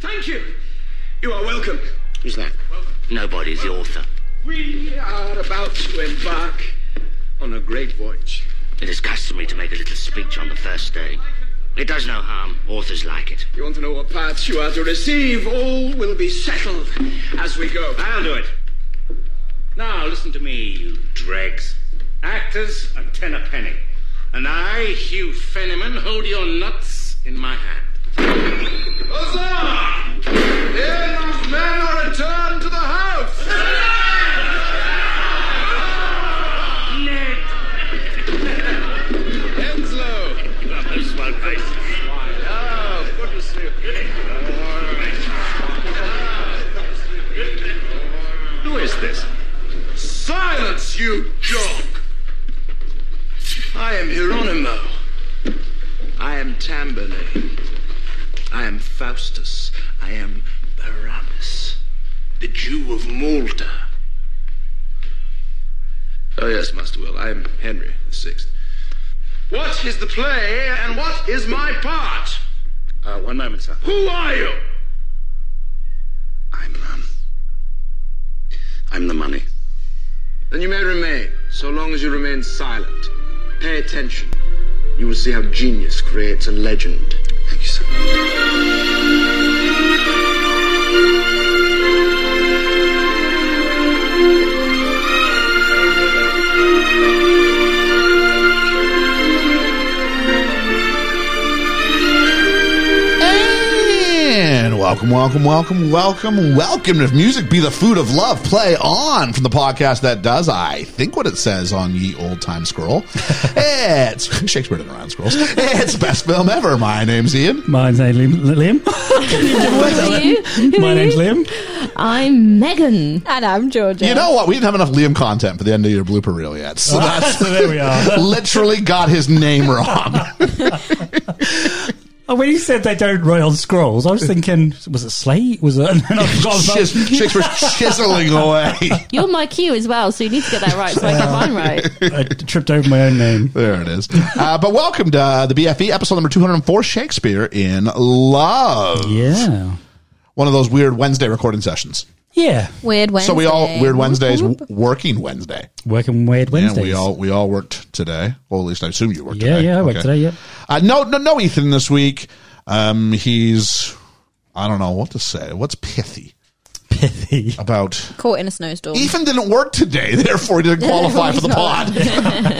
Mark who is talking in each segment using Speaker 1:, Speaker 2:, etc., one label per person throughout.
Speaker 1: Thank you. You are welcome.
Speaker 2: Who's that? Nobody's the author.
Speaker 1: We are about to embark on a great voyage.
Speaker 2: It is customary to make a little speech on the first day. It does no harm. Authors like it.
Speaker 1: You want to know what parts you are to receive? All will be settled as we go.
Speaker 3: I'll do it. Now, listen to me, you dregs. Actors, a ten a penny. And I, Hugh Fenneman, hold your nuts in my hand.
Speaker 4: Huzzah! Here those men are returned to the house.
Speaker 3: Ned!
Speaker 4: Henslow.
Speaker 2: Those one face.
Speaker 4: Oh, good to see you.
Speaker 3: Who is this?
Speaker 4: Silence, you dog! I am Hieronimo. I am Tamburlaine. I am Faustus. I am Barabbas, the Jew of Malta. Oh, yes, Master Will. I am Henry the Sixth. What is the play and what is my part?
Speaker 3: Uh, one moment, sir.
Speaker 4: Who are you?
Speaker 2: I'm, um. I'm the money.
Speaker 4: Then you may remain, so long as you remain silent. Pay attention. You will see how genius creates a legend.
Speaker 2: Thank you, sir.
Speaker 5: And welcome, welcome, welcome, welcome, welcome. If music be the food of love, play on from the podcast that does, I think, what it says on ye old time scroll. it's Shakespeare didn't rhyme scrolls. It's best film ever. My name's Ian.
Speaker 6: Mine's Liam. Liam.
Speaker 7: Who are you? Who
Speaker 6: My
Speaker 7: are
Speaker 6: name's
Speaker 7: you?
Speaker 6: Liam.
Speaker 7: I'm Megan.
Speaker 8: And I'm Georgia.
Speaker 5: You know what? We didn't have enough Liam content for the end of your blooper reel yet. So that's
Speaker 6: So Ah, there we are.
Speaker 5: literally got his name wrong.
Speaker 6: Oh, when you said they don't write on scrolls, I was thinking, was it slate? Was it? And then I forgot about-
Speaker 5: Chis- Shakespeare's chiseling away.
Speaker 7: You're my Q as well, so you need to get that right so I get mine right.
Speaker 6: I tripped over my own name.
Speaker 5: There it is. Uh, but welcome to uh, the BFE episode number 204 Shakespeare in Love.
Speaker 6: Yeah.
Speaker 5: One of those weird Wednesday recording sessions.
Speaker 6: Yeah.
Speaker 8: Weird Wednesday.
Speaker 5: So we all weird Wednesdays,
Speaker 8: Whoop,
Speaker 5: w-
Speaker 8: whoop.
Speaker 5: working Wednesday.
Speaker 6: Working weird
Speaker 5: Yeah,
Speaker 6: Wednesdays.
Speaker 5: we all we all worked today. Well, at least I assume you worked.
Speaker 6: Yeah,
Speaker 5: today.
Speaker 6: yeah, I worked today, yeah.
Speaker 5: Uh, no, no, no, Ethan. This week, um, he's I don't know what to say. What's pithy
Speaker 6: pithy.
Speaker 5: about?
Speaker 8: Caught in a snowstorm.
Speaker 5: Ethan didn't work today, therefore he didn't qualify for the pod.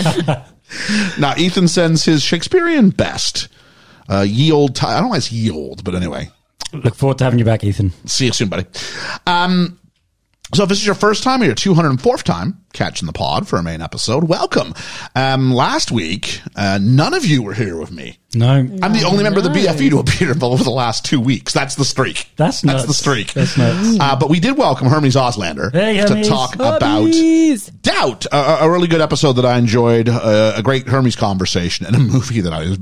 Speaker 5: now Ethan sends his Shakespearean best. Uh, ye old time. I don't know why it's ye old, but anyway.
Speaker 6: Look forward to having you back, Ethan.
Speaker 5: See you soon, buddy. Um, so if this is your first time or your 204th time catching the pod for a main episode, welcome. Um, last week, uh, none of you were here with me.
Speaker 6: No,
Speaker 5: I'm the only member of the BFE to appear over the last two weeks. That's the streak.
Speaker 6: that's
Speaker 5: That's
Speaker 6: nuts.
Speaker 5: the streak.
Speaker 6: That's nuts.
Speaker 5: Uh, but we did welcome Hermes Oslander
Speaker 6: Hey,
Speaker 5: to
Speaker 6: Hermes.
Speaker 5: talk about
Speaker 8: Hermes.
Speaker 5: Doubt, a, a really good episode that I enjoyed, uh, a great Hermes conversation, and a movie that I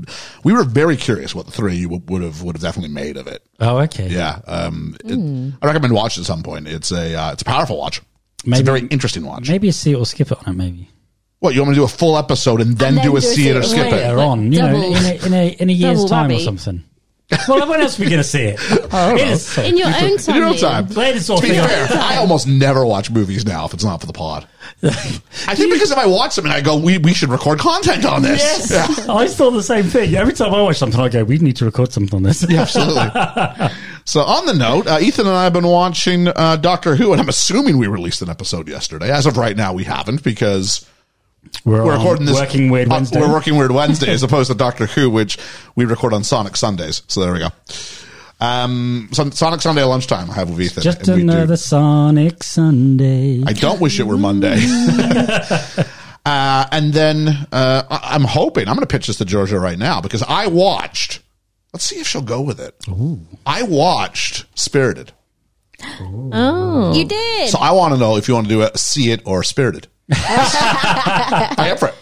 Speaker 5: we were very curious what the three of you would- would have would have definitely made of it.
Speaker 6: Oh, okay.
Speaker 5: Yeah, um, it- I recommend watch it at some point. It's a uh, it's a powerful watch. it's a
Speaker 6: Maybe-
Speaker 5: very interesting watch.
Speaker 6: Maybe a see it or skip it on it. Maybe
Speaker 5: What you want me to do a full episode and then,
Speaker 8: then
Speaker 5: do a see it or skip
Speaker 8: later.
Speaker 5: it?
Speaker 6: later on, you
Speaker 7: double-
Speaker 6: know, in a, in a, in a year's
Speaker 7: double
Speaker 6: time or
Speaker 7: whammy.
Speaker 6: something. Well, when else are we going to see it?
Speaker 7: In your own
Speaker 5: In
Speaker 7: time.
Speaker 5: your own
Speaker 7: Liam.
Speaker 5: time.
Speaker 6: Later, sort
Speaker 5: To
Speaker 6: of
Speaker 5: be
Speaker 6: thing.
Speaker 5: fair, I almost never watch movies now if it's not for the pod. I think because if I watch them and I go, we, we should record content on this. Yeah,
Speaker 6: Yes, I saw the same thing. Every time I watch something, I go, "We need to record something on this."
Speaker 5: absolutely. so on the note, uh, Ethan and I have been watching uh, Doctor Who, and I'm assuming we released an episode yesterday. As of right now, we haven't because we're
Speaker 6: on
Speaker 5: recording this
Speaker 6: working weird
Speaker 5: uh,
Speaker 6: Wednesday.
Speaker 5: we're working weird Wednesday as opposed to Doctor Who, which we record on Sonic Sundays. So there we go. Um, Son- Sonic Sunday at lunchtime. I have with Ethan.
Speaker 6: Just uh,
Speaker 5: and we do-
Speaker 6: another Sonic Sunday.
Speaker 5: I don't wish it were Monday. uh, and then uh, I- I'm hoping I'm going to pitch this to Georgia right now because I watched. Let's see if she'll go with it. I watched Spirited,
Speaker 7: Oh.
Speaker 8: You did.
Speaker 5: so I want to know if you want to do a see it or Spirited. I up for it.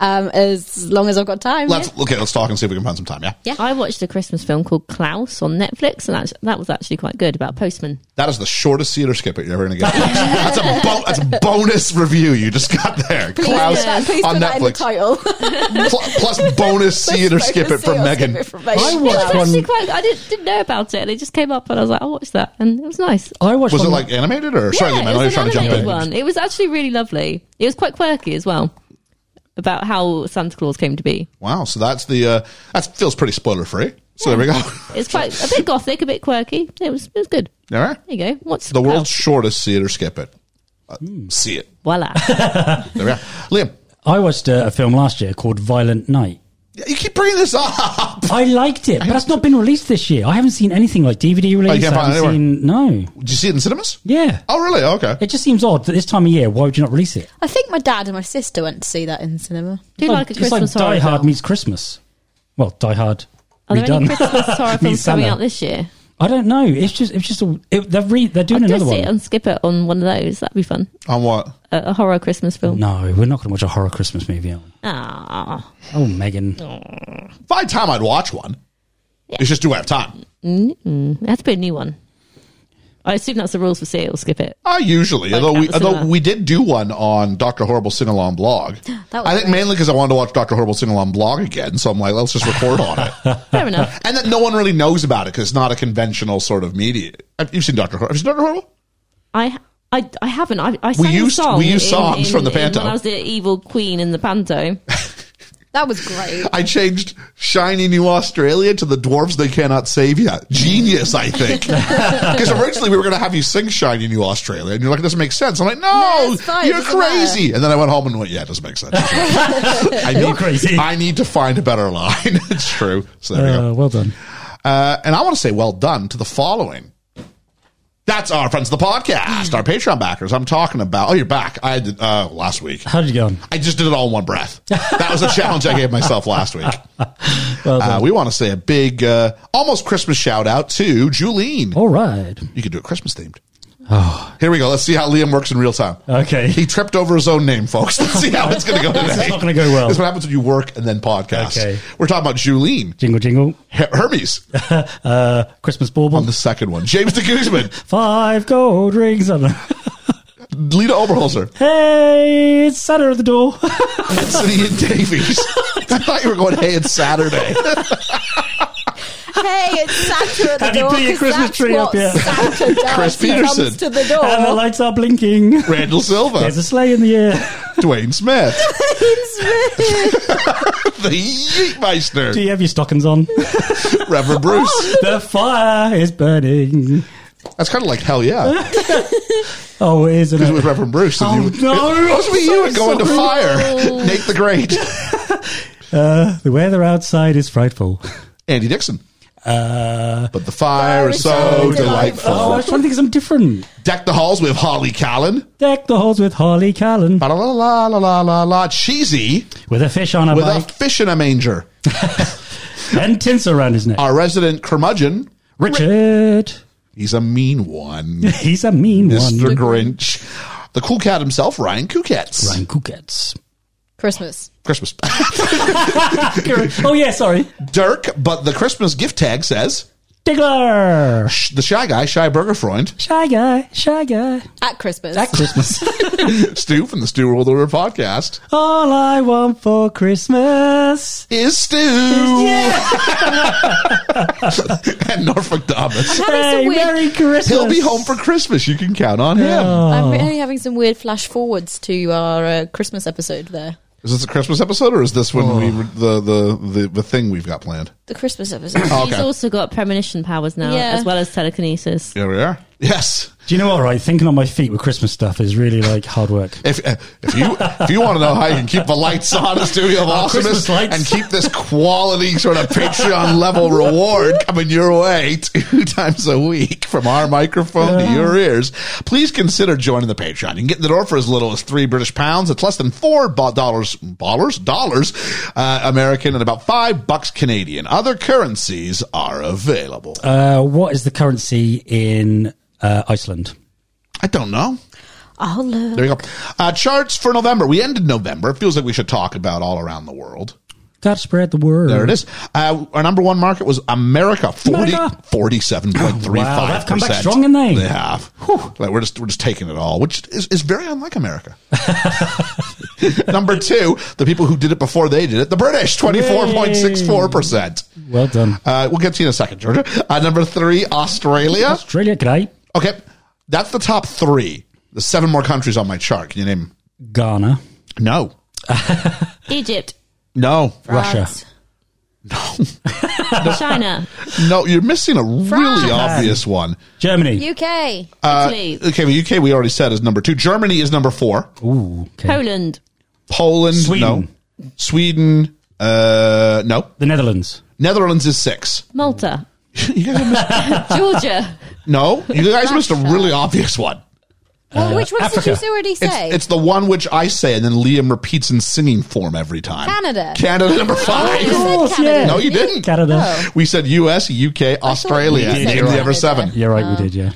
Speaker 8: um, as long as I've got time.
Speaker 5: Let's
Speaker 8: yeah.
Speaker 5: okay. Let's talk and see if we can find some time. Yeah,
Speaker 8: Yeah.
Speaker 7: I watched a Christmas film called Klaus on Netflix, and that, that was actually quite good about a postman.
Speaker 5: that is the shortest theater skip you're ever going to get. that's a bo- that's a bonus review you just got there.
Speaker 8: Please
Speaker 5: Klaus
Speaker 8: put that- please
Speaker 5: on
Speaker 8: put that in the
Speaker 5: Netflix.
Speaker 8: title.
Speaker 5: Pl- plus bonus theater
Speaker 8: Bonus
Speaker 5: skip
Speaker 8: theater
Speaker 5: it from Megan.
Speaker 8: skip it from Megan.
Speaker 6: I
Speaker 7: It was
Speaker 6: watched
Speaker 7: actually
Speaker 6: one.
Speaker 7: quite. I didn't, didn't know about it, and it just came up, and I was like, I watched that, and it was nice.
Speaker 6: I watched
Speaker 5: Was it
Speaker 6: one-
Speaker 5: like animated or sorry, man, I
Speaker 7: it
Speaker 5: know
Speaker 7: was
Speaker 5: you're trying
Speaker 7: an
Speaker 5: to jump
Speaker 7: animated
Speaker 5: in.
Speaker 7: one. It was actually really lovely. It was quite quirky as well about how Santa Claus came to be.
Speaker 5: Wow, so that's the uh, that feels pretty spoiler free. So there we go.
Speaker 7: It's quite a bit gothic, a bit quirky. It was it was good.
Speaker 5: All right,
Speaker 7: There you go. What's oh,
Speaker 5: the world's shortest theater skip it. Uh, See it.
Speaker 7: Voila.
Speaker 5: There we are. Liam,
Speaker 6: I watched uh, a, a film last year called Violent Night.
Speaker 5: yeah, you keep bringing this up.
Speaker 6: I liked it, but that's not been released this year. I haven't seen anything like DVD release.
Speaker 5: Oh, can't
Speaker 6: I
Speaker 5: find
Speaker 6: haven't
Speaker 5: it
Speaker 6: seen no.
Speaker 5: Did you see it in cinemas?
Speaker 6: Yeah,
Speaker 5: Oh, really? Okay.
Speaker 6: it just seems odd that this time of year. Why would you not release it?
Speaker 8: I think my dad and my sister went to see that in the cinema.
Speaker 7: Do you like a
Speaker 6: it's
Speaker 7: Christmas
Speaker 6: like
Speaker 7: horror
Speaker 6: Die Hard
Speaker 7: film?
Speaker 6: meets Christmas. Well, Die Hard
Speaker 7: Are there any
Speaker 6: redone.
Speaker 7: Christmas horror films
Speaker 6: Meets
Speaker 7: coming
Speaker 6: Santa.
Speaker 7: out this year?
Speaker 6: I don't know. It's just it's just a, it, they're re, they're
Speaker 7: I'd
Speaker 6: doing
Speaker 7: go
Speaker 6: another
Speaker 7: see it
Speaker 6: one.
Speaker 7: and skip it on one of those. That'd be fun.
Speaker 5: On what?
Speaker 7: A, a horror Christmas film.
Speaker 6: No, we're not going to watch a horror Christmas movie. Are we?
Speaker 7: Ah,
Speaker 6: Oh, Megan,
Speaker 5: By the time I'd watch one, it's just do I have time?
Speaker 7: it has to be a new one. I assume that's the rules for see it or skip it.
Speaker 5: I Uh, usually,
Speaker 7: Like
Speaker 5: although
Speaker 7: at
Speaker 5: we
Speaker 7: the
Speaker 5: although
Speaker 7: cinema.
Speaker 5: we did do one on Doctor Horrible sing along blog.
Speaker 8: was
Speaker 5: I think
Speaker 8: great.
Speaker 5: mainly because I wanted to watch Doctor Horrible sing along blog again, so I'm like, let's just record on it.
Speaker 7: Fair enough.
Speaker 5: and that no one really knows about it because it's not a conventional sort of media. Have- You've seen Doctor Horrible? Have you seen Doctor Horrible?
Speaker 7: I I, I haven't. I, I sang a
Speaker 5: used-
Speaker 7: song
Speaker 5: we used
Speaker 7: in-
Speaker 5: songs
Speaker 7: in-
Speaker 5: from the
Speaker 7: in
Speaker 5: panto.
Speaker 7: When I was the evil queen in the panto.
Speaker 8: That was great.
Speaker 5: I changed shiny new Australia to the dwarves they cannot save yet. Genius, I think. Because originally we were going to have you sing shiny new Australia, and you're like, it doesn't make sense. I'm like, no,
Speaker 8: No, it's fine,
Speaker 5: you're
Speaker 8: doesn't matter."
Speaker 5: crazy. And then I went home and went, yeah, it doesn't make sense. I
Speaker 6: You're
Speaker 5: need-
Speaker 6: crazy.
Speaker 5: I need to find a better line. it's true. So there we go.
Speaker 6: uh, well done.
Speaker 5: Uh, and I want to say well done to the following. That's our friends of the podcast, our Patreon backers. I'm talking about. Oh, you're back. I did uh, last week.
Speaker 6: How did you get on?
Speaker 5: I just did it all in one breath. That was a challenge I gave myself last week. Uh, we want to say a big, uh, almost Christmas shout out to Julene.
Speaker 6: All right.
Speaker 5: You could do it Christmas themed. Here we go. Let's see how Liam works in real time.
Speaker 6: Okay.
Speaker 5: He tripped over his own name, folks. Let's see how it's going to go today.
Speaker 6: is not gonna go well.
Speaker 5: This is what happens when you work and then podcast.
Speaker 6: Okay.
Speaker 5: We're talking about Julene,
Speaker 6: jingle jingle.
Speaker 5: Her- Hermes
Speaker 6: Uh, Christmas bauble.
Speaker 5: on the second one, James de Guzman,
Speaker 6: Five gold rings. I don't know.
Speaker 5: Lita Oberholzer,
Speaker 6: Hey, it's Santa at the door.
Speaker 5: Anthony and Davies. I thought you were going, hey, it's Saturday.
Speaker 8: hey, it's Santa at the
Speaker 6: Have you
Speaker 8: door.
Speaker 6: put your
Speaker 8: 'cause
Speaker 6: Christmas
Speaker 8: that's
Speaker 6: tree
Speaker 8: what
Speaker 6: up yet?
Speaker 8: Santa does.
Speaker 5: Chris
Speaker 8: He comes
Speaker 5: Peterson.
Speaker 8: to the door.
Speaker 6: and the lights are blinking.
Speaker 5: Randall Silva,
Speaker 6: There's a sleigh in the air.
Speaker 5: Dwayne Smith,
Speaker 8: It's me.
Speaker 5: the Yeatmeister.
Speaker 6: Do you have your stockings on?
Speaker 5: Reverend Bruce.
Speaker 6: the fire is burning.
Speaker 5: That's kind of like hell yeah.
Speaker 6: Oh, it is, isn't
Speaker 5: It was
Speaker 6: it?
Speaker 5: Reverend Bruce. and
Speaker 6: Oh,
Speaker 5: you-
Speaker 6: no,
Speaker 5: It must be
Speaker 6: I'm
Speaker 5: you
Speaker 6: so
Speaker 5: and going to
Speaker 6: sorry.
Speaker 5: fire. Nate the Great.
Speaker 6: The weather outside is frightful.
Speaker 5: Andy Dixon.
Speaker 6: Uh,
Speaker 5: But the fire is so delightful.
Speaker 6: oh, I was trying to think of something different.
Speaker 5: Deck the halls with Holly Callan.
Speaker 6: Deck the halls with Holly Callan.
Speaker 5: La la la la la la la. Cheesy
Speaker 6: With a fish on a
Speaker 5: with
Speaker 6: bike
Speaker 5: a fish in a manger.
Speaker 6: and tints around his neck.
Speaker 5: Our resident curmudgeon.
Speaker 6: Richard.
Speaker 5: He's a mean one.
Speaker 6: He's a mean
Speaker 5: Mr.
Speaker 6: one.
Speaker 5: Grinch. The cool cat himself, Ryan Kukets.
Speaker 6: Ryan Kukets.
Speaker 8: Christmas.
Speaker 5: Christmas.
Speaker 6: oh, yeah, sorry.
Speaker 5: Dirk, but the Christmas gift tag says
Speaker 6: Diggler.
Speaker 5: sh- the shy guy, Shy Burger Freund,
Speaker 6: Shy guy. Shy guy.
Speaker 8: At Christmas.
Speaker 6: At Christmas.
Speaker 5: Stu from the Stu World Order podcast,
Speaker 6: All I want for Christmas.
Speaker 5: is Stu. and Norfolk Thomas.
Speaker 8: Having
Speaker 6: Hey,
Speaker 8: some weird-
Speaker 6: Merry Christmas.
Speaker 5: He'll be home for Christmas. You can count on him.
Speaker 6: Oh.
Speaker 8: I'm really having some weird flash forwards to our uh, Christmas episode there.
Speaker 5: Is this a Christmas episode, or is this when we re- the, the the the thing we've got planned?
Speaker 8: The Christmas episode.
Speaker 5: Oh,
Speaker 7: She's
Speaker 5: okay.
Speaker 7: also got premonition powers now,
Speaker 8: Yeah.
Speaker 7: as well as telekinesis.
Speaker 5: Here we are. Yes.
Speaker 6: Do you know what, right? Thinking on my feet with Christmas stuff is really like hard work.
Speaker 5: If uh, if you if you want to know how you can keep the lights on in Studio of Awesomeness
Speaker 6: Oh, Christmas lights.
Speaker 5: and keep this quality sort of Patreon level reward coming your way two times a week from our microphone to your ears, please consider joining the Patreon. You can get in the door for as little as three British pounds. It's less than four bo- dollars dollars dollars uh, American and about five bucks Canadian. Other currencies are available.
Speaker 6: Uh, what is the currency in uh, Iceland?
Speaker 5: I don't know.
Speaker 8: I'll look.
Speaker 5: There you go. Uh, charts for November. We ended November. It feels like we should talk about all around the world.
Speaker 6: Gotta spread the word.
Speaker 5: There it is. Uh, our number one market was America, 40,
Speaker 6: America.
Speaker 5: 47.35%.
Speaker 6: Wow, they've come back strong, haven't they?
Speaker 5: They have. Whew. Like, we're, just, we're just taking it all, which is, is very unlike America. number two, the people who did it before they did it, the British, 24.64%.
Speaker 6: Well done.
Speaker 5: Uh, we'll get to you in a second, Georgia. Uh, number three, Australia.
Speaker 6: Australia, g'day.
Speaker 5: Okay, that's the top three. There's seven more countries on my chart. Can you name 'em?
Speaker 6: Ghana.
Speaker 5: No.
Speaker 7: Egypt,
Speaker 5: No.
Speaker 6: Russia.
Speaker 8: France.
Speaker 7: China,
Speaker 5: No, you're missing a
Speaker 8: France.
Speaker 5: really obvious one.
Speaker 6: Germany.
Speaker 8: UK.
Speaker 7: Italy,
Speaker 5: Okay, the UK we already said is number two. Germany is number four.
Speaker 6: Ooh, okay.
Speaker 7: Poland,
Speaker 5: Poland,
Speaker 6: Sweden.
Speaker 5: no. Sweden, uh, no.
Speaker 6: The Netherlands.
Speaker 5: Netherlands is six.
Speaker 7: Malta,
Speaker 5: You guys missed,
Speaker 7: Georgia,
Speaker 5: no, you guys missed a really obvious one.
Speaker 8: well, which ones
Speaker 6: Uh, Africa.
Speaker 8: did you already
Speaker 5: It's,
Speaker 8: say?
Speaker 5: it's the one which I say, and then Liam repeats in singing form every time.
Speaker 8: Canada.
Speaker 5: Canada number five.
Speaker 8: You said
Speaker 6: course,
Speaker 8: Canada, Oh.
Speaker 6: yeah.
Speaker 5: No, you didn't.
Speaker 6: Canada.
Speaker 5: We said U.S., U.K., Australia,
Speaker 8: we
Speaker 5: and
Speaker 8: said
Speaker 5: the number
Speaker 8: Canada.
Speaker 5: seven.
Speaker 6: Yeah,
Speaker 8: Oh.
Speaker 6: right, we did, yeah.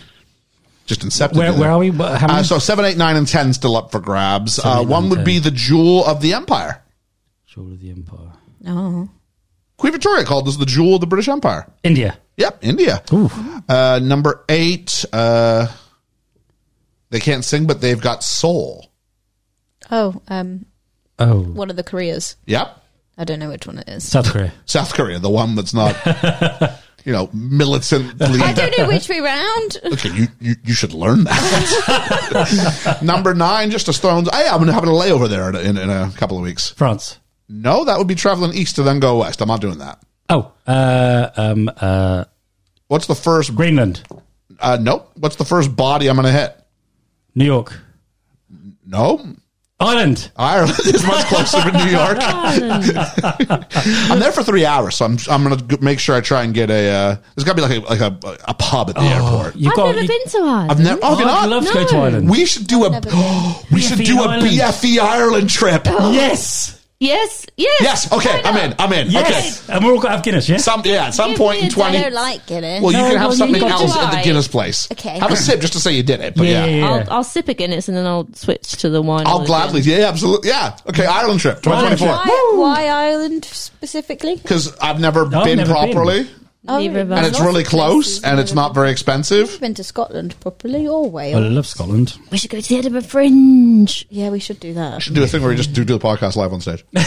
Speaker 5: Just incepted.
Speaker 6: Where,
Speaker 5: it.
Speaker 6: where are we? What- How many?
Speaker 5: Uh, so seven, eight, nine, and ten still up for grabs.
Speaker 6: Seven,
Speaker 5: Uh,
Speaker 6: eight,
Speaker 5: one
Speaker 6: nine,
Speaker 5: would be the jewel of the empire.
Speaker 6: Sword of the Empire.
Speaker 8: No.
Speaker 5: Queen Victoria called this the jewel of the British Empire.
Speaker 6: India.
Speaker 5: Yep, India.
Speaker 6: Ooh.
Speaker 5: Uh, number eight, uh, they can't sing, but they've got soul.
Speaker 8: Oh, um,
Speaker 6: Oh.
Speaker 8: one of the Koreas.
Speaker 5: Yep.
Speaker 8: I don't know which one it is.
Speaker 6: South Korea.
Speaker 5: South Korea, the one that's not, you know, militantly.
Speaker 8: I don't know which way round.
Speaker 5: Okay, you, you, you should learn that. number nine, just a stone's. Hey, I'm going to have a layover there in, in, in a couple of weeks.
Speaker 6: France.
Speaker 5: No, that would be traveling east to then go west. I'm not doing that.
Speaker 6: Oh, uh, um, uh,
Speaker 5: What's the first?
Speaker 6: Greenland.
Speaker 5: Uh, nope. What's the first body I'm going to hit?
Speaker 6: New York.
Speaker 5: No.
Speaker 6: Ireland.
Speaker 5: Ireland is much closer to New York.
Speaker 7: Ireland,
Speaker 5: I'm there for three hours, so I'm I'm gonna g- make sure I try and get a. Uh, there's got to be like a like a, a pub at the airport.
Speaker 6: You've
Speaker 7: I've
Speaker 6: got-
Speaker 7: never
Speaker 6: you-
Speaker 7: been to Ireland.
Speaker 5: I've never. Oh, have you
Speaker 6: I'd
Speaker 5: not?
Speaker 6: Oh. love to go to
Speaker 7: No.
Speaker 6: Ireland.
Speaker 5: we should do a.
Speaker 8: never been. Oh.
Speaker 5: we should
Speaker 6: BFE
Speaker 5: do a
Speaker 6: E Ireland.
Speaker 5: BFE Ireland trip.
Speaker 6: yes.
Speaker 7: yes, yes,
Speaker 5: Yes. Okay.
Speaker 7: Why
Speaker 5: I'm
Speaker 7: not?
Speaker 5: in. I'm in. Okay.
Speaker 6: Yes. And we're all going to have Guinness, yeah?
Speaker 5: Some yeah. At some
Speaker 8: Give
Speaker 5: point
Speaker 8: me
Speaker 5: in
Speaker 8: a
Speaker 5: twenty.
Speaker 8: don't like Guinness.
Speaker 5: Well, you
Speaker 6: No,
Speaker 5: can have
Speaker 6: well, you
Speaker 5: something
Speaker 6: got to
Speaker 5: else at the
Speaker 7: try.
Speaker 5: Guinness place.
Speaker 8: Okay.
Speaker 5: Have a sip just to say you did it. But yeah.
Speaker 6: Yeah, yeah, yeah.
Speaker 7: I'll, I'll sip at Guinness and then I'll switch to the wine.
Speaker 5: I'll
Speaker 7: one
Speaker 5: gladly.
Speaker 7: again.
Speaker 5: Yeah, absolutely. Yeah. Okay, Ireland trip,
Speaker 6: Ireland
Speaker 5: 2024.
Speaker 6: trip.
Speaker 8: Why, why Ireland specifically?
Speaker 5: Because I've never
Speaker 6: I've
Speaker 5: been
Speaker 6: never been.
Speaker 5: properly,
Speaker 8: Oh,
Speaker 7: Neither of us.
Speaker 5: and it's really close, and it's not very expensive.
Speaker 8: I've been to Scotland properly or Wales.
Speaker 6: Well, I love Scotland.
Speaker 7: We should go to the Edinburgh Fringe.
Speaker 8: yeah, we should do that.
Speaker 5: Should do a thing where we just do, do the podcast live on stage. but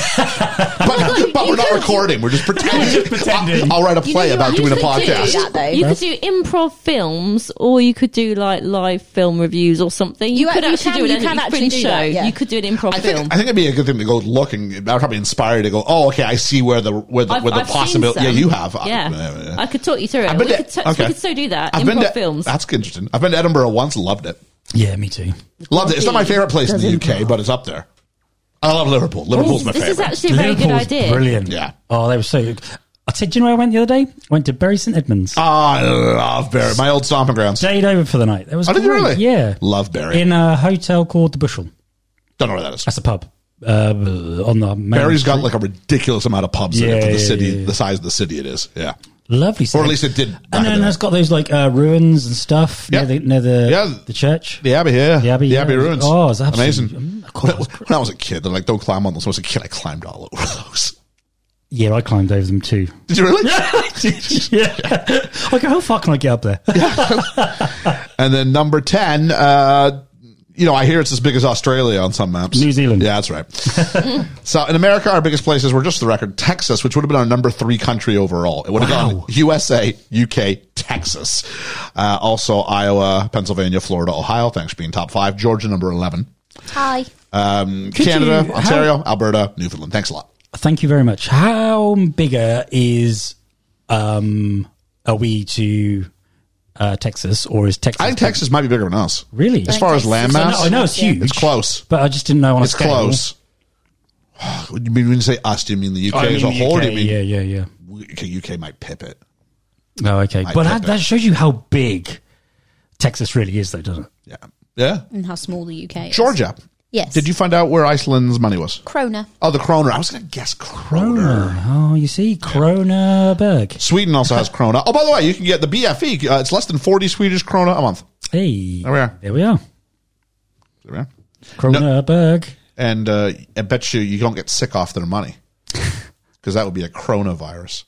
Speaker 5: but we're not recording. We're just pretending.
Speaker 6: pretending.
Speaker 5: I'll, I'll write a
Speaker 8: You
Speaker 5: play
Speaker 8: know
Speaker 5: about
Speaker 8: what?
Speaker 5: doing a
Speaker 8: You should do
Speaker 5: podcast.
Speaker 8: that, though.
Speaker 7: You could do improv films, or you could do like live film reviews or something. You,
Speaker 8: You
Speaker 7: could
Speaker 8: ac- you
Speaker 7: actually
Speaker 8: can-
Speaker 7: do an
Speaker 8: you
Speaker 7: Edinburgh
Speaker 8: can actually
Speaker 7: Fringe
Speaker 8: do
Speaker 7: show.
Speaker 8: that, yeah.
Speaker 7: You could do an improv
Speaker 5: I
Speaker 7: film.
Speaker 5: think, I think it'd be a good thing to go look and I'd probably inspire you to go, oh, okay, I see where the where the,
Speaker 7: I've-
Speaker 5: where the
Speaker 7: I've seen
Speaker 5: possibility.
Speaker 7: some.
Speaker 5: Yeah, you have. I-
Speaker 7: Yeah.
Speaker 5: yeah,
Speaker 7: I
Speaker 5: yeah.
Speaker 7: could talk you through it.
Speaker 5: I've
Speaker 7: We
Speaker 5: been
Speaker 7: could,
Speaker 5: to-
Speaker 7: so- we
Speaker 5: okay.
Speaker 7: could so do that.
Speaker 5: I've
Speaker 7: improv
Speaker 5: been to-
Speaker 7: films.
Speaker 5: That's interesting. I've been to Edinburgh once, loved it.
Speaker 6: Yeah, me too.
Speaker 5: Loved it. It's not my favorite place in the UK, but it's up there. I love Liverpool. Liverpool's my
Speaker 7: Oh, this
Speaker 5: favorite.
Speaker 7: is actually a very good
Speaker 6: Liverpool's
Speaker 7: idea.
Speaker 6: Brilliant.
Speaker 5: Yeah.
Speaker 6: Oh, they were so good. I said, do you know where I went the other day? Went to Bury St Edmunds.
Speaker 5: oh, I love Barry. My old stomping grounds.
Speaker 6: Stayed over for the night. That was
Speaker 5: Oh, did
Speaker 6: great.
Speaker 5: you really?
Speaker 6: Yeah.
Speaker 5: Love Barry.
Speaker 6: In a hotel called the Bushel.
Speaker 5: Don't know where that is.
Speaker 6: That's a pub. Uh, on the main
Speaker 5: Barry's got
Speaker 6: street.
Speaker 5: like a ridiculous amount of pubs in it
Speaker 6: Yeah,
Speaker 5: for the
Speaker 6: yeah,
Speaker 5: city,
Speaker 6: yeah, yeah.
Speaker 5: the size of the city it is. Yeah.
Speaker 6: lovely,
Speaker 5: Or at least it did back
Speaker 6: And
Speaker 5: in
Speaker 6: then
Speaker 5: the
Speaker 6: it's got those like uh, ruins and stuff
Speaker 5: Yeah.
Speaker 6: near the near the,
Speaker 5: Yeah.
Speaker 6: the church.
Speaker 5: The Abbey, yeah.
Speaker 6: The Abbey,
Speaker 5: the
Speaker 6: yeah.
Speaker 5: Abbey ruins.
Speaker 6: Oh, it's absolutely-
Speaker 5: amazing.
Speaker 6: Mm, God,
Speaker 5: when, when I was a kid, they're like, don't climb on those. When I was a kid, I climbed all over those.
Speaker 6: Yeah, I climbed over them too.
Speaker 5: Did you really?
Speaker 6: yeah. I go, how far can I get up there?
Speaker 5: and then number 10, uh, you know, I hear it's as big as Australia on some maps.
Speaker 6: New Zealand.
Speaker 5: Yeah, that's right. so in America, our biggest places were just the record Texas, which would have been our number three country overall. It would have
Speaker 6: Wow.
Speaker 5: gone USA, UK, Texas. Uh, also Iowa, Pennsylvania, Florida, Ohio. Thanks for being top five. Georgia, number 11.
Speaker 8: Hi.
Speaker 5: Um,
Speaker 6: Could
Speaker 5: Canada,
Speaker 6: you- how-
Speaker 5: Ontario, Alberta, Newfoundland. Thanks a lot.
Speaker 6: Thank you very much. How bigger is um are we to uh, Texas or is Texas?
Speaker 5: I think Texas might be bigger than us.
Speaker 6: Really?
Speaker 5: As far as
Speaker 8: Texas.
Speaker 5: landmass,
Speaker 6: I know, I know it's
Speaker 8: Yeah.
Speaker 6: huge.
Speaker 5: It's close.
Speaker 6: but I just didn't know on a
Speaker 5: It's
Speaker 6: scale.
Speaker 5: close. What do you mean when you say us? Do you mean the UK
Speaker 6: Oh, I mean,
Speaker 5: as a
Speaker 6: the
Speaker 5: whole?
Speaker 6: UK,
Speaker 5: do you mean
Speaker 6: yeah, yeah, yeah.
Speaker 5: okay, UK might pip it?
Speaker 6: Oh, okay.
Speaker 5: I get
Speaker 6: but that,
Speaker 5: that.
Speaker 6: that shows you how big Texas really is, though, doesn't it?
Speaker 5: Yeah, yeah.
Speaker 8: And how small the UK is.
Speaker 5: Georgia.
Speaker 8: Yes.
Speaker 5: Did you find out where Iceland's money was?
Speaker 8: Krona.
Speaker 5: Oh, the kroner. I was going to guess kroner.
Speaker 6: Kroner. Oh, you see, Kronerberg.
Speaker 5: Sweden also has krona. Oh, by the way, you can get the E. BFE. Uh, it's less than forty Swedish krona a month.
Speaker 6: Hey,
Speaker 5: There we are.
Speaker 6: There we are.
Speaker 5: There we are.
Speaker 6: Cronenberg.
Speaker 5: And uh, I bet you you don't get sick off their money because that would be a coronavirus.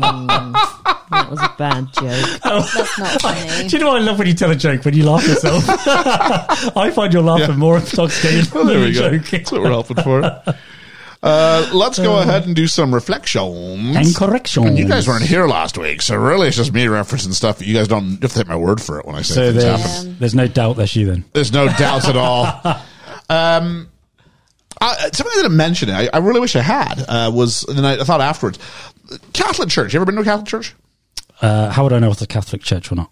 Speaker 7: That was a bad joke.
Speaker 8: That's not funny.
Speaker 6: Do you know what I love when you tell a joke when you laugh yourself? I find your laughter
Speaker 5: Yeah.
Speaker 6: more intoxicating
Speaker 5: Well,
Speaker 6: than
Speaker 5: there
Speaker 6: the
Speaker 5: we go.
Speaker 6: joke.
Speaker 5: That's what we're hoping for. Uh, let's go ahead and do some reflections.
Speaker 6: And corrections.
Speaker 5: And you guys weren't here last week, so really it's just me referencing stuff. You guys don't you have to take my word for it when I say
Speaker 6: So
Speaker 5: things happen.
Speaker 6: there's, there's no doubt that's you then.
Speaker 5: There's no doubts at all. Um, I, something I didn't mention, I, I really wish I had, uh, was, and then I, I thought afterwards, Catholic Church. You ever been to a Catholic Church?
Speaker 6: Uh, how would I know if it's a Catholic church or not?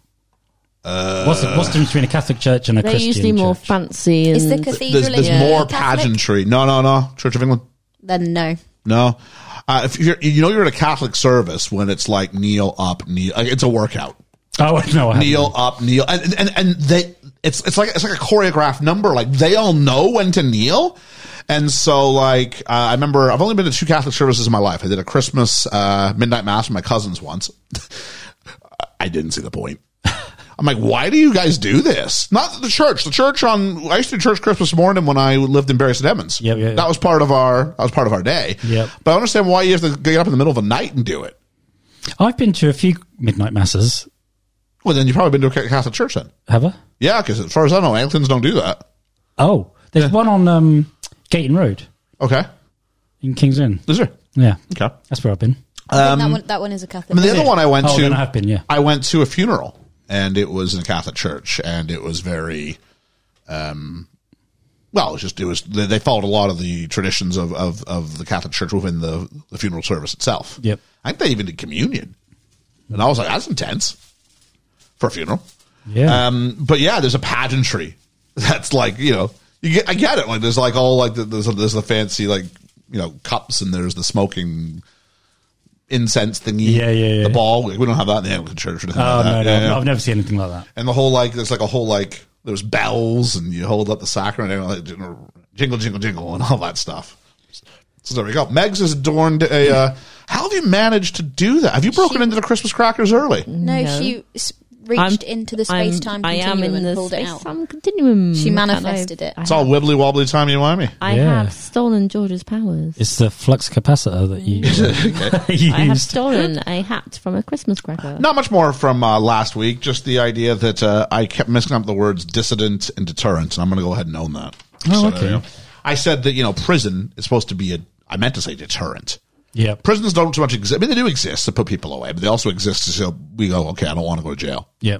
Speaker 5: Uh,
Speaker 6: what's, the, what's the difference between a Catholic church and a
Speaker 7: They're
Speaker 6: Christian
Speaker 7: usually
Speaker 6: church?
Speaker 7: more fancy. And
Speaker 8: Is the cathedral
Speaker 5: There's, there's
Speaker 8: in
Speaker 9: uh,
Speaker 5: more
Speaker 8: Catholic?
Speaker 5: pageantry. No, no, no. Church of England.
Speaker 8: Then no.
Speaker 5: No. Uh, if you're, you know you're at a Catholic service when it's like kneel up, kneel. Like it's a workout.
Speaker 6: oh no, I haven't.
Speaker 5: kneel up, kneel, and and, and they it's it's like it's like a choreographed number. Like they all know when to kneel, and so like uh, I remember I've only been to two Catholic services in my life. I did a Christmas uh, midnight mass with my cousins once. I didn't see the point. I'm like, why do you guys do this? Not the church. The church on I used to do church Christmas morning when I lived in Barry St. Edmunds.
Speaker 6: Yep, yeah, yeah.
Speaker 5: That was part of our that was part of our day.
Speaker 6: Yep.
Speaker 5: But I understand why you have to get up in the middle of the night and do it.
Speaker 6: I've been to a few midnight masses.
Speaker 5: Well, then you've probably been to a Catholic church then.
Speaker 6: Have I?
Speaker 5: Yeah, because as far as I know, Anglicans don't do that.
Speaker 6: Oh, there's one on um, Gaten Road
Speaker 5: Okay,
Speaker 6: in Kings Inn.
Speaker 5: is there?
Speaker 6: Yeah,
Speaker 5: Okay.
Speaker 6: that's where I've been.
Speaker 8: I think that, one, that one is a Catholic.
Speaker 5: Um, I mean, the other one I went
Speaker 6: Oh,
Speaker 5: to,
Speaker 6: then I have been, yeah.
Speaker 5: I went to a funeral, and it was in a Catholic church, and it was very, um, well, it was just it was they, they followed a lot of the traditions of, of, of the Catholic Church within the, the funeral service itself.
Speaker 6: Yep.
Speaker 5: I think they even did communion, and I was like, that's intense for a funeral.
Speaker 6: Yeah,
Speaker 5: Um, but yeah, there's a pageantry that's like you know you get I get it like there's like all like the, there's there's the fancy like you know cups and there's the smoking incense thingy
Speaker 6: Yeah, yeah, yeah.
Speaker 5: the ball we don't have that in the Anglican Church or anything
Speaker 6: Oh
Speaker 5: like
Speaker 6: no,
Speaker 5: that.
Speaker 6: no,
Speaker 5: Yeah,
Speaker 6: I've-
Speaker 5: yeah.
Speaker 6: I've never seen anything like that.
Speaker 5: and the whole like there's like a whole like there's bells and you hold up the sacrament and like, you know, jingle jingle jingle and all that stuff. So there we go. Megs has adorned a. Uh, how have you managed to do that? Have you broken into the Christmas crackers early?
Speaker 8: No,
Speaker 7: No.
Speaker 8: she s- reached into the space time
Speaker 7: I
Speaker 8: continuum
Speaker 7: am in
Speaker 8: and
Speaker 7: the
Speaker 8: pulled it out.
Speaker 7: space-time continuum.
Speaker 8: She
Speaker 7: I don't know.
Speaker 8: manifested it.
Speaker 5: It's all wibbly wobbly timey wimey.
Speaker 7: I
Speaker 6: Yeah.
Speaker 7: have stolen George's powers.
Speaker 6: It's the flux capacitor that you
Speaker 7: I have
Speaker 6: used.
Speaker 7: stolen a hat from a Christmas cracker.
Speaker 5: Not much more from uh, last week. Just the idea that uh, I kept messing up the words dissident and deterrent, and I'm going to go ahead and own that.
Speaker 6: Oh,
Speaker 5: there
Speaker 6: okay.
Speaker 5: you go. I said that you know prison is supposed to be a. I meant to say deterrent.
Speaker 6: Yeah,
Speaker 5: Prisons don't so much exist. I mean, they do exist to put people away, but they also exist to so we go, okay, I don't want to go to jail,
Speaker 6: yeah,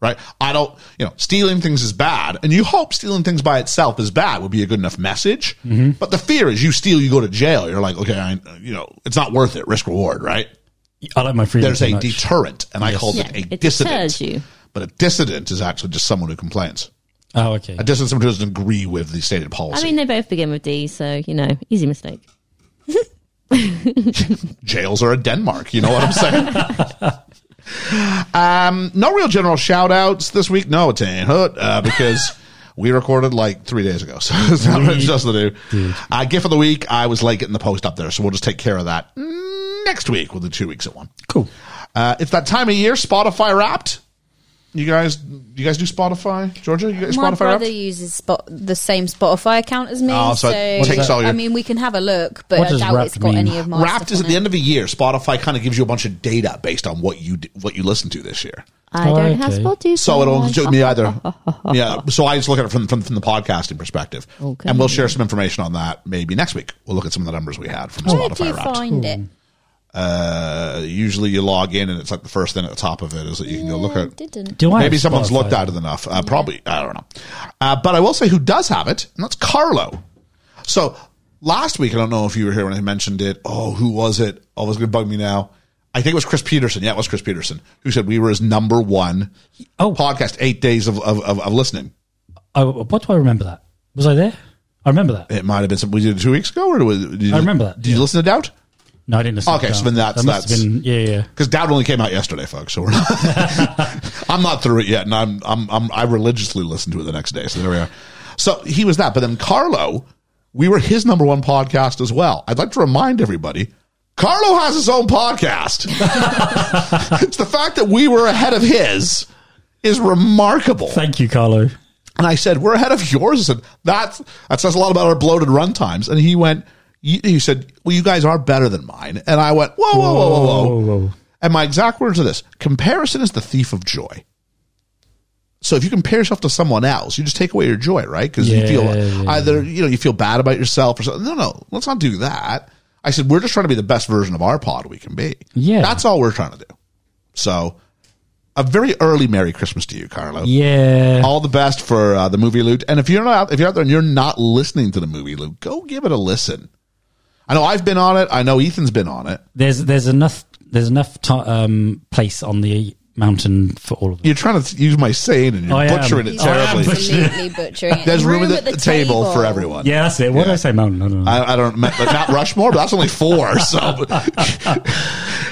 Speaker 5: right? I don't, you know, stealing things is bad, and you hope stealing things by itself is bad would be a good enough message.
Speaker 6: Mm-hmm.
Speaker 5: But the fear is you steal, you go to jail. You're like, okay, I, you know, it's not worth it. Risk reward, right?
Speaker 6: I like my freedom.
Speaker 5: there's
Speaker 6: so
Speaker 5: a
Speaker 6: much.
Speaker 5: deterrent, and I
Speaker 6: Yes.
Speaker 5: called
Speaker 7: Yeah,
Speaker 5: it a
Speaker 7: it
Speaker 5: dissident.
Speaker 7: deters you.
Speaker 5: But a dissident is actually just someone who complains.
Speaker 6: Oh, okay.
Speaker 5: A dissident is someone who doesn't agree with the stated
Speaker 7: I
Speaker 5: policy.
Speaker 7: mean, they both begin with D, so you know, easy mistake.
Speaker 5: Jails are a Denmark. You know what I'm saying? um, no real general shout outs this week. No, it ain't hurt uh, because. We recorded like three days ago, so it's not much just to do. Uh, GIF of the week, I was late getting the post up there, so we'll just take care of that next week. We'll do two weeks at one.
Speaker 6: Cool.
Speaker 5: Uh, it's that time of year. Spotify Wrapped. You guys, you guys do Spotify, Georgia? You guys
Speaker 8: My
Speaker 5: Spotify
Speaker 8: brother
Speaker 5: Wrapped?
Speaker 8: uses spot, the same Spotify account as me,
Speaker 5: Oh, so
Speaker 8: so,
Speaker 5: it takes all your-
Speaker 8: I mean, we can have a look, but
Speaker 6: What
Speaker 8: I
Speaker 6: does
Speaker 8: doubt
Speaker 6: wrapped
Speaker 8: it's got
Speaker 6: mean?
Speaker 8: any of my
Speaker 5: Wrapped
Speaker 8: stuff
Speaker 5: is
Speaker 8: on
Speaker 5: at the
Speaker 8: it.
Speaker 5: end of a year. Spotify kind of gives you a bunch of data based on what you do, what you listen to this year.
Speaker 7: I
Speaker 6: Oh,
Speaker 7: don't have
Speaker 6: okay.
Speaker 7: Spotify.
Speaker 5: So it'll show me either. Yeah. So I just look at it from from, from the podcasting perspective,
Speaker 7: Okay.
Speaker 5: and we'll share some information on that maybe next week. We'll look at some of the numbers we had from
Speaker 8: Where do
Speaker 5: Spotify
Speaker 8: you
Speaker 5: Wrapped.
Speaker 8: find it?
Speaker 5: Uh, usually you log in and it's like the first thing at the top of it is that you can go look
Speaker 8: I
Speaker 5: at.
Speaker 8: didn't.
Speaker 6: Do I?
Speaker 5: Maybe
Speaker 6: have
Speaker 5: someone's
Speaker 6: Spotify?
Speaker 5: looked at it enough. Uh, probably, I don't know. Uh, but I will say who does have it, and that's Carlo. So last week, I don't know if you were here when I mentioned it. Oh, who was it? Oh, it's going to bug me now. I think it was Chris Peterson. Yeah, it was Chris Peterson who said we were his number one
Speaker 6: Oh.
Speaker 5: podcast, eight days of, of, of, of listening.
Speaker 6: Oh, what do I remember that? Was I there? I remember that.
Speaker 5: It might have been something we did two weeks ago, or was, did you,
Speaker 6: I remember that,
Speaker 5: Did you listen to Doubt?
Speaker 6: No, I didn't listen.
Speaker 5: Okay,
Speaker 6: to
Speaker 5: so
Speaker 6: that.
Speaker 5: then that's-
Speaker 6: That must have
Speaker 5: that's-
Speaker 6: been- yeah, yeah.
Speaker 5: Because Doubt only came out yesterday, folks. So we're not. I'm not through it yet, and I'm, I'm I'm I religiously listen to it the next day. So there we are. So he was that, but then Carlo, we were his number one podcast as well. I'd like to remind everybody. Carlo has his own podcast. it's the fact that we were ahead of his is remarkable.
Speaker 6: Thank you, Carlo.
Speaker 5: And I said, "We're ahead of yours." I said, "That's that says a lot about our bloated run times." And he went, "You he said, well, you guys are better than mine." And I went, "Whoa, whoa, whoa, whoa, whoa!"
Speaker 6: Whoa, whoa.
Speaker 5: And my exact words are this: comparison is the thief of joy. So if you compare yourself to someone else, you just take away your joy, right? Because you feel
Speaker 6: Yeah.
Speaker 5: either you know you feel bad about yourself or something. No, no, let's not do that. I said we're just trying to be the best version of our pod we can be.
Speaker 6: Yeah.
Speaker 5: that's all we're trying to do. So, a very early Merry Christmas to you, Carlo.
Speaker 6: Yeah.
Speaker 5: All the best for uh, the movie loot. And if you're not, if you're out there and you're not listening to the movie loot, go give it a listen. I know I've been on it. I know Ethan's been on it.
Speaker 6: There's there's enough there's enough ti um, place on the mountain for all of us.
Speaker 5: You're trying to use my saying and you're
Speaker 6: I am.
Speaker 5: butchering it
Speaker 6: I am
Speaker 5: terribly.
Speaker 6: butchering-
Speaker 8: Absolutely butchering it.
Speaker 5: There's room, at the, table, for everyone.
Speaker 6: Yeah, that's it. What did
Speaker 5: Yeah.
Speaker 6: I say, mountain? I don't know.
Speaker 5: I, I don't like not Rushmore, but that's only four. So,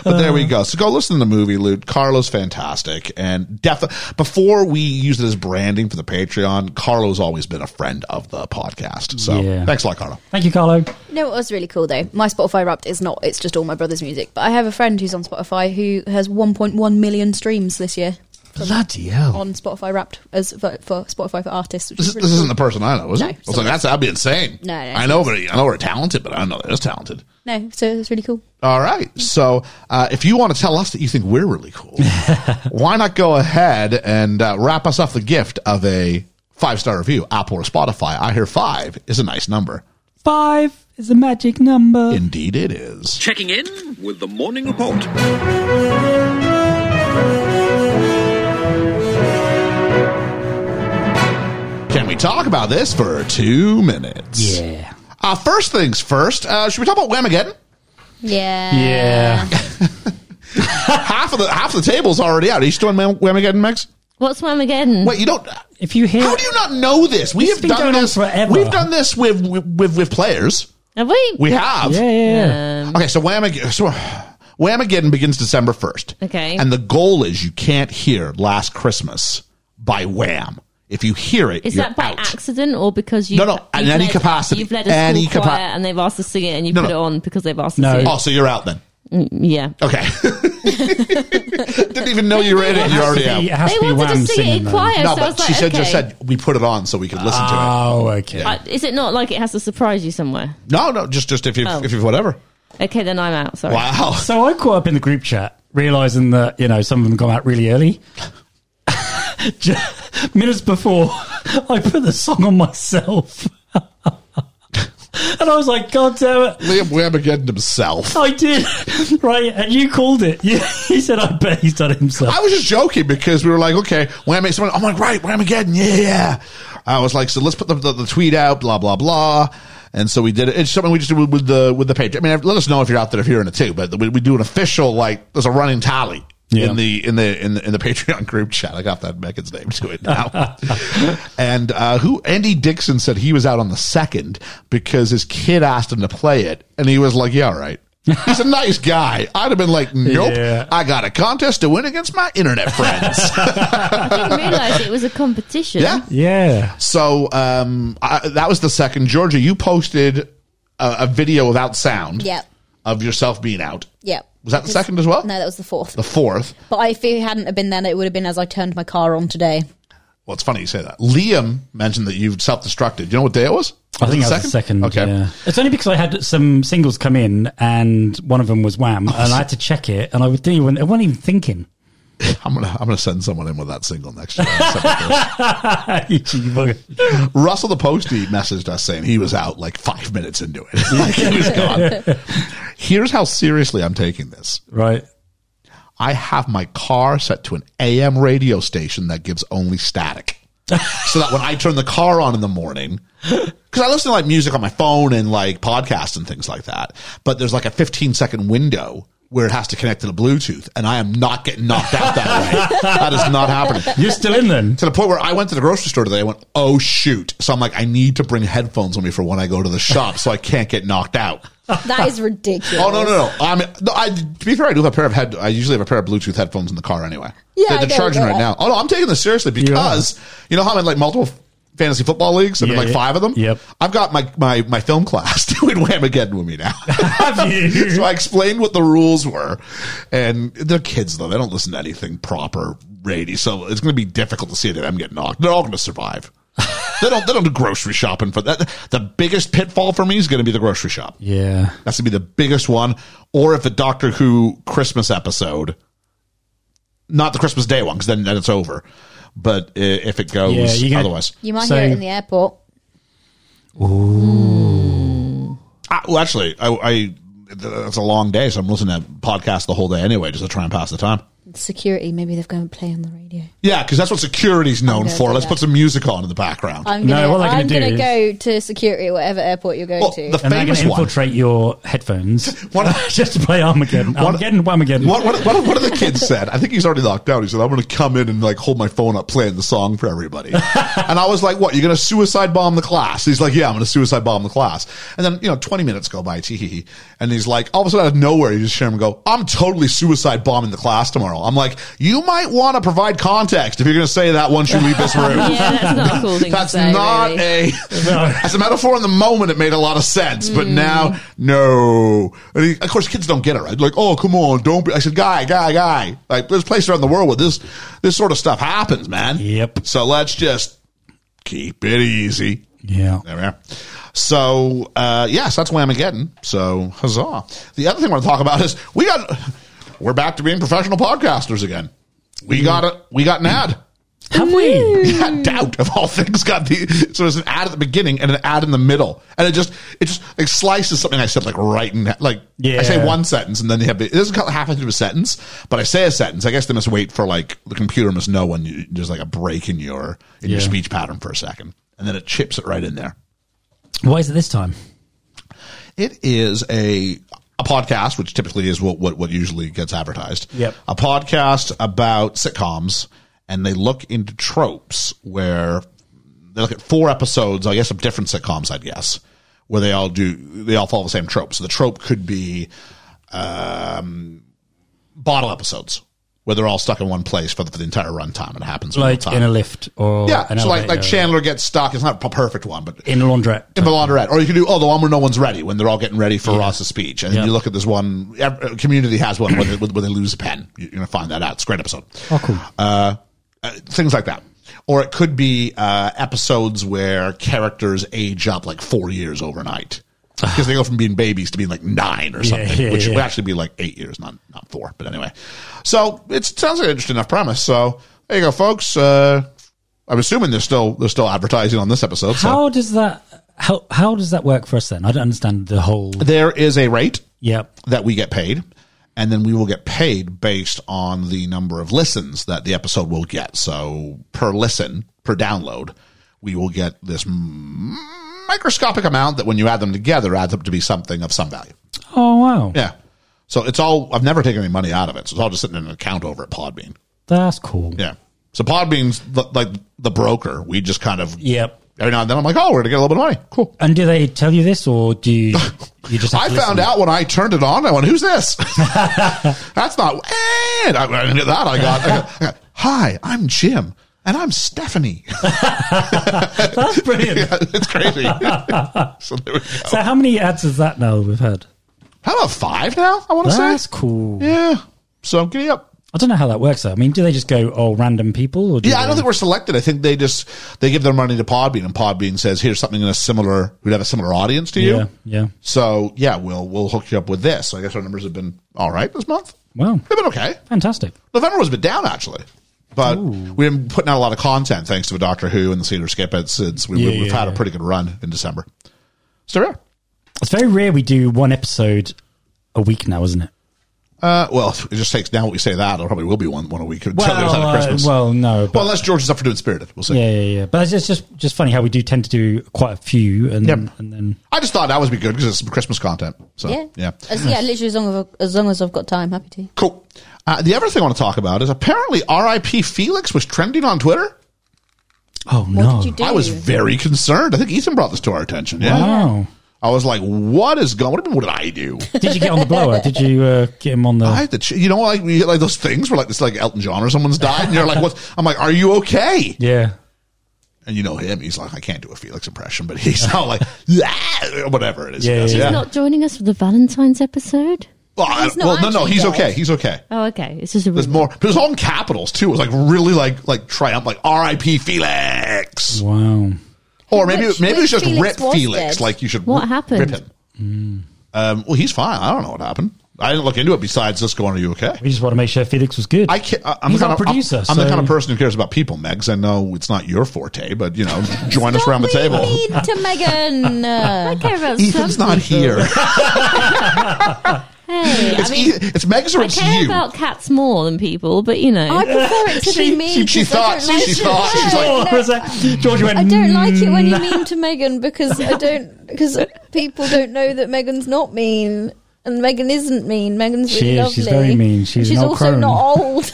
Speaker 5: but there we go. So go listen to the movie, Luke. Carlo's fantastic, and definitely before we use it as branding for the Patreon, Carlo's always been a friend of the podcast. So
Speaker 6: Yeah.
Speaker 5: thanks a lot, Carlo.
Speaker 6: Thank you, Carlo.
Speaker 8: No, it was really cool though. My Spotify Wrapped is not; it's just all my brother's music. But I have a friend who's on Spotify who has 1.1 million streams this year
Speaker 6: Bloody hell.
Speaker 8: on Spotify Wrapped as for, for Spotify for artists. Which
Speaker 5: Oh. This,
Speaker 8: is
Speaker 5: this
Speaker 8: really
Speaker 5: isn't the
Speaker 8: cool.
Speaker 5: person I know, is
Speaker 8: No,
Speaker 5: it? I was like, that's that'd be insane.
Speaker 8: No, no,
Speaker 5: I know, but I know we're talented, but I don't know they're talented.
Speaker 8: no, so it's really cool.
Speaker 5: All right. So uh, if you want to tell us that you think we're really cool, why not go ahead and uh, wrap us up the gift of a five star review, Apple or Spotify? I hear five is a nice number.
Speaker 6: Five is a magic number.
Speaker 5: Indeed, it is.
Speaker 2: Checking in?
Speaker 10: with the morning report.
Speaker 5: Can we talk about this for two minutes?
Speaker 6: yeah.
Speaker 5: Uh, first things first, uh, should we talk about Whamageddon?
Speaker 8: Yeah.
Speaker 6: Yeah.
Speaker 7: Uh,
Speaker 5: half of the half of the table's already out. Are you still in Wham- Whamageddon, Max?
Speaker 7: What's Whamageddon?
Speaker 5: Wait, you don't.
Speaker 6: If you hear
Speaker 5: How do you not know this? We
Speaker 6: It's
Speaker 5: have
Speaker 6: been
Speaker 5: done
Speaker 6: going on
Speaker 5: this.
Speaker 6: forever.
Speaker 5: We've done this with with with players.
Speaker 7: Have we?
Speaker 5: We have.
Speaker 6: Yeah, yeah, yeah.
Speaker 7: Um,
Speaker 5: Okay, so Whamag- so Whamageddon begins December 1st.
Speaker 7: Okay.
Speaker 5: And the goal is you can't hear Last Christmas by Wham. If you hear it,
Speaker 7: Is
Speaker 5: you're
Speaker 7: that by
Speaker 5: out.
Speaker 7: accident or because you?
Speaker 5: No, no, in any capacity.
Speaker 7: You've led a
Speaker 5: Any
Speaker 7: any
Speaker 5: capa-
Speaker 7: school choir and they've asked to sing it, and you
Speaker 5: No,
Speaker 7: put
Speaker 5: no.
Speaker 7: it on because they've asked to
Speaker 6: No.
Speaker 7: sing it.
Speaker 5: Oh, so you're out then.
Speaker 7: Yeah.
Speaker 5: Okay. Didn't even know you were in it. You're already
Speaker 6: It
Speaker 5: out.
Speaker 6: has
Speaker 7: Uh, They
Speaker 6: to be
Speaker 7: wanted
Speaker 6: Wham
Speaker 7: to sing it
Speaker 6: singing.
Speaker 7: in
Speaker 6: though.
Speaker 7: choir,
Speaker 5: No,
Speaker 7: so I
Speaker 5: but
Speaker 7: was like,
Speaker 5: she said,
Speaker 7: okay.
Speaker 5: just said we put it on so we could listen to it.
Speaker 6: Oh, okay.
Speaker 7: Uh, is it not like it has to surprise you somewhere?
Speaker 5: No, no, just just if you
Speaker 7: Oh.
Speaker 5: if you whatever.
Speaker 7: Okay, then I'm out. Sorry.
Speaker 5: Wow.
Speaker 6: So I caught up in the group chat, realizing that you know some of them come out really early. Ju- Minutes before, I put the song on myself, and I was like, "God damn it!"
Speaker 5: Liam Whamageddon himself.
Speaker 6: I did right, and you called it. You, you said, "I bet he's done it himself."
Speaker 5: I was just joking because we were like, okay, Whammy. Someone, I'm like, right, Whamageddon, yeah, yeah. I was like, so let's put the, the, the tweet out, blah blah blah. And so we did it. It's something we just did with, with the with the page. I mean, let us know if you're out there if you're in it too. But we, we do an official like there's a running tally.
Speaker 6: Yeah.
Speaker 5: In the in the in the in the Patreon group chat, I got that Megan's name to it now. and uh, who Andy Dixon said he was out on the second because his kid asked him to play it, and he was like, "Yeah, all right." He's a nice guy. I'd have been like, "Nope,
Speaker 6: Yeah.
Speaker 5: I got a contest to win against my internet friends."
Speaker 7: I didn't realise it was a competition.
Speaker 5: yeah.
Speaker 6: Yeah,
Speaker 5: So um, I, that was the second. Georgia, you posted a, a video without sound.
Speaker 8: Yep.
Speaker 5: Of yourself being out.
Speaker 8: Yeah.
Speaker 5: Was that the second as well?
Speaker 8: No, that was the fourth.
Speaker 5: The fourth.
Speaker 8: But I- if it hadn't have been then, it would have been as I turned my car on today.
Speaker 5: Well, it's funny you say that. Liam mentioned that you've self-destructed. You know what day it was?
Speaker 6: I think that was the second.
Speaker 5: Okay.
Speaker 6: yeah. it's only because I had some singles come in, and one of them was Wham, and I had to check it, and I would think I wasn't even thinking.
Speaker 5: I'm gonna I'm gonna send someone in with that single next year.
Speaker 6: You cheeky bugger.
Speaker 5: Russell the Postie messaged us saying he was out like five minutes into it. like he was gone. Here's how seriously I'm taking this.
Speaker 6: right.
Speaker 5: I have my car set to an AM radio station that gives only static. so that when I turn the car on in the morning, because I listen to like music on my phone and like podcasts and things like that, but there's like a 15 second window where it has to connect to the Bluetooth, and I am not getting knocked out that way. that is not happening.
Speaker 6: You're still in then.
Speaker 5: To the point where I went to the grocery store today, I went, oh shoot. So I'm like, I need to bring headphones on me for when I go to the shop so I can't get knocked out.
Speaker 8: That is ridiculous.
Speaker 5: Oh no no no! I mean, no, I, to be fair, I do have a pair of head. I usually have a pair of Bluetooth headphones in the car anyway.
Speaker 8: Yeah,
Speaker 5: they're,
Speaker 8: I
Speaker 5: they're
Speaker 8: know,
Speaker 5: charging
Speaker 8: yeah.
Speaker 5: right now. Oh no, I'm taking this seriously because you know how I'm in like multiple fantasy football leagues. I'm in
Speaker 6: Yeah,
Speaker 5: like
Speaker 6: yeah.
Speaker 5: five of them.
Speaker 6: Yep.
Speaker 5: I've got my my my film class doing Whamageddon with me now.
Speaker 6: Have you?
Speaker 5: so I explained what the rules were, and they're kids though; they don't listen to anything proper, radio. So it's going to be difficult to see that I'm getting knocked. They're all going to survive. They don't. They don't do grocery shopping for that. The biggest pitfall for me is going to be the grocery shop.
Speaker 6: Yeah.
Speaker 5: That's gonna be the biggest one. Or if a Doctor Who Christmas episode, not the Christmas Day one, because then, then it's over. But i- if it goes
Speaker 6: Yeah, you get-
Speaker 5: otherwise,
Speaker 8: You might
Speaker 6: So-
Speaker 8: hear it in the airport.
Speaker 5: I, Ah, well, actually, I, I that's a long day, so I'm listening to podcasts the whole day anyway, just to try and pass the time.
Speaker 8: Security, maybe they're going to play on the radio.
Speaker 5: Yeah, because that's what security's known
Speaker 8: gonna
Speaker 5: for.
Speaker 8: do
Speaker 5: Let's
Speaker 8: that.
Speaker 5: put some music on in the background.
Speaker 8: I'm
Speaker 6: No,
Speaker 8: gonna,
Speaker 6: what they're gonna
Speaker 8: I'm
Speaker 6: do
Speaker 8: gonna
Speaker 6: is-
Speaker 8: go to security at whatever airport you're going
Speaker 5: Well,
Speaker 8: to.
Speaker 5: the
Speaker 6: And they're going
Speaker 5: famous
Speaker 6: to
Speaker 5: one.
Speaker 6: infiltrate your headphones
Speaker 5: What-
Speaker 6: just to play Armageddon.
Speaker 5: What-
Speaker 6: Armageddon, Whamageddon.
Speaker 5: What, what, what, what are the kids said? I think he's already locked out. He said, I'm going to come in and like hold my phone up playing the song for everybody. and I was like, what? You're going to suicide bomb the class? He's like, yeah, I'm going to suicide bomb the class. And then, you know, 20 minutes go by, tee hee hee. And he's like, all of a sudden out of nowhere, you just hear him go, I'm totally suicide bombing the class tomorrow. I'm like, you might want to provide context if you're going to say that once you leave this room.
Speaker 7: Yeah, that's not a cool thing
Speaker 5: That's
Speaker 7: to say.
Speaker 5: not
Speaker 7: really.
Speaker 5: a. As a metaphor in the moment, it made a lot of sense,
Speaker 7: Mm.
Speaker 5: but now, no. And he, of course, kids don't get it right. Like, oh, come on, don't be. I said, guy, guy, guy. Like, there's places around the world where this this sort of stuff happens, man.
Speaker 6: Yep.
Speaker 5: So let's just keep it easy.
Speaker 6: Yeah.
Speaker 5: There we are. So, uh, yes, that's Whamageddon. So, huzzah. The other thing I want to talk about is we got, we're back to being professional podcasters again. We got a, we got an ad.
Speaker 6: Have we?
Speaker 5: Yeah, doubt of all things got the so there's an ad at the beginning and an ad in the middle, and it just it just like slices something I said like right in like I say
Speaker 6: Yeah.
Speaker 5: one sentence and then they have it doesn't cut half into a sentence, but I say a sentence. I guess they must wait for like the computer must know when you, there's like a break in your in your
Speaker 6: Yeah.
Speaker 5: speech pattern for a second, and then it chips it right in there.
Speaker 6: What is it this time?
Speaker 5: It is a a podcast, which typically is what what, what usually gets advertised.
Speaker 6: Yep.
Speaker 5: A podcast about sitcoms, and they look into tropes where they look at four episodes, I guess, of different sitcoms. I'd guess where they all do they all follow the same trope. So the trope could be um, bottle episodes where they're all stuck in one place for the, for the entire runtime. It happens real
Speaker 6: Like
Speaker 5: time.
Speaker 6: in a lift or
Speaker 5: yeah.
Speaker 6: an
Speaker 5: So like like
Speaker 6: elevator?
Speaker 5: Chandler gets stuck. It's not a perfect one, but
Speaker 6: in a laundrette.
Speaker 5: in the laundrette, or you can do oh the one where no one's ready when they're all getting ready for Ross's speech, and
Speaker 6: Yeah.
Speaker 5: you look at this one. ev- Community has one where they, where they lose a pen. You're gonna find that out. It's a great episode.
Speaker 6: Oh, cool.
Speaker 5: Uh, uh, things like that, or it could be uh, episodes where characters age up like four years overnight because they go from being babies to being like nine or something,
Speaker 6: yeah,
Speaker 5: which would
Speaker 6: yeah.
Speaker 5: actually be like eight years, not not four. But anyway, so it sounds like an interesting enough premise. So there you go, folks. Uh, I'm assuming they're still they're still advertising on this episode. So.
Speaker 6: How does that how how does that work for us then? I don't understand the whole.
Speaker 5: there is a rate
Speaker 6: Yep.
Speaker 5: that we get paid, and then we will get paid based on the number of listens that the episode will get. So per listen, per download, we will get this m- microscopic amount that when you add them together adds up to be something of some value.
Speaker 6: Oh wow,
Speaker 5: Yeah. So it's all I've never taken any money out of it. So it's all just sitting in an account over at Podbean.
Speaker 6: that's cool.
Speaker 5: Yeah. So Podbean's the, like the broker. We just kind of
Speaker 6: Yep.
Speaker 5: every now and then I'm like, oh, we're gonna get a little bit of money. Cool.
Speaker 6: And do they tell you this, or do you, you just? Have
Speaker 5: I
Speaker 6: to
Speaker 5: found
Speaker 6: listen?
Speaker 5: out when I turned it on. I went, "Who's this?" That's not. And I, I knew that. I got, I got- I got, "Hi, I'm Jim, and I'm Stephanie."
Speaker 6: That's brilliant.
Speaker 5: Yeah, it's crazy. so there we go.
Speaker 6: So how many ads is that now we've had?
Speaker 5: How about five now? I want to
Speaker 6: That's
Speaker 5: say.
Speaker 6: cool.
Speaker 5: Yeah. So giddy up.
Speaker 6: I don't know how that works though. I mean, do they just go oh random people? Or do
Speaker 5: Yeah, I
Speaker 6: they-
Speaker 5: don't think we're selected. I think they just they give their money to Podbean, and Podbean says, "Here's something in a similar who'd have a similar audience to you."
Speaker 6: Yeah, yeah.
Speaker 5: So yeah, we'll we'll hook you up with this. I guess our numbers have been all right this month.
Speaker 6: Wow,
Speaker 5: They've been okay.
Speaker 6: fantastic.
Speaker 5: November was a bit down actually, but we've been putting out a lot of content thanks to Doctor Who and the Cedar Skip it since we,
Speaker 6: Yeah,
Speaker 5: we've
Speaker 6: yeah,
Speaker 5: had a
Speaker 6: yeah.
Speaker 5: pretty good run in December. So yeah,
Speaker 6: It's very rare we do one episode a week now, isn't it?
Speaker 5: uh, well, it just takes now what we say that there probably will be one one a week until the other side of
Speaker 6: uh,
Speaker 5: Christmas. well,
Speaker 6: well, no. But,
Speaker 5: unless George is up for doing Spirited, we'll see.
Speaker 6: yeah, yeah, yeah. But it's just, just just funny how we do tend to do quite a few, and
Speaker 5: Yep.
Speaker 6: and then
Speaker 5: I just thought that would be good because it's some Christmas content. So
Speaker 8: yeah,
Speaker 5: yeah,
Speaker 8: As, yeah, literally as long as, as long as I've got time, happy to.
Speaker 5: cool. Uh, the other thing I want to talk about is apparently R.I.P. Felix was trending on Twitter.
Speaker 6: oh
Speaker 8: What
Speaker 6: no,
Speaker 8: did you do?
Speaker 5: I was very concerned. I think Ethan brought this to our attention. Yeah,
Speaker 6: wow.
Speaker 5: I was like, "What is going? What, what did I do?"
Speaker 6: Oh. Did you get on the blower? Did you uh, get him on the?
Speaker 5: I had to, ch- you know, like you get, like those things where like this, like Elton John or someone's died, and you're like, "What?" I'm like, "Are you okay?"
Speaker 6: yeah.
Speaker 5: And you know him; he's like, "I can't do a Felix impression," but he's not like, "Ah," whatever it is. he
Speaker 6: Yeah,
Speaker 5: does.
Speaker 6: yeah, yeah.
Speaker 7: Not joining us for the Valentine's episode?
Speaker 5: Well, I-
Speaker 8: He's not
Speaker 5: well, no, no,
Speaker 8: actually
Speaker 5: he's
Speaker 8: dead.
Speaker 5: okay. He's okay.
Speaker 7: Oh, okay. It's just a
Speaker 5: There's
Speaker 7: rumor.
Speaker 5: more. But it was all in capitals too. It was like really like like triumph, like R.I.P. Felix.
Speaker 6: Wow.
Speaker 5: Or maybe
Speaker 8: Which-
Speaker 5: maybe it was
Speaker 8: which
Speaker 5: just
Speaker 8: Felix
Speaker 5: rip
Speaker 8: was
Speaker 5: Felix.
Speaker 8: dead?
Speaker 5: Like you should
Speaker 7: What
Speaker 5: rip,
Speaker 7: happened?
Speaker 5: rip him. Um, well, he's fine. I don't know what happened. I didn't look into it. Besides just going, "Are you okay?"
Speaker 6: We just want to make sure Felix was good.
Speaker 5: I can't, I- I'm
Speaker 6: He's
Speaker 5: the kind
Speaker 6: our
Speaker 5: of, I'm-
Speaker 6: producer,
Speaker 5: I'm, the
Speaker 6: so-
Speaker 5: kind of person who cares about people, Megs. I know it's not your forte, but you know, join us around the
Speaker 8: Stop
Speaker 5: table.
Speaker 8: leading to Megan.
Speaker 7: I care about
Speaker 5: Ethan's
Speaker 7: some
Speaker 5: not
Speaker 7: people.
Speaker 5: here.
Speaker 7: Hey,
Speaker 5: It's,
Speaker 7: I mean,
Speaker 5: Eth- it's Megs or
Speaker 7: I
Speaker 5: it's
Speaker 7: care
Speaker 5: you.
Speaker 7: about cats more than people, but you know.
Speaker 8: I prefer it to
Speaker 6: She-
Speaker 8: be me.
Speaker 5: she- she
Speaker 8: 'cause I
Speaker 5: thought-
Speaker 8: don't like
Speaker 5: she
Speaker 8: it.
Speaker 5: thought- she's
Speaker 8: No,
Speaker 5: like-
Speaker 8: no.
Speaker 6: Oh, for a sec. George went.
Speaker 8: I don't like it when
Speaker 6: "Mm."
Speaker 8: you're mean to Megan because I don't because people don't know that Megan's not mean and Megan isn't mean. Megan's
Speaker 6: She
Speaker 8: really
Speaker 6: is.
Speaker 8: lovely.
Speaker 6: She's very mean. She's an old
Speaker 8: also
Speaker 6: crone.
Speaker 8: not old.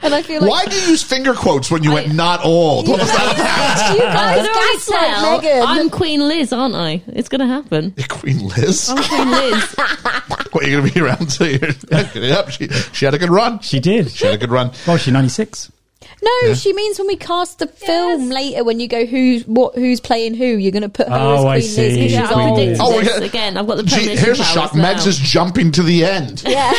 Speaker 8: and I feel like
Speaker 5: Why do you use finger quotes when you went not old? What was that about?
Speaker 8: you guys
Speaker 7: Can I
Speaker 8: gaslight
Speaker 7: tell?
Speaker 8: Megan.
Speaker 7: I'm Queen Liz, aren't I? It's going to happen.
Speaker 5: Queen Liz?
Speaker 7: I'm Queen Liz.
Speaker 5: Oh, What, you're going to be around till you're... yep, she, she had a good run. She
Speaker 6: She did.
Speaker 5: had a good run.
Speaker 6: Oh, she's 96.
Speaker 8: no, she means when we cast the film later. When you go who's what who's playing who, you're going to put her
Speaker 6: Oh,
Speaker 8: as Queen
Speaker 6: I
Speaker 8: Liz.
Speaker 6: see.
Speaker 8: because
Speaker 7: Yeah,
Speaker 8: She's
Speaker 7: I
Speaker 6: Queen
Speaker 8: old.
Speaker 6: Liz.
Speaker 7: predicted
Speaker 5: Oh, we're
Speaker 7: this
Speaker 5: gonna-
Speaker 7: again. I've got the
Speaker 5: Gee,
Speaker 7: premonition
Speaker 5: here's a
Speaker 7: powers
Speaker 5: shock.
Speaker 7: now.
Speaker 5: Megs is jumping to the end.
Speaker 8: Yeah,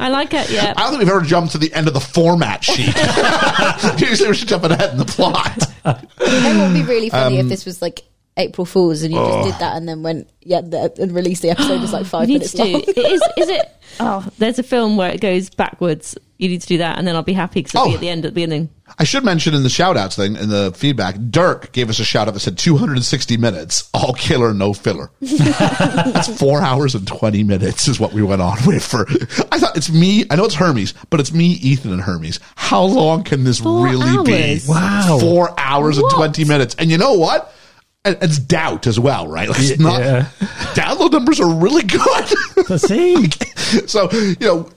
Speaker 7: I like it. Yeah.
Speaker 5: I don't think we've ever jumped to the end of the format sheet. Usually we're just jumping ahead in the plot.
Speaker 8: that would be really funny
Speaker 5: Um,
Speaker 8: if this was like. April Fools, and you just
Speaker 5: oh.
Speaker 8: did that, and then went yeah, the, and released the episode was like
Speaker 7: You
Speaker 8: five
Speaker 7: need to
Speaker 8: minutes
Speaker 7: do.
Speaker 8: long.
Speaker 7: It is, is it? Oh, there's a film where it goes backwards. You need to do that, and then I'll be happy because I'll
Speaker 5: Oh.
Speaker 7: be at the end at the beginning.
Speaker 5: I should mention in the shout outs thing, in the feedback, Dirk gave us a shout out that said 260 minutes, all killer, no filler. That's four hours and 20 minutes is what we went on with for. I thought it's me, I know it's Hermes, but it's me, Ethan, and Hermes. How long can this
Speaker 7: Four
Speaker 5: really be?
Speaker 7: hours.
Speaker 6: Wow.
Speaker 5: Four hours
Speaker 7: What?
Speaker 5: and 20 minutes. And you know what? And It's doubt as well, right? Like it's
Speaker 6: Yeah.
Speaker 5: not, Download numbers are really good.
Speaker 6: Let's see.
Speaker 5: so, you know,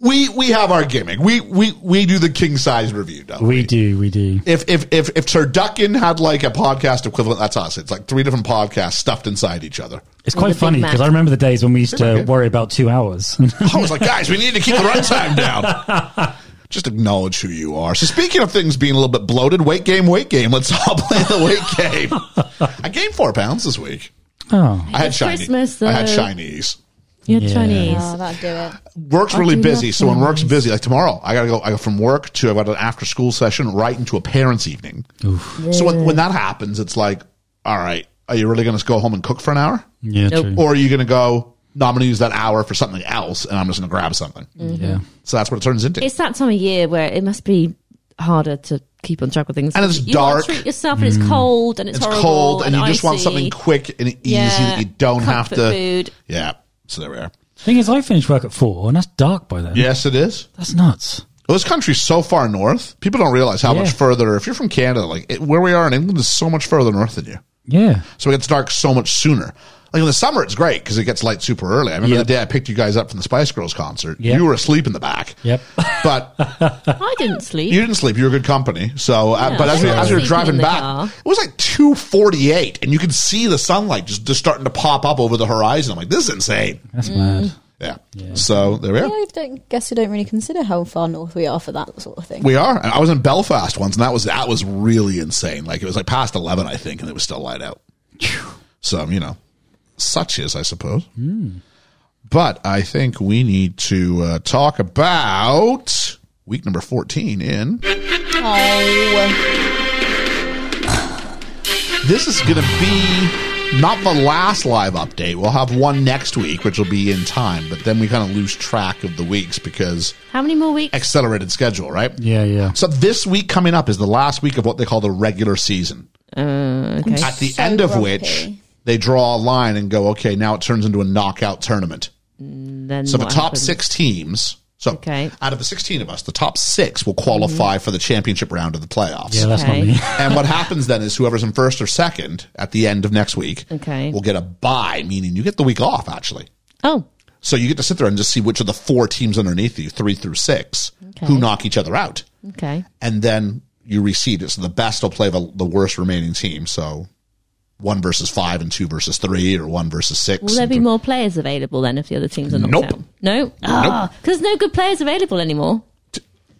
Speaker 5: we, we have our gimmick. We, we, we do the king size review, don't
Speaker 6: We do. We do.
Speaker 5: if if if if Turducken had like a podcast equivalent, that's us. It's like three different podcasts stuffed inside each other.
Speaker 6: It's
Speaker 7: Or the
Speaker 6: quite
Speaker 7: Big
Speaker 6: funny
Speaker 7: Mac.
Speaker 6: because I remember the days when we used to
Speaker 5: Mac.
Speaker 6: worry about two hours.
Speaker 5: I was like, guys, we need to keep the runtime down. Just acknowledge who you are. So speaking of things being a little bit bloated, weight game, weight game. Let's all play the weight game. I gained four pounds this week.
Speaker 6: oh,
Speaker 5: I had
Speaker 7: It's
Speaker 5: shiny.
Speaker 7: Christmas,
Speaker 5: I had
Speaker 7: though.
Speaker 5: Chinese.
Speaker 7: You're
Speaker 6: Yeah.
Speaker 7: Chinese.
Speaker 8: oh, that'd do
Speaker 5: Uh,
Speaker 8: it.
Speaker 5: Work's really
Speaker 7: do
Speaker 5: busy.
Speaker 7: love
Speaker 5: So when work's
Speaker 7: Chinese.
Speaker 5: busy, like tomorrow, I gotta go. I go from work to I've got an after school session right into a parents' evening. So when, when that happens, it's like, all right, are you really gonna go home and cook for an hour?
Speaker 6: yeah,
Speaker 7: Nope.
Speaker 6: true.
Speaker 5: or are you going to go? No, I'm going to use that hour for something else, and I'm just going to grab something.
Speaker 10: Mm-hmm.
Speaker 6: yeah.
Speaker 5: So that's what it turns into.
Speaker 7: Mm. It's that time of year where it must be harder to keep on track of things.
Speaker 5: And it's
Speaker 7: you wanna
Speaker 5: dark.
Speaker 7: Treat yourself, and it's
Speaker 6: Mm.
Speaker 7: cold, and it's,
Speaker 5: it's
Speaker 7: horrible,
Speaker 5: cold, and, you just want
Speaker 7: icy.
Speaker 5: something quick and easy that
Speaker 7: Yeah.
Speaker 5: you don't have to.
Speaker 7: Comfort food.
Speaker 5: Yeah. So there we are.
Speaker 6: Thing is, I finished work at four, and that's dark by then.
Speaker 5: Yes, it is.
Speaker 6: that's nuts.
Speaker 5: Well, this country's so far north. People don't realize how
Speaker 6: Yeah.
Speaker 5: much further. If you're from Canada, like it, where we are in England, is so much further north than you.
Speaker 6: Yeah,
Speaker 5: So it gets dark so much sooner. Like in the summer, it's great because it gets light super early. I remember
Speaker 6: Yep.
Speaker 5: the day I picked you guys up from the Spice Girls concert.
Speaker 6: Yep.
Speaker 5: You were asleep in the back.
Speaker 6: Yep.
Speaker 5: But
Speaker 7: I didn't sleep.
Speaker 5: You didn't sleep. You were good company. So, uh,
Speaker 7: Yeah,
Speaker 5: but as we,
Speaker 7: I
Speaker 5: as we were
Speaker 7: sleep
Speaker 5: driving
Speaker 7: in the
Speaker 5: back,
Speaker 7: car.
Speaker 5: it was like two forty eight, and you could see the sunlight just, just starting to pop up over the horizon. I'm like, this is insane.
Speaker 6: that's mad.
Speaker 5: Yeah. So there we
Speaker 8: Yeah,
Speaker 5: are.
Speaker 8: I don't guess we don't really consider how far north we are for that sort of thing.
Speaker 5: We are. And I was in Belfast once, and that was that was really insane. Like it was like past eleven, I think, and it was still light out. So you know, such is, I suppose. But I think we need to uh, talk about week number fourteen in.
Speaker 8: oh,
Speaker 5: This is going to be not the last live update. We'll have one next week, which will be in time, but then we kind of lose track of the weeks because
Speaker 7: How many more weeks?
Speaker 5: accelerated schedule, right?
Speaker 6: Yeah, yeah.
Speaker 5: So this week coming up is the last week of what they call the regular season.
Speaker 7: okay.
Speaker 5: At the
Speaker 8: so
Speaker 5: end of
Speaker 8: grumpy.
Speaker 5: which they draw a line and go, okay, now it turns into a knockout tournament.
Speaker 7: Then
Speaker 5: So the
Speaker 7: what
Speaker 5: top
Speaker 7: happens?
Speaker 5: six teams. So
Speaker 7: Okay. Mm-hmm.
Speaker 5: out of the 16 of us, the top six will qualify for the championship round of the playoffs.
Speaker 6: Yeah, that's
Speaker 7: Okay.
Speaker 6: not me.
Speaker 5: and what happens then is whoever's in first or second at the end of next week
Speaker 7: Okay.
Speaker 5: will get a bye, meaning you get the week off, actually.
Speaker 7: Oh,
Speaker 5: So you get to sit there and just see which of the four teams underneath you, three through six,
Speaker 7: Okay.
Speaker 5: who knock each other out.
Speaker 7: okay.
Speaker 5: And then you reseed it. So the best will play the, the worst remaining team. So one versus five and two versus three or one versus six.
Speaker 7: Will there
Speaker 5: and
Speaker 7: be
Speaker 5: three-
Speaker 7: more players available then if the other teams are knocked
Speaker 5: Nope.
Speaker 7: out? No, because there's no good players available anymore.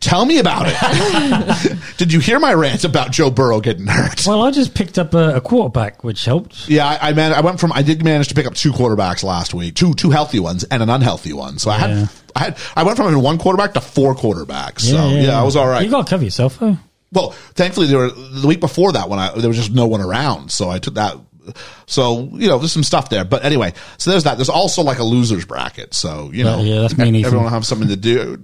Speaker 5: Tell me about it. Did you hear my rant about Joe Burrow getting hurt?
Speaker 6: Well, I just picked up a, a quarterback, which helped.
Speaker 5: Yeah, I, I man, I went from I did manage to pick up two quarterbacks last week, two two healthy ones and an unhealthy one. So I
Speaker 6: Yeah.
Speaker 5: had I had I went from having one quarterback to four quarterbacks. So yeah, I was all
Speaker 6: You
Speaker 5: right.
Speaker 6: got to cover yourself, though.
Speaker 5: Well, thankfully, there were the week before that when I there was just no one around, so I took that. So you know, there's some stuff there. But anyway, so there's that. There's also like a losers bracket. So you know, e-,
Speaker 6: Well, yeah, that's me and Ethan.
Speaker 5: everyone will have something to do.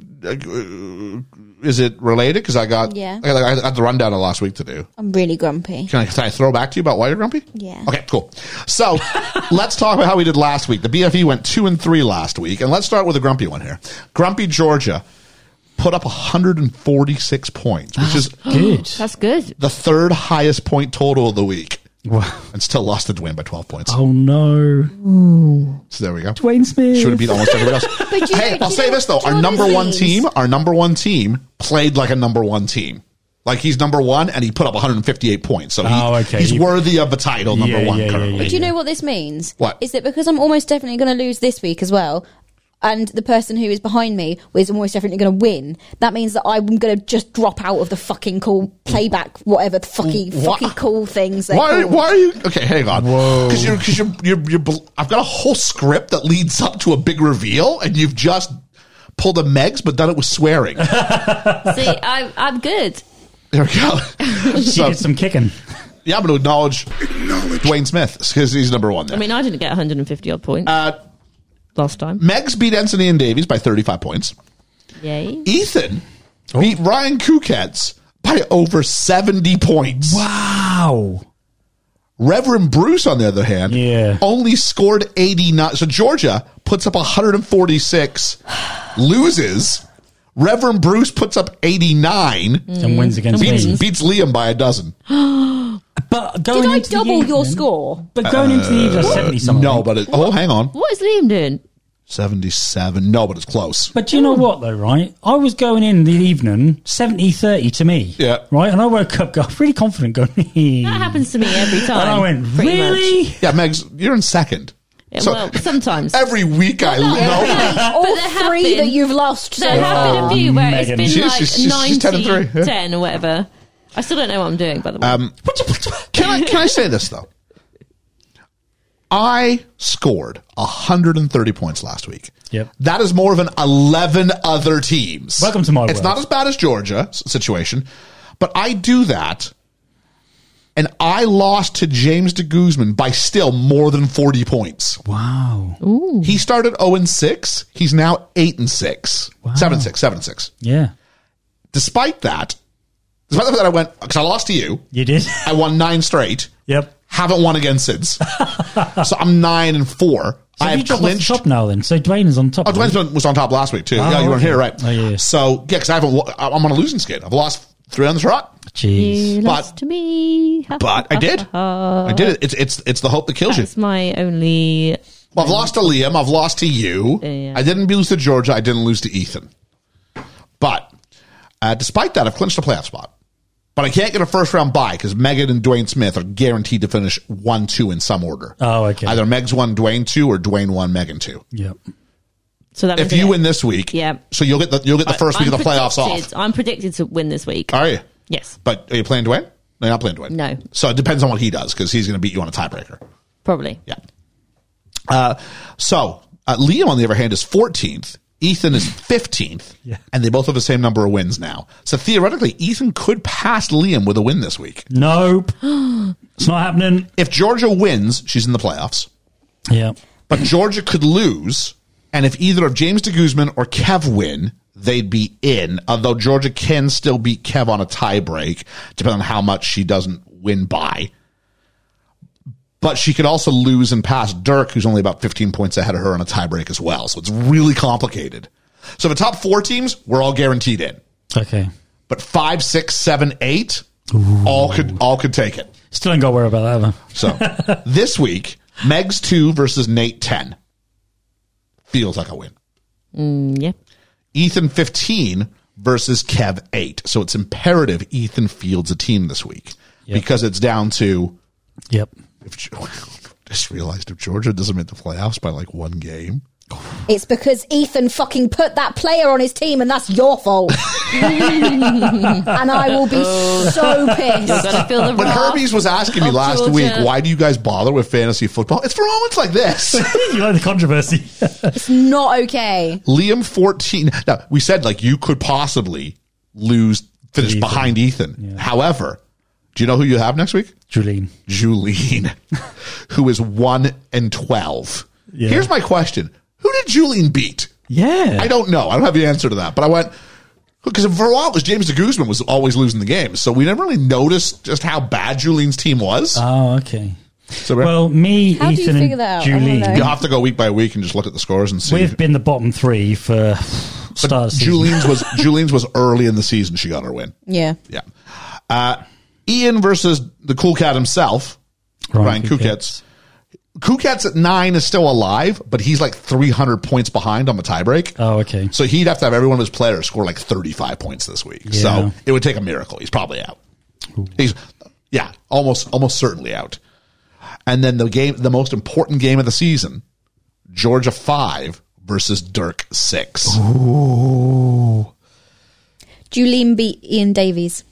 Speaker 5: Uh, Is it related? Because I got
Speaker 10: Yeah.
Speaker 5: I got, I got the rundown of last week to do.
Speaker 10: I'm really grumpy.
Speaker 5: Can I, can I throw back to you about why you're grumpy?
Speaker 10: Yeah.
Speaker 5: Okay, cool. So let's talk about how we did last week. The BFE went two and three last week, and let's start with a grumpy one here. Grumpy Georgia put up 146 points, which is
Speaker 10: Oh,
Speaker 6: Good.
Speaker 7: That's good.
Speaker 5: the third highest point total of the week,
Speaker 6: Wow.
Speaker 5: and still lost to Dwayne by 12 points.
Speaker 6: Oh no,
Speaker 5: So there we go.
Speaker 6: Dwayne Smith.
Speaker 5: Should have beat almost everyone else.
Speaker 10: But you-
Speaker 5: hey,
Speaker 10: but
Speaker 5: I'll
Speaker 10: you
Speaker 5: say
Speaker 10: know
Speaker 5: this though:
Speaker 10: what
Speaker 5: our
Speaker 10: John
Speaker 5: number
Speaker 10: is
Speaker 5: one
Speaker 10: means.
Speaker 5: team, our number one team played like a number one team. Like he's number one, and he put up 158 points, so he,
Speaker 6: Oh, okay.
Speaker 5: he's
Speaker 6: You-
Speaker 5: worthy of the title, number
Speaker 6: Yeah,
Speaker 5: one
Speaker 6: yeah, yeah,
Speaker 5: currently.
Speaker 6: yeah,
Speaker 10: Do you know what this means?
Speaker 5: What?
Speaker 10: Is that because I'm almost definitely going to lose this week as well, and the person who is behind me is almost definitely going to win, that means that I'm going to just drop out of the fucking call playback, whatever the fucking,
Speaker 5: What?
Speaker 10: fucking call things they're
Speaker 6: oh.
Speaker 5: Why?
Speaker 10: called.
Speaker 5: Why are you? Okay, hang on. Because you're, because you're, you're, you're, bel- I've got a whole script that leads up to a big reveal, and you've just pulled a Megs, but done it with swearing. there
Speaker 7: See, I'm, I'm good.
Speaker 5: we go.
Speaker 6: She
Speaker 5: so,
Speaker 6: did some kicking.
Speaker 5: yeah, I'm going to acknowledge Dwayne Smith because he's number one there.
Speaker 7: I mean, I didn't get 150 odd points
Speaker 5: uh,
Speaker 7: last time.
Speaker 5: Megs beat Anthony and Davies by 35 points.
Speaker 7: Yay.
Speaker 5: Ethan beat Ryan Kukets by over 70 points.
Speaker 6: Wow.
Speaker 5: Reverend Bruce, on the other hand,
Speaker 6: Yeah.
Speaker 5: only scored 89. So Georgia puts up 146, loses. Reverend Bruce puts up 89,
Speaker 6: And wins against
Speaker 5: beats,
Speaker 6: me.
Speaker 5: beats Liam by a dozen.
Speaker 6: But
Speaker 10: Did
Speaker 6: going
Speaker 10: I
Speaker 6: into the
Speaker 10: double your
Speaker 6: evening-
Speaker 10: score?
Speaker 6: But going into the evening, seventy something.
Speaker 5: No, but it, oh, hang on.
Speaker 7: What is Liam doing?
Speaker 5: 77. No, but it's close.
Speaker 6: But do you know what though, right? I was going in the evening 70-30 to me.
Speaker 5: Yeah.
Speaker 6: Right, and I woke up going, really confident going.
Speaker 7: That happens to me every time.
Speaker 6: And I went,
Speaker 7: pretty much.
Speaker 6: really?
Speaker 5: Yeah, Megs, you're in second.
Speaker 7: Yeah,
Speaker 5: So-
Speaker 7: well, sometimes.
Speaker 5: Every week I know.
Speaker 10: All
Speaker 7: there have
Speaker 10: three
Speaker 7: been-
Speaker 10: that you've lost.
Speaker 7: There
Speaker 10: So.
Speaker 7: have been a few where
Speaker 6: Megan.
Speaker 7: it's
Speaker 5: She's-
Speaker 7: been like
Speaker 5: she's- she's- she's
Speaker 7: 90,
Speaker 5: 10 and
Speaker 7: 10,
Speaker 5: three, yeah. Um,
Speaker 7: or whatever. I still don't know what I'm doing, by the way.
Speaker 5: Can I, can I say this, though? I scored 130 points last week.
Speaker 6: Yep.
Speaker 5: That is more of an 11 other teams.
Speaker 6: Welcome to my
Speaker 5: It's
Speaker 6: world.
Speaker 5: not as bad as Georgia s- situation, but I do that. And I lost to James de Guzman by still more than 40 points.
Speaker 6: Wow.
Speaker 5: He started 0 and 6. He's now 8 and 6. 7 and 6, 7 and 6.
Speaker 6: Yeah.
Speaker 5: Despite that, despite the fact that I went, because I lost to you,
Speaker 6: You did?
Speaker 5: I won nine straight.
Speaker 6: yep.
Speaker 5: Haven't won again since. so I'm nine and four.
Speaker 6: So
Speaker 5: I
Speaker 6: have you
Speaker 5: have
Speaker 6: dropped off the
Speaker 5: clinched.
Speaker 6: top now then? So Dwayne is on top.
Speaker 5: Oh, Dwayne's been- was on top last week too. yeah, you weren't
Speaker 6: okay.
Speaker 5: here, right?
Speaker 6: Oh, yeah, yeah.
Speaker 5: So yeah, because I haven't. lo- I'm on a losing skid. I've lost three on the trot,
Speaker 6: Jeez.
Speaker 7: You
Speaker 5: But-
Speaker 7: lost to me. Ha,
Speaker 5: but I
Speaker 6: Uh-huh.
Speaker 7: ha,
Speaker 5: did.
Speaker 7: ha,
Speaker 5: I
Speaker 7: ha.
Speaker 5: did it. It's it's it's the hope that kills you.
Speaker 7: That's my only.
Speaker 5: Well, I've lost to Liam. I've lost to you.
Speaker 7: Yeah.
Speaker 5: I didn't lose to Georgia. I didn't lose to Ethan. But uh, despite that, I've clinched a playoff spot. But I can't get a first round bye because Megan and Dwayne Smith are guaranteed to finish one two in some order.
Speaker 6: Oh, okay.
Speaker 5: Either Meg's one, Dwayne two, or Dwayne one, Megan two.
Speaker 6: Yep.
Speaker 7: So that
Speaker 5: if
Speaker 7: means I
Speaker 5: you
Speaker 7: get-
Speaker 5: win this week,
Speaker 7: Yeah.
Speaker 5: So you'll get the you'll get the first week of the playoffs
Speaker 7: predicted-
Speaker 5: off.
Speaker 7: I'm predicted to win this week.
Speaker 5: Are you?
Speaker 7: Yes,
Speaker 5: But are you playing Dwayne? No, you're not playing Dwayne.
Speaker 7: No.
Speaker 5: So it depends on what he does because he's going to beat you on a tiebreaker.
Speaker 7: probably.
Speaker 5: Yeah. Uh, so uh, Liam, on the other hand, is 14th. Ethan is 15th.
Speaker 6: Yeah.
Speaker 5: And they both have the same number of wins now. So theoretically, Ethan could pass Liam with a win this week.
Speaker 6: Nope. it's not happening.
Speaker 5: If Georgia wins, she's in the playoffs.
Speaker 6: Yeah.
Speaker 5: But Georgia could lose. And if either of James de Guzman or Kev win, they'd be in. Although Georgia can still beat Kev on a tiebreak, depending on how much she doesn't win by. But she could also lose and pass Dirk, who's only about 15 points ahead of her on a tiebreak as well. So it's really complicated. So the top four teams, we're all guaranteed in.
Speaker 6: Okay.
Speaker 5: But five, six, seven, eight, all could all could take it.
Speaker 6: Still ain't got to worry about that. Have I?
Speaker 5: So this week, Megs two versus Nate ten. Feels like a win.
Speaker 7: Mm, yeah.
Speaker 5: Ethan 15 versus Kev 8. So it's imperative Ethan fields a team this week
Speaker 6: Yep.
Speaker 5: because it's down to
Speaker 6: Yep.
Speaker 5: if Ge- just realized if Georgia doesn't make the playoffs by like one game.
Speaker 10: It's because Ethan fucking put that player on his team, and that's your fault. and I will be so
Speaker 7: Oh. You're
Speaker 10: pissed.
Speaker 7: gonna feel the
Speaker 5: When
Speaker 7: wrath.
Speaker 5: Hermes was asking me
Speaker 7: of
Speaker 5: last
Speaker 7: Georgia.
Speaker 5: week, why do you guys bother with fantasy football? It's for moments like this.
Speaker 6: you like the controversy.
Speaker 10: It's not okay.
Speaker 5: Liam 14. Now, we said like you could possibly lose finish
Speaker 6: Ethan.
Speaker 5: behind Ethan.
Speaker 6: Yeah.
Speaker 5: However, do you know who you have next week?
Speaker 6: Julene.
Speaker 5: Julene, who is one and twelve.
Speaker 6: Yeah.
Speaker 5: Here's my question: Who did Julene beat?
Speaker 6: Yeah.
Speaker 5: I don't know. I don't have the answer to that. But I went because for a while it was James de Guzman was always losing the game, so we never really noticed just how bad Julene's team was.
Speaker 6: Oh, okay.
Speaker 5: so we're-
Speaker 6: Well, me,
Speaker 10: How do you
Speaker 6: Ethan,
Speaker 10: figure
Speaker 6: and
Speaker 10: that out? I wanna know.
Speaker 5: you
Speaker 6: Julene,
Speaker 5: have to go week by week and just look at the scores and see.
Speaker 6: we've been the bottom three for start of season.
Speaker 5: Julene's was Julene's was early in the season. She got her win.
Speaker 10: Yeah.
Speaker 5: Yeah. Uh, Ian versus the cool cat himself, Ryan,
Speaker 6: Ryan
Speaker 5: Kukets. Kukets at nine is still alive, but he's like 300 points behind on the tiebreak.
Speaker 6: Oh, okay.
Speaker 5: So he'd have to have every one of his players score like 35 points this week.
Speaker 6: Yeah.
Speaker 5: So it would take a miracle. He's probably out. He's, yeah, almost, almost certainly out. And then the game, the most important game of the season, Georgia five versus Dirk six.
Speaker 10: Julene beat Ian Davies.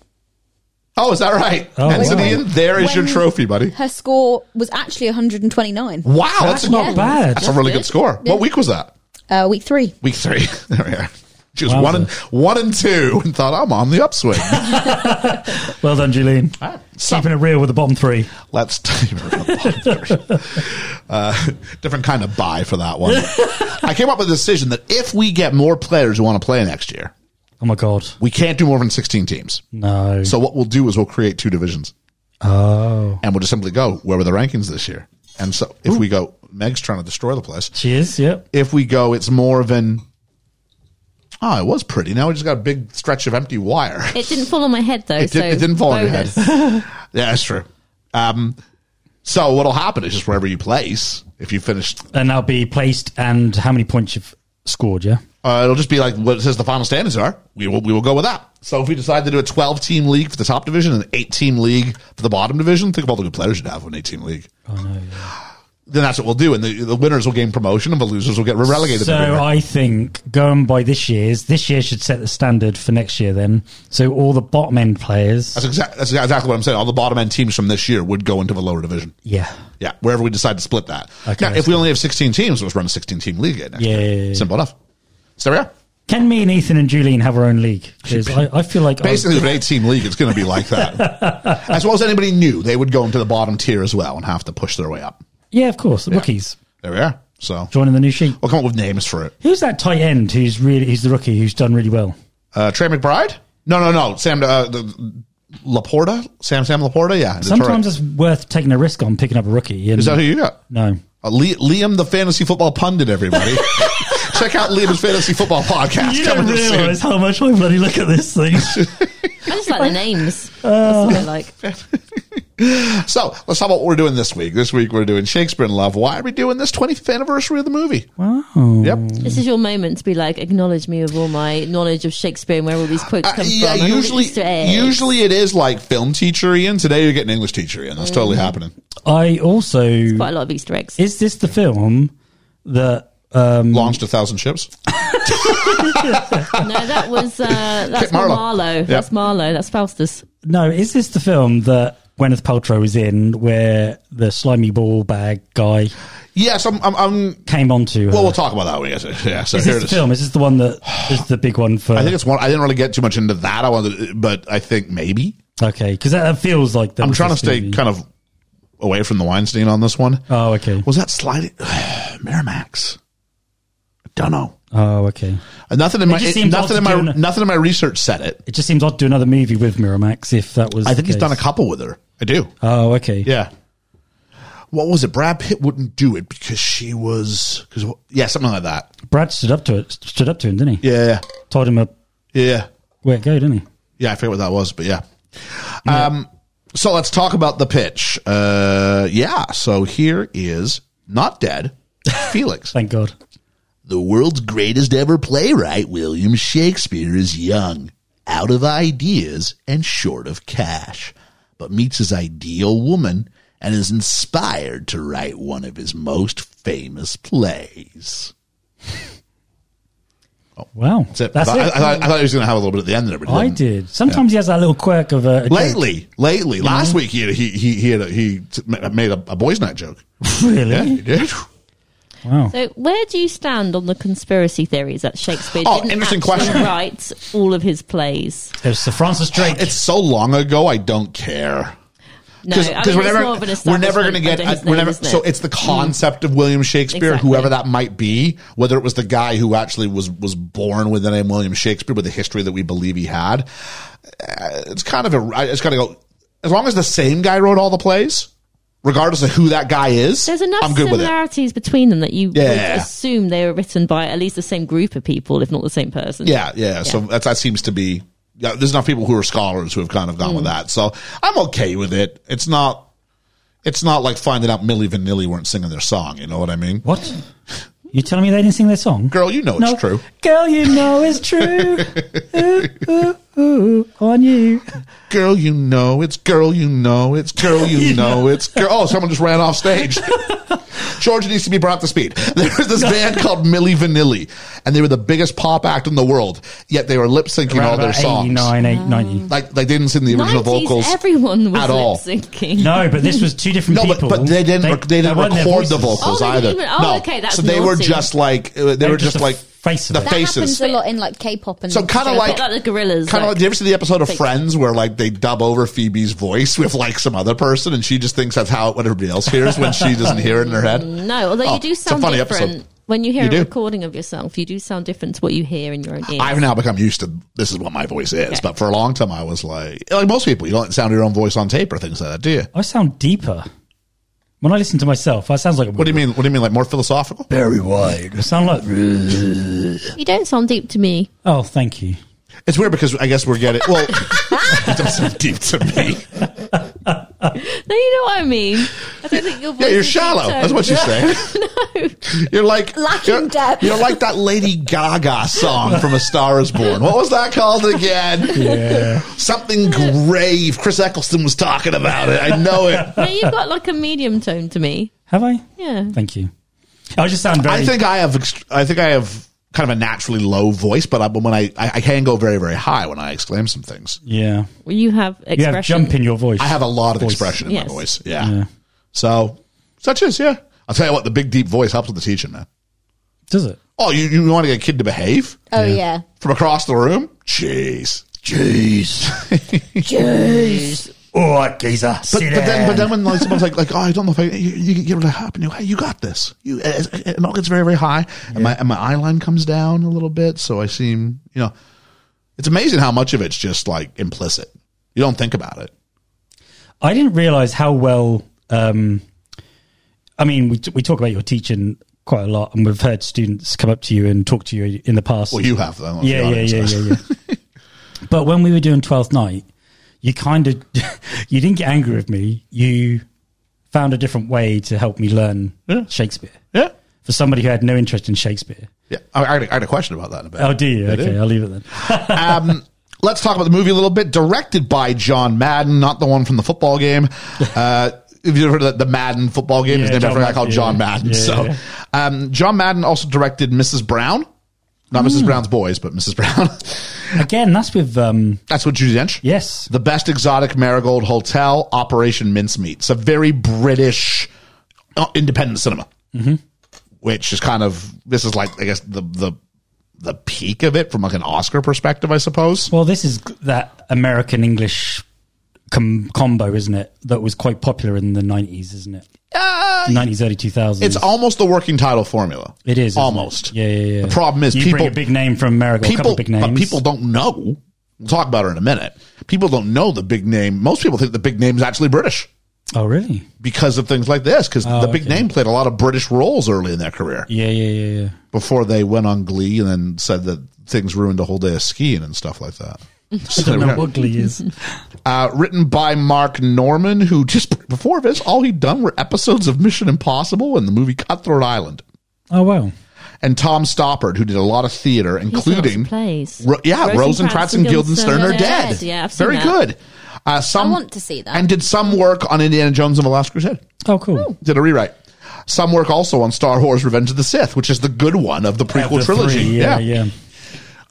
Speaker 5: Oh, is that right? Oh, and
Speaker 6: wow.
Speaker 5: Ian, there is your
Speaker 10: When-
Speaker 5: trophy, buddy.
Speaker 10: Her score was actually 129.
Speaker 5: Wow, that's,
Speaker 6: That's
Speaker 5: a
Speaker 6: not
Speaker 5: good-
Speaker 6: bad.
Speaker 5: That's a really good score. What week was that?
Speaker 10: Uh, week three.
Speaker 5: Week three. There we are. She was
Speaker 6: Wowza.
Speaker 5: one and one and two, and thought I'm on the upswing.
Speaker 6: Well done, Julene.
Speaker 5: So
Speaker 6: Keeping it real with the bottom three.
Speaker 5: let's take her up on three. uh, different kind of buy for that one. I came up with a decision that if we get more players who want to play next year,
Speaker 6: Oh my god.
Speaker 5: we can't do more than 16 teams.
Speaker 6: No.
Speaker 5: So what we'll do is we'll create two divisions. Oh. And we'll just simply go where were the rankings this year? And so if we go, Meg's trying to destroy the place.
Speaker 6: she is. Yep.
Speaker 5: if we go, it's more of an oh, it was pretty. Now we just got a big stretch of empty wire.
Speaker 7: It didn't fall on my head though.
Speaker 5: It,
Speaker 7: so
Speaker 5: did, it didn't fall on your head.
Speaker 7: bonus.
Speaker 5: yeah, that's true. Um, so what'll happen is just wherever you place, if you finish,
Speaker 6: And that'll be placed and how many points you've scored. Yeah.
Speaker 5: uh, it'll just be like what it says the final standings are. We will we will go with that. So if we decide to do a twelve team league for the top division and an eight team league for the bottom division, think of all the good players you'd have in an eight team league. Then that's what we'll do, and the, the winners will gain promotion, and the losers will get relegated.
Speaker 6: So
Speaker 5: everywhere.
Speaker 6: I think going by this year's, this year should set the standard for next year. Then, so all the bottom end players,
Speaker 5: That's, exact, that's exactly what I'm saying. All the bottom end teams from this year would go into the lower division.
Speaker 6: yeah,
Speaker 5: Yeah, wherever we decide to split that.
Speaker 6: Okay,
Speaker 5: now, if
Speaker 6: that's
Speaker 5: we only have 16 teams, let's run a 16 team league. again Next
Speaker 6: Yeah,
Speaker 5: year.
Speaker 6: yeah, yeah,
Speaker 5: Simple enough. So there we are.
Speaker 6: can me and Ethan and Julene have our own league? 'Cause I, I feel like I-
Speaker 5: Basically, with an 18 league, it's going to be like that. as well as anybody new, they would go into the bottom tier as well and have to push their way up.
Speaker 6: yeah, of course, the rookies
Speaker 5: There we are. So
Speaker 6: joining the new sheet.
Speaker 5: we'll come up with names for it.
Speaker 6: Who's that tight end who's really who's the rookie who's done really well?
Speaker 5: Uh, Trey McBride? No, no, no. Sam uh, the, Laporta? Sam Sam Laporta? Yeah. that's all right.
Speaker 6: Sometimes it's worth taking a risk on picking up a rookie. and-
Speaker 5: Is that who you got?
Speaker 6: no,
Speaker 5: Uh, Le- Liam, the fantasy football pundit, everybody. Check out Liam's fantasy football podcast
Speaker 6: you don't
Speaker 5: coming up soon.
Speaker 6: realize how much I bloody look at this thing.
Speaker 7: I just like the names. That's what I like.
Speaker 5: So let's talk about what we're doing this week. This week we're doing Shakespeare in Love. Why are we doing this 25th anniversary of the movie?
Speaker 6: wow,
Speaker 5: Yep. Uh,
Speaker 7: This is your moment to be like, acknowledge me of all my knowledge of Shakespeare and where all these quotes
Speaker 5: Uh,
Speaker 7: come
Speaker 5: yeah,
Speaker 7: from. and all the
Speaker 5: usually,
Speaker 7: Easter eggs.
Speaker 5: usually it is like film teacher Ian. Today you're getting English teacher Ian. That's
Speaker 6: Mm.
Speaker 5: totally happening.
Speaker 6: I also
Speaker 7: quite a lot of Easter eggs.
Speaker 6: is this the film that
Speaker 5: Launched a thousand ships.
Speaker 7: no, that was uh, that's
Speaker 5: Kit Marlowe.
Speaker 7: Marlowe. That's Marlowe. That's Faustus.
Speaker 6: No, is this the film that Gwyneth Paltrow was in where the slimy ball bag guy
Speaker 5: Yes, I'm. I'm, I'm
Speaker 6: came onto her?
Speaker 5: well, we'll talk about that when we get to it. Yeah, so
Speaker 6: is
Speaker 5: here
Speaker 6: this
Speaker 5: it
Speaker 6: the
Speaker 5: is.
Speaker 6: film? Is this the one that is the big one for?
Speaker 5: I think it's one. I didn't really get too much into that. I wanted, but I think maybe
Speaker 6: okay, because that, that feels like that
Speaker 5: I'm
Speaker 6: was
Speaker 5: trying to
Speaker 6: this
Speaker 5: stay
Speaker 6: movie.
Speaker 5: kind of away from the Weinstein on this one.
Speaker 6: Oh, okay.
Speaker 5: Was that sliding Miramax? I don't know.
Speaker 6: Oh, okay.
Speaker 5: Nothing in my
Speaker 6: just
Speaker 5: it-
Speaker 6: seems
Speaker 5: nothing in
Speaker 6: odd
Speaker 5: my
Speaker 6: to do an-
Speaker 5: nothing in my research said it.
Speaker 6: It just seems odd to do another movie with Miramax if that was.
Speaker 5: I think
Speaker 6: the
Speaker 5: he's done a
Speaker 6: case.
Speaker 5: couple with her. I do.
Speaker 6: Oh, okay.
Speaker 5: Yeah. What was it? Brad Pitt wouldn't do it because she was because yeah something like that.
Speaker 6: Brad stood up to it. Stood up to him, didn't he?
Speaker 5: Yeah,
Speaker 6: Told him a
Speaker 5: yeah,
Speaker 6: where to go, didn't he?
Speaker 5: yeah. I forget what that was, but yeah. Um. So let's talk about the pitch. Uh. Yeah. So here is not dead. Felix.
Speaker 6: Thank God.
Speaker 5: The world's greatest ever playwright, William Shakespeare, is young, out of ideas, and short of cash, but meets his ideal woman and is inspired to write one of his most famous plays.
Speaker 6: Wow. That's
Speaker 5: I, thought, I, thought- I thought he was going to have a little bit at the end of it. but he
Speaker 6: I
Speaker 5: didn't.
Speaker 6: did. Sometimes he has that little quirk of a. a
Speaker 5: Lately, lately, last week he he he he, had a, he t- ma- made a, a boys' night joke.
Speaker 6: joke. really.
Speaker 5: Yeah, he did.
Speaker 6: Wow.
Speaker 7: So, where do you stand on the conspiracy theories that Shakespeare
Speaker 5: Oh,
Speaker 7: didn't
Speaker 5: interesting
Speaker 7: actually
Speaker 5: question.
Speaker 7: write all of his plays?
Speaker 6: There's Sir Francis Drake.
Speaker 5: It's so long ago, I don't care.
Speaker 7: No, I mean, it's
Speaker 5: we're never
Speaker 7: more of an
Speaker 5: we're never going to
Speaker 7: establishment
Speaker 5: get
Speaker 7: under his
Speaker 5: uh, we're
Speaker 7: name,
Speaker 5: never,
Speaker 7: isn't it?
Speaker 5: so it's the concept of William Shakespeare,
Speaker 7: Exactly.
Speaker 5: whoever that might be, whether it was the guy who actually was was born with the name William Shakespeare, with the history that we believe he had. Uh, It's kind of a I just got to go as long as the same guy wrote all the plays, regardless of who that guy is.
Speaker 7: There's enough
Speaker 5: I'm good with it.
Speaker 7: similarities between them that you
Speaker 5: Yeah.
Speaker 7: would assume they were written by at least the same group of people, if not the same person.
Speaker 5: Yeah, yeah. So that's, that seems to be. Yeah, there's enough people who are scholars who have kind of gone
Speaker 7: Mm.
Speaker 5: with that. So I'm okay with it. It's not. It's not like finding out Millie Vanilli weren't singing their song. You know what I mean?
Speaker 6: what? You telling me they didn't sing their song?
Speaker 5: Girl, you know it's true.
Speaker 6: Girl, you know it's true. ooh, ooh, ooh, on you.
Speaker 5: Girl, you know it's. Girl, you know it's. Girl, you know it's. Girl. Oh, someone just ran off stage. Georgia needs to be brought up to speed. There was this band called Millie Vanilli, and they were the biggest pop act in the world. Yet they were lip syncing all their songs.
Speaker 6: 89, 8, 90.
Speaker 5: Like they didn't sing the original
Speaker 7: 90s,
Speaker 5: vocals.
Speaker 7: everyone was
Speaker 5: at all.
Speaker 7: lip syncing.
Speaker 6: No, but this was two different
Speaker 5: No, but,
Speaker 6: people.
Speaker 5: but they didn't. They,
Speaker 6: that
Speaker 5: didn't
Speaker 6: weren't their
Speaker 5: record the
Speaker 6: voices.
Speaker 5: vocals
Speaker 7: Oh, they
Speaker 5: either.
Speaker 7: didn't even- oh,
Speaker 5: no,
Speaker 7: okay, that's
Speaker 5: so they were
Speaker 7: naughty.
Speaker 5: just like uh, they, were
Speaker 6: just
Speaker 5: just,
Speaker 6: the
Speaker 5: like
Speaker 6: face of
Speaker 5: the
Speaker 6: it. That
Speaker 5: faces.
Speaker 10: happens a lot in like K-pop and
Speaker 5: So kinda
Speaker 10: stuff.
Speaker 5: like-
Speaker 7: Like, the gorillas.
Speaker 5: Kind of like,
Speaker 7: like,
Speaker 5: do you ever see the episode of Friends where like they dub over Phoebe's voice with like some other person, and she just thinks that's how what everybody else hears when she doesn't hear it in her head?
Speaker 7: no, although
Speaker 5: Oh,
Speaker 7: you do
Speaker 5: it's a
Speaker 7: sound
Speaker 5: funny
Speaker 7: different.
Speaker 5: episode.
Speaker 7: When you hear
Speaker 5: You
Speaker 7: a
Speaker 5: do.
Speaker 7: recording of yourself, you do sound different to what you hear in your own ears.
Speaker 5: I've now become used to this is what my voice is, but for a long time I was like, like most people, you don't sound your own voice on tape or things like that, do you?
Speaker 6: I sound deeper. When I listen to myself, I sounds like a
Speaker 5: What do you mean? What do you mean? Like more philosophical?
Speaker 6: Very wide. I sound like.
Speaker 7: You don't sound deep to me.
Speaker 6: Oh, thank you.
Speaker 5: It's weird because I guess we're getting well. it does sound deep to me.
Speaker 7: No, you know what I mean. I don't think your voice
Speaker 5: Yeah, you're
Speaker 7: is
Speaker 5: shallow.
Speaker 7: deep-toned.
Speaker 5: That's what you say. You're like
Speaker 10: Lacking
Speaker 5: you're,
Speaker 10: depth.
Speaker 5: You're like that Lady Gaga song from A Star Is Born. What was that called again? Yeah, something grave. Chris Eccleston was talking about it. I know it.
Speaker 7: No, you've got like a medium tone to me.
Speaker 6: Have I?
Speaker 7: Yeah.
Speaker 6: Thank you. I just sound very.
Speaker 5: I think I have. ext- I think I have kind of a naturally low voice, but I, when I, I I can go very very high when I exclaim some things.
Speaker 6: yeah.
Speaker 7: Well, You have
Speaker 6: You
Speaker 7: expression.
Speaker 6: have jump in your voice.
Speaker 5: I have a lot of
Speaker 6: Voice.
Speaker 5: expression in
Speaker 7: Yes.
Speaker 5: my voice. Yeah. So such is yeah. I'll tell you what. The big deep voice helps with the teaching, man.
Speaker 6: Does it?
Speaker 5: Oh, you you want to get a kid to behave?
Speaker 10: Oh yeah.
Speaker 5: from across the room. Jeez. Jeez.
Speaker 6: All right, geezer.
Speaker 5: But, but then, but then when like, someone's like, like, oh, I don't know if I, you, you get really hot, and you, hey, you got this. You, it, it all gets very, very high, and my and my eye line comes down a little bit, so I seem, you know, it's amazing how much of it's just like implicit. You don't think about it.
Speaker 6: I didn't realize how well. Um, I mean, we, we talk about your teaching quite a lot, and we've heard students come up to you and talk to you in the past.
Speaker 5: Well, you have though. let's be
Speaker 6: yeah, yeah,
Speaker 5: honest.
Speaker 6: yeah, yeah, yeah. but when we were doing Twelfth Night, you kind of you didn't get angry with me. You found a different way to help me learn
Speaker 5: Yeah.
Speaker 6: Shakespeare
Speaker 5: yeah.
Speaker 6: for somebody who had no interest in Shakespeare.
Speaker 5: Yeah. I, I, had a, I had a question about that in a bit.
Speaker 6: Oh, do you?
Speaker 5: I
Speaker 6: Okay, I'll leave it then.
Speaker 5: um, let's talk about the movie a little bit. Directed by John Madden, not the one from the football game. Uh, if you ever heard of the Madden football game, is
Speaker 6: Yeah,
Speaker 5: named
Speaker 6: John
Speaker 5: after a guy
Speaker 6: Madden,
Speaker 5: called
Speaker 6: yeah.
Speaker 5: John Madden.
Speaker 6: Yeah,
Speaker 5: so,
Speaker 6: yeah.
Speaker 5: um, John Madden also directed Mrs. Brown. Not
Speaker 6: Hmm.
Speaker 5: Mrs. Brown's Boys, but Mrs. Brown.
Speaker 6: Again, that's with um,
Speaker 5: That's what Judy Dench.
Speaker 6: yes,
Speaker 5: The Best Exotic Marigold Hotel, Operation Mincemeat. It's a very British uh, independent cinema, mm-hmm. which is kind of this is like I guess the the the peak of it from like an Oscar perspective, I suppose.
Speaker 6: Well, this is that American English com- combo, isn't it? That was quite popular in the nineties, isn't it? Nineties, early two thousands.
Speaker 5: Uh, It's almost the working title formula.
Speaker 6: It is isn't it?
Speaker 5: almost.
Speaker 6: Yeah, yeah, yeah.
Speaker 5: The problem is
Speaker 6: you
Speaker 5: people
Speaker 6: bring a big name from America, a couple
Speaker 5: people
Speaker 6: of big names.
Speaker 5: but people don't know. We'll talk about it in a minute. People don't know the big name. Most people think the big name is actually British
Speaker 6: oh, really?
Speaker 5: because of things like this. Because the big
Speaker 6: Oh, okay.
Speaker 5: name played a lot of British roles early in their career
Speaker 6: Yeah, yeah, yeah, yeah.
Speaker 5: before they went on Glee and then said that things ruined a whole day of skiing and stuff like that. So
Speaker 6: I
Speaker 5: there we
Speaker 6: don't know
Speaker 5: go.
Speaker 6: what Glee is.
Speaker 5: uh, written by Mark Norman, who just before this, all he'd done were episodes of Mission Impossible and the movie Cutthroat Island.
Speaker 6: Oh wow.
Speaker 5: and Tom Stoppard, who did a lot of theater, including
Speaker 7: plays.
Speaker 5: Ro- yeah, Rosencrantz
Speaker 7: Rosencrantz
Speaker 5: and
Speaker 7: and
Speaker 5: Guildenstern are
Speaker 7: Guildenstern are
Speaker 5: dead.
Speaker 7: dead. Yeah, I've seen
Speaker 5: very
Speaker 7: that.
Speaker 5: good. Uh, some
Speaker 10: I want to see that.
Speaker 5: and did some work on Indiana Jones and the Last Crusade.
Speaker 6: Oh, cool.
Speaker 5: Did a rewrite. Some work also on Star Wars: Revenge of the Sith, which is the good one of the
Speaker 6: Out of
Speaker 5: prequel
Speaker 6: the
Speaker 5: trilogy.
Speaker 6: three, yeah, yeah,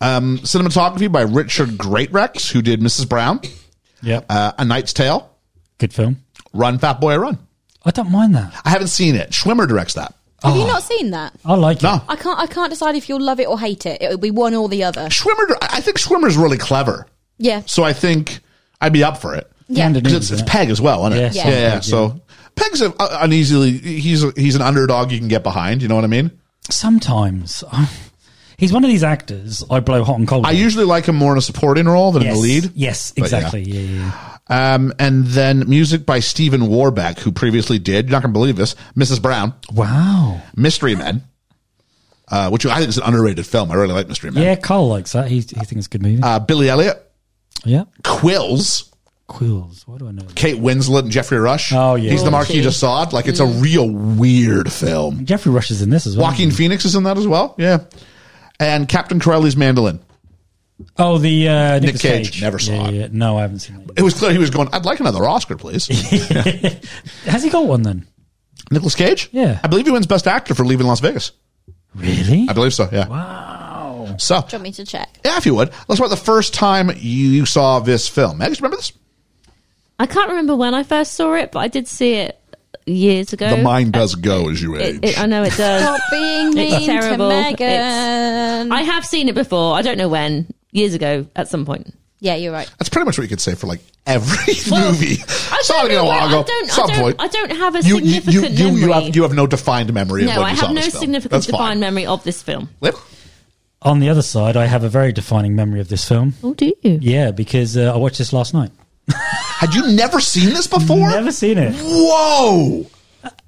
Speaker 5: Cinematography by Richard Greatrex, who did Mrs. Brown,
Speaker 6: Yep.
Speaker 5: uh, A Knight's Tale,
Speaker 6: Good film.
Speaker 5: Run Fat Boy Run.
Speaker 6: I don't mind that.
Speaker 5: I haven't seen it. Schwimmer directs that.
Speaker 7: Ah.
Speaker 9: Have you not seen that?
Speaker 6: I like it.
Speaker 5: No.
Speaker 9: I can't. I can't decide if you'll love it or hate it. It'll be one or the other.
Speaker 5: Schwimmer, I think Schwimmer's really clever.
Speaker 9: Yeah.
Speaker 5: So I think I'd be up for it.
Speaker 9: Yeah.
Speaker 6: Brandon
Speaker 5: 'Cause
Speaker 6: Innes,
Speaker 5: It's, it's
Speaker 6: isn't it?
Speaker 5: Peg as well, isn't it?
Speaker 6: Yeah,
Speaker 5: Yeah,
Speaker 9: yeah.
Speaker 5: yeah. So Peg's a, uh, an easily he's a, he's an underdog you can get behind. You know what I mean?
Speaker 6: Sometimes uh, he's one of these actors I blow hot and cold.
Speaker 5: I
Speaker 6: on.
Speaker 5: usually like him more in a supporting role than in
Speaker 6: yes.
Speaker 5: the lead.
Speaker 6: Yes,
Speaker 5: But yeah.
Speaker 6: exactly. Yeah, yeah. yeah.
Speaker 5: Um, and then music by Stephen Warbeck, who previously did you're not going to believe this, Mrs. Brown,
Speaker 6: Wow.
Speaker 5: Mystery Men, uh, which I think is an underrated film. I really like Mystery Men.
Speaker 6: Yeah, Carl likes that. He he thinks it's a good movie.
Speaker 5: Uh, Billy Elliot,
Speaker 6: yeah.
Speaker 5: Quills,
Speaker 6: Quills. What do I know?
Speaker 5: Kate Winslet, and Jeffrey Rush.
Speaker 6: Oh, yeah.
Speaker 5: he's the Marquis de Sade. Like it's a real weird film.
Speaker 6: Jeffrey Rush is in this as well.
Speaker 5: Walking Phoenix is in that as well. Yeah. And Captain Corelli's Mandolin.
Speaker 6: Oh, the uh, Nick
Speaker 5: Cage.
Speaker 6: Cage.
Speaker 5: Never saw
Speaker 6: Yeah,
Speaker 5: it.
Speaker 6: yeah. No, I haven't seen it.
Speaker 5: It was clear he was going, I'd like another Oscar, please.
Speaker 6: Has he got one then?
Speaker 5: Nicholas Cage?
Speaker 6: Yeah.
Speaker 5: I believe he wins Best Actor for leaving Las Vegas.
Speaker 6: Really?
Speaker 5: I believe so, yeah.
Speaker 6: Wow.
Speaker 5: So,
Speaker 9: Do you want me to check?
Speaker 5: yeah, if you would, let's talk about the first time you saw this film. Meg, do you remember this?
Speaker 7: I can't remember when I first saw it, but I did see it years ago.
Speaker 5: The mind does go as you age.
Speaker 7: It- it- I know it does.
Speaker 9: Stop being
Speaker 7: It's
Speaker 9: mean to
Speaker 7: terrible.
Speaker 9: Megan.
Speaker 7: I have seen it before. I don't know when. Years ago, at some point.
Speaker 9: yeah, you're right.
Speaker 5: That's pretty much what you could say for like every
Speaker 7: Well,
Speaker 5: movie.
Speaker 7: I
Speaker 5: Saw it
Speaker 7: don't
Speaker 5: a
Speaker 7: know
Speaker 5: while
Speaker 7: where- I
Speaker 5: ago.
Speaker 7: don't- I
Speaker 5: Some
Speaker 7: don't-
Speaker 5: point.
Speaker 7: I don't have a
Speaker 5: You- you,
Speaker 7: significant
Speaker 5: you, you, you
Speaker 7: memory.
Speaker 5: have, you have no defined memory of
Speaker 7: No,
Speaker 5: when
Speaker 7: I
Speaker 5: you saw
Speaker 7: have no
Speaker 5: this film.
Speaker 7: significant
Speaker 5: That's
Speaker 7: defined
Speaker 5: fine.
Speaker 7: memory of this film.
Speaker 5: Lip?
Speaker 6: On the other side, I have a very defining memory of this film.
Speaker 7: Oh, do you?
Speaker 6: Yeah, because uh, I watched this last night.
Speaker 5: Had you never seen this before?
Speaker 6: Never seen it.
Speaker 5: Whoa!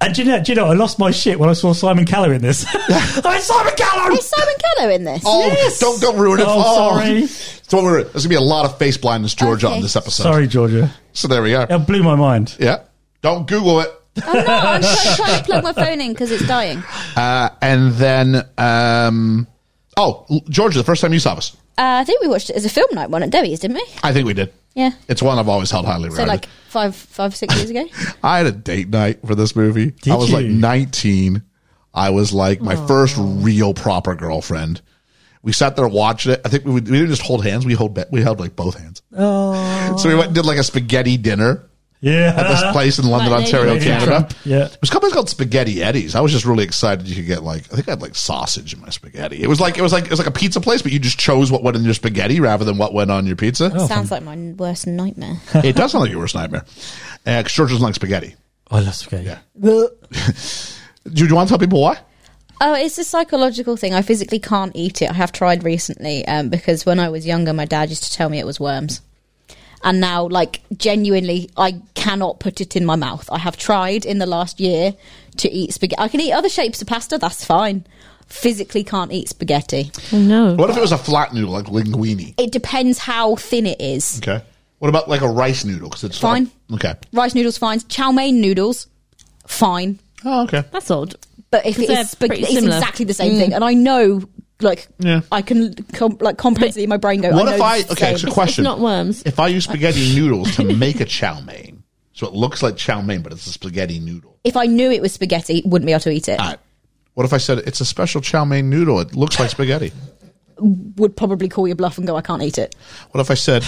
Speaker 6: And do you, know, do you know, I lost my shit when I saw Simon Callow in this. I mean, Simon Callow!
Speaker 9: Is Simon Callow in this?
Speaker 5: Oh, don't don't ruin it.
Speaker 6: Oh, sorry.
Speaker 5: Don't ruin it. There's gonna be a lot of face blindness, Georgia,
Speaker 9: Okay.
Speaker 5: on this episode.
Speaker 6: Sorry, Georgia.
Speaker 5: So there we are.
Speaker 6: It blew my mind.
Speaker 5: Yeah. Don't Google it.
Speaker 9: I'm not. I'm trying, trying to plug my phone in because it's dying.
Speaker 5: Uh, and then, um, oh, L- Georgia, the first time you saw this,
Speaker 9: Uh, I think we watched it as a film night one at Debbie's, didn't we?
Speaker 5: I think we did.
Speaker 9: Yeah.
Speaker 5: It's one I've always held highly
Speaker 9: So
Speaker 5: regarded.
Speaker 9: like five, five, six years ago.
Speaker 5: I had a date night for this movie.
Speaker 6: Did
Speaker 5: I was like
Speaker 6: you?
Speaker 5: 19. I was like my first real proper girlfriend. We sat there watching it. I think we, would, we didn't just hold hands. We hold be- we held like both hands. Oh. So we went and did like a spaghetti dinner at this
Speaker 6: Yeah.
Speaker 5: place in London,
Speaker 7: Like
Speaker 5: Ontario,
Speaker 7: Lady
Speaker 5: Canada.
Speaker 6: Uh-huh. Trump, yeah.
Speaker 5: It was a company called Spaghetti Eddie's. I was just really excited you could get like I think I had like sausage in my spaghetti. It was like it was like it was like a pizza place, but you just chose what went in your spaghetti rather than what went on your pizza.
Speaker 9: Sounds like my worst nightmare.
Speaker 5: It does sound like your worst nightmare. Uh, 'cause George doesn't like spaghetti.
Speaker 6: Oh, I lost okay.
Speaker 5: Do you want to tell people why?
Speaker 9: Oh, it's a psychological thing. I physically can't eat it. I have tried recently um, because when I was younger, my dad used to tell me it was worms. And now, like, genuinely, I cannot put it in my mouth. I have tried in the last year to eat spaghetti. I can eat other shapes of pasta, that's fine. Physically can't eat spaghetti.
Speaker 7: Oh, no.
Speaker 5: What if it was a flat noodle like linguine?
Speaker 9: It depends how thin it is.
Speaker 5: Okay. What about like a rice noodle? Because it's not-
Speaker 9: Fine.
Speaker 5: okay.
Speaker 9: Rice noodles, fine. Chow mein noodles, fine.
Speaker 5: Oh, okay.
Speaker 7: That's odd.
Speaker 9: But if
Speaker 7: 'Cause
Speaker 9: it
Speaker 7: they're
Speaker 9: is spaghetti,
Speaker 7: pretty
Speaker 9: it's
Speaker 7: similar. Mm.
Speaker 9: exactly the same thing. And I know, like,
Speaker 5: Yeah.
Speaker 9: I can com- like comprehensively in my brain go.
Speaker 5: What
Speaker 9: I know
Speaker 5: if I?
Speaker 9: this is the
Speaker 5: Okay,
Speaker 9: same.
Speaker 5: it's a
Speaker 7: It's-
Speaker 5: question.
Speaker 7: it's not worms.
Speaker 5: If I use spaghetti noodles to make a chow mein, so it looks like chow mein, but it's a spaghetti noodle.
Speaker 9: if I knew it was spaghetti, wouldn't be able to eat it.
Speaker 5: All right. What if I said it's a special chow mein noodle? It looks like spaghetti.
Speaker 9: Would probably call your bluff and go, I can't eat it.
Speaker 5: What if I said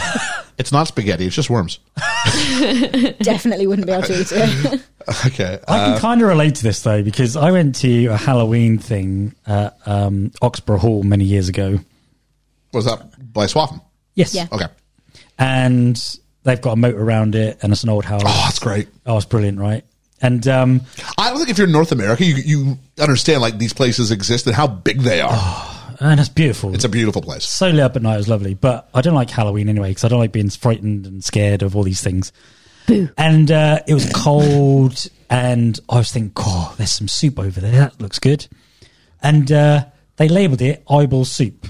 Speaker 5: it's not spaghetti? It's just worms.
Speaker 9: Definitely wouldn't be able to eat it.
Speaker 5: Okay. Uh,
Speaker 6: I can kind of relate to this though because I went to a Halloween thing at um, Oxborough Hall many years ago.
Speaker 5: was that by Swaffham?
Speaker 6: Yes.
Speaker 9: Yeah.
Speaker 5: Okay.
Speaker 6: And they've got a moat around it, and it's an old house.
Speaker 5: Oh, that's great.
Speaker 6: Oh, it's brilliant, right? And um,
Speaker 5: I don't think if you're in North America, you you understand like these places exist and how big they are.
Speaker 6: and it's beautiful.
Speaker 5: It's a beautiful place.
Speaker 6: so lit up at night. It was lovely, but I don't like Halloween anyway because I don't like being frightened and scared of all these things. And uh, it was cold, and I was thinking, "Oh, there's some soup over there. That looks good." And uh, they labelled it eyeball soup.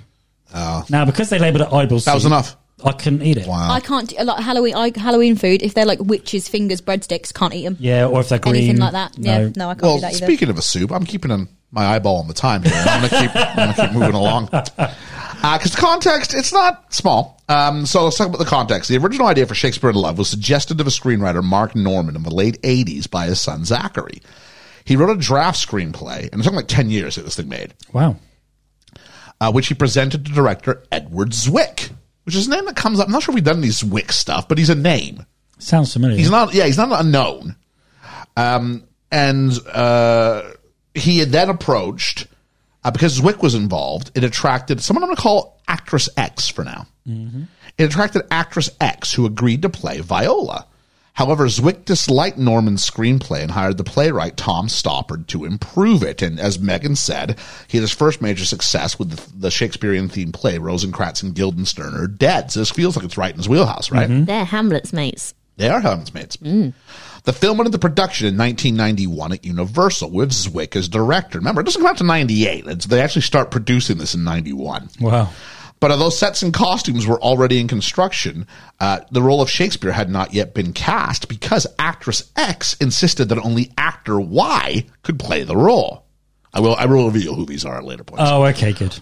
Speaker 6: Now, because they labelled it eyeball soup,
Speaker 5: Ah. was enough.
Speaker 6: I couldn't eat it.
Speaker 5: Wow.
Speaker 9: I can't do- like Halloween. I, Halloween food. If they're like witches' fingers, breadsticks, can't eat them.
Speaker 6: Yeah, or if they're green,
Speaker 9: Anything like that? Yeah, no, I can't
Speaker 5: Well,
Speaker 9: do that either.
Speaker 5: speaking of a soup, I'm keeping an, my eyeball on the time here. I'm going to keep, I'm gonna keep moving along. Because the context, it's not small. Um, so let's talk about the context. The original idea for Shakespeare in Love was suggested of a screenwriter, Mark Norman, in the late 80s by his son, Zachary. He wrote a draft screenplay, and it took like 10 years that this thing made,
Speaker 6: Wow.
Speaker 5: uh, which he presented to director Edward Zwick, which is a name that comes up. I'm not sure if we've done any Zwick stuff, but he's a name.
Speaker 6: Sounds familiar.
Speaker 5: He's not. Yeah, he's not unknown. Um, and uh, he had then approached uh, because Zwick was involved. It attracted someone I'm going to call actress X for now. It attracted actress X, who agreed to play Viola. However, Zwick disliked Norman's screenplay and hired the playwright Tom Stoppard to improve it. And as Megan said, he had his first major success with the, the Shakespearean themed play Rosencrantz and Guildenstern are dead. So this feels like it's right in his wheelhouse, right?
Speaker 7: They're Hamlet's mates.
Speaker 5: They are Helmets mates. The film went into production in 1991 at Universal with Zwick as director. Remember, it doesn't come out to 98. It's, they actually start producing this in 91.
Speaker 6: Wow.
Speaker 5: But although sets and costumes were already in construction, uh, the role of Shakespeare had not yet been cast because actress X insisted that only actor Y could play the role. I will. I will reveal who these are at later points.
Speaker 6: Oh, okay, good.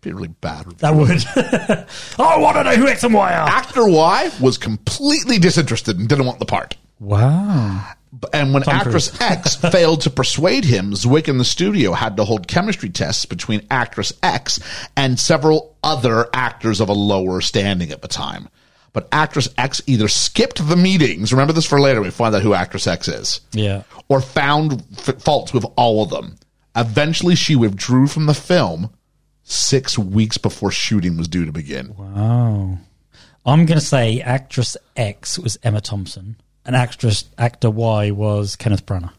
Speaker 5: Be really bad.
Speaker 6: That would. Oh, I want to know who X and Y are.
Speaker 5: Actor Y was completely disinterested and didn't want the part.
Speaker 6: Wow.
Speaker 5: And when
Speaker 6: Tom
Speaker 5: actress
Speaker 6: Cruise.
Speaker 5: X failed to persuade him, Zwick and the studio had to hold chemistry tests between actress X and several other actors of a lower standing at the time. But actress X either skipped the meetings. Remember this for later. We find out who actress X is
Speaker 6: Yeah.
Speaker 5: or found f- faults with all of them. Eventually, she withdrew from the film six weeks before shooting was due to begin.
Speaker 6: Wow. I'm going to say actress X was Emma Thompson, and actress actor Y was Kenneth Branagh.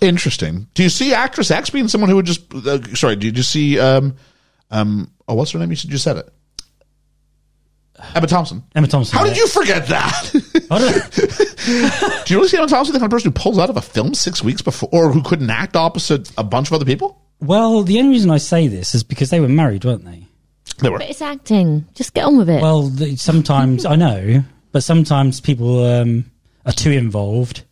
Speaker 5: Interesting. Do you see actress X being someone who would just? Uh, sorry, did you see? Um, um, oh, what's her name? You said you said it. Emma Thompson.
Speaker 6: Emma Thompson.
Speaker 5: How did you forget that?
Speaker 6: I don't know.
Speaker 5: Do you really see Emma Thompson the kind of person who pulls out of a film six weeks before, or who couldn't act opposite a bunch of other people?
Speaker 6: well, the only reason I say this is because they were married, weren't they?
Speaker 5: They were.
Speaker 7: But it's acting. Just get on with it.
Speaker 6: Well, the, sometimes I know, but sometimes people um, are too involved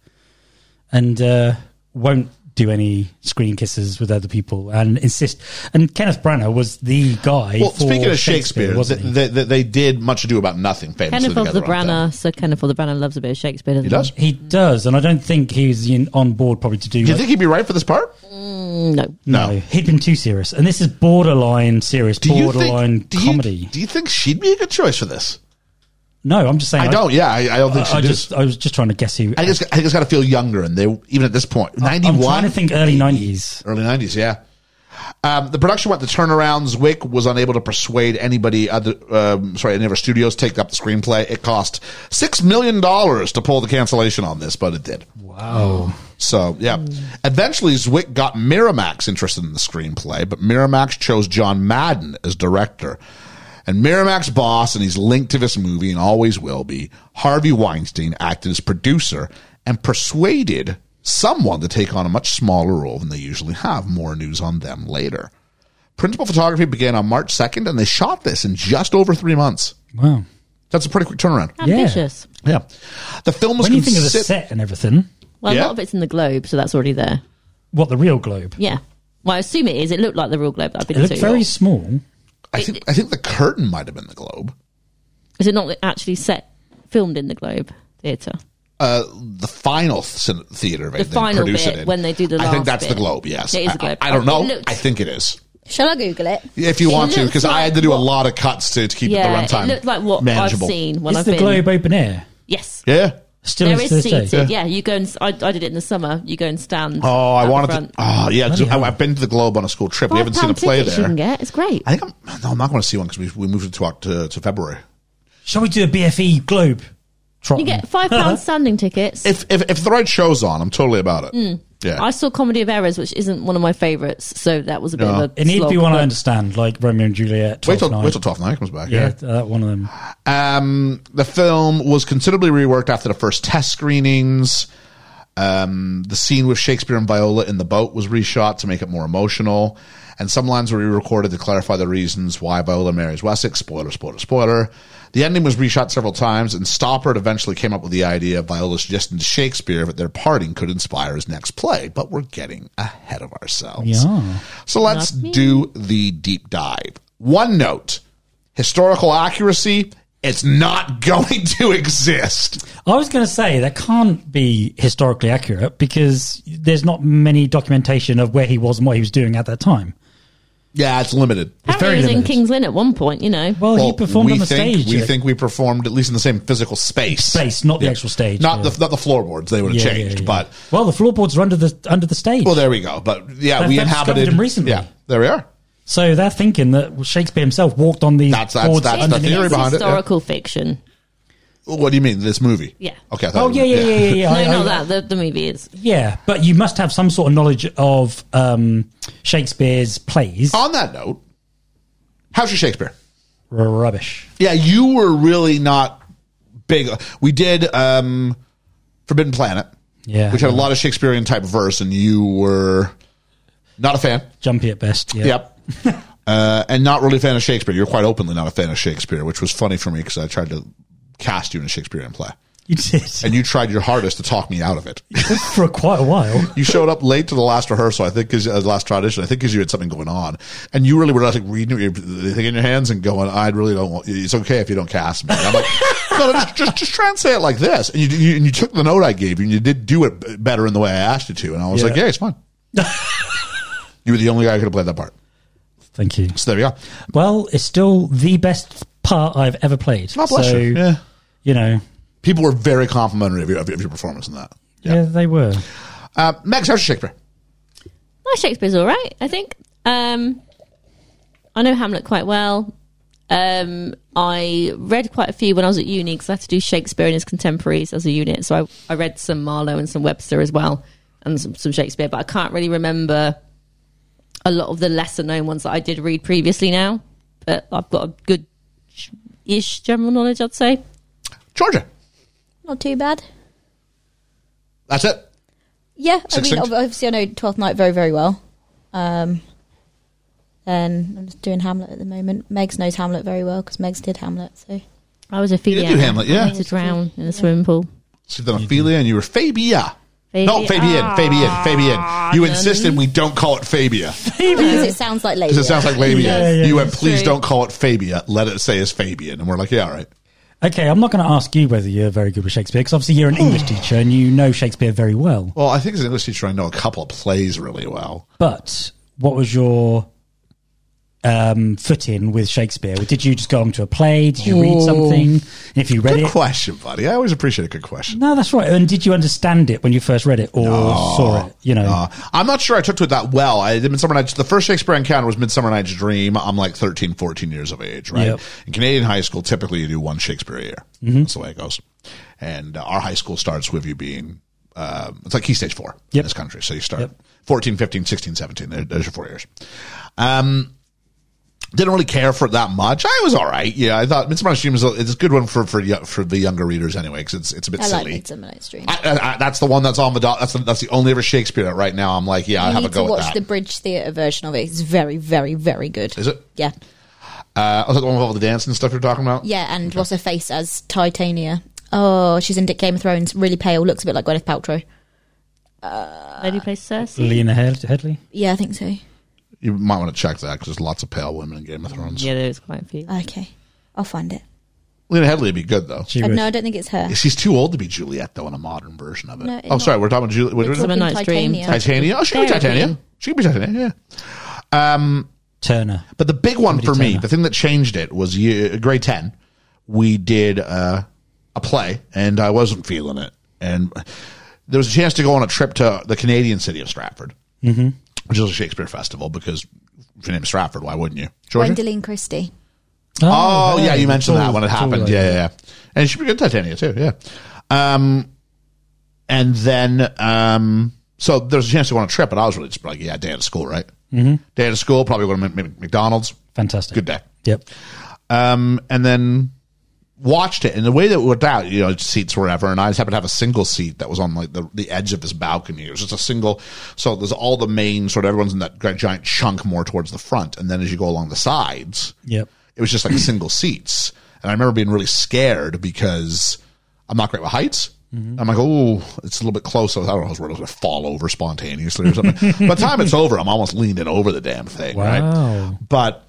Speaker 6: and uh, won't do any screen kisses with other people and insist. And Kenneth Branagh was the guy.
Speaker 5: Well,
Speaker 6: for
Speaker 5: speaking of Shakespeare,
Speaker 6: wasn't he?
Speaker 5: they, they, they did much ado about nothing. Famously,
Speaker 7: Kenneth of the
Speaker 5: together, aren't they?
Speaker 7: Branagh. So Kenneth of the Branagh loves a bit of Shakespeare. Doesn't
Speaker 5: He does.
Speaker 6: He does, and I don't think he's in, on board probably to
Speaker 5: Do
Speaker 6: do.
Speaker 5: you
Speaker 6: like-
Speaker 5: think he'd be right for this part?
Speaker 7: No.
Speaker 6: no. he'd been too serious, and this is borderline serious,
Speaker 5: Do you
Speaker 6: borderline
Speaker 5: think? Do you,
Speaker 6: comedy.
Speaker 5: do you think she'd be a good choice for this?
Speaker 6: no, I'm just saying.
Speaker 5: I don't. Yeah, I, I don't think she
Speaker 6: I, I
Speaker 5: does.
Speaker 6: just, I was just trying to guess who.
Speaker 5: I think it's, I think it's got to feel younger, and they even at this point, ninety
Speaker 6: I'm
Speaker 5: one.
Speaker 6: trying to think early '90s.
Speaker 5: early nineties. Yeah, um, the production went to turnarounds. Wick was unable to persuade anybody other, um, sorry, any of our studios to take up the screenplay. It cost six million dollars to pull the cancellation on this, but it did.
Speaker 6: Wow.
Speaker 5: So yeah, eventually Zwick got Miramax interested in the screenplay, but Miramax chose John Madden as director. And Miramax boss, and he's linked to this movie and always will be. Harvey Weinstein acted as producer and persuaded someone to take on a much smaller role than they usually have. More news on them later. Principal photography began on March 2nd, and they shot this in just over three months.
Speaker 6: Wow.
Speaker 5: That's a pretty quick turnaround.
Speaker 7: Ambitious.
Speaker 5: Yeah. The film was
Speaker 6: When you think of the
Speaker 5: consi-
Speaker 6: set and everything,
Speaker 7: Well,
Speaker 5: Yeah.
Speaker 7: a lot of it's in the globe, so that's already there.
Speaker 6: what the real globe?
Speaker 7: Yeah. Well, I assume it is. It looked like the real globe that I've been
Speaker 6: It looked
Speaker 7: to.
Speaker 6: very small.
Speaker 5: I think, I think the curtain might have been the globe.
Speaker 7: Is it not actually set, filmed in the Globe Theatre?
Speaker 5: uh, the final cin- theater they,
Speaker 7: The
Speaker 5: they
Speaker 7: final
Speaker 5: produce
Speaker 7: bit
Speaker 5: it in.
Speaker 7: when they do the
Speaker 5: I think
Speaker 7: last
Speaker 5: that's the
Speaker 7: bit.
Speaker 5: Globe. Yes,
Speaker 7: It is
Speaker 5: I-
Speaker 7: the Globe.
Speaker 5: I, I don't
Speaker 7: It
Speaker 5: know.
Speaker 7: looks-
Speaker 5: I think it is.
Speaker 10: Shall I Google it?
Speaker 5: If you
Speaker 7: It
Speaker 5: want to,
Speaker 7: looks
Speaker 5: because I had to
Speaker 7: like
Speaker 5: do a
Speaker 7: what-
Speaker 5: lot of cuts to, to keep
Speaker 7: Yeah,
Speaker 5: the runtime.
Speaker 7: it looked like what
Speaker 5: manageable.
Speaker 7: I've seen when
Speaker 6: Is
Speaker 7: I've
Speaker 6: the
Speaker 7: been.
Speaker 6: globe open air?
Speaker 7: Yes.
Speaker 5: Yeah.
Speaker 6: Still
Speaker 7: There
Speaker 6: is
Speaker 7: is
Speaker 6: to this
Speaker 7: seated.
Speaker 6: day.
Speaker 7: Yeah. you go and s- I, I did it in the summer. You go and stand.
Speaker 5: Oh, I
Speaker 7: at the
Speaker 5: wanted to.
Speaker 7: front.
Speaker 5: Oh, yeah. 'cause
Speaker 6: Bloody
Speaker 5: I,
Speaker 6: hell.
Speaker 5: have been to the Globe on a school trip. We haven't seen a
Speaker 7: £5
Speaker 5: play
Speaker 7: tickets You can
Speaker 5: there.
Speaker 7: get. It's great.
Speaker 5: I think I'm. No, I'm not going to see one because we, we moved it to, Oct- uh, to to February.
Speaker 6: Shall we do a BFE globe?
Speaker 7: You
Speaker 6: Trotting?
Speaker 7: get five
Speaker 6: Uh-huh.
Speaker 7: pound standing tickets.
Speaker 5: If if if the right show's on, I'm totally about it. Yeah.
Speaker 7: Hmm. I saw Comedy of Errors, which isn't one of my favourites, so that was a bit
Speaker 5: No.
Speaker 7: of a.
Speaker 6: It need to
Speaker 7: slog,
Speaker 6: be one I
Speaker 7: but-
Speaker 6: understand, like Romeo and Juliet.
Speaker 5: Wait till,
Speaker 6: 12th Night.
Speaker 5: wait till Tough Night comes back.
Speaker 6: yeah, that one of them.
Speaker 5: Um, the film was considerably reworked after the first test screenings. Um, the scene with Shakespeare and Viola in the boat was reshot to make it more emotional, and some lines were re-recorded to clarify the reasons why Viola marries Wessex. Spoiler, spoiler, spoiler. The ending was reshot several times, and Stoppard eventually came up with the idea of Viola suggesting to Shakespeare that their parting could inspire his next play. But we're getting ahead of ourselves.
Speaker 6: Yeah.
Speaker 5: So let's do the deep dive. One note historical accuracy, it's not going to exist.
Speaker 6: I was going to say that can't be historically accurate because there's not many documentation of where he was and what he was doing at that time.
Speaker 5: Yeah, it's limited.
Speaker 7: Apparently, he was in
Speaker 6: limited.
Speaker 7: King's Lynn at one point, you know.
Speaker 6: Well, he performed
Speaker 5: we
Speaker 6: on the
Speaker 5: think,
Speaker 6: stage.
Speaker 5: We
Speaker 6: yeah.
Speaker 5: think we performed at least in the same physical space.
Speaker 6: Space, not the actual stage,
Speaker 5: Not
Speaker 6: yeah.
Speaker 5: the not the floorboards. They would have
Speaker 6: Yeah, yeah,
Speaker 5: changed,
Speaker 6: yeah.
Speaker 5: but
Speaker 6: well, the floorboards are under the under the stage.
Speaker 5: well, there we go. But yeah,
Speaker 6: That-
Speaker 5: we
Speaker 6: that discovered
Speaker 5: inhabited
Speaker 6: him recently.
Speaker 5: Yeah, there we are.
Speaker 6: so they're thinking that Shakespeare himself walked on these
Speaker 5: That's- that's-
Speaker 6: boards
Speaker 5: that's the
Speaker 6: underneath.
Speaker 5: theory
Speaker 7: it's
Speaker 5: behind it, yeah.
Speaker 7: historical fiction.
Speaker 5: What do you mean this movie?
Speaker 7: Yeah.
Speaker 5: Okay. I thought
Speaker 6: Oh
Speaker 5: it
Speaker 6: yeah,
Speaker 5: was-
Speaker 6: yeah, yeah, yeah. yeah.
Speaker 7: No,
Speaker 6: I-
Speaker 7: not
Speaker 6: I-
Speaker 7: that. The, the movie is.
Speaker 6: Yeah, but you must have some sort of knowledge of um, Shakespeare's plays.
Speaker 5: On that note, how's your Shakespeare?
Speaker 6: Rubbish.
Speaker 5: Yeah, you were really not big. We did um Forbidden Planet,
Speaker 6: Yeah,
Speaker 5: which had a lot of Shakespearean type verse, and you were not a fan.
Speaker 6: jumpy at best. Yeah.
Speaker 5: Yep. uh, and not really a fan of Shakespeare. You're quite openly not a fan of Shakespeare, which was funny for me because I tried to cast you in a Shakespearean play.
Speaker 6: you did
Speaker 5: And you tried your hardest to talk me out of it.
Speaker 6: for quite a while.
Speaker 5: you showed up late to the last rehearsal, I think, because uh, the last audition, I think, because you had something going on. And you really were not like reading your- the thing in your hands and going, I really don't want, it's okay if you don't cast me. And I'm like, no, no, just, just, just try and say it like this. And you, you, and you took the note I gave you and you did do it b- better in the way I asked you to. And I was
Speaker 6: Yeah.
Speaker 5: like, yeah, it's fine. you were the only guy who could have played that part.
Speaker 6: Thank you.
Speaker 5: So there you go.
Speaker 6: Well, it's still the best part I've ever played.
Speaker 5: God Oh, bless
Speaker 6: so,
Speaker 5: you. Yeah.
Speaker 6: you know,
Speaker 5: People were very complimentary of your, of your performance in that.
Speaker 6: yeah. they were.
Speaker 5: Uh, Max, how's your Shakespeare?
Speaker 7: My Shakespeare's all right, I think. Um, I know Hamlet quite well. Um, I read quite a few when I was at uni because I had to do Shakespeare and his contemporaries as a unit. So I, I read some Marlowe and some Webster as well, and some, some Shakespeare. But I can't really remember a lot of the lesser known ones that I did read previously now. But I've got a good ish general knowledge, I'd say.
Speaker 5: Georgia.
Speaker 10: Not too bad.
Speaker 5: That's it.
Speaker 10: Yeah, I mean,
Speaker 5: Succinct.
Speaker 10: ob- obviously, I know Twelfth Night very, very well. Um, then I'm just doing Hamlet at the moment. Megs knows Hamlet very well because Megs did Hamlet. So
Speaker 7: I was Ophelia.
Speaker 5: do Hamlet, yeah.
Speaker 7: I had to drown in a swimming pool.
Speaker 5: So then Ophelia and you were Fabia.
Speaker 7: Fabi-
Speaker 5: no, Fabian, Fabian,
Speaker 6: Ah.
Speaker 5: Fabian. You
Speaker 7: then.
Speaker 5: insisted we don't call it Fabia
Speaker 10: because it sounds like later.
Speaker 5: because it sounds like labia.
Speaker 6: Yeah, yeah,
Speaker 5: you
Speaker 6: yeah.
Speaker 5: went, please
Speaker 7: True.
Speaker 5: don't call it Fabia. Let it say it's Fabian. And we're like, yeah, all right.
Speaker 6: Okay, I'm not going to ask you whether you're very good with Shakespeare because obviously you're an English
Speaker 5: Hmm.
Speaker 6: teacher and you know Shakespeare very well.
Speaker 5: Well, I think as an English teacher, I know a couple of plays really well.
Speaker 6: But what was your um, foot in with Shakespeare? Did you just go on to a play? Did you read something? And if you read
Speaker 5: Good
Speaker 6: it,
Speaker 5: question, buddy. I always appreciate a good question.
Speaker 6: no, that's right. And did you understand it when you first read it or saw it? You know,
Speaker 5: Uh, I'm not sure I took to it that well. I did Midsummer Night's, the first Shakespeare encounter was Midsummer Night's Dream. I'm like 13, 14 years of age, right?
Speaker 6: Yep. Mm-hmm.
Speaker 5: In Canadian high school, typically you do one Shakespeare a year. That's the way it goes. And uh, our high school starts with you being, uh, it's like Key Stage 4 in
Speaker 6: Yep.
Speaker 5: this country. So you start
Speaker 6: Yep.
Speaker 5: 14, 15, 16, 17. There, there's your four years. Um, didn't really care for it that much. I was all right. Yeah, I thought Midsummer Night's Dream is a, it's a good one for for yo- for the younger readers anyway because it's it's a bit
Speaker 10: I like
Speaker 5: silly.
Speaker 10: Midsummer Night's Dream.
Speaker 5: I, I, I, that's the one that's on the dot. That's the, that's the only ever Shakespeare that right now. I'm like, yeah, I
Speaker 10: you
Speaker 5: have a
Speaker 10: need to
Speaker 5: go at
Speaker 10: watch
Speaker 5: that.
Speaker 10: the Bridge Theatre version of it. It's very, very, very good.
Speaker 5: Is it?
Speaker 10: Yeah,
Speaker 5: Uh, was that the one with all the dance and stuff you're talking about?
Speaker 10: yeah. And what's her face as Titania? Oh, she's in Dick Game of Thrones. Really pale. Looks a bit like Gwyneth Paltrow.
Speaker 7: Lady plays Cersei.
Speaker 6: Lena Head- Headley.
Speaker 10: Yeah, I think so.
Speaker 5: You might want to check that because there's lots of pale women in Game of Thrones.
Speaker 7: Yeah, there's quite a few.
Speaker 10: Okay, I'll find it.
Speaker 5: Lena Headley would be good though.
Speaker 6: She
Speaker 10: Uh,
Speaker 6: was-
Speaker 10: no, I don't think it's her.
Speaker 5: She's too old to be Juliet though in a modern version of it.
Speaker 10: No,
Speaker 5: oh,
Speaker 10: it's
Speaker 5: sorry, we're talking about Juliet.
Speaker 10: We're
Speaker 5: We're
Speaker 7: Midsummer
Speaker 10: talking
Speaker 7: Night's Dream.
Speaker 10: Titania.
Speaker 5: Titania. Oh, she can be
Speaker 7: Therapy.
Speaker 5: Titania. She can be Titania. Yeah.
Speaker 6: Turner.
Speaker 5: But the big one for
Speaker 6: Somebody
Speaker 5: me,
Speaker 6: turn
Speaker 5: the thing that changed it was year, uh, grade 10, we did uh, a play and I wasn't feeling it. And there was a chance to go on a trip to the Canadian city of Stratford, which is a Shakespeare festival because if your name's Stratford, why wouldn't you? Georgia?
Speaker 10: Gwendoline Christie.
Speaker 5: Oh, yeah,
Speaker 6: hey,
Speaker 5: you mentioned
Speaker 6: tall-
Speaker 5: that when it
Speaker 6: tall
Speaker 5: happened.
Speaker 6: lady.
Speaker 5: Yeah, yeah, yeah. And she would be good Titania too. Yeah. Um, and then um, so there's a chance to go on a trip, and I was really just like, yeah, day at school, right? Mm-hmm. Day at school, probably going to Mc- Mc- McDonald's.
Speaker 6: Fantastic.
Speaker 5: Good day.
Speaker 6: Yep.
Speaker 5: Um, and then watched it, and the way that it worked out, you know, seats wherever, and I just happened to have a single seat that was on like the, the edge of this balcony. It was just a single. So there's all the main sort of everyone's in that gi- giant chunk more towards the front, and then as you go along the sides,
Speaker 6: Yep.
Speaker 5: it was just like single seats. And I remember being really scared because I'm not great with heights. I'm like, oh, it's a little bit close. I don't know, I was worried I was going to fall over spontaneously or something. By the time it's over, I'm almost leaning over the damn thing, right?
Speaker 6: Wow.
Speaker 5: But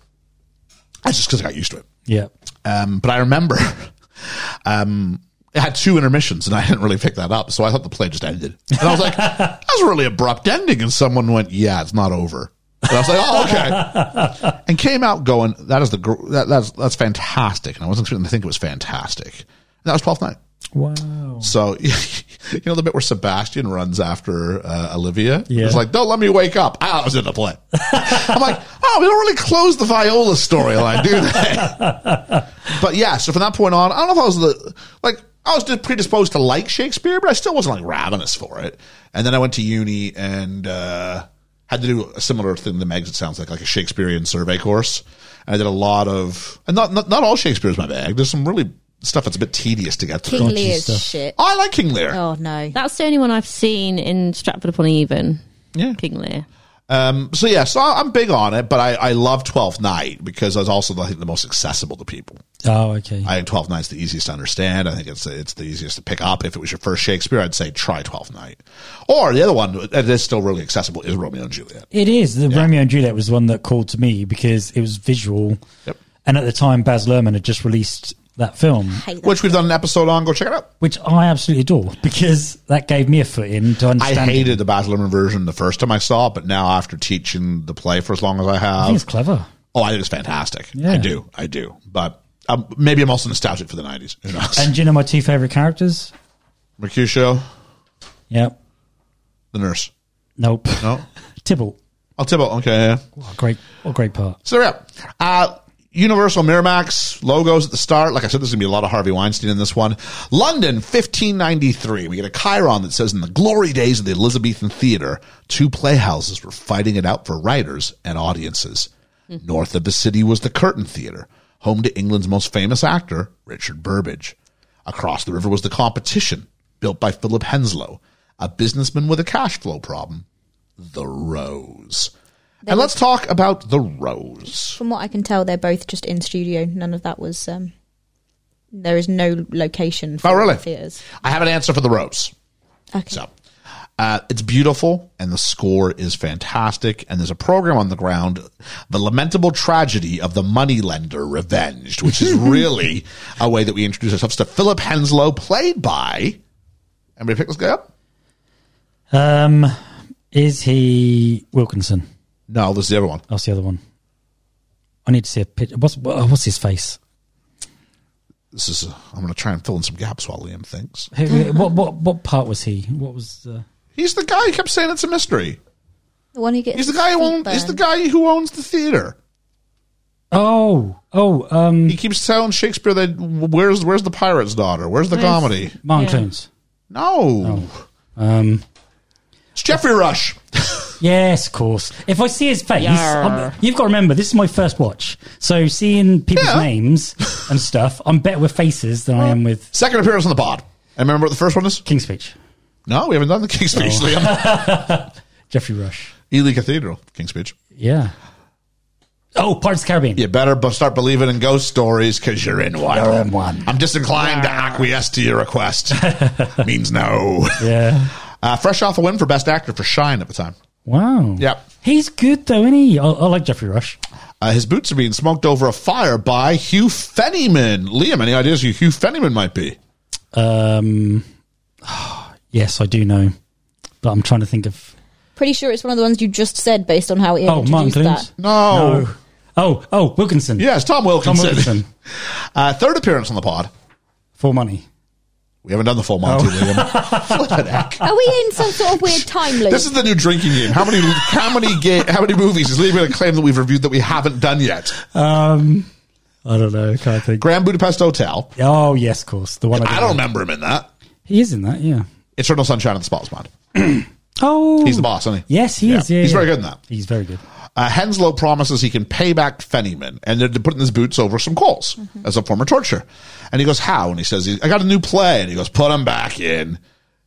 Speaker 5: that's just because I got used to it.
Speaker 6: Yep.
Speaker 5: Um, but I remember um, it had two intermissions, and I didn't really pick that up. So I thought the play just ended. And I was like, that was a really abrupt ending. And someone went, yeah, it's not over. And I was like, oh, okay. and came out going, that is the, gr- that, that's, that's fantastic. And I wasn't expecting to think it was fantastic. And that was 12th night.
Speaker 6: Wow.
Speaker 5: So, you know, the bit where Sebastian runs after uh, Olivia?
Speaker 6: Yeah.
Speaker 5: It's like, don't let me wake up. I was in the play. I'm like, oh, we don't really close the Viola storyline, do they? but yeah, so from that point on, I don't know if I was the, like, I was predisposed to like Shakespeare, but I still wasn't like ravenous for it. And then I went to uni and, uh, had to do a similar thing to Meg's, it sounds like, like a Shakespearean survey course. And I did a lot of, and not, not, not all Shakespeare's my bag. There's some really stuff that's a bit tedious to get through.
Speaker 10: King Lear is
Speaker 6: stuff.
Speaker 10: shit.
Speaker 5: I like King Lear.
Speaker 10: Oh no.
Speaker 7: That's the only one I've seen in Stratford upon Avon.
Speaker 5: Yeah.
Speaker 7: King Lear.
Speaker 5: Um, so yeah, so I- I'm big on it, but I, I love Twelfth Night because it's also I think the most accessible to people.
Speaker 6: Oh, okay.
Speaker 5: I think Twelfth Night's the easiest to understand. I think it's it's the easiest to pick up. If it was your first Shakespeare, I'd say try Twelfth Night. Or the other one that is still really accessible is Romeo and Juliet.
Speaker 6: It is. The Romeo and Juliet was the one that called to me because it was visual.
Speaker 5: Yep.
Speaker 6: And at the time, Baz Luhrmann had just released that film,
Speaker 5: Which we've done an episode on. Go check it out.
Speaker 6: which I absolutely adore because that gave me a foot in to
Speaker 5: I
Speaker 6: understand.
Speaker 5: hated the Baz Luhrmann version the first time I saw it, but now after teaching the play for as long as I
Speaker 6: I think it's
Speaker 5: have,
Speaker 6: clever.
Speaker 5: oh, I think it's fantastic. I
Speaker 6: Yeah.
Speaker 5: do, I do. But um, maybe I'm also nostalgic for the '90s. Who knows?
Speaker 6: And do you know my two favorite characters?
Speaker 5: Mercutio,
Speaker 6: Yep.
Speaker 5: the nurse.
Speaker 6: Nope.
Speaker 5: No.
Speaker 6: Tybalt.
Speaker 5: Oh, Tybalt. Okay. Yeah.
Speaker 6: What a great, what a great part.
Speaker 5: So yeah, uh, Universal Miramax logos at the start. Like I said, there's gonna be a lot of Harvey Weinstein in this one. London, 1593. We get a Chiron that says, "In the glory days of the Elizabethan theater, two playhouses were fighting it out for writers and audiences. North of the city was the Curtain Theater, home to England's most famous actor, Richard Burbage. Across the river was the Competition, built by Philip Henslow, a businessman with a cash flow problem. The Rose." and let's talk about the rose.
Speaker 10: From what I can tell, they're both just in studio. None of that was. Um, there is no location for
Speaker 5: Oh, really?
Speaker 10: the theaters.
Speaker 5: I have an answer for the rose.
Speaker 10: Okay.
Speaker 5: So uh, it's beautiful, and the score is fantastic. And there's a program on the ground, the lamentable tragedy of the moneylender revenged, which is really a way that we introduce ourselves to Philip Henslow, played by. Anybody pick this guy up?
Speaker 6: Um, is he Wilkinson?
Speaker 5: No, this is the other one.
Speaker 6: That's the other one. I need to see a picture. What's what- what's his face?
Speaker 5: This is. Uh, I'm going to try and fill in some gaps while Liam thinks.
Speaker 6: Who, what what what part was he? What was uh,
Speaker 5: He's the guy who kept saying it's a mystery.
Speaker 10: The one who gets.
Speaker 5: He's the guy who
Speaker 10: feet
Speaker 5: owns, He's the
Speaker 10: burned.
Speaker 5: guy who owns the theater.
Speaker 6: Oh oh um
Speaker 5: He keeps telling Shakespeare that where's where's the pirate's daughter? Where's the comedy?
Speaker 6: Martin
Speaker 7: Yeah.
Speaker 6: Clunes.
Speaker 5: No.
Speaker 6: Um
Speaker 5: It's Jeffrey Rush.
Speaker 6: yes, of course. If I see his face, I'm- you've got to remember this is my first watch. So seeing people's
Speaker 5: Yeah.
Speaker 6: names and stuff, I'm better with faces than I am with
Speaker 5: Second appearance on the pod. And remember what the first one is?
Speaker 6: King's Speech.
Speaker 5: No, we haven't done the King's Speech, Liam.
Speaker 6: Jeffrey Rush.
Speaker 5: Ely Cathedral, King's Speech.
Speaker 6: Yeah. Oh, Pirates of the Caribbean.
Speaker 5: You better b- start believing in ghost stories because you're in one.
Speaker 6: You're in one. Ah.
Speaker 5: I'm just inclined to acquiesce to your request. Means no.
Speaker 6: Yeah.
Speaker 5: Uh, fresh off a win for Best Actor for Shine at the time.
Speaker 6: Wow.
Speaker 5: Yep.
Speaker 6: He's good though, isn't he? I, I like Jeffrey Rush.
Speaker 5: Uh, his boots are being smoked over a fire by Hugh Fennyman. Liam, any ideas who Hugh Fennyman might be?
Speaker 6: Um, yes, I do know, but I'm trying to think of.
Speaker 10: Pretty sure it's one of the ones you just said, based on how it
Speaker 6: Oh, Martin
Speaker 10: introduced
Speaker 6: Clunes.
Speaker 10: that.
Speaker 5: No.
Speaker 6: Oh, oh, Wilkinson.
Speaker 5: Yes, Tom
Speaker 6: Tom
Speaker 5: Wilkinson.
Speaker 6: Wilkinson.
Speaker 5: Uh, third appearance on the pod.
Speaker 6: For money.
Speaker 5: We haven't done the full
Speaker 6: Oh.
Speaker 5: Monty, Liam. Flippin' heck.
Speaker 10: Are we in some sort of weird time loop?
Speaker 5: This is the new drinking game. How many how many ga- how many movies is Liam going to claim that we've reviewed that we haven't done yet?
Speaker 6: Um, I don't know. Can't think.
Speaker 5: Grand Budapest Hotel.
Speaker 6: Oh yes, of course. The one I,
Speaker 5: I don't remember him in that.
Speaker 6: He is in that. Yeah.
Speaker 5: Eternal Sunshine of the Spotless Mind.
Speaker 6: Oh,
Speaker 5: He's the boss, isn't he?
Speaker 6: Yes, he
Speaker 5: Yeah.
Speaker 6: is. Yeah,
Speaker 5: He's
Speaker 6: yeah.
Speaker 5: very good in that.
Speaker 6: He's very good.
Speaker 5: Uh, Henslow promises he can pay back Fennyman, and they're putting his boots over some coals as a form of torture. And he goes, "How?" And he says, "I got a new play." And he goes, "Put him back in."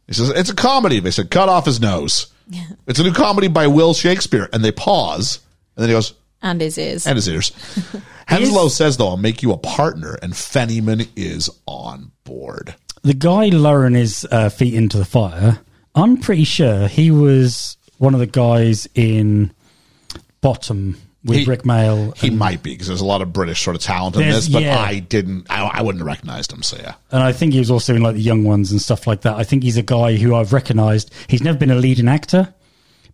Speaker 5: He says, "It's a comedy." They said, "Cut off his nose." It's a new comedy by Will Shakespeare, and they pause, and then he goes,
Speaker 10: and his ears.
Speaker 5: and his ears. Henslow says, though, I'll make you a partner, and Fennyman is on board.
Speaker 6: The guy lowering his uh, feet into the fire. I'm pretty sure he was one of the guys in Bottom with
Speaker 5: He-
Speaker 6: Rick Mail.
Speaker 5: He might be, because there's a lot of British sort of talent in
Speaker 6: There's-
Speaker 5: this, but
Speaker 6: yeah.
Speaker 5: I didn't, I, I wouldn't have recognized him, so yeah.
Speaker 6: And I think he was also in like the young ones and stuff like that. I think he's a guy who I've recognised. He's never been a leading actor,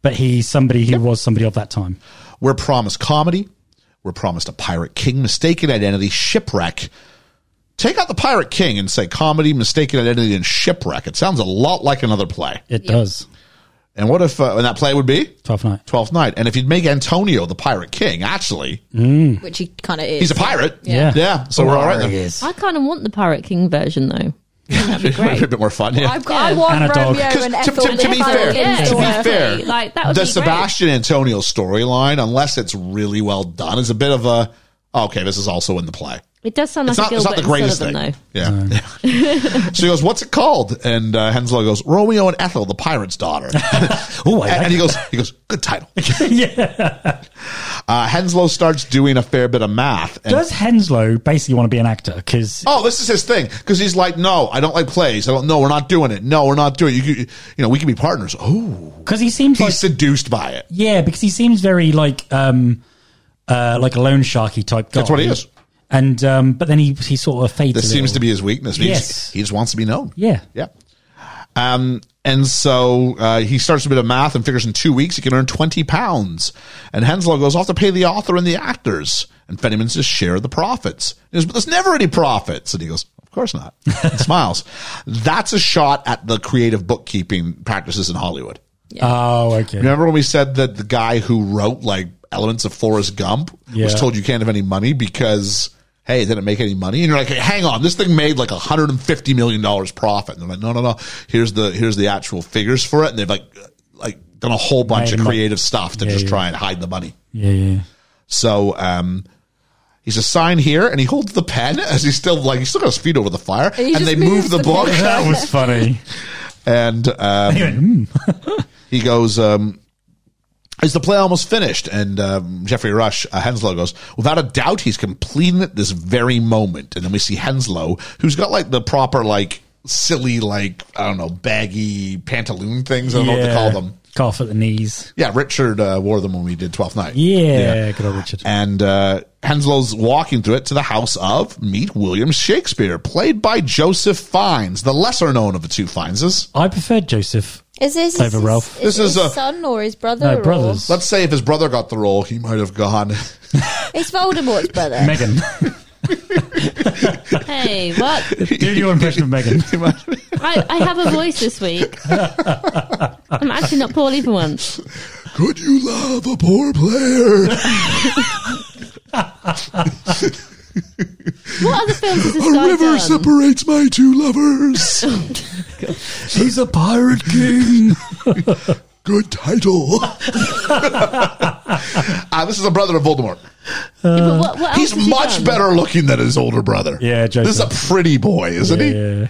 Speaker 6: but he's somebody who was somebody of that time.
Speaker 5: We're promised comedy. We're promised a pirate king, mistaken identity, shipwreck. Take out the pirate king and say comedy, mistaken identity, and shipwreck. It sounds a lot like another play.
Speaker 6: It does.
Speaker 5: And what if uh, and that play would be
Speaker 6: Twelfth night.
Speaker 5: Twelfth Night? And if you'd make Antonio the pirate king, actually,
Speaker 10: which he kind of is.
Speaker 5: he's a pirate.
Speaker 6: Yeah.
Speaker 5: yeah. So we're all right. Then.
Speaker 6: Yes.
Speaker 7: I kind of want the Pirate King version though. That'd
Speaker 5: It'd be
Speaker 7: be
Speaker 5: a
Speaker 7: great.
Speaker 5: bit more fun. Yeah.
Speaker 8: I've got, I want
Speaker 6: And a dog.
Speaker 8: Romeo
Speaker 5: 'Cause
Speaker 8: and
Speaker 5: to,
Speaker 8: Ethel.
Speaker 5: to- to be
Speaker 7: Ethel,
Speaker 5: fair,
Speaker 7: yeah,
Speaker 5: to be fair,
Speaker 7: exactly. Like, that would
Speaker 5: the
Speaker 7: be great.
Speaker 5: Sebastian Antonio storyline, unless it's really well done, is a bit of a okay. This is also in the play.
Speaker 7: It does sound
Speaker 5: It's
Speaker 7: like
Speaker 5: not,
Speaker 7: a
Speaker 5: it's
Speaker 7: Gilbert
Speaker 5: not the greatest
Speaker 7: and Sullivan
Speaker 5: thing. Yeah. so he goes, "What's it called?" And uh, Henslow goes, "Romeo and Ethel, the pirate's daughter."
Speaker 6: Oh, I
Speaker 5: and,
Speaker 6: like
Speaker 5: and he goes, "He goes, good title."
Speaker 6: yeah.
Speaker 5: Uh, Henslow starts doing a fair bit of math. And,
Speaker 6: Does Henslow basically want to be an actor? Because
Speaker 5: oh, this is his thing because he's like, "No, I don't like plays. I don't. No, we're not doing it. No, we're not doing it. You, could- you know, we can be partners." Oh,
Speaker 6: he seems like
Speaker 5: he's seduced by it.
Speaker 6: yeah, because he seems very like um uh like a loan sharky type guy.
Speaker 5: That's what he is.
Speaker 6: And um, but then he he sort of fades.
Speaker 5: This
Speaker 6: a
Speaker 5: seems
Speaker 6: little.
Speaker 5: to be his weakness. He,
Speaker 6: Yes.
Speaker 5: just, he just wants to be known.
Speaker 6: Yeah.
Speaker 5: Yeah. Um, and so uh, he starts a bit of math and figures in two weeks he can earn 20 pounds. And Henslow goes off to pay the author and the actors. And Fenniman's his share of the profits. He goes, but there's never any profits. And he goes, of course not. And smiles. That's a shot at the creative bookkeeping practices in Hollywood.
Speaker 6: Oh, okay.
Speaker 5: Remember when we said that the guy who wrote like elements of Forrest Gump was
Speaker 6: Yeah.
Speaker 5: told you can't have any money because hey, it didn't make any money, and you're like, hey, hang on, this thing made like 150 million dollars profit, and they're like, no, no, no, here's the here's the actual figures for it, and they've like like done a whole bunch
Speaker 6: Made
Speaker 5: of
Speaker 6: them up.
Speaker 5: creative stuff to
Speaker 6: Yeah,
Speaker 5: just
Speaker 6: yeah.
Speaker 5: try and hide the money.
Speaker 6: Yeah, yeah.
Speaker 5: So um he's a sign here and he holds the pen as he's still like he's still got his feet over the fire.
Speaker 8: he
Speaker 5: And
Speaker 8: just
Speaker 5: they move
Speaker 8: moves
Speaker 5: the,
Speaker 8: the
Speaker 5: book
Speaker 8: pen.
Speaker 6: That was funny.
Speaker 5: and um,
Speaker 6: Anyway, mm.
Speaker 5: he goes, um, is the play almost finished? And um, Jeffrey Rush, uh, Henslow goes, without a doubt, he's completing it this very moment. And then we see Henslow, who's got like the proper, like, silly, like, I don't know, baggy pantaloon things. I don't know what to
Speaker 6: Yeah.
Speaker 5: call them.
Speaker 6: Cough at the knees.
Speaker 5: Yeah, Richard uh, wore them when we did Twelfth Night.
Speaker 6: Yeah, good old Richard.
Speaker 5: And uh, Henslow's walking through it to the house of Meet William Shakespeare, played by Joseph Fiennes, the lesser known of the two Fienneses.
Speaker 6: I preferred Joseph.
Speaker 10: Is this
Speaker 6: Over Ralph.
Speaker 5: This is
Speaker 10: his
Speaker 5: a-
Speaker 10: son or his brother?
Speaker 6: No
Speaker 10: or-
Speaker 6: brothers.
Speaker 5: Let's say if his brother got the role, he might have gone.
Speaker 10: It's Voldemort's brother.
Speaker 6: Megan.
Speaker 7: though. Hey, what?
Speaker 6: Do your impression of Megan.
Speaker 7: I, I have a voice this week. I'm actually not poorly for once.
Speaker 5: Could you love a poor player?
Speaker 7: What other films has this
Speaker 5: A
Speaker 7: guy
Speaker 5: river
Speaker 7: done?
Speaker 5: separates my two lovers.
Speaker 7: Oh,
Speaker 6: He's a pirate king.
Speaker 5: Good title. Ah, this is a brother of Voldemort.
Speaker 7: Yeah, but what, what else
Speaker 5: He's
Speaker 7: has Oh, he
Speaker 5: much
Speaker 7: done?
Speaker 5: better looking than his older brother.
Speaker 6: Yeah,
Speaker 5: this is a
Speaker 6: Joseph.
Speaker 5: pretty boy, isn't he?
Speaker 6: yeah.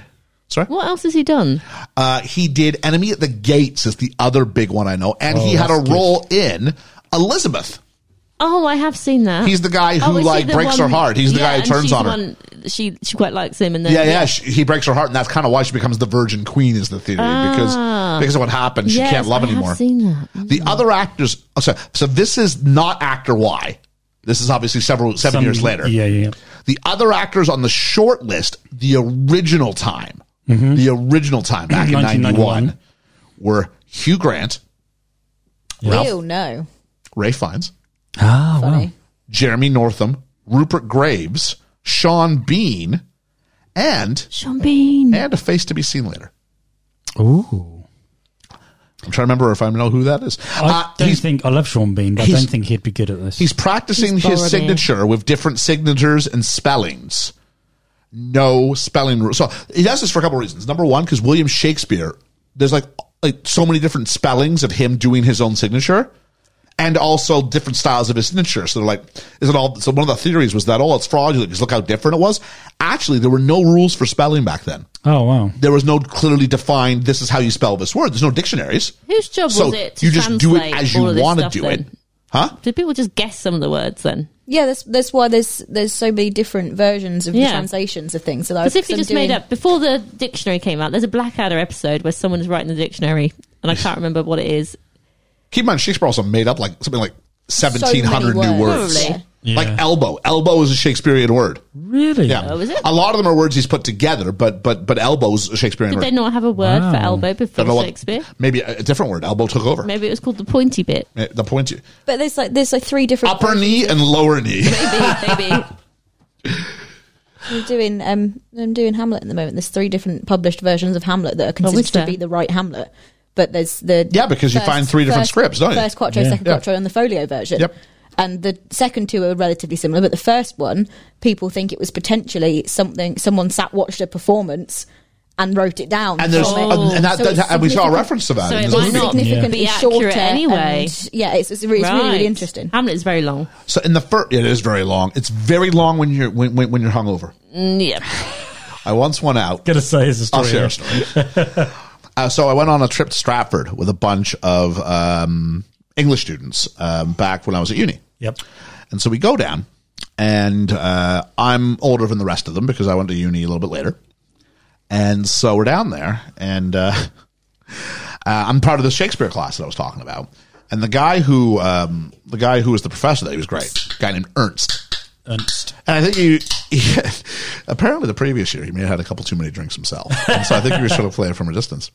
Speaker 7: What else has he done?
Speaker 5: Uh, he did Enemy at the Gates is the other big one I know, and he had a
Speaker 6: Oh, that's good.
Speaker 5: role in Elizabeth.
Speaker 7: Oh, I have seen that.
Speaker 5: He's the guy
Speaker 7: Oh,
Speaker 5: who
Speaker 7: is he
Speaker 5: like
Speaker 7: the
Speaker 5: breaks her
Speaker 7: one-
Speaker 5: heart. He's the
Speaker 7: Yeah,
Speaker 5: guy who
Speaker 7: and
Speaker 5: turns
Speaker 7: she's
Speaker 5: on
Speaker 7: the
Speaker 5: her.
Speaker 7: one- she she quite likes him, and then
Speaker 5: Yeah, yeah. She, he breaks her heart, and that's kind of why she becomes the Virgin Queen, is the theory, because because of what happened, she
Speaker 7: Ah. Yes,
Speaker 5: can't love
Speaker 7: I have
Speaker 5: anymore.
Speaker 7: seen that. Mm.
Speaker 5: The other actors. Oh, sorry, so this is not actor Y. This is obviously several seven
Speaker 6: Some-
Speaker 5: years later.
Speaker 6: Yeah, yeah. yeah.
Speaker 5: The other actors on the short list, the original time,
Speaker 6: Mm-hmm.
Speaker 5: the original time back in ninety
Speaker 6: 1991.
Speaker 5: one, were Hugh Grant,
Speaker 10: Ew, no.
Speaker 5: Ray Fiennes,
Speaker 6: Ah, wow.
Speaker 10: Funny.
Speaker 5: Jeremy Northam, Rupert Graves, Sean Bean, and
Speaker 7: Sean Bean.
Speaker 5: and a face to be seen later.
Speaker 6: Ooh.
Speaker 5: I'm trying to remember if I know who that is.
Speaker 6: I
Speaker 5: Uh,
Speaker 6: don't
Speaker 5: he's,
Speaker 6: think I love Sean Bean, but I
Speaker 5: he's-
Speaker 6: don't think he'd be good at this.
Speaker 5: he's practicing
Speaker 7: He's
Speaker 5: his
Speaker 7: already-
Speaker 5: signature with different signatures and spellings. No spelling rules. So he does this for a couple of reasons. Number one, because William Shakespeare, there's like like so many different spellings of him doing his own signature. And also different styles of his signature. So they're like, is it all? So one of the theories was that, oh, it's fraudulent because look how different it was. Actually, there were no rules for spelling back then.
Speaker 6: oh, wow.
Speaker 5: There was no clearly defined, this is how you spell this word. There's no dictionaries.
Speaker 7: Whose job
Speaker 5: So
Speaker 7: was it? To
Speaker 5: you just do it
Speaker 7: translate
Speaker 5: as
Speaker 7: all
Speaker 5: you
Speaker 7: of this
Speaker 5: want to
Speaker 7: stuff
Speaker 5: do
Speaker 7: then?
Speaker 5: it. Huh?
Speaker 7: Did people just guess some of the words then?
Speaker 10: Yeah, that's that's why there's there's so many different versions of the
Speaker 7: Yeah.
Speaker 10: translations of things. So
Speaker 7: As if you just made up before the dictionary came out. There's a Blackadder episode where someone is writing the dictionary, and I can't remember what it is.
Speaker 5: keep in mind Shakespeare also made up like something like
Speaker 10: many
Speaker 5: seventeen hundred new
Speaker 10: words.
Speaker 5: words.
Speaker 7: Probably.
Speaker 10: Yeah.
Speaker 9: Yeah.
Speaker 5: Like elbow. Elbow is a Shakespearean word.
Speaker 6: Really?
Speaker 5: Yeah.
Speaker 7: Oh, is it?
Speaker 5: A lot of them are words he's put together, but but but elbow's a Shakespearean
Speaker 7: Did
Speaker 5: word.
Speaker 7: they not have a word for
Speaker 6: Wow.
Speaker 7: elbow
Speaker 5: I don't know
Speaker 7: before
Speaker 5: what-
Speaker 7: Shakespeare?
Speaker 5: Maybe a, a different word. Elbow took over.
Speaker 7: Maybe it was called the pointy bit.
Speaker 5: Uh, The point
Speaker 8: But there's like there's like three different
Speaker 5: upper knee and lower knee.
Speaker 7: Maybe, maybe.
Speaker 10: I'm doing um I'm doing Hamlet at the moment. There's three different published versions of Hamlet that are
Speaker 7: is
Speaker 10: considered to
Speaker 7: there?
Speaker 10: be the right Hamlet. But there's the
Speaker 5: Yeah, because you find three different
Speaker 10: first-
Speaker 5: scripts, don't you?
Speaker 10: First quattro,
Speaker 6: Yeah.
Speaker 10: second
Speaker 5: Yeah.
Speaker 10: quattro, and the folio version.
Speaker 5: Yep.
Speaker 10: And the second two are relatively similar, but the first one, people think it was potentially something someone sat watched a performance and wrote it down.
Speaker 5: And there's
Speaker 10: from it.
Speaker 5: and- and, that,
Speaker 10: So
Speaker 5: that-
Speaker 10: it's
Speaker 5: and we saw a
Speaker 10: significant-
Speaker 5: reference to that.
Speaker 7: So
Speaker 5: in
Speaker 7: it
Speaker 5: this
Speaker 10: so
Speaker 7: Why
Speaker 10: it's
Speaker 5: movie.
Speaker 7: not
Speaker 10: significantly
Speaker 7: be accurate
Speaker 10: shorter
Speaker 7: anyway?
Speaker 10: and- yeah, it's, it's, re- it's really, really interesting.
Speaker 7: Hamlet is very long.
Speaker 5: So in the first, it is very long. It's very long when you're when, when, when you're hungover.
Speaker 7: Mm, yeah.
Speaker 5: I once went out.
Speaker 6: Gonna say is a
Speaker 5: I'll
Speaker 6: story.
Speaker 5: share a story. uh, so I went on a trip to Stratford with a bunch of um, English students um, back when I was at uni.
Speaker 6: Yep.
Speaker 5: And so we go down, and uh, I'm older than the rest of them because I went to uni a little bit later. And so we're down there, and uh, uh, I'm part of the Shakespeare class that I was talking about. And the guy who um, the guy who was the professor, that he was great, a guy named Ernst.
Speaker 6: Ernst.
Speaker 5: And I think you, apparently the previous year, he may have had a couple too many drinks himself. And so I think he was trying to play it from a distance.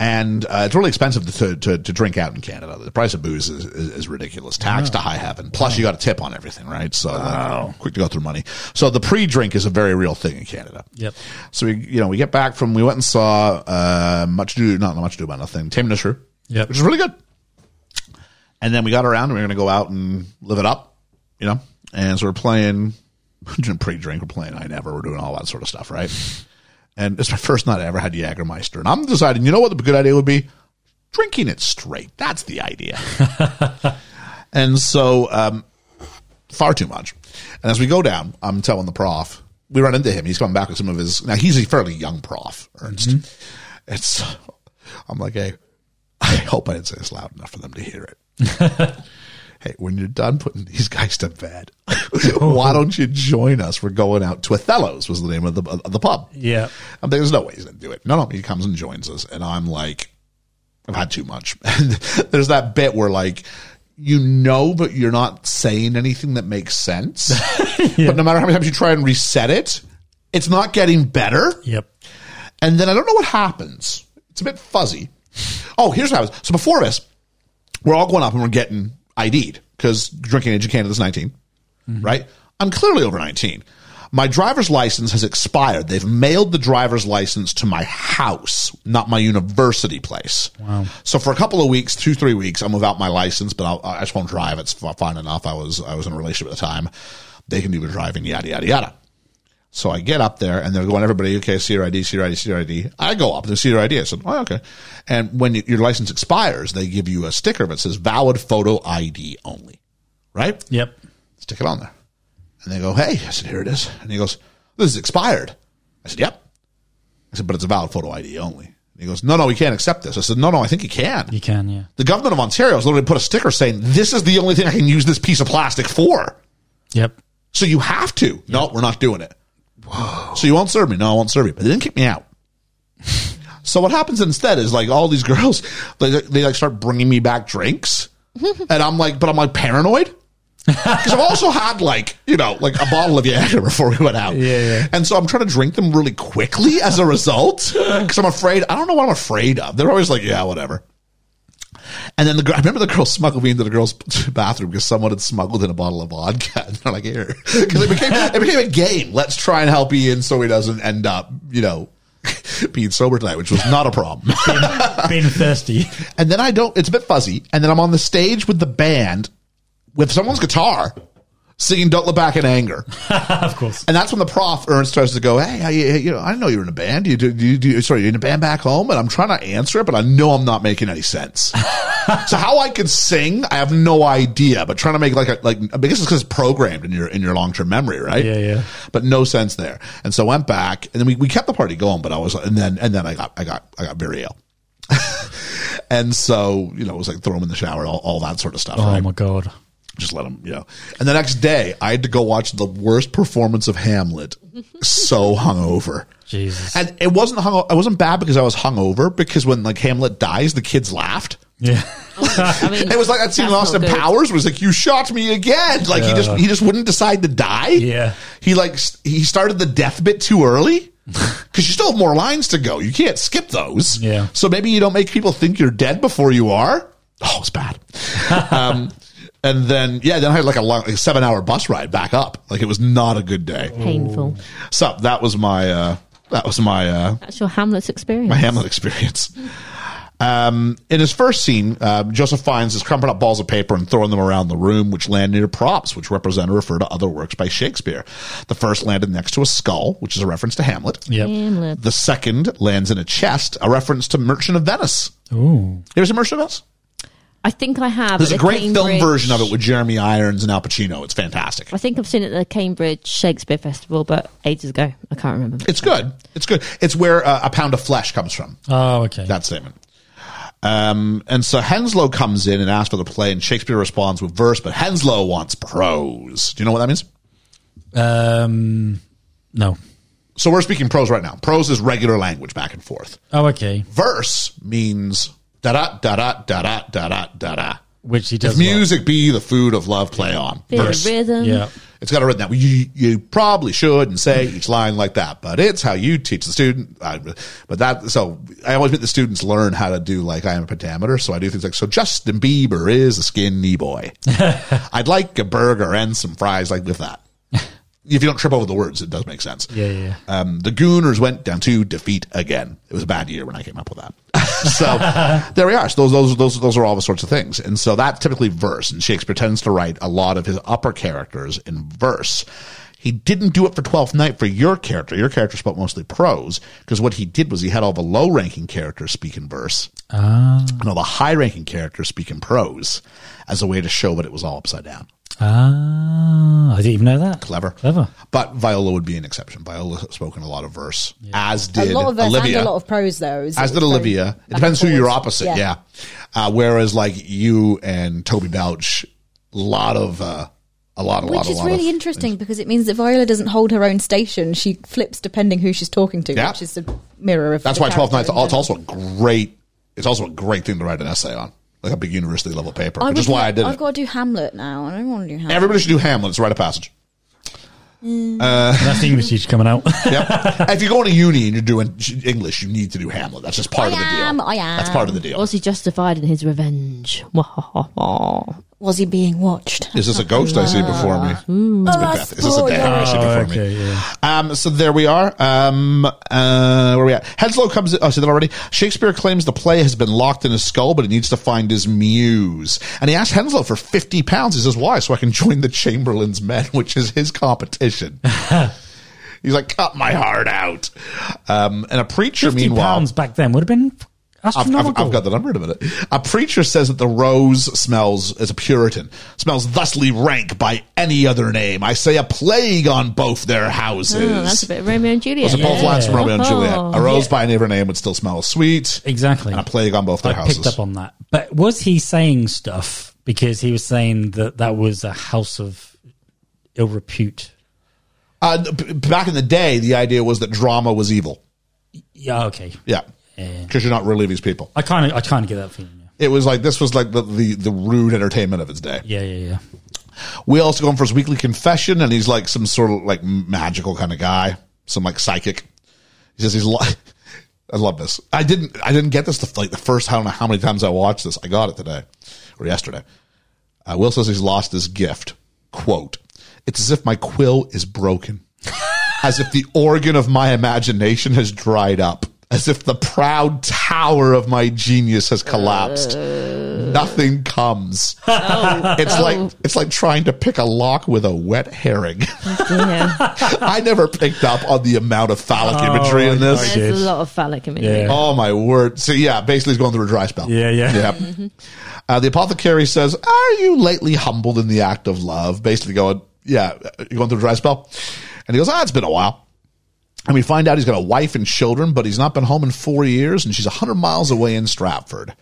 Speaker 5: And uh, it's really expensive to, to, to drink out in Canada. The price of booze is, is, is ridiculous, taxed to high heaven. Plus, you got a tip on everything, right? So, like, quick to go through money. So, the pre drink is a very real thing in Canada.
Speaker 6: Yep.
Speaker 5: So, we, you know, we get back from, we went and saw uh, Much Do, not Much Do About Nothing, Tim Nisher,
Speaker 6: Yep.
Speaker 5: which is really good. And then we got around and we were going to go out and live it up, you know? And so we're playing pre drink, we're playing I Never, we're doing all that sort of stuff, right? And it's my first night I ever had Jägermeister. And I'm deciding, you know what the good idea would be? Drinking it straight. That's the idea. and so, um, far too much. And as we go down, I'm telling the prof, we run into him. He's coming back with some of his, now he's a fairly young prof, Ernst. It's, I'm like, hey, I hope I didn't say this loud enough for them to hear it. hey, when you're done putting these guys to bed, why don't you join us? We're going out to Othello's was the name of the of the pub.
Speaker 6: Yeah.
Speaker 5: I'm like, there's no way he's gonna do it. No, no, he comes and joins us, and I'm like, I've had too much. And there's that bit where like. You know, but you're not saying anything that makes sense. But no matter how many times you try and reset it, it's not getting better.
Speaker 6: Yep.
Speaker 5: And then I don't know what happens. It's a bit fuzzy. Oh, here's what happens. So before this, we're all going up and we're getting ID'd because drinking age in Canada is 19, right? I'm clearly over 19. My driver's license has expired. They've mailed the driver's license to my house, not my university place. Wow. So for a couple of weeks, two, three weeks, I'm without my license, but I'll, I just won't drive. It's fi- fine enough. I was, I was in a relationship at the time. They can do the driving, yada, yada, yada. So I get up there and they're going, everybody, okay, see your ID, see your ID, see your ID. I go up, they see your ID. I said, oh, okay. And when y- your license expires, they give you a sticker that says valid photo ID only, right?
Speaker 6: Yep.
Speaker 5: Stick it on there. And they go, hey, I said, here it is. And he goes, this is expired. I said, yep. I said, but it's a valid photo ID only. And he goes, no, no, we can't accept this. I said, no, no, I think you can.
Speaker 6: You can. Yeah.
Speaker 5: The government of Ontario has literally put a sticker saying, this is the only thing I can use this piece of plastic for.
Speaker 6: Yep.
Speaker 5: So you have to. No, we're not doing it. So you won't serve me. No, I won't serve you. But they didn't kick me out. so what happens instead is like all these girls, they, they like start bringing me back drinks, and I'm like, but I'm like paranoid. Because I've also had like you know like a bottle of Jaeger before we went out,
Speaker 6: yeah.
Speaker 5: and so I'm trying to drink them really quickly as a result because I'm afraid I don't know what I'm afraid of. They're always like, yeah, whatever. And then the girl, I remember the girl smuggled me into the girl's bathroom because someone had smuggled in a bottle of vodka. And they're like, here. Because it became, it became a game. Let's try and help Ian so he doesn't end up, you know, being sober tonight, which was not a problem.
Speaker 6: Being thirsty.
Speaker 5: and then I don't, it's a bit fuzzy. And then I'm on the stage with the band with someone's guitar singing Don't Look Back in Anger.
Speaker 6: of course.
Speaker 5: And that's when the prof Ernst tries to go, hey, I, you know, I know you're in a band. You do, do, you- do, you- sorry, you're in a band back home, and I'm trying to answer it, but I know I'm not making any sense. so how I could sing, I have no idea. But trying to make like a like I guess it's because it's programmed in your in your long term memory, right?
Speaker 6: Yeah, yeah.
Speaker 5: But no sense there. And so I went back, and then we, we kept the party going. But I was and then and then I got I got I got very ill. and so you know it was like throw him in the shower, all, all that sort of stuff.
Speaker 6: Oh
Speaker 5: right?
Speaker 6: my god.
Speaker 5: just let them, you know. And the next day, I had to go watch the worst performance of Hamlet. so hungover.
Speaker 6: Jesus.
Speaker 5: And it wasn't hung. I wasn't bad because I was hungover. Because when like Hamlet dies, the kids laughed.
Speaker 6: Yeah.
Speaker 7: I mean,
Speaker 5: It was like that scene in
Speaker 7: that's
Speaker 5: Austin
Speaker 7: not good.
Speaker 5: Powers was like, "You shot me again!" Like he just
Speaker 6: Yeah.
Speaker 5: he just wouldn't decide to die.
Speaker 6: Yeah.
Speaker 5: he like s- he started the death bit too early because you still have more lines to go. You can't skip those.
Speaker 6: Yeah.
Speaker 5: so maybe you don't make people think you're dead before you are. Oh, it's bad. um, and then yeah, then I had like a long, like seven hour bus ride back up. Like it was not a good day.
Speaker 7: painful.
Speaker 5: So that was my uh, that was my uh,
Speaker 7: That's your Hamlet's experience.
Speaker 5: my Hamlet experience. Um, in his first scene, uh, Joseph finds his crumpled up balls of paper and throwing them around the room, which land near props, which represent or refer to other works by Shakespeare. The first landed next to a skull, which is a reference to Hamlet.
Speaker 6: Yep.
Speaker 7: Hamlet.
Speaker 5: The second lands in a chest, a reference to Merchant of Venice.
Speaker 6: Ooh.
Speaker 5: Here's a Merchant of Venice.
Speaker 7: I think I have.
Speaker 5: There's a
Speaker 7: at the
Speaker 5: great film
Speaker 7: Cambridge-
Speaker 5: version of it with Jeremy Irons and Al Pacino. It's fantastic.
Speaker 7: I think I've seen it at the Cambridge Shakespeare Festival, but ages ago. I can't remember.
Speaker 5: It's good. It's good. It's where uh, a pound of flesh comes from.
Speaker 6: Oh, okay.
Speaker 5: that statement. Um, and so Henslow comes in and asks for the play, and Shakespeare responds with verse, but Henslow wants prose. Do you know what that means?
Speaker 6: Um, no.
Speaker 5: So we're speaking prose right now. Prose is regular language back and forth.
Speaker 6: Oh, okay.
Speaker 5: Verse means da da da da da da da da da da.
Speaker 6: Which he does.
Speaker 5: If
Speaker 6: a lot.
Speaker 5: music be the food of love, play on.
Speaker 7: Bit
Speaker 5: Verse.
Speaker 7: of rhythm.
Speaker 6: Yeah.
Speaker 5: It's got it written that way. You, you probably should and say each line like that, but it's how you teach the student. I, but that, so I always make the students learn how to do like I am a pentameter. So I do things like, so Justin Bieber is a skinny boy. I'd like a burger and some fries like with that. If you don't trip over the words, it does make sense.
Speaker 6: Yeah, yeah.
Speaker 5: Um, the Gooners went down to defeat again. It was a bad year when I came up with that. so there we are. So those, those, those, those are all the sorts of things. And so that's typically verse. And Shakespeare tends to write a lot of his upper characters in verse. He didn't do it for Twelfth Night for your character. Your character spoke mostly prose because what he did was he had all the low ranking characters speak in verse
Speaker 6: Mm.
Speaker 5: and all the high ranking characters speak in prose as a way to show that it was all upside down.
Speaker 6: Ah, I didn't even know that.
Speaker 5: Clever.
Speaker 6: Clever.
Speaker 5: But Viola would be an exception. Viola spoke in a lot of verse, as
Speaker 10: A
Speaker 5: did
Speaker 10: lot of verse
Speaker 5: Olivia.
Speaker 10: and a lot of prose, though. is-
Speaker 5: as
Speaker 10: is
Speaker 5: did
Speaker 10: very
Speaker 5: Olivia. It
Speaker 10: back
Speaker 5: depends who
Speaker 10: and
Speaker 5: you're
Speaker 10: forth.
Speaker 5: opposite. Yeah. Uh, whereas like you and Toby Belch, a lot of, uh, a lot, a lot,
Speaker 10: Which
Speaker 5: a
Speaker 10: is
Speaker 5: lot
Speaker 10: really
Speaker 5: of,
Speaker 10: interesting because it means that Viola doesn't hold her own station. She flips depending who she's talking to,
Speaker 5: Yeah.
Speaker 10: which is a mirror of.
Speaker 5: That's
Speaker 10: the
Speaker 5: why Twelfth Night's
Speaker 10: character in
Speaker 5: it's
Speaker 10: the-
Speaker 5: also a great, it's also a great thing to write an essay on, like a big university level paper, which
Speaker 10: would
Speaker 5: is why I
Speaker 10: like-
Speaker 5: did
Speaker 10: I've
Speaker 5: it.
Speaker 10: got to do Hamlet now. I don't want to do Hamlet.
Speaker 5: Everybody should do Hamlet. It's a rite of passage.
Speaker 6: That's the English teacher coming out.
Speaker 5: Yep. if you're going to uni and you're doing English, you need to do Hamlet. That's just part
Speaker 10: I
Speaker 5: of the
Speaker 10: am,
Speaker 5: deal.
Speaker 10: I
Speaker 5: That's part of the deal.
Speaker 7: Was he justified in his revenge? Oh, Wah, ha, ha, ha.
Speaker 10: Was he being watched?
Speaker 5: Is this a ghost I see before me?
Speaker 10: Oh,
Speaker 5: It's been
Speaker 9: Oh,
Speaker 5: Beth. Is this a dad I see before me?
Speaker 6: yeah.
Speaker 5: Um, so there we are. Um, uh, where are we at? Henslow comes. Oh, I said that already. Shakespeare claims the play has been locked in his skull, but he needs to find his muse. And he asked Henslow for fifty pounds. He says, "Why? So I can join the Chamberlain's Men, which is his competition." He's like, "Cut my heart out." Um, and a preacher,
Speaker 6: 50
Speaker 5: meanwhile,
Speaker 6: pounds back then would have been
Speaker 5: I've, I've,
Speaker 6: astronomical.
Speaker 5: I've got the number in a minute. A preacher says that the rose smells as a Puritan, smells thusly rank by any other name. I say a plague on both their houses.
Speaker 7: Oh, that's a bit of Romeo and Juliet.
Speaker 5: Those are both lines from Romeo and
Speaker 7: Oh.
Speaker 5: Juliet. A rose by any other name would still smell sweet.
Speaker 6: Exactly.
Speaker 5: And a plague on both their
Speaker 6: I
Speaker 5: houses.
Speaker 6: picked up on that. But was he saying stuff because he was saying that that was a house of ill repute?
Speaker 5: uh, b- back in the day, the idea was that drama was evil.
Speaker 6: Yeah, okay.
Speaker 5: Yeah. Because you're not relieving these people.
Speaker 6: I kind of, I kind of get that feeling.
Speaker 5: It was like, this was like the, the, the rude entertainment of its day.
Speaker 6: Yeah, yeah, yeah.
Speaker 5: We also go in for his weekly confession, and he's like some sort of like magical kind of guy, some like psychic. He says he's. Li- I love this. I didn't. I didn't get this. The, like the first, I don't know how many times I watched this. I got it today or yesterday. Uh, Will says he's lost his gift. Quote: It's as if my quill is broken, as if the organ of my imagination has dried up, as if the proud tower of my genius has collapsed. Nothing comes. It's like it's like trying to pick a lock with a wet herring.
Speaker 7: Yeah.
Speaker 5: I never picked up on the amount of phallic
Speaker 6: Oh,
Speaker 5: imagery in this.
Speaker 6: did.
Speaker 7: There's a lot of phallic imagery.
Speaker 6: Yeah.
Speaker 5: Oh my word! So yeah, basically he's going through a dry spell.
Speaker 6: Yeah, yeah.
Speaker 5: yeah. Uh, the apothecary says, "Are you lately humbled in the act of love?" Basically going, "Yeah, you're going through a dry spell," and he goes, "Ah, it's been a while." And we find out he's got a wife and children, but he's not been home in four years, and she's hundred miles away in Stratford. And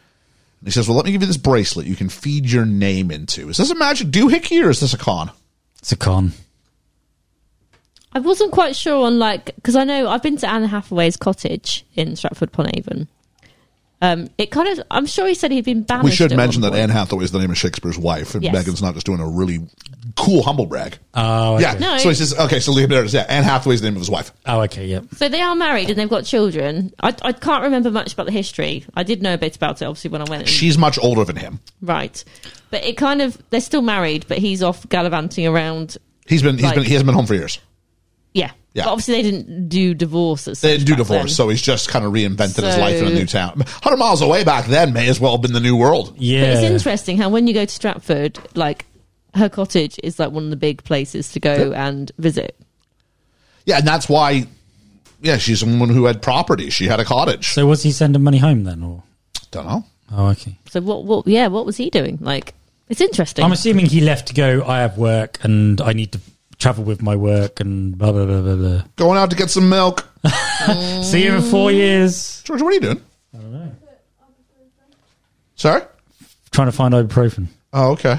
Speaker 5: he says, "Well, let me give you this bracelet. You can feed your name into. Is this a magic doohickey or is this a con?"
Speaker 6: It's a con.
Speaker 7: I wasn't quite sure on like because I know I've been to Anne Hathaway's cottage in Stratford upon Avon, Um, it kind of, I'm sure he said he'd been banished.
Speaker 5: We should
Speaker 7: at
Speaker 5: mention
Speaker 7: one
Speaker 5: that
Speaker 7: point.
Speaker 5: Anne Hathaway is the name of Shakespeare's wife, and
Speaker 7: Yes.
Speaker 5: Megan's not just doing a really cool humble brag.
Speaker 6: Oh,
Speaker 5: yeah.
Speaker 6: okay.
Speaker 7: No.
Speaker 5: So he says, okay, so Leah Meredith, yeah, Anne Hathaway's the name of his wife.
Speaker 6: Oh, okay. Yep.
Speaker 7: So they are married and they've got children. I, I can't remember much about the history. I did know a bit about it, obviously, when I went. and-
Speaker 5: She's much older than him.
Speaker 7: right. But it kind of, they're still married, but he's off gallivanting around.
Speaker 5: He's been, he's
Speaker 7: Like-
Speaker 5: been, he hasn't been home for years.
Speaker 7: Yeah.
Speaker 5: Yeah.
Speaker 7: But obviously, they didn't do divorce. As
Speaker 5: They
Speaker 7: such
Speaker 5: didn't do
Speaker 7: back
Speaker 5: divorce,
Speaker 7: then.
Speaker 5: so he's just kind of reinvented his life in a
Speaker 7: So-
Speaker 5: new town. 100 miles away back then may as well have been the new world.
Speaker 6: Yeah.
Speaker 7: But it's interesting how when you go to Stratford, like her cottage is like one of the big places to go and visit.
Speaker 5: Yeah, and that's why, yeah, she's someone who had property. She had a cottage.
Speaker 6: So was he sending money home then, or?
Speaker 5: Don't know.
Speaker 6: Oh, okay.
Speaker 7: So what? What? Yeah, what was he doing? Like, it's interesting.
Speaker 6: I'm assuming he left to go. I have work, and I need to travel with my work, and blah blah blah blah blah.
Speaker 5: Going out to get some milk.
Speaker 6: See you in four years.
Speaker 5: George, what are you doing? I don't know. Sorry?
Speaker 6: Trying to find ibuprofen.
Speaker 5: Oh, okay.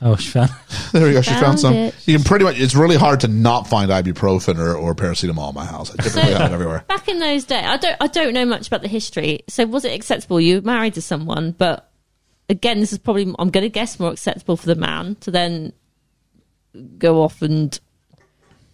Speaker 6: Oh, she found.
Speaker 5: There we go. She found,
Speaker 7: Found
Speaker 5: some.
Speaker 7: it.
Speaker 5: You can pretty much. It's really hard to not find ibuprofen or, or paracetamol in my house. I typically have it everywhere.
Speaker 7: Back in those days, I don't, I don't know much about the history. So was it acceptable? You were married to someone, but again, this is probably I'm going to guess more acceptable for the man to then go off and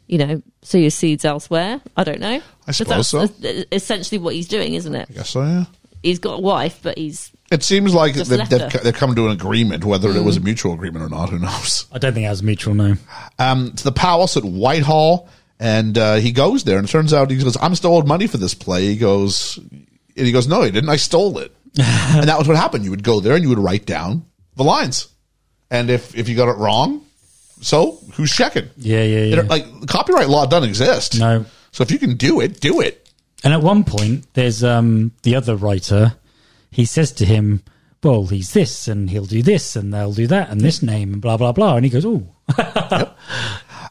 Speaker 7: you know sow your seeds elsewhere. I don't know.
Speaker 5: I
Speaker 7: But
Speaker 5: suppose so.
Speaker 7: that's e-, essentially what he's doing, isn't it?
Speaker 5: I guess so. Yeah.
Speaker 7: He's got a wife, but he's
Speaker 5: It seems like they've,
Speaker 7: Just
Speaker 5: they've,
Speaker 7: left Mm. her.
Speaker 5: co- they've come to an agreement, whether it was a mutual agreement or not. Who knows?
Speaker 6: I don't think that was mutual. No.
Speaker 5: um, to the palace at Whitehall, and uh, he goes there, and it turns out he goes, "I'm still owed money for this play." He goes, and he goes, "No, he didn't. I stole it." and that was what happened. You would go there and you would write down the lines, and if if you got it wrong, so who's checking?
Speaker 6: Yeah, yeah,
Speaker 5: It-
Speaker 6: yeah.
Speaker 5: like copyright law doesn't exist.
Speaker 6: No.
Speaker 5: So if you can do it, do it.
Speaker 6: And at one point, there's um, the other writer. He says to him, "Well, he's this, and he'll do this, and they'll do that, and this name, and blah blah blah." And he goes, "Oh,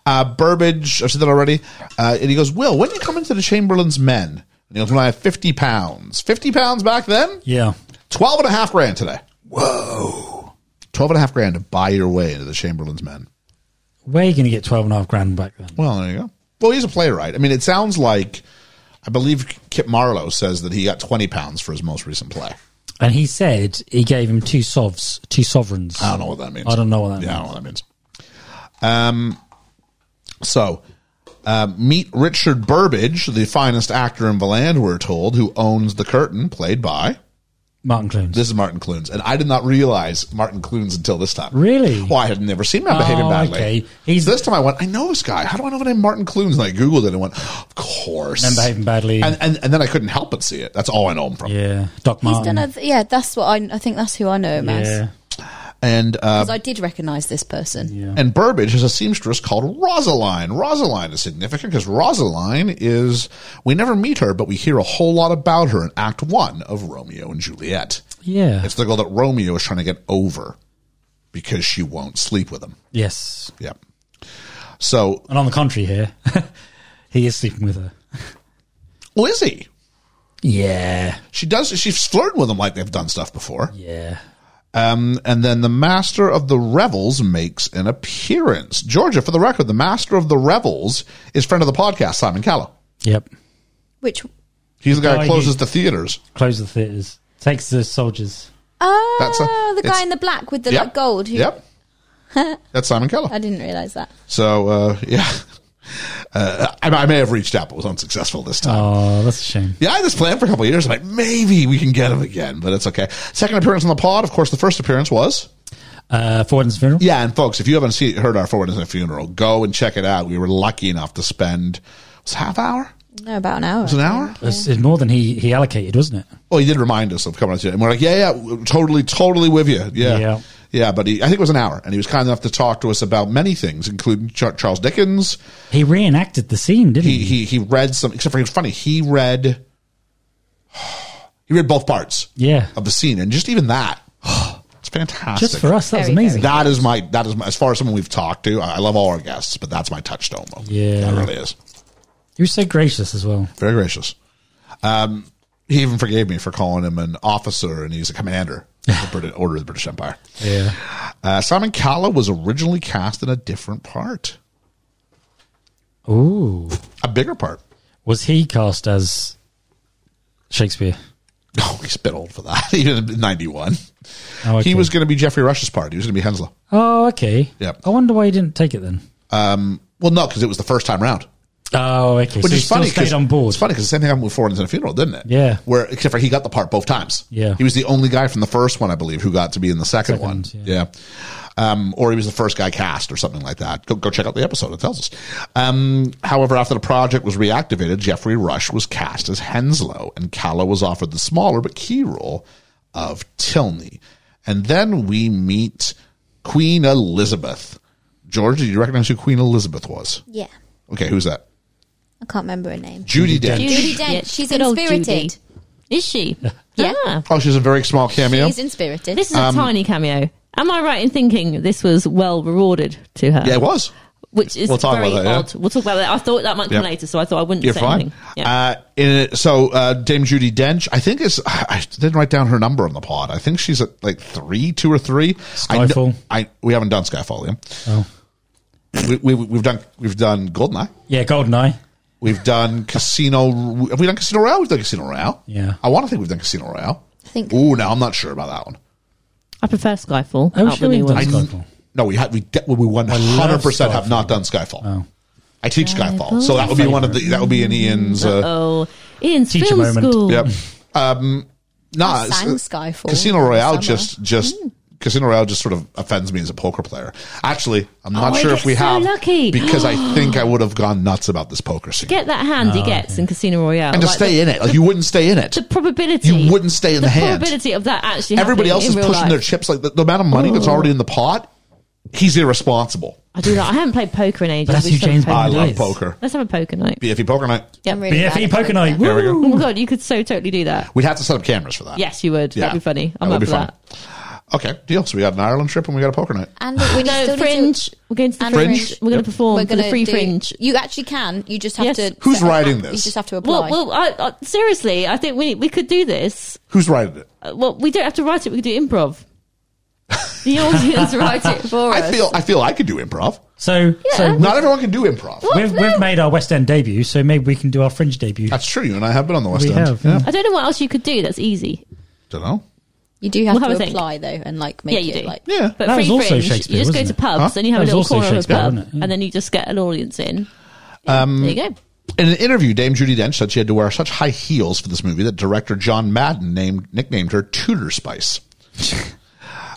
Speaker 5: Uh, Burbage, I've said that already. Uh, and he goes, "Will, when you come into the Chamberlain's men?" And he goes, "When I have fifty pounds, fifty pounds back then."
Speaker 6: yeah,
Speaker 5: 12 and a half grand today. Whoa. 12 and a half grand to buy your way into the Chamberlain's Men.
Speaker 6: where are you going to get twelve and a half grand back then?"
Speaker 5: Well, there you go. Well, he's a playwright. I mean, it sounds like, I believe Kip Marlowe says that he got 20 pounds for his most recent play.
Speaker 6: And he said he gave him two sovs, two sovereigns.
Speaker 5: I don't know what that means.
Speaker 6: I don't know what that
Speaker 5: yeah, I don't
Speaker 6: means.
Speaker 5: know what that means. Um, so, um, meet Richard Burbage, the finest actor in Valand, we're told, who owns The Curtain, played by.
Speaker 6: Martin Clunes.
Speaker 5: This is Martin Clunes. And I did not realize Martin Clunes until this time.
Speaker 6: Really?
Speaker 5: Well, I had never seen him behaving
Speaker 6: Oh,
Speaker 5: badly.
Speaker 6: okay. He's-
Speaker 5: so this time I went, I know this guy. How do I know the name Martin Clunes? And I Googled it and went, of course.
Speaker 6: Then behaving badly.
Speaker 5: And, and, and then I couldn't help but see it. That's all I know him from.
Speaker 6: yeah, Doc
Speaker 8: He's
Speaker 6: Martin.
Speaker 8: done a th- yeah, that's what I, I think that's who I know him as.
Speaker 6: yeah,
Speaker 5: And, uh,
Speaker 8: 'Cause I did recognise this person.
Speaker 6: yeah.
Speaker 5: and Burbage is a seamstress called Rosaline. Rosaline is significant because Rosaline is, we never meet her, but we hear a whole lot about her in Act One of Romeo and Juliet.
Speaker 6: yeah.
Speaker 5: It's the girl that Romeo is trying to get over because she won't sleep with him.
Speaker 6: Yes.
Speaker 5: Yeah. So,
Speaker 6: And on the contrary, here he is sleeping with her.
Speaker 5: Lizzie,
Speaker 6: Yeah,
Speaker 5: she does, she's flirting with him like they've done stuff before.
Speaker 6: yeah.
Speaker 5: and then the master of the revels makes an appearance. Georgia, for the record, the master of the revels is friend of the podcast, Simon Callow.
Speaker 6: Yep.
Speaker 8: Which
Speaker 5: He's the guy
Speaker 6: Oh,
Speaker 5: who
Speaker 6: he-
Speaker 5: closes the theaters.
Speaker 6: Close the theaters. Takes the soldiers.
Speaker 8: oh,
Speaker 5: That's a-
Speaker 10: ah,
Speaker 8: the
Speaker 5: it's-
Speaker 8: guy in the black with the
Speaker 5: Yep.
Speaker 8: like, gold. Who,
Speaker 5: Yep. That's Simon Callow.
Speaker 8: I didn't realise that.
Speaker 5: So, uh, yeah. Uh, I, I may have reached out, but was unsuccessful this time.
Speaker 6: Oh, that's a shame.
Speaker 5: Yeah, I had this plan for a couple of years. I'm like, maybe we can get him again, but it's okay. Second appearance on the pod. Of course, the first appearance was
Speaker 6: Uh, Ford's funeral.
Speaker 5: Yeah, and folks, if you haven't seen, heard our forward is a funeral, go and check it out. We were lucky enough to spend was it half hour,
Speaker 8: No, about an hour.
Speaker 5: was it an hour.
Speaker 6: It's, it's more than he, he allocated, wasn't it?
Speaker 5: Well, he did remind us of coming up to it, and we're like, yeah, yeah, w- totally, totally with you, yeah,
Speaker 6: Yeah.
Speaker 5: yeah. but he, I think it was an hour, and he was kind enough to talk to us about many things, including Char- Charles Dickens.
Speaker 6: He reenacted the scene, didn't
Speaker 5: He,
Speaker 6: he?
Speaker 5: he he read some, except for it was funny. He read he read both parts
Speaker 6: yeah.
Speaker 5: of the scene, and just even that, it's fantastic.
Speaker 6: Just for us, that was
Speaker 8: Very,
Speaker 6: amazing.
Speaker 5: That is my that is my, as far as someone we've talked to. I I love all our guests, but that's my touchstone. Though.
Speaker 6: Yeah.
Speaker 5: that really is
Speaker 6: He was so gracious as well.
Speaker 5: very gracious. Um, he even forgave me for calling him an officer, and he's a commander of the British Order of the British Empire.
Speaker 6: Yeah.
Speaker 5: Uh, Simon Calla was originally cast in a different part,
Speaker 6: Ooh.
Speaker 5: a bigger part.
Speaker 6: Was he cast as Shakespeare?
Speaker 5: Oh, he's a bit old for that. He was 91.
Speaker 6: Oh, okay.
Speaker 5: He was going to be Jeffrey Rush's part. He was going to be Henslow.
Speaker 6: Oh, okay.
Speaker 5: Yep.
Speaker 6: I wonder why he didn't take it then.
Speaker 5: Well, no, because it was the first time round.
Speaker 6: Oh, okay.
Speaker 5: Which
Speaker 6: so
Speaker 5: is
Speaker 6: he
Speaker 5: funny.
Speaker 6: Still
Speaker 5: 'cause-
Speaker 6: stayed on board.
Speaker 5: It's funny because the same thing happened with Florence in a funeral, didn't it?
Speaker 6: Yeah.
Speaker 5: Where except for he got the part both times.
Speaker 6: Yeah.
Speaker 5: He was the only guy from the first one, I believe, who got to be in the second, one.
Speaker 6: Second,
Speaker 5: Yeah. Um, or he was the first guy cast or something like that. Go, go check out the episode. It tells us. Um, however, after the project was reactivated, Jeffrey Rush was cast as Henslow and Callow was offered the smaller but key role of Tilney. And then we meet Queen Elizabeth. George, do you recognize who Queen Elizabeth was?
Speaker 9: Yeah.
Speaker 5: Okay, who's that?
Speaker 9: I can't remember her name.
Speaker 5: Judy Dench.
Speaker 9: Judy Dench.
Speaker 7: Yeah,
Speaker 9: she's
Speaker 7: good
Speaker 9: in
Speaker 7: old
Speaker 9: Spirited.
Speaker 7: Judy. Is she?
Speaker 9: Yeah.
Speaker 7: Ah,
Speaker 5: Oh, she's a very small cameo.
Speaker 9: She's in Spirited.
Speaker 7: this is
Speaker 5: Um,
Speaker 7: a tiny cameo. Am I right in thinking this was well rewarded to her?
Speaker 5: yeah, it was.
Speaker 7: Which is
Speaker 5: We'll talk
Speaker 7: very
Speaker 5: about that, yeah.
Speaker 7: odd. We'll talk about that. I thought that might come
Speaker 5: Yep.
Speaker 7: later, so I thought I wouldn't
Speaker 5: You're
Speaker 7: say
Speaker 5: fine.
Speaker 7: anything. Yeah.
Speaker 5: Uh, in it, so uh, Dame Judy Dench, I think is I didn't write down her number on the pod. I think she's at like three, two or three.
Speaker 6: Skyfall?
Speaker 5: I, kn- I we haven't done Skyfall, Liam.
Speaker 6: Oh.
Speaker 5: We, we, we've done we've done Goldeneye.
Speaker 6: Yeah, Goldeneye.
Speaker 5: We've done Casino. Have we done Casino Royale? We've done Casino Royale.
Speaker 6: Yeah.
Speaker 5: I want to think we've done Casino Royale.
Speaker 9: I think
Speaker 5: Ooh, now I'm not sure about that one.
Speaker 7: I prefer Skyfall.
Speaker 6: Oh,
Speaker 7: out
Speaker 6: sure
Speaker 7: the new
Speaker 6: we've done
Speaker 7: one.
Speaker 5: I kn-
Speaker 6: Skyfall.
Speaker 5: No, we had we de- we 100 percent have not done Skyfall.
Speaker 6: Oh.
Speaker 5: I teach Skyfall, so that would be one of the that would be in Ian's. Uh,
Speaker 7: Oh, Ian's
Speaker 6: Teacher
Speaker 7: film
Speaker 6: moment.
Speaker 7: school.
Speaker 5: Yep. Um, nah,
Speaker 9: I sang
Speaker 5: it's- uh,
Speaker 9: Skyfall
Speaker 5: Casino
Speaker 9: over the
Speaker 5: Royale
Speaker 9: summer.
Speaker 5: just just
Speaker 7: Hmm.
Speaker 5: Casino Royale just sort of offends me as a poker player. Actually, I'm not
Speaker 7: Oh, I
Speaker 5: sure if
Speaker 7: get
Speaker 5: we
Speaker 7: so
Speaker 5: have
Speaker 7: lucky.
Speaker 5: because I think I would have gone nuts about this poker scene
Speaker 7: Get that hand
Speaker 6: Ah,
Speaker 7: he gets in Casino Royale.
Speaker 5: and to
Speaker 7: Like,
Speaker 5: stay in it. Like you wouldn't stay in it.
Speaker 7: the, the probability.
Speaker 5: You wouldn't stay in the, hand.
Speaker 7: probability of that actually
Speaker 5: Everybody
Speaker 7: happening
Speaker 5: else
Speaker 7: in
Speaker 5: is
Speaker 7: real
Speaker 5: pushing
Speaker 7: life.
Speaker 5: their chips. Like the, the amount of money that's already in the pot, he's irresponsible.
Speaker 7: I do that. I haven't played poker in ages.
Speaker 6: But that's
Speaker 7: We
Speaker 6: who
Speaker 7: should
Speaker 6: James
Speaker 7: play-
Speaker 5: I
Speaker 6: Bond
Speaker 5: love
Speaker 6: is.
Speaker 5: poker.
Speaker 7: Let's have a poker night.
Speaker 5: BFE poker night.
Speaker 9: I'm really bad
Speaker 6: BFE
Speaker 9: at
Speaker 6: poker night.
Speaker 9: poker.
Speaker 5: There we go.
Speaker 7: Oh my god, you could so totally do that.
Speaker 5: We'd have to set up cameras for that.
Speaker 7: Yes, you would.
Speaker 5: Yeah.
Speaker 7: That'd be funny. I'm
Speaker 5: That
Speaker 7: up
Speaker 5: would
Speaker 7: for
Speaker 5: be
Speaker 7: that.
Speaker 5: Okay, deal. So we got an Ireland trip and we got a poker night.
Speaker 9: And we we
Speaker 7: No,
Speaker 9: still need to-
Speaker 7: fringe. We're going to the
Speaker 9: And
Speaker 7: fringe.
Speaker 9: Fringe.
Speaker 7: We're going to perform
Speaker 9: We're
Speaker 7: for the
Speaker 9: gonna
Speaker 7: free
Speaker 9: do-
Speaker 7: fringe.
Speaker 9: You actually can. You just have
Speaker 7: Yes.
Speaker 9: to.
Speaker 5: Who's
Speaker 9: set up
Speaker 5: writing
Speaker 9: app-
Speaker 5: this?
Speaker 9: You just have to apply.
Speaker 7: Well, well I, I, seriously, I think we we could do this.
Speaker 5: Who's writing it?
Speaker 7: Uh, Well, we don't have to write it. We could do improv. The audience write it for us.
Speaker 5: I feel I feel I could do improv.
Speaker 6: So, so
Speaker 5: Not everyone can do improv.
Speaker 6: we've, we've made our West End debut, so maybe we can do our Fringe debut.
Speaker 5: That's true. You and I have been on the West
Speaker 6: We
Speaker 5: End.
Speaker 6: have.
Speaker 5: Yeah.
Speaker 7: I don't know what else you could do. That's easy.
Speaker 5: Don't know.
Speaker 9: you do have
Speaker 7: We'll have a
Speaker 9: to
Speaker 7: think.
Speaker 9: apply though, and like make
Speaker 7: Yeah, you
Speaker 9: it
Speaker 7: do.
Speaker 9: like
Speaker 5: Yeah.
Speaker 7: But
Speaker 6: That
Speaker 7: free
Speaker 6: was also
Speaker 7: fringe,
Speaker 6: Shakespeare,
Speaker 7: you just go
Speaker 6: wasn't
Speaker 7: to
Speaker 6: it?
Speaker 5: Huh?
Speaker 7: pubs and you have
Speaker 6: That
Speaker 7: a
Speaker 6: was
Speaker 7: little
Speaker 6: also
Speaker 7: corner of a
Speaker 6: Shakespeare,
Speaker 7: pub,
Speaker 6: wasn't it? Um, Yeah.
Speaker 7: and then you just get an audience in. there you go.
Speaker 5: In an interview, Dame Judy Dench said she had to wear such high heels for this movie that director John Madden named nicknamed her Tudor Spice.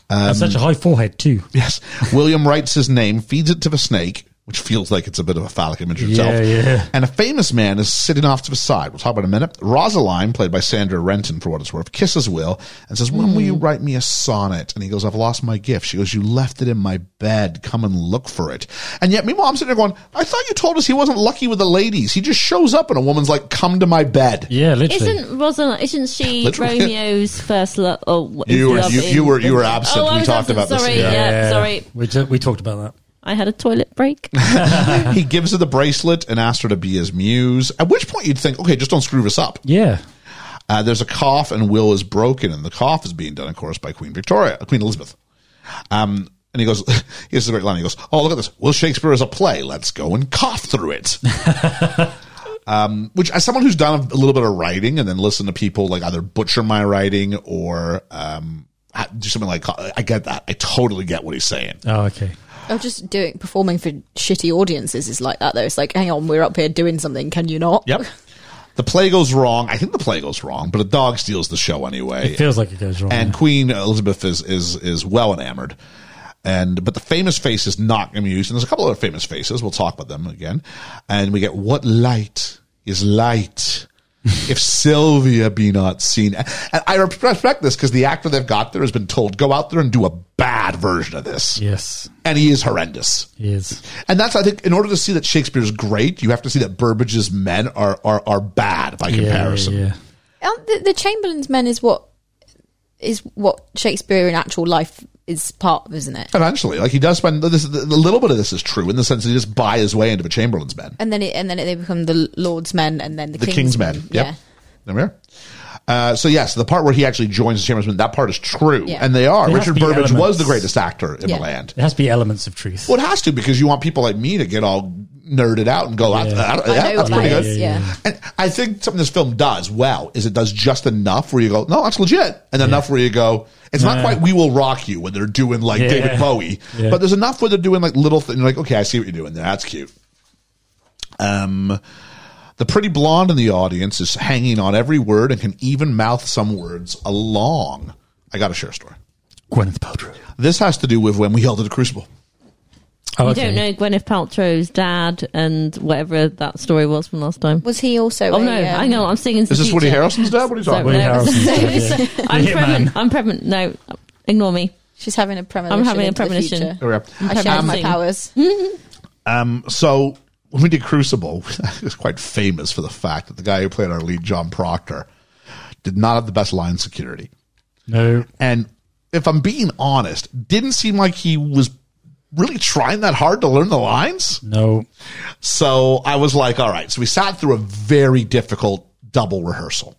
Speaker 5: Um,
Speaker 6: That's such a high forehead too.
Speaker 5: Yes. William writes his name, feeds it to the snake, which feels like it's a bit of a phallic image itself.
Speaker 6: Yeah, yeah.
Speaker 5: And a famous man is sitting off to the side. We'll talk about it in a minute. Rosaline, played by Sandra Renton, for what it's worth, kisses Will and says, When will
Speaker 6: Hmm.
Speaker 5: you write me a sonnet? And he goes, I've lost my gift. She goes, You left it in my bed. Come and look for it. And yet, meanwhile, I'm sitting there going, I thought you told us he wasn't lucky with the ladies. He just shows up and a woman's like, Come to my bed.
Speaker 6: Yeah, literally.
Speaker 7: Isn't Rosalind? Isn't she
Speaker 5: Literally.
Speaker 7: Romeo's first love? Oh, his
Speaker 5: You were-
Speaker 7: love
Speaker 5: you-
Speaker 7: in-
Speaker 5: you were- you were absent.
Speaker 7: Oh, I
Speaker 5: We
Speaker 7: was
Speaker 5: talked about this.
Speaker 7: Sorry,
Speaker 5: Yeah.
Speaker 7: yeah, sorry.
Speaker 6: We, t- we talked about
Speaker 7: I had a toilet break.
Speaker 6: Oh,
Speaker 5: he gives her the bracelet and asks her to be his muse. At which point you'd think, okay, just don't screw this up.
Speaker 6: that. Yeah.
Speaker 5: Uh, there's a cough, and Will is broken, and the cough is being done, of course, by Queen Victoria, uh, Queen Elizabeth. Um, and he goes, here's the great line. He goes, "Oh, look at this! Will Shakespeare is a play. Let's go and cough through it." um, which, as someone who's done a little bit of writing and then listen to people like either butcher my writing or um, ha- do something like, I get that. I totally get what he's saying.
Speaker 6: Oh, okay.
Speaker 8: Oh, just doing performing for shitty audiences is like that though. It's like, hang on, we're up here doing something. Can you not?
Speaker 5: Yep. The play goes wrong. I think the play goes wrong, but a dog steals the show anyway.
Speaker 6: It feels like it goes wrong.
Speaker 5: and Queen Elizabeth is is is well enamored. And but the famous face is not going to be used, and there's a couple other famous faces. We'll talk about them again, and we get what light is light. if Sylvia be not seen, and I respect this because the actor they've got there has been told go out there and do a bad version of this,
Speaker 6: yes,
Speaker 5: and he is horrendous.
Speaker 6: he is.
Speaker 5: And that's I think in order to see that Shakespeare's great, you have to see that Burbage's men are are are bad by
Speaker 6: Yeah,
Speaker 5: comparison.
Speaker 6: Yeah,
Speaker 8: Aren't Um, the, the Chamberlain's Men is what is what Shakespeare in actual life is part of, isn't it?
Speaker 5: Eventually, like he does spend this. The little bit of this is true in the sense that he just buy his way into a Chamberlain's men,
Speaker 8: And then it, and then they become the Lord's Men, and then the,
Speaker 5: the king's men. Yep.
Speaker 8: Yeah.
Speaker 5: There we are. Uh, so yes, the part where he actually joins the Chambersmen, that part is true,
Speaker 10: Yeah.
Speaker 5: and they are.
Speaker 6: There has
Speaker 5: Richard
Speaker 6: to be
Speaker 5: Burbage was
Speaker 6: elements.
Speaker 5: the greatest actor in
Speaker 10: Yeah.
Speaker 5: the land.
Speaker 6: It has to be elements of truth.
Speaker 5: Well, it has to because you want people like me to get all nerded out and go, I,
Speaker 6: Yeah.
Speaker 5: I, I,
Speaker 9: I
Speaker 5: yeah,
Speaker 9: know
Speaker 5: that's
Speaker 9: what
Speaker 5: pretty
Speaker 9: that
Speaker 5: good.
Speaker 9: is. Yeah.
Speaker 5: And I think something this film does well is it does just enough where you go, no, that's legit, and enough where you go, it's not
Speaker 6: Yeah.
Speaker 5: quite "We Will Rock You" when they're doing like
Speaker 6: Yeah.
Speaker 5: David Bowie,
Speaker 6: Yeah.
Speaker 5: but there's enough where they're doing like little things. Like, okay, I see what you're doing there. That's cute. Um, the pretty blonde in the audience is hanging on every word and can even mouth some words along. I got to share a story.
Speaker 6: Gwyneth Paltrow.
Speaker 5: This has to do with when we held at a crucible.
Speaker 6: Oh,
Speaker 7: You don't know Gwyneth Paltrow's dad and whatever that story was from last time.
Speaker 9: Was he also?
Speaker 7: Oh
Speaker 9: a,
Speaker 7: no,
Speaker 9: um,
Speaker 7: hang on, I'm singing.
Speaker 5: Is this Woody Harrelson's dad? What are you talking
Speaker 6: Woody
Speaker 5: about?
Speaker 7: No.
Speaker 6: Harrelson's dad, yeah.
Speaker 7: I'm
Speaker 6: The Hitman.
Speaker 7: pregnant. I'm pregnant. No, ignore me.
Speaker 9: She's having a premonition.
Speaker 7: I'm having a
Speaker 9: into the
Speaker 7: premonition.
Speaker 9: future.
Speaker 5: There we are.
Speaker 9: I share
Speaker 7: Um,
Speaker 9: my powers.
Speaker 5: so when we did Crucible, it was quite famous for the fact that the guy who played our lead, John Proctor, did not have the best line security.
Speaker 6: No.
Speaker 5: And if I'm being honest, didn't seem like he was really trying that hard to learn the lines.
Speaker 6: No.
Speaker 5: So I was like, all right. So we sat through a very difficult double rehearsal.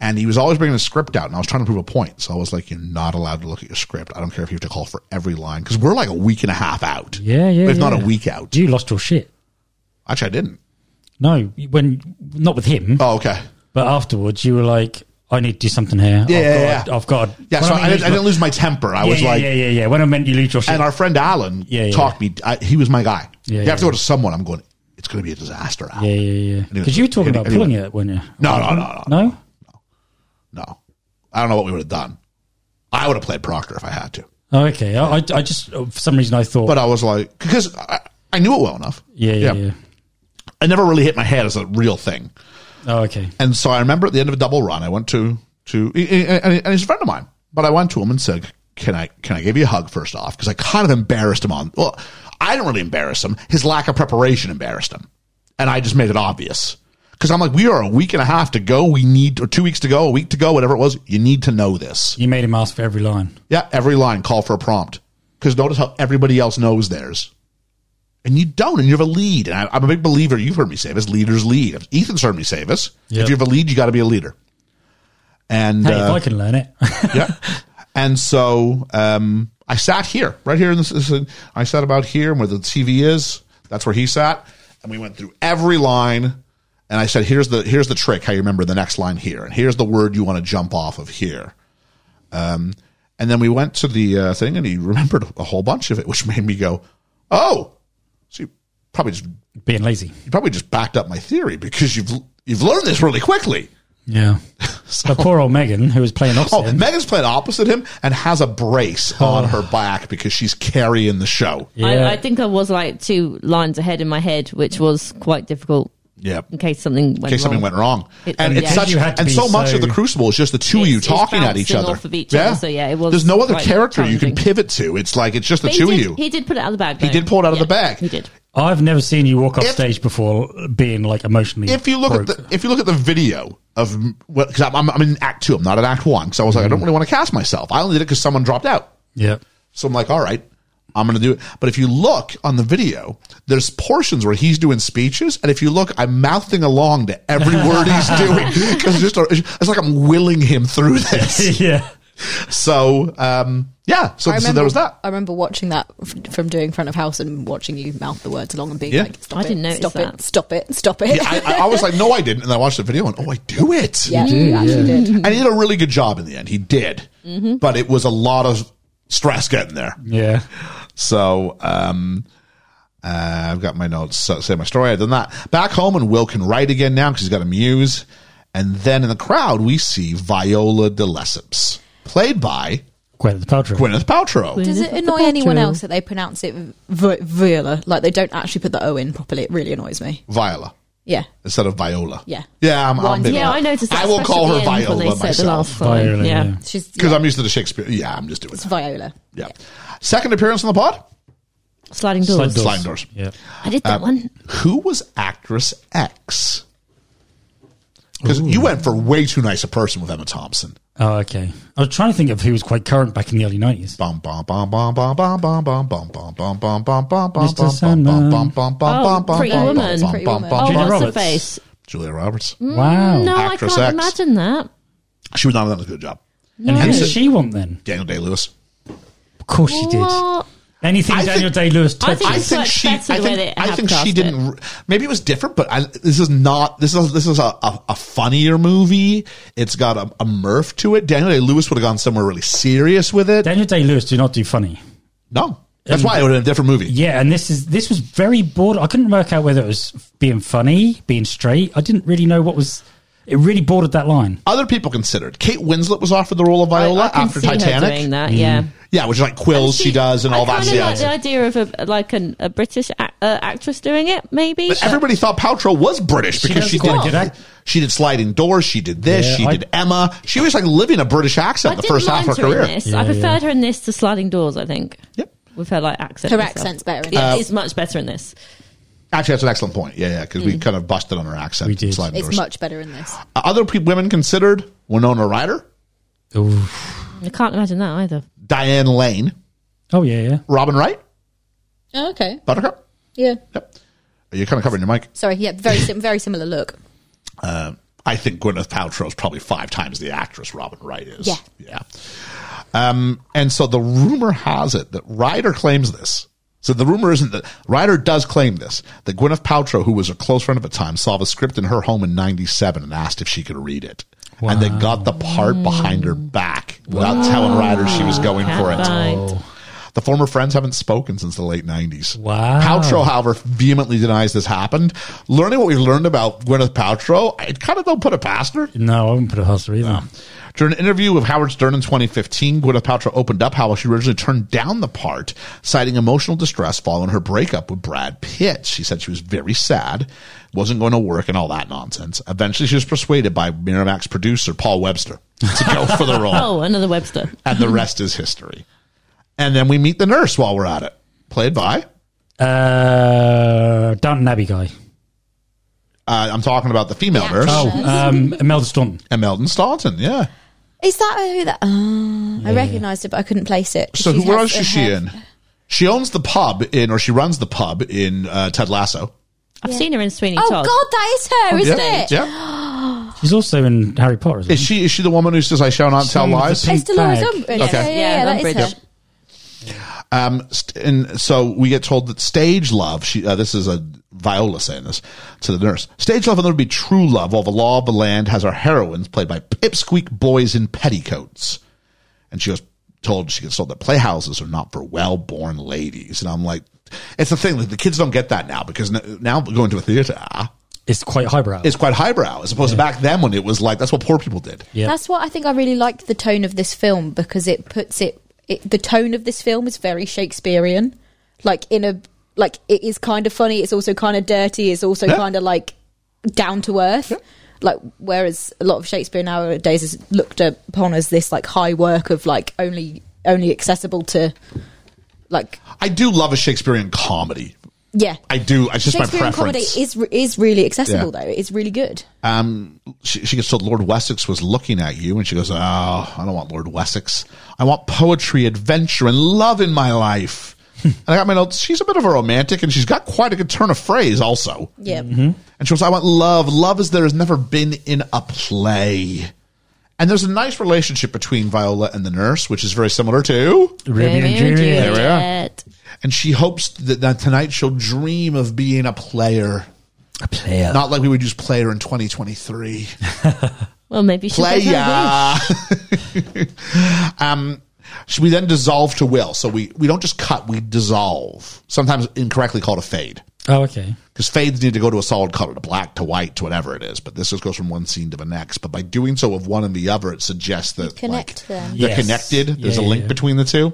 Speaker 5: And he was always bringing a script out, and I was trying to prove a point. So I was like, "You're not allowed to look at your script. I don't care if you have to call for every line because we're like a week and a half out.
Speaker 6: Yeah, yeah.
Speaker 5: If not a
Speaker 6: yeah.
Speaker 5: week out.
Speaker 6: You lost your shit.
Speaker 5: Actually, I didn't.
Speaker 6: No, when not with him,
Speaker 5: Oh, okay.
Speaker 6: but afterwards you were like, I need to do something here.
Speaker 5: Yeah,
Speaker 6: I've
Speaker 5: yeah,
Speaker 6: got,
Speaker 5: yeah.
Speaker 6: I've got.
Speaker 5: Yeah,
Speaker 6: when
Speaker 5: so
Speaker 6: mean
Speaker 5: I, didn't,
Speaker 6: lose
Speaker 5: I didn't
Speaker 6: my-
Speaker 5: lose my temper. I
Speaker 6: yeah,
Speaker 5: was
Speaker 6: yeah,
Speaker 5: like,
Speaker 6: yeah, yeah, yeah. When I meant you lose your shit,
Speaker 5: and our friend Alan
Speaker 6: Yeah, yeah,
Speaker 5: talked me. I, he was my guy.
Speaker 6: Yeah,
Speaker 5: you
Speaker 6: yeah,
Speaker 5: have to go
Speaker 6: yeah.
Speaker 5: to someone. I'm going. It's going to be a disaster. Alan.
Speaker 6: yeah, yeah, yeah.
Speaker 5: Anyway,
Speaker 6: Because you were talking
Speaker 5: any-
Speaker 6: about pulling
Speaker 5: anyway.
Speaker 6: it, weren't you?
Speaker 5: No, no, no, no,
Speaker 6: no.
Speaker 5: No, I don't know what we would have done. I would have played Proctor if I had to.
Speaker 6: Oh, okay, I, I, I just uh, for some reason I thought,
Speaker 5: But I was like, because I, I knew it well enough.
Speaker 6: yeah, yeah, yeah,
Speaker 5: I never really hit my head as a real thing.
Speaker 6: Oh, okay.
Speaker 5: And so I remember at the end of a double run, I went to to and and he's a friend of mine, but I went to him and said, "Can I can I give you a hug first off?" Because I kind of embarrassed him on. Well, I didn't really embarrass him. His lack of preparation embarrassed him, and I just made it obvious. Because I'm like, we are a week and a half to go. We need or two weeks to go, a week to go, whatever it was. You need to know this.
Speaker 6: You made him ask for every line.
Speaker 5: Yeah, every line, call for a prompt. Because notice how everybody else knows theirs. And you don't, and you have a lead. And I, I'm a big believer, you've heard me say this leaders lead. Ethan's heard me say this.
Speaker 6: Yep.
Speaker 5: If you have a lead, you got to be a leader. And
Speaker 6: Hey,
Speaker 5: uh,
Speaker 6: if I can learn it,
Speaker 5: yeah. And so um, I sat here, right here in this, this- I sat about here and where the TV is. That's where he sat, and we went through every line. And I said, "Here's the here's the trick. How you remember the next line here, and here's the word you want to jump off of here." Um, and then we went to the uh, thing, and he remembered a whole bunch of it, which made me go, "Oh, so you probably just you
Speaker 6: being lazy.
Speaker 5: probably just backed up my theory because you've you've learned this really quickly."
Speaker 6: Yeah. But poor old Megan, who was playing opposite.
Speaker 5: Oh,
Speaker 6: him.
Speaker 5: Megan's playing opposite him and has a brace on her back because she's carrying the show.
Speaker 6: Yeah.
Speaker 7: I, I think I was like two lines ahead in my head, which was quite difficult
Speaker 5: Yeah.
Speaker 7: in case something went
Speaker 5: In case
Speaker 7: wrong.
Speaker 5: something went wrong.
Speaker 7: It- oh,
Speaker 5: and it's
Speaker 7: yeah.
Speaker 5: such,
Speaker 6: You had to
Speaker 5: and
Speaker 6: be
Speaker 5: so much
Speaker 6: so-
Speaker 5: of the Crucible is just the two of you
Speaker 7: It's- it's
Speaker 5: talking at each
Speaker 7: bouncing
Speaker 5: other.
Speaker 7: off of each other, so yeah, it was
Speaker 5: There's no other
Speaker 7: quite
Speaker 5: character you can
Speaker 7: challenging.
Speaker 5: pivot to. It's like it's just the
Speaker 7: But
Speaker 5: two
Speaker 7: he
Speaker 5: of
Speaker 7: did,
Speaker 5: you.
Speaker 7: He did put it out of the bag. He
Speaker 5: did pull it out of the bag.
Speaker 7: He did.
Speaker 6: I've never seen you walk off
Speaker 5: If-
Speaker 6: stage before being like emotionally.
Speaker 5: if you look
Speaker 6: broke.
Speaker 5: at the if you look at the video of well, because I'm, I'm, I'm in Act Two, I'm not in Act One, because I was like I
Speaker 6: Mm.
Speaker 5: don't really want to cast myself. I only did it because someone dropped out.
Speaker 6: yeah,
Speaker 5: So I'm like, all right, I'm going to do it. But if you look on the video, there's portions where he's doing speeches. And if you look, I'm mouthing along to every word he's doing because it's, just a- it's like I'm willing him through this.
Speaker 6: yeah,
Speaker 5: So, um, yeah. So, so there was that.
Speaker 9: I remember watching that f- from doing front of house and watching you mouth the words along and being
Speaker 5: Yeah.
Speaker 9: like, stop
Speaker 7: I
Speaker 9: it,
Speaker 7: didn't notice
Speaker 9: stop
Speaker 7: that.
Speaker 9: it, stop it, stop it.
Speaker 5: Yeah, I, I, I was like, no, I didn't. And I watched the video and, oh, I do it.
Speaker 9: Yeah, you actually did.
Speaker 5: And he did a really good job in the end. He did.
Speaker 9: Mm-hmm.
Speaker 5: But it was a lot of stress getting there.
Speaker 6: yeah.
Speaker 5: So um, uh, I've got my notes. So, say my story. I've done that. Back home, and Will can write again now because he's got a muse. And then in the crowd, we see Viola de Lesseps, played by
Speaker 6: Gwyneth Paltrow.
Speaker 5: Gwyneth Paltrow.
Speaker 9: Does it annoy anyone else that they pronounce it vi- Viola? Like they don't actually put the O in properly. It really annoys me.
Speaker 5: Viola
Speaker 9: Yeah.
Speaker 5: instead of Viola.
Speaker 9: Yeah.
Speaker 5: Yeah, I'm, I'm
Speaker 9: Wine.
Speaker 5: big
Speaker 7: Yeah,
Speaker 5: on it.
Speaker 7: I noticed. That
Speaker 5: I will
Speaker 7: especially
Speaker 5: call her
Speaker 7: at the end when
Speaker 5: Viola
Speaker 7: they said the
Speaker 5: myself
Speaker 7: last line.
Speaker 6: Viola,
Speaker 7: yeah.
Speaker 6: yeah.
Speaker 9: She's
Speaker 5: because
Speaker 9: yeah,
Speaker 5: I'm used to the Shakespeare. Yeah, I'm just doing that.
Speaker 9: Viola.
Speaker 5: Yeah. Second appearance on the pod.
Speaker 7: sliding doors.
Speaker 6: Slide doors.
Speaker 5: Slide doors.
Speaker 6: Yeah.
Speaker 7: I did that one.
Speaker 5: Who was actress X? Because you went for way too nice a person with Emma Thompson.
Speaker 6: Oh, okay. I was trying to think of who was quite current back in the early nineties.
Speaker 5: Bum, bum, bum, bum, bum, bum, bum, bum, bum, bum, bum, bum, bum, bum, bum,
Speaker 6: Mr.
Speaker 5: bum,
Speaker 6: Sandman.
Speaker 5: bum, bum, bum, bum, bum,
Speaker 7: Oh, Pretty
Speaker 5: bum,
Speaker 7: Woman.
Speaker 5: bum,
Speaker 9: Pretty
Speaker 5: bum,
Speaker 9: Woman.
Speaker 5: bum,
Speaker 7: Oh,
Speaker 5: bum.
Speaker 7: what's her
Speaker 6: Roberts.
Speaker 7: face?
Speaker 5: Julia Roberts.
Speaker 6: Wow.
Speaker 7: Mm, No,
Speaker 5: Actress
Speaker 7: I can't
Speaker 5: X.
Speaker 7: imagine that.
Speaker 5: She was nominated for a good job.
Speaker 6: And who
Speaker 5: Hence
Speaker 6: did
Speaker 5: it.
Speaker 6: she want then?
Speaker 5: Daniel Day Lewis.
Speaker 6: Of course she did.
Speaker 7: What?
Speaker 6: Anything
Speaker 5: I
Speaker 6: Daniel
Speaker 5: think-
Speaker 6: Day Lewis
Speaker 7: I
Speaker 6: touches.
Speaker 7: think it's much better the way they
Speaker 5: I
Speaker 7: have
Speaker 5: think
Speaker 7: cast
Speaker 5: she
Speaker 7: it.
Speaker 5: didn't. r- Maybe it was different, but I, this is not. This is this is a, a, a funnier movie. It's got a, a mirth to it. Daniel Day Lewis would have gone somewhere really serious with it.
Speaker 6: Daniel Day Lewis do not do funny.
Speaker 5: no, that's why it would have been a different movie.
Speaker 6: Yeah, and this is this was very bored. I couldn't work out whether it was being funny, being straight. I didn't really know what was. It really bordered that line.
Speaker 5: Other people considered. Kate Winslet was offered the role of Viola
Speaker 7: I, I can
Speaker 5: after
Speaker 7: see her doing
Speaker 5: Titanic.
Speaker 7: that, yeah.
Speaker 5: Yeah, which is like quills she, does and all
Speaker 7: I
Speaker 5: that.
Speaker 7: kind of like
Speaker 5: jazz.
Speaker 7: the idea of a like an, a British ac uh, actress doing it, maybe.
Speaker 5: But everybody thought Paltrow was British because
Speaker 6: does
Speaker 5: she did,
Speaker 6: quite a good act.
Speaker 5: she did sliding doors, she did this,
Speaker 6: Yeah,
Speaker 5: she
Speaker 6: I-
Speaker 5: did Emma. She was like living a British accent
Speaker 7: I
Speaker 5: the
Speaker 7: didn't
Speaker 5: first half
Speaker 7: mind
Speaker 5: of her
Speaker 7: her
Speaker 5: career.
Speaker 7: in this. I preferred her in this to Sliding Doors. I think.
Speaker 5: Yep.
Speaker 7: With her like accent.
Speaker 10: Her
Speaker 7: and stuff.
Speaker 10: accent's better in
Speaker 7: Yeah,
Speaker 10: this.
Speaker 7: it's much better in this.
Speaker 5: Actually, that's an excellent point. Yeah, yeah, because we kind of busted on her accent.
Speaker 6: We did.
Speaker 5: Sliding
Speaker 9: Mm. It's
Speaker 5: doors.
Speaker 9: much better in this.
Speaker 5: Other pe- women considered Winona Ryder,
Speaker 6: Ooh.
Speaker 7: I can't imagine that either.
Speaker 5: Diane Lane,
Speaker 6: Oh yeah, yeah.
Speaker 5: Robin Wright,
Speaker 9: Oh, okay.
Speaker 5: Buttercup.
Speaker 9: Yeah.
Speaker 5: Yep. You're kind of covering your mic.
Speaker 9: Sorry. Yeah. Very sim- very similar look.
Speaker 5: I think Gwyneth Paltrow is probably five times the actress Robin Wright is.
Speaker 9: Yeah.
Speaker 5: Yeah. Um, and so the rumor has it that Ryder claims this. So the rumor isn't that Ryder does claim this that Gwyneth Paltrow, who was a close friend at the time, saw the script in her home in '97 and asked if she could read it. And they got the part behind her back without telling Ryder she was going for it.
Speaker 7: Catfight.
Speaker 5: The former friends haven't spoken since the late 90s.
Speaker 6: Wow.
Speaker 5: Paltrow, however, vehemently denies this happened. Learning what we've learned about Gwyneth Paltrow, I kind of don't put it past her.
Speaker 6: No, I wouldn't put a hustler either.
Speaker 5: During an interview with Howard Stern in 2015, Gwyneth Paltrow opened up how she originally turned down the part, citing emotional distress following her breakup with Brad Pitt. She said she was very sad, wasn't going to work, and all that nonsense. Eventually, she was persuaded by Miramax producer Paul Webster to go for the role
Speaker 7: Oh, another Webster.
Speaker 5: and the rest is history. And then we meet the nurse while we're at it, played by.
Speaker 6: Uh, Downton Abbey guy.
Speaker 5: Uh, I'm talking about the female nurse,
Speaker 6: Oh, um, Imelda Staunton.
Speaker 5: and Melton Staunton. Yeah.
Speaker 9: Is that who that? Oh, I recognised it, but I couldn't place it.
Speaker 5: So
Speaker 9: She
Speaker 5: who, where
Speaker 9: has
Speaker 5: else is
Speaker 9: a
Speaker 5: she
Speaker 9: head-
Speaker 5: in? She owns the pub in, or she runs the pub in uh, Ted Lasso.
Speaker 7: I've seen her in Sweeney
Speaker 9: Oh
Speaker 7: Todd.
Speaker 9: God, that is her, isn't
Speaker 5: Yep,
Speaker 9: it?
Speaker 5: yep.
Speaker 6: She's also in Harry Potter. Isn't
Speaker 5: Is she is she the woman who says, "I shall not tell
Speaker 6: Some of the
Speaker 5: lies"?
Speaker 6: pink-
Speaker 9: It's Dolores
Speaker 6: Fag.
Speaker 9: Umbridge.
Speaker 5: Okay.
Speaker 7: Yeah,
Speaker 9: Yeah, yeah, yeah, that is
Speaker 7: Umbridge.
Speaker 9: her.
Speaker 5: Um, st- and so we get told that stage love, she, uh, this is a Viola saying this to the nurse. Stage love will never be true love while the law of the land has our heroines played by pipsqueak boys in petticoats. And she was told, she gets told that playhouses are not for well born ladies. And I'm like, it's the thing, like, the kids don't get that now because n- now going to a theater
Speaker 6: It's quite highbrow.
Speaker 5: is quite highbrow as opposed to back then when it was like, that's what poor people did.
Speaker 6: Yeah.
Speaker 9: That's what I think I really liked the tone of this film because it puts it, it the tone of this film is very Shakespearean. Like in a like it is kind of funny, it's also kind of dirty, it's also
Speaker 5: Yeah.
Speaker 9: kind of like down to earth. Like whereas a lot of Shakespeare nowadays is looked upon as this like high work of like only only accessible to like
Speaker 5: I do love a Shakespearean comedy.
Speaker 9: yeah.
Speaker 5: I do. It's just my
Speaker 9: Shakespearean
Speaker 5: preference.
Speaker 9: comedy is re- is really accessible
Speaker 5: Yeah.
Speaker 9: though. It's really good.
Speaker 5: um, she, she gets told Lord Wessex was looking at you, and she goes, "Oh, I don't want Lord Wessex. I want poetry, adventure, and love in my life." and I got my notes. She's a bit of a romantic, and she's got quite a good turn of phrase, also.
Speaker 9: Yeah.
Speaker 5: And she goes, "I want love. Love as there has never been in a play." And there's a nice relationship between Viola and the nurse, which is very similar to.
Speaker 6: Romeo and
Speaker 7: Romeo and
Speaker 6: Juliet.
Speaker 5: we are.
Speaker 7: Juliet.
Speaker 5: And she hopes that, that tonight she'll dream of being a player,
Speaker 6: A player.
Speaker 5: not like we would use player in 2023.
Speaker 7: Well, maybe she'll get that
Speaker 5: player. um, so we then dissolve to will. So we, we don't just cut, we dissolve. Sometimes incorrectly called a fade.
Speaker 6: oh, okay.
Speaker 5: Because fades need to go to a solid color, to black, to white, to whatever it is. But this just goes from one scene to the next. But by doing so of one and the other, it suggests that
Speaker 9: connect
Speaker 5: like,
Speaker 9: them.
Speaker 5: they're
Speaker 6: Yes.
Speaker 5: connected. There's
Speaker 6: Yeah,
Speaker 5: a
Speaker 6: yeah,
Speaker 5: link
Speaker 6: yeah.
Speaker 5: between the two.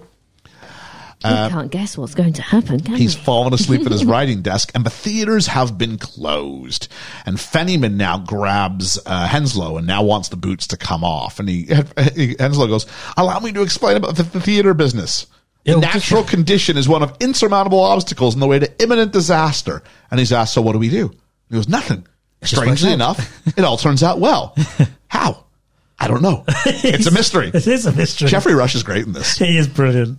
Speaker 7: We can't guess what's going to happen, can
Speaker 5: Uh, He's
Speaker 7: we?
Speaker 5: fallen asleep at his writing desk, and the theaters have been closed. And Fennyman now grabs uh, Henslow and now wants the boots to come off. And he, he- Henslow goes, "Allow me to explain about the, the theater business. The
Speaker 6: It'll-
Speaker 5: natural condition is one of insurmountable obstacles in the way to imminent disaster." And he's asked, "So what do we do?" He goes, "Nothing." Strangely
Speaker 6: that.
Speaker 5: enough, it all turns out well. How? I don't know. It's a mystery.
Speaker 6: It is a mystery.
Speaker 5: Jeffrey Rush is great in this.
Speaker 6: He is brilliant.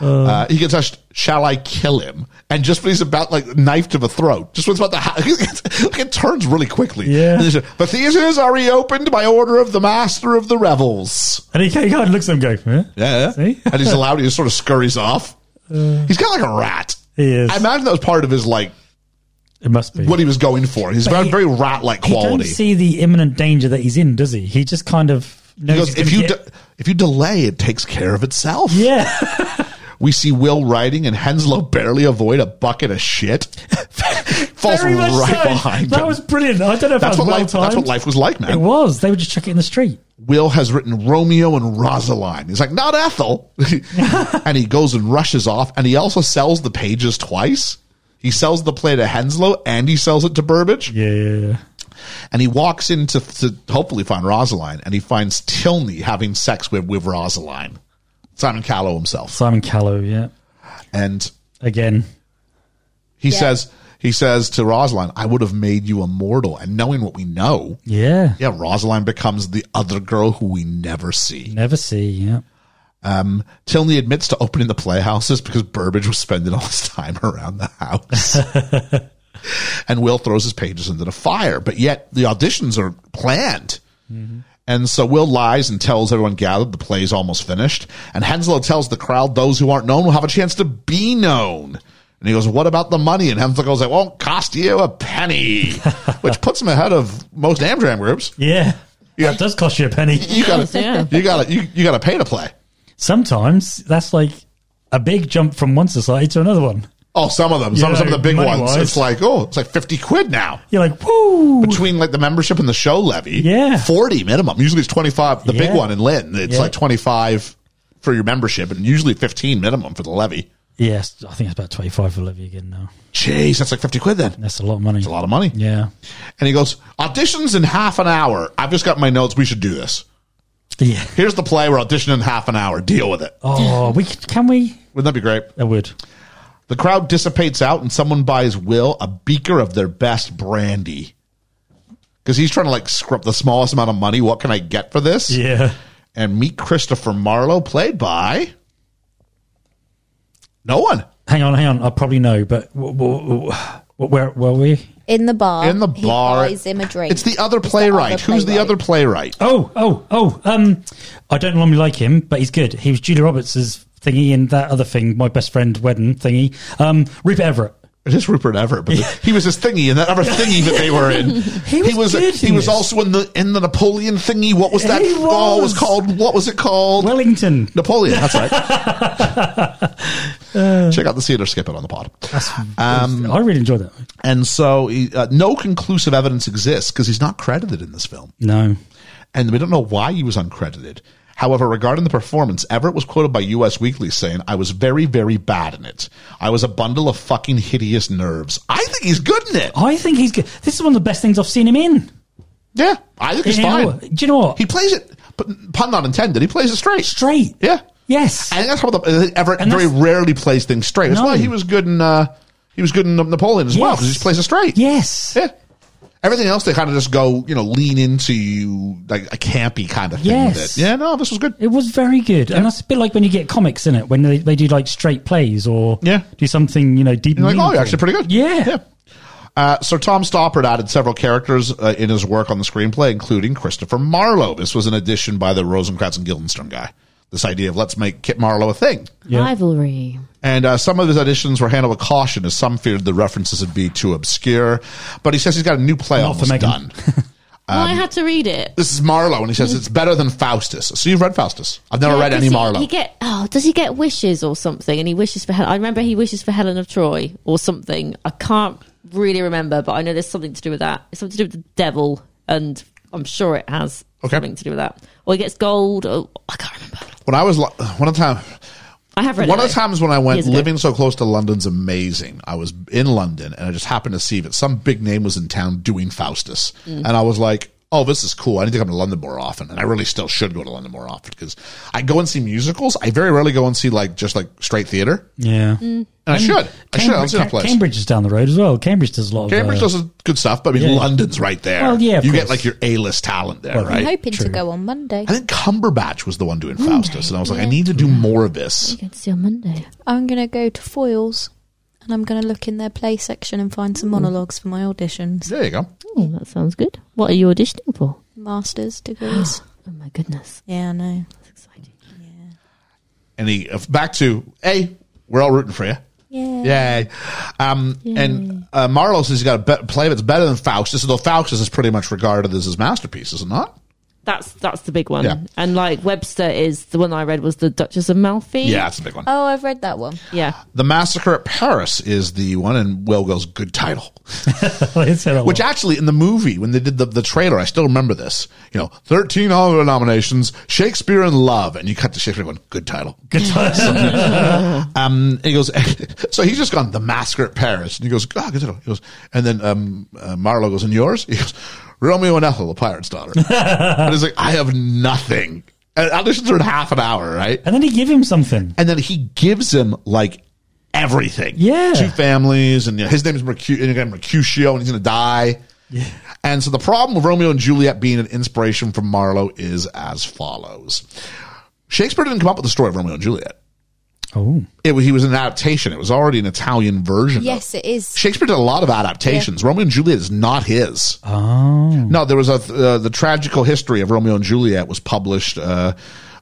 Speaker 5: Uh, he gets asked, "Shall I kill him?" And just when he's about like knife to the throat, just when it's about the ha- like, it turns really quickly.
Speaker 6: Yeah.
Speaker 5: And he said, the theaters are reopened by order of the master of the revels.
Speaker 6: And he kind of looks at him and goes, "Huh?"
Speaker 5: Yeah.
Speaker 6: See? Uh.
Speaker 5: and he's allowed. He just sort of scurries off. he's kind of like a rat.
Speaker 6: He is.
Speaker 5: I imagine that was part of his like
Speaker 6: It must be.
Speaker 5: what he was going for. He's very,
Speaker 6: he-
Speaker 5: very rat-like
Speaker 6: he
Speaker 5: quality.
Speaker 6: don't see the imminent danger that he's in, does he? He just kind of knows
Speaker 5: He goes,
Speaker 6: he's
Speaker 5: if
Speaker 6: gonna
Speaker 5: you
Speaker 6: get-
Speaker 5: de- if you delay, it takes care of itself.
Speaker 6: yeah,
Speaker 5: We see Will riding, and Henslow barely avoid a bucket of shit. Falls
Speaker 6: Very
Speaker 5: right
Speaker 6: much so.
Speaker 5: behind.
Speaker 6: That
Speaker 5: him.
Speaker 6: was brilliant. I don't know if
Speaker 5: that's
Speaker 6: that was
Speaker 5: what
Speaker 6: well
Speaker 5: life.
Speaker 6: timed.
Speaker 5: That's what life was like, man.
Speaker 6: It was. They would just chuck it in the street.
Speaker 5: Will has written Romeo and Rosaline. He's like, not Ethel. and he goes and rushes off. And he also sells the pages twice. He sells the play to Henslow and he sells it to Burbage.
Speaker 6: Yeah, yeah, yeah.
Speaker 5: And he walks in to, to hopefully find Rosaline. And he finds Tilney having sex with, with Rosaline. Simon Callow himself.
Speaker 6: Simon Callow. Yeah,
Speaker 5: And
Speaker 6: again.
Speaker 5: he says, he says to Rosaline, I would have made you immortal. And knowing what we know,
Speaker 6: Yeah,
Speaker 5: yeah, Rosaline becomes the other girl who we never see.
Speaker 6: never see. Yeah,
Speaker 5: Tilney admits to opening the playhouses because Burbage was spending all his time around the house. and Will throws his pages into the fire, but yet the auditions are planned. And so Will lies and tells everyone gathered the play is almost finished. And Henslow tells the crowd those who aren't known will have a chance to be known. And he goes, What about the money? And Henslow goes, It won't cost you a penny, which puts him ahead of most Amdram groups.
Speaker 6: yeah.
Speaker 5: Yeah.
Speaker 6: That does cost you a penny.
Speaker 5: You gotta,
Speaker 7: yeah.
Speaker 5: you gotta, you, you gotta pay to play.
Speaker 6: Sometimes that's like a big jump from one society to another one.
Speaker 5: Oh, some of them. Some,
Speaker 6: Yeah,
Speaker 5: some of the big ones.
Speaker 6: money-wise.
Speaker 5: It's like, oh, it's like 50 quid now.
Speaker 6: You're like, woo.
Speaker 5: Between like the membership and the show levy.
Speaker 6: Yeah.
Speaker 5: 40 minimum. Usually it's 25. The big
Speaker 6: Yeah.
Speaker 5: one in Lynn, it's
Speaker 6: Yeah.
Speaker 5: like 25 for your membership and usually 15 minimum for the levy.
Speaker 6: Yes, I think it's about twenty five for Olivia again now.
Speaker 5: Jeez, that's like 50 quid then. That's
Speaker 6: That's a lot of money.
Speaker 5: a lot of money.
Speaker 6: Yeah,
Speaker 5: And he goes, auditions in half an hour. I've just got my notes. We should do this.
Speaker 6: yeah.
Speaker 5: Here's the play. We're auditioning in half an hour. Deal with it.
Speaker 6: Oh, we could, can we?
Speaker 5: Wouldn't that be great?
Speaker 6: I would.
Speaker 5: The crowd dissipates out, and someone buys Will a beaker of their best brandy because he's trying to like scrub the smallest amount of money. What can I get for this?
Speaker 6: Yeah.
Speaker 5: And meet Christopher Marlowe, played by no one
Speaker 6: Hang on, hang on. I probably know, but w- w- w- where were we?
Speaker 10: in the bar.
Speaker 5: in the
Speaker 10: Uh, he
Speaker 5: bar.
Speaker 10: buys him a drink.
Speaker 5: It's the other
Speaker 10: It's the
Speaker 5: playwright.
Speaker 10: other
Speaker 5: Who's the
Speaker 10: playwright.
Speaker 5: other playwright?
Speaker 6: Oh, oh, oh. Um, I don't normally like him, but he's good. He was Julia Roberts' thingy in that other thing, my best friend wedding thingy. Um, Rupert Everett.
Speaker 5: It is Rupert Everett, but he was his thingy in that other thingy that they were in. he
Speaker 6: was good
Speaker 5: he
Speaker 6: in
Speaker 5: was
Speaker 6: this.
Speaker 5: also in the in the Napoleon thingy. What was that?
Speaker 6: He
Speaker 5: Oh, it was
Speaker 6: was.
Speaker 5: called what was it called?
Speaker 6: Wellington.
Speaker 5: Napoleon. That's right. Check out the theater. Skip it on the pod.
Speaker 6: Um, I really enjoyed that.
Speaker 5: And so, he, uh, no conclusive evidence exists because he's not credited in this film,
Speaker 6: No.
Speaker 5: and we don't know why he was uncredited. However, regarding the performance, Everett was quoted by U.S. Weekly saying, "I was very, very bad in it. I was a bundle of fucking hideous nerves. I think he's good in it.
Speaker 6: I think he's good. This is one of the best things I've seen him in.
Speaker 5: Yeah, I think he's
Speaker 6: You know
Speaker 5: fine.
Speaker 6: what? Do you know what?
Speaker 5: He plays it, but pun not intended. He plays it straight.
Speaker 6: Straight.
Speaker 5: Yeah,
Speaker 6: Yes.
Speaker 5: I think that's how the I think Everett
Speaker 6: And
Speaker 5: very
Speaker 6: that's-
Speaker 5: rarely plays things straight. That's
Speaker 6: No.
Speaker 5: why he was good in uh, he was good in Napoleon as well 'cause well
Speaker 6: Yes.
Speaker 5: because he just plays it straight.
Speaker 6: yes.
Speaker 5: Yeah. Everything else, they kind of just go, you know, lean into you like a campy kind of thing.
Speaker 6: Yes.
Speaker 5: with it. Yeah, no, this was good.
Speaker 6: It was very good. And that's a bit like when you get comics in it, when they, they do like straight plays or
Speaker 5: Yeah.
Speaker 6: do something, you know, deep
Speaker 5: You're like, oh,
Speaker 6: meaningful.
Speaker 5: you're actually pretty good.
Speaker 6: Yeah.
Speaker 5: Uh, so Tom Stoppard added several characters uh, in his work on the screenplay, including Christopher Marlowe. This was an addition by the Rosencrantz and Guildenstern guy. This idea of let's make Kit Marlowe a thing.
Speaker 7: Rivalry.
Speaker 5: And uh, some of his auditions were handled with caution, as some feared the references would be too obscure. But he says he's got a new play
Speaker 6: Not for
Speaker 5: almost
Speaker 6: Megan.
Speaker 5: done. Um,
Speaker 7: well, I had to read it.
Speaker 5: this is Marlowe, and he says it's better than Faustus. So you've read Faustus? I've never
Speaker 7: Yeah,
Speaker 5: read
Speaker 7: does
Speaker 5: any
Speaker 7: he,
Speaker 5: Marlowe.
Speaker 7: He get oh, does he get wishes or something? And he wishes for Helen. I remember he wishes for Helen of Troy or something. I can't really remember, but I know there's something to do with that. It's something to do with the devil, and I'm sure it has
Speaker 5: Okay.
Speaker 7: something to do with that. Or he gets gold. Or, I can't remember.
Speaker 5: when I was lo- one of the time
Speaker 7: I have read
Speaker 5: one
Speaker 7: it,
Speaker 5: of the
Speaker 7: though.
Speaker 5: times when I went
Speaker 7: Years ago.
Speaker 5: living so close to London's amazing. I was
Speaker 7: Mm.
Speaker 5: in London and I just happened to see that some big name was in town doing Faustus, and I was like, oh, this is cool. I need to come to London more often. And I really still should go to London more often because I go and see musicals. I very rarely go and see like just like straight theater.
Speaker 6: Yeah.
Speaker 5: And I should. I should. I'll see that place.
Speaker 6: Cambridge is down the road as well. Cambridge does a lot of.
Speaker 5: Cambridge
Speaker 6: uh,
Speaker 5: does some good stuff, but I mean,
Speaker 6: yeah.
Speaker 5: London's right there.
Speaker 6: Well, yeah, of
Speaker 5: You get
Speaker 6: course.
Speaker 5: like your A list talent there,
Speaker 6: Well,
Speaker 5: right?
Speaker 10: I'm hoping
Speaker 6: True.
Speaker 10: to go on Monday.
Speaker 5: I think Cumberbatch was the one doing Faustus, and I was like, I need to do more of this.
Speaker 7: Going to see on Monday.
Speaker 9: I'm going to go to Foils and I'm going to look in their play section and find some monologues for my auditions.
Speaker 5: There you go.
Speaker 7: Oh, that sounds good. What are you auditioning for?
Speaker 9: Masters degrees.
Speaker 7: Oh my goodness,
Speaker 9: yeah, I know.
Speaker 7: that's exciting.
Speaker 5: And he uh, back to hey, we're all rooting for you.
Speaker 9: Yeah.
Speaker 5: Yay! Um, and uh, Marlowe says he's got a be- play that's better than Faustus, although Faustus is pretty much regarded as his masterpiece, is it not?
Speaker 7: That's that's the big one.
Speaker 5: Yeah.
Speaker 7: And like Webster is the one I read was the Duchess of Malfi.
Speaker 5: Yeah, that's a big one.
Speaker 9: Oh, I've read that one.
Speaker 7: yeah.
Speaker 5: The Massacre at Paris is the one, and Will goes good title.
Speaker 6: it's a lot.
Speaker 5: Which actually, in the movie, when they did the, the trailer, I still remember this. You know, 13 Oscar nominations, Shakespeare in Love. And you cut to Shakespeare going, good title.
Speaker 6: Good times.
Speaker 5: Um, and he goes, so he's just gone, The Massacre at Paris. And he goes, ah, good title. He goes, and then um, uh, Marlowe goes, and yours? He goes, Romeo and Ethel, the pirate's daughter. and he's like, I have nothing. And auditions are in half an hour, right?
Speaker 6: and then he give him something.
Speaker 5: and then he gives him like everything.
Speaker 6: Yeah.
Speaker 5: two families, and you know, his name is Mercu- and again, Mercutio, and he's going to die. Yeah. And so the problem with Romeo and Juliet being an inspiration from Marlowe is as follows: Shakespeare didn't come up with the story of Romeo and Juliet.
Speaker 6: Oh.
Speaker 5: It was, he was an adaptation. It was already an Italian version. of
Speaker 9: Yes, it is.
Speaker 5: Shakespeare did a lot of adaptations. Romeo and Juliet is not his. Oh no, there was a uh, the tragical history of Romeo and Juliet was published uh,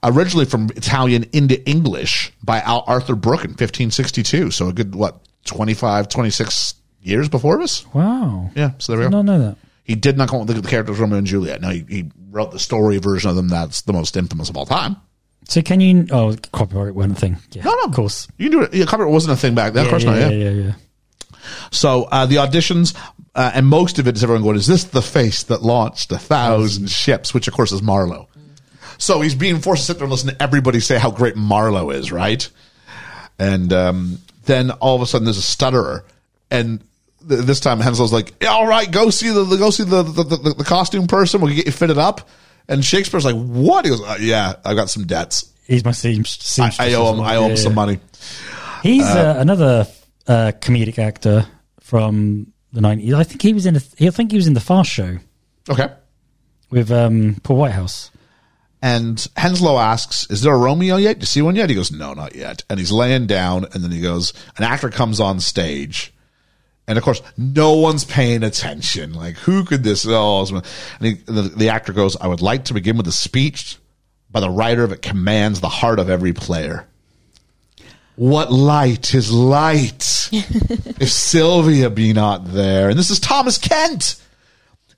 Speaker 5: originally from Italian into English by Al Arthur Brooke in 1562. So a good what 25, 26 years before us.
Speaker 6: Wow.
Speaker 5: Yeah, so there we
Speaker 6: Did
Speaker 5: go.
Speaker 6: not know that.
Speaker 5: He did not come up with the characters Romeo and Juliet. No, he, he wrote the story version of them. That's the most infamous of all time.
Speaker 6: So can you? Oh, copyright wasn't a thing. Yeah,
Speaker 5: No, no,
Speaker 6: of course.
Speaker 5: you can do it. Yeah, copyright wasn't a thing back then. of course
Speaker 6: yeah,
Speaker 5: not. yeah.
Speaker 6: yeah, yeah, yeah.
Speaker 5: So uh, the auditions, uh, and most of it is everyone going, "Is this the face that launched a thousand ships?" Which of course is Marlowe. So he's being forced to sit there and listen to everybody say how great Marlowe is, right? And um, then all of a sudden, there's a stutterer, and th- this time Hensel's like, "Yeah, "All right, go see the, the go see the the, the the costume person. We'll get you fitted up." And Shakespeare's like, "What?" He goes, uh, "Yeah, I've got some debts.
Speaker 6: He's my seam. seamstress
Speaker 5: I owe
Speaker 6: as
Speaker 5: him.
Speaker 6: well.
Speaker 5: I owe him
Speaker 6: Yeah,
Speaker 5: some
Speaker 6: yeah.
Speaker 5: money."
Speaker 6: He's uh, another uh, comedic actor from the nineties. I think he was in. A, I think he was in the Fast Show
Speaker 5: Okay.
Speaker 6: with um, Paul Whitehouse.
Speaker 5: And Henslow asks, Is there a Romeo yet? Do you see one yet? He goes, No, not yet. And he's laying down, and then he goes, An actor comes on stage. And of course, no one's paying attention. Like, who could this? Oh, it's- and he, the, the actor goes, I would like to begin with a speech by the writer that commands the heart of every player. What light is light? if Sylvia be not there. And this is Thomas Kent.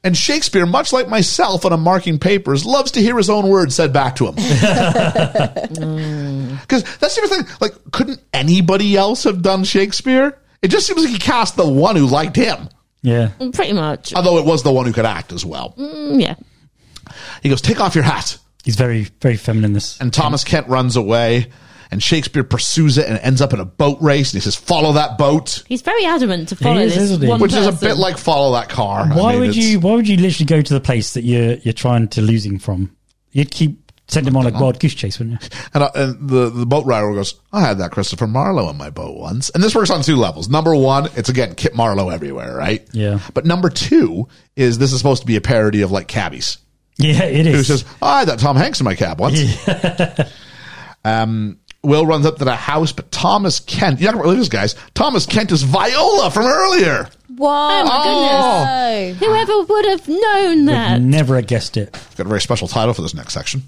Speaker 5: And Shakespeare, much like myself when I'm marking papers, loves to hear his own words said back to him. Because that's the other thing. Like, couldn't anybody else have done Shakespeare? It just seems like he cast the one who liked him,
Speaker 6: Yeah,
Speaker 7: Mm, Pretty much.
Speaker 5: although it was the one who could act as well.
Speaker 7: Mm, yeah.
Speaker 5: He goes, Take off your hat.
Speaker 6: he's very, very feminine. This
Speaker 5: And Thomas Kent runs away, and Shakespeare pursues it and ends up in a boat race. And he says, Follow that boat,
Speaker 7: He's very adamant to follow
Speaker 6: is,
Speaker 7: this
Speaker 6: isn't he?
Speaker 7: one
Speaker 5: which is a
Speaker 7: person.
Speaker 5: bit like Follow That Car. I
Speaker 6: why
Speaker 5: mean,
Speaker 6: would
Speaker 5: it's-
Speaker 6: you? Why would you literally go to the place that you're you're trying to lose him from? You'd keep send him on a wild goose chase, wouldn't you?
Speaker 5: And, I, and the, the boat rider goes, I had that Christopher Marlowe in my boat once. And this works on two levels. Number one, it's again Kit Marlowe everywhere, right?
Speaker 6: Yeah.
Speaker 5: But number two is this is supposed to be a parody of like cabbies.
Speaker 6: Yeah, it
Speaker 5: Who
Speaker 6: is.
Speaker 5: says, "Oh, I had that Tom Hanks in my cab once. um, Will runs up to the house, but Thomas Kent, you're not going to believe this, guys. Thomas Kent is Viola from earlier.
Speaker 7: Oh my
Speaker 5: Oh!
Speaker 7: goodness! Whoever would have known that?
Speaker 6: Never have guessed it.
Speaker 5: Got a very special title for this next section.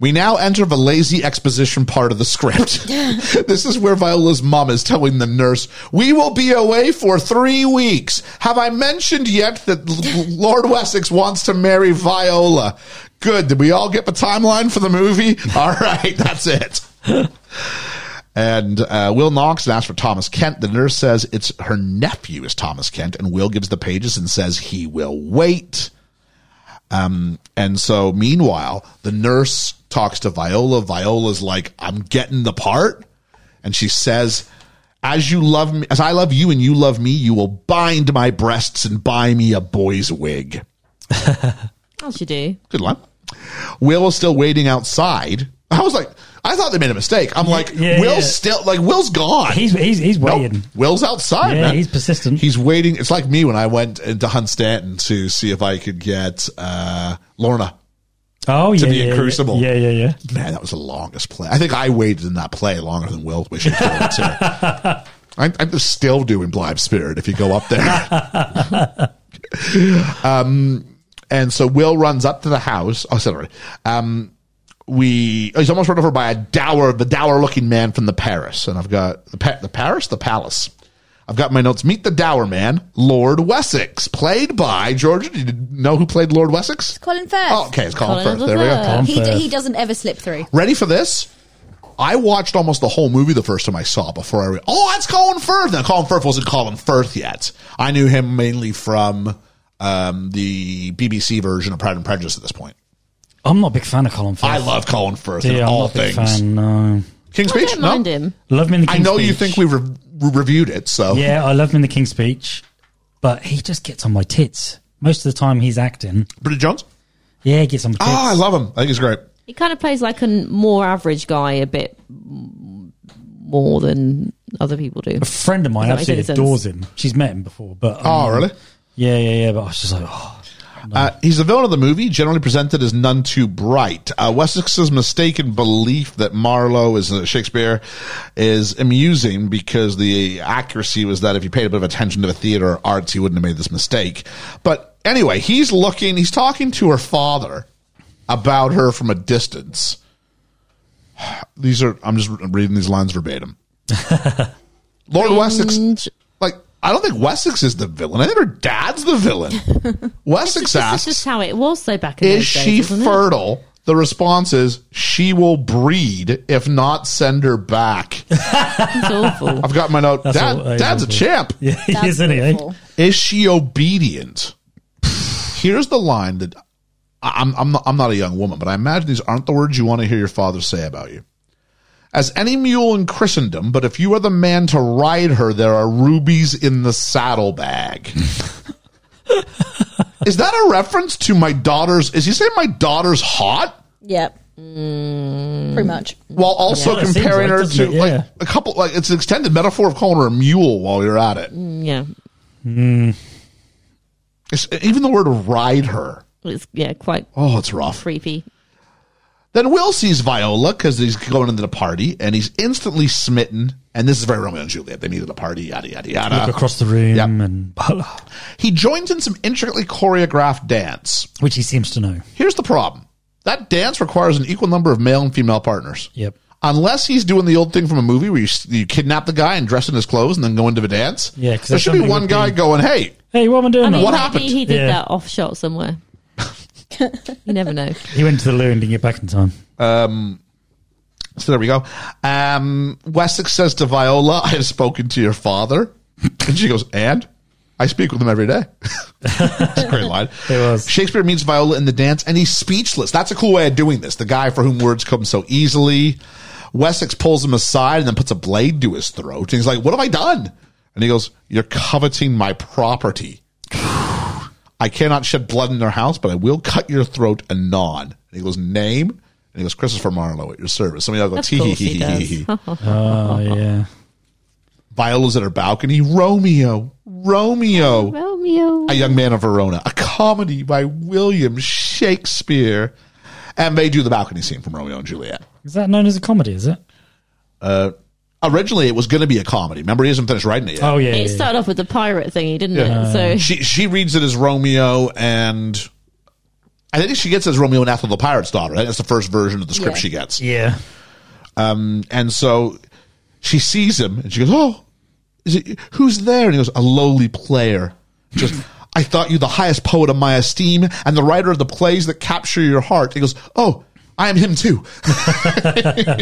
Speaker 5: We now enter the lazy exposition part of the script. this is where Viola's mom is telling the nurse, We will be away for three weeks. Have I mentioned yet that L- Lord Wessex wants to marry Viola? Good. Did we all get the timeline for the movie? All right, that's it. And uh, Will Knox and asks for Thomas Kent. The nurse says it's her nephew is Thomas Kent, and Will gives the pages and says he will wait. And so, meanwhile, the nurse talks to Viola. Viola's like, I'm getting the part. And she says, As you love me, as I love you and you love me, you will bind my breasts and buy me a boy's wig.
Speaker 7: As you do.
Speaker 5: Good luck. Will was still waiting outside. I was like, I thought they made a mistake. I'm like,
Speaker 6: yeah,
Speaker 5: Will's
Speaker 6: yeah.
Speaker 5: still like Will's gone.
Speaker 6: He's he's he's
Speaker 5: Nope.
Speaker 6: waiting.
Speaker 5: Will's outside.
Speaker 6: Yeah,
Speaker 5: man.
Speaker 6: he's persistent.
Speaker 5: He's waiting. It's like me when I went into Hunt Stanton to see if I could get uh, Lorna.
Speaker 6: Oh yeah,
Speaker 5: be
Speaker 6: yeah,
Speaker 5: a
Speaker 6: yeah.
Speaker 5: crucible.
Speaker 6: Yeah, yeah, yeah.
Speaker 5: Man, that was the longest play. I think I waited in that play longer than Will wishing for it too. I'm, I'm still doing Blind Spirit if you go up there. um, and so Will runs up to the house. Oh, sorry. Um, we oh, he's almost run over by a dour, the dour looking man from the Paris. And I've got the pa- the Paris, the palace. I've got my notes. Meet the dour man, Lord Wessex, played by Georgia. Did you know who played Lord Wessex?
Speaker 9: Colin Firth.
Speaker 5: Oh, okay, it's Colin,
Speaker 7: Colin
Speaker 5: Firth. There we go.
Speaker 7: Firth.
Speaker 6: Colin
Speaker 9: He,
Speaker 6: Firth.
Speaker 9: he doesn't ever slip through.
Speaker 5: Ready for this? I watched almost the whole movie the first time I saw it before I. Re- oh, that's Colin Firth. Now Colin Firth wasn't Colin Firth yet. I knew him mainly from um, the BBC version of Pride and Prejudice. At this point,
Speaker 6: I'm not a big fan of Colin Firth.
Speaker 5: I love Colin Firth in
Speaker 6: Yeah, I'm
Speaker 5: all
Speaker 6: not a big
Speaker 5: things.
Speaker 6: fan. No.
Speaker 5: King's
Speaker 7: I
Speaker 5: Speech.
Speaker 7: don't
Speaker 5: No?
Speaker 7: mind him.
Speaker 6: Love him in the
Speaker 5: I
Speaker 6: King's
Speaker 5: know you
Speaker 6: Speech.
Speaker 5: think we re- re- reviewed it, so
Speaker 6: Yeah, I love him in the King's Speech, but he just gets on my tits most of the time. He's acting.
Speaker 5: Bridget Jones.
Speaker 6: Yeah, he gets on my tits.
Speaker 5: Oh, I love him. I think he's great.
Speaker 7: He kind of plays like a more average guy a bit m- more than other people do.
Speaker 6: a friend of mine
Speaker 7: Does that make any
Speaker 6: absolutely
Speaker 7: sense?
Speaker 6: adores him. She's met him before, but um,
Speaker 5: Oh, really?
Speaker 6: Yeah, yeah, yeah. But I was just like, oh,
Speaker 5: Uh, he's the villain of the movie, generally presented as none too bright. Uh, Wessex's mistaken belief that Marlowe is uh, Shakespeare is amusing because the accuracy was that if you paid a bit of attention to the theater or arts, he wouldn't have made this mistake. But anyway, he's looking, he's talking to her father about her from a distance. These are, I'm just reading these lines verbatim. Lord Wessex,
Speaker 7: Cringe.
Speaker 5: like, I don't think Wessex is the villain. I think her dad's the villain. Wessex
Speaker 7: This is
Speaker 5: asks,
Speaker 7: just how it was though back in
Speaker 5: is
Speaker 7: those days,
Speaker 5: she
Speaker 7: isn't it?
Speaker 5: fertile? The response is, she will breed, if not send her back.
Speaker 7: It's awful.
Speaker 5: I've got my note.
Speaker 6: That's
Speaker 5: Dad,
Speaker 6: all- there you
Speaker 5: dad's a
Speaker 6: go.
Speaker 5: champ.
Speaker 6: yeah, he is, isn't he? eh?
Speaker 9: awful.
Speaker 5: Is she obedient? Here's the line that I- I'm, I'm, not, I'm not a young woman, but I imagine these aren't the words you want to hear your father say about you. As any mule in Christendom, but if you are the man to ride her, there are rubies in the saddlebag. is that a reference to my daughter's? Is he saying my daughter's hot?
Speaker 9: Yeah.
Speaker 5: Mm.
Speaker 9: Pretty much.
Speaker 5: While also
Speaker 6: what it seems
Speaker 5: comparing
Speaker 6: like,
Speaker 5: her
Speaker 6: doesn't
Speaker 5: to
Speaker 6: it?
Speaker 5: like
Speaker 6: Yeah.
Speaker 5: a couple, like it's an extended metaphor of calling her a mule while you're at it.
Speaker 7: Yeah,
Speaker 5: It's, even the word ride her.
Speaker 7: it's yeah quite
Speaker 5: Oh, it's rough.
Speaker 7: creepy.
Speaker 5: Then Will sees Viola because he's going into the party and he's instantly smitten. And this is very Romeo and Juliet. They needed a party, yada, yada,
Speaker 6: Look
Speaker 5: yada.
Speaker 6: across the room
Speaker 5: Yep.
Speaker 6: and
Speaker 5: He joins in some intricately choreographed dance.
Speaker 6: which he seems to know.
Speaker 5: Here's the problem that dance requires an equal number of male and female partners.
Speaker 6: Yep.
Speaker 5: Unless he's doing the old thing from a movie where you, you kidnap the guy and dress in his clothes and then go into the dance.
Speaker 6: Yeah, 'cause
Speaker 5: there
Speaker 6: that's
Speaker 5: should be
Speaker 6: something
Speaker 5: one
Speaker 6: with
Speaker 5: guy
Speaker 6: the-
Speaker 5: going, hey,
Speaker 6: Hey, what am I doing?
Speaker 7: I mean,
Speaker 5: What
Speaker 7: maybe
Speaker 5: happened?
Speaker 7: he did
Speaker 6: Yeah.
Speaker 7: that off shot somewhere. you never know.
Speaker 6: He went to the loo and didn't get back in time.
Speaker 5: So there we go. Um, Wessex says to Viola, I have spoken to your father. And she goes, And? I speak with him every day. It's a great line.
Speaker 6: It was.
Speaker 5: Shakespeare meets Viola in the dance and he's speechless. That's a cool way of doing this. The guy for whom words come so easily. Wessex pulls him aside and then puts a blade to his throat. And he's like, What have I done? And he goes, You're coveting my property. I cannot shed blood in their house, but I will cut your throat anon. And he goes, Name? And he goes, Christopher Marlowe at your service. Somebody else go,
Speaker 7: Of
Speaker 5: tee hee
Speaker 7: course
Speaker 5: hee
Speaker 7: he
Speaker 5: hee hee
Speaker 7: does.
Speaker 5: hee.
Speaker 6: Oh yeah.
Speaker 5: Viola's at her balcony. Romeo, Romeo,
Speaker 7: Romeo.
Speaker 5: a young man of Verona, a comedy by William Shakespeare. And they do the balcony scene from Romeo and Juliet.
Speaker 6: Is that known as a comedy? Is it?
Speaker 5: Originally, it was going to be a comedy. Remember, he hasn't finished writing it yet.
Speaker 6: Oh yeah.
Speaker 7: It
Speaker 6: yeah, yeah.
Speaker 7: started off with the pirate thingy, didn't
Speaker 5: Yeah.
Speaker 7: it? So
Speaker 5: She she reads it as Romeo, and I think she gets it as Romeo and Ethel, the pirate's daughter. I think That's the first version of the script
Speaker 9: Yeah.
Speaker 5: she gets.
Speaker 6: Yeah.
Speaker 5: And so she sees him and she goes, Oh, is it, who's there? And he goes, A lowly player. She goes, I thought you the highest poet of my esteem and the writer of the plays that capture your heart. He goes, Oh, I am him too. and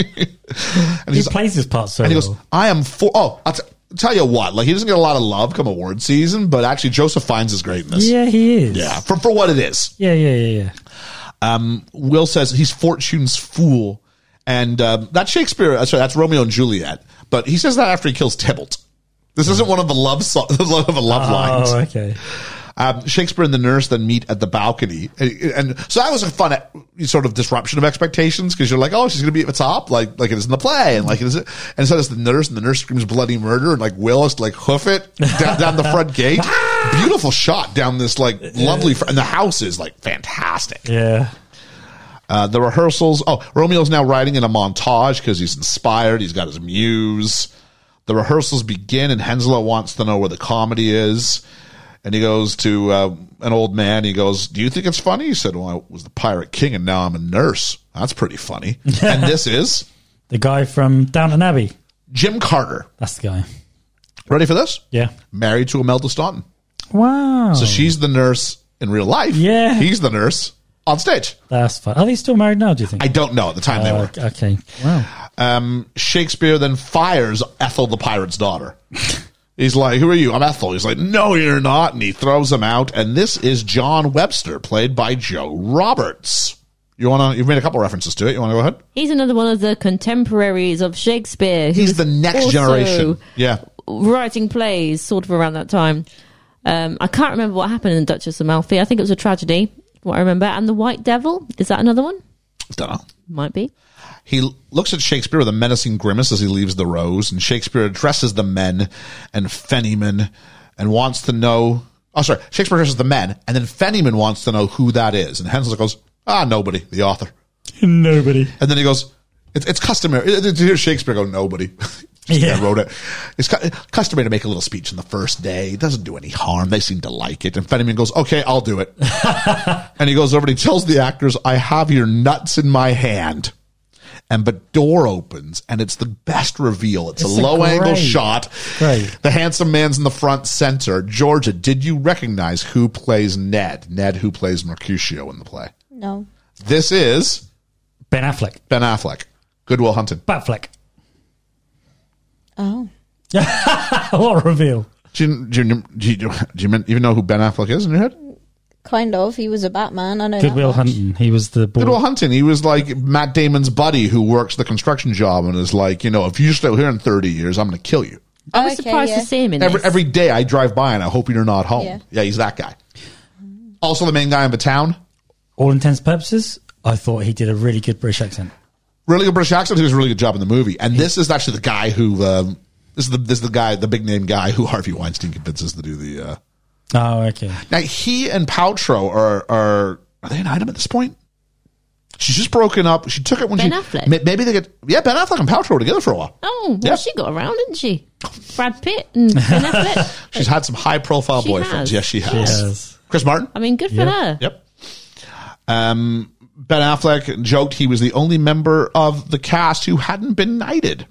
Speaker 6: He
Speaker 5: he's,
Speaker 6: plays his part so
Speaker 5: and he
Speaker 6: well.
Speaker 5: goes, I am for, oh, I'll t- tell you what, like he doesn't get a lot of love come award season, but actually Joseph finds his greatness.
Speaker 6: yeah, he is.
Speaker 5: Yeah, for, for what it is.
Speaker 6: Yeah, yeah, yeah, yeah.
Speaker 5: Will says he's fortune's fool, and um, that's Shakespeare. uh, Sorry, that's Romeo and Juliet. But he says that after he kills Tybalt. This isn't one of the love so- of a love
Speaker 6: Oh,
Speaker 5: lines.
Speaker 6: okay.
Speaker 5: Um, Shakespeare and the nurse then meet at the balcony, and, and so that was a fun uh, sort of disruption of expectations because you're like, oh, she's going to be at the top, like like it is in the play, and like it is, and so it's the nurse, and the nurse screams bloody murder, and like Willis like hoof it down, down the front gate. Beautiful shot down this like lovely, fr- and the house is like fantastic.
Speaker 6: Yeah.
Speaker 5: Uh, the rehearsals. Oh, Romeo's now writing in a montage because he's inspired. He's got his muse. The rehearsals begin, and Henslow wants to know where the comedy is. And he goes to uh, an old man. He goes, "Do you think it's funny?" He said, "Well, I was the pirate king, and now I'm a nurse. That's pretty funny." and this is
Speaker 6: The guy from Downton Abbey.
Speaker 5: Jim Carter.
Speaker 6: That's the guy.
Speaker 5: Ready for this?
Speaker 6: Yeah.
Speaker 5: Married to Imelda Staunton,
Speaker 6: Wow.
Speaker 5: so she's the nurse in real life.
Speaker 6: Oh. Yeah.
Speaker 5: he's the nurse on stage.
Speaker 6: That's fun. Are they still married now, do you think?
Speaker 5: I don't know at the time they were.
Speaker 6: Oh, okay. Wow.
Speaker 5: um, Shakespeare then fires Ethel the pirate's daughter. He's like, "Who are you?" I'm Ethel. He's like, "No, you're not," and he throws him out. And this is John Webster, played by Joe Roberts. You want to? You've made a couple references to it. You want to go ahead?
Speaker 7: He's another one of the contemporaries of Shakespeare. who
Speaker 5: He's
Speaker 7: was
Speaker 5: the next
Speaker 7: also
Speaker 5: generation. Yeah,
Speaker 7: Writing plays sort of around that time. Um, I can't remember what happened in Duchess of Malfi. I think it was a tragedy, from what I remember. And The White Devil. Is that another one?
Speaker 5: don't know.
Speaker 7: Might be.
Speaker 5: He l- looks at Shakespeare with a menacing grimace as he leaves the rose, and Shakespeare addresses the men and Fennyman and wants to know. Oh, sorry. Shakespeare addresses the men, and then Fennyman wants to know who that is. And Hensel goes, Ah, nobody, the author.
Speaker 6: Nobody.
Speaker 5: And then he goes, it's, it's customary. To hear Shakespeare go, nobody. yeah.
Speaker 6: Yeah.
Speaker 5: wrote it. It's cu- customary to make a little speech on the first day. It doesn't do any harm. They seem to like it. And Fenneman goes, okay, I'll do it. and he goes over and he tells the actors, I have your nuts in my hand. And but door opens and it's the best reveal. It's,
Speaker 6: It's
Speaker 5: a
Speaker 6: a
Speaker 5: low angle
Speaker 6: great-
Speaker 5: shot.
Speaker 6: great.
Speaker 5: The handsome man's in the front center. Georgia, did you recognize who plays Ned? Ned, who plays Mercutio in the play?
Speaker 10: No.
Speaker 5: This is
Speaker 6: Ben Affleck.
Speaker 5: Ben Affleck, Goodwill Hunting.
Speaker 6: Batfleck.
Speaker 10: Oh.
Speaker 6: what a reveal.
Speaker 5: Do you, do, you, do, you, do you even know who Ben Affleck is in your head?
Speaker 10: Kind of. He was a Batman. I know. that
Speaker 6: Goodwill
Speaker 10: much.
Speaker 6: Hunting. He was the boy.
Speaker 5: Goodwill Hunting. He was like Matt Damon's buddy who works the construction job and is like, you know, if you're still here in 30 years, I'm going to kill you.
Speaker 7: I was
Speaker 10: Okay,
Speaker 7: surprised
Speaker 10: yeah.
Speaker 7: to see him in
Speaker 5: Every,
Speaker 7: this.
Speaker 5: every day I drive by and I hope you're not home. Yeah.
Speaker 10: Yeah.
Speaker 5: he's that guy. Also, the main guy in the town.
Speaker 6: All intents and purposes, I thought he did a really good British accent.
Speaker 5: Really good British accent. He does a really good job in the movie. And this is actually the guy who, um, this is the, this is the guy, the big name guy who Harvey Weinstein convinces to do the, uh,
Speaker 6: Oh, okay.
Speaker 5: Now he and Paltrow are are are they an item at this point? She's just broken up. She took it when
Speaker 7: Ben
Speaker 5: she
Speaker 7: Affleck?
Speaker 5: ma- maybe they get yeah Ben Affleck and Paltrow were together for a while.
Speaker 7: Oh, well,
Speaker 5: Yeah.
Speaker 7: she got around, didn't she? Brad Pitt and Ben Affleck.
Speaker 5: She's had some high profile
Speaker 7: She
Speaker 5: boyfriends.
Speaker 7: has.
Speaker 5: Yes, she has.
Speaker 6: has.
Speaker 5: Chris Martin.
Speaker 7: I mean, good for
Speaker 6: Yeah.
Speaker 7: her.
Speaker 5: Yep. Um, ben Affleck joked he was the only member of the cast who hadn't been knighted.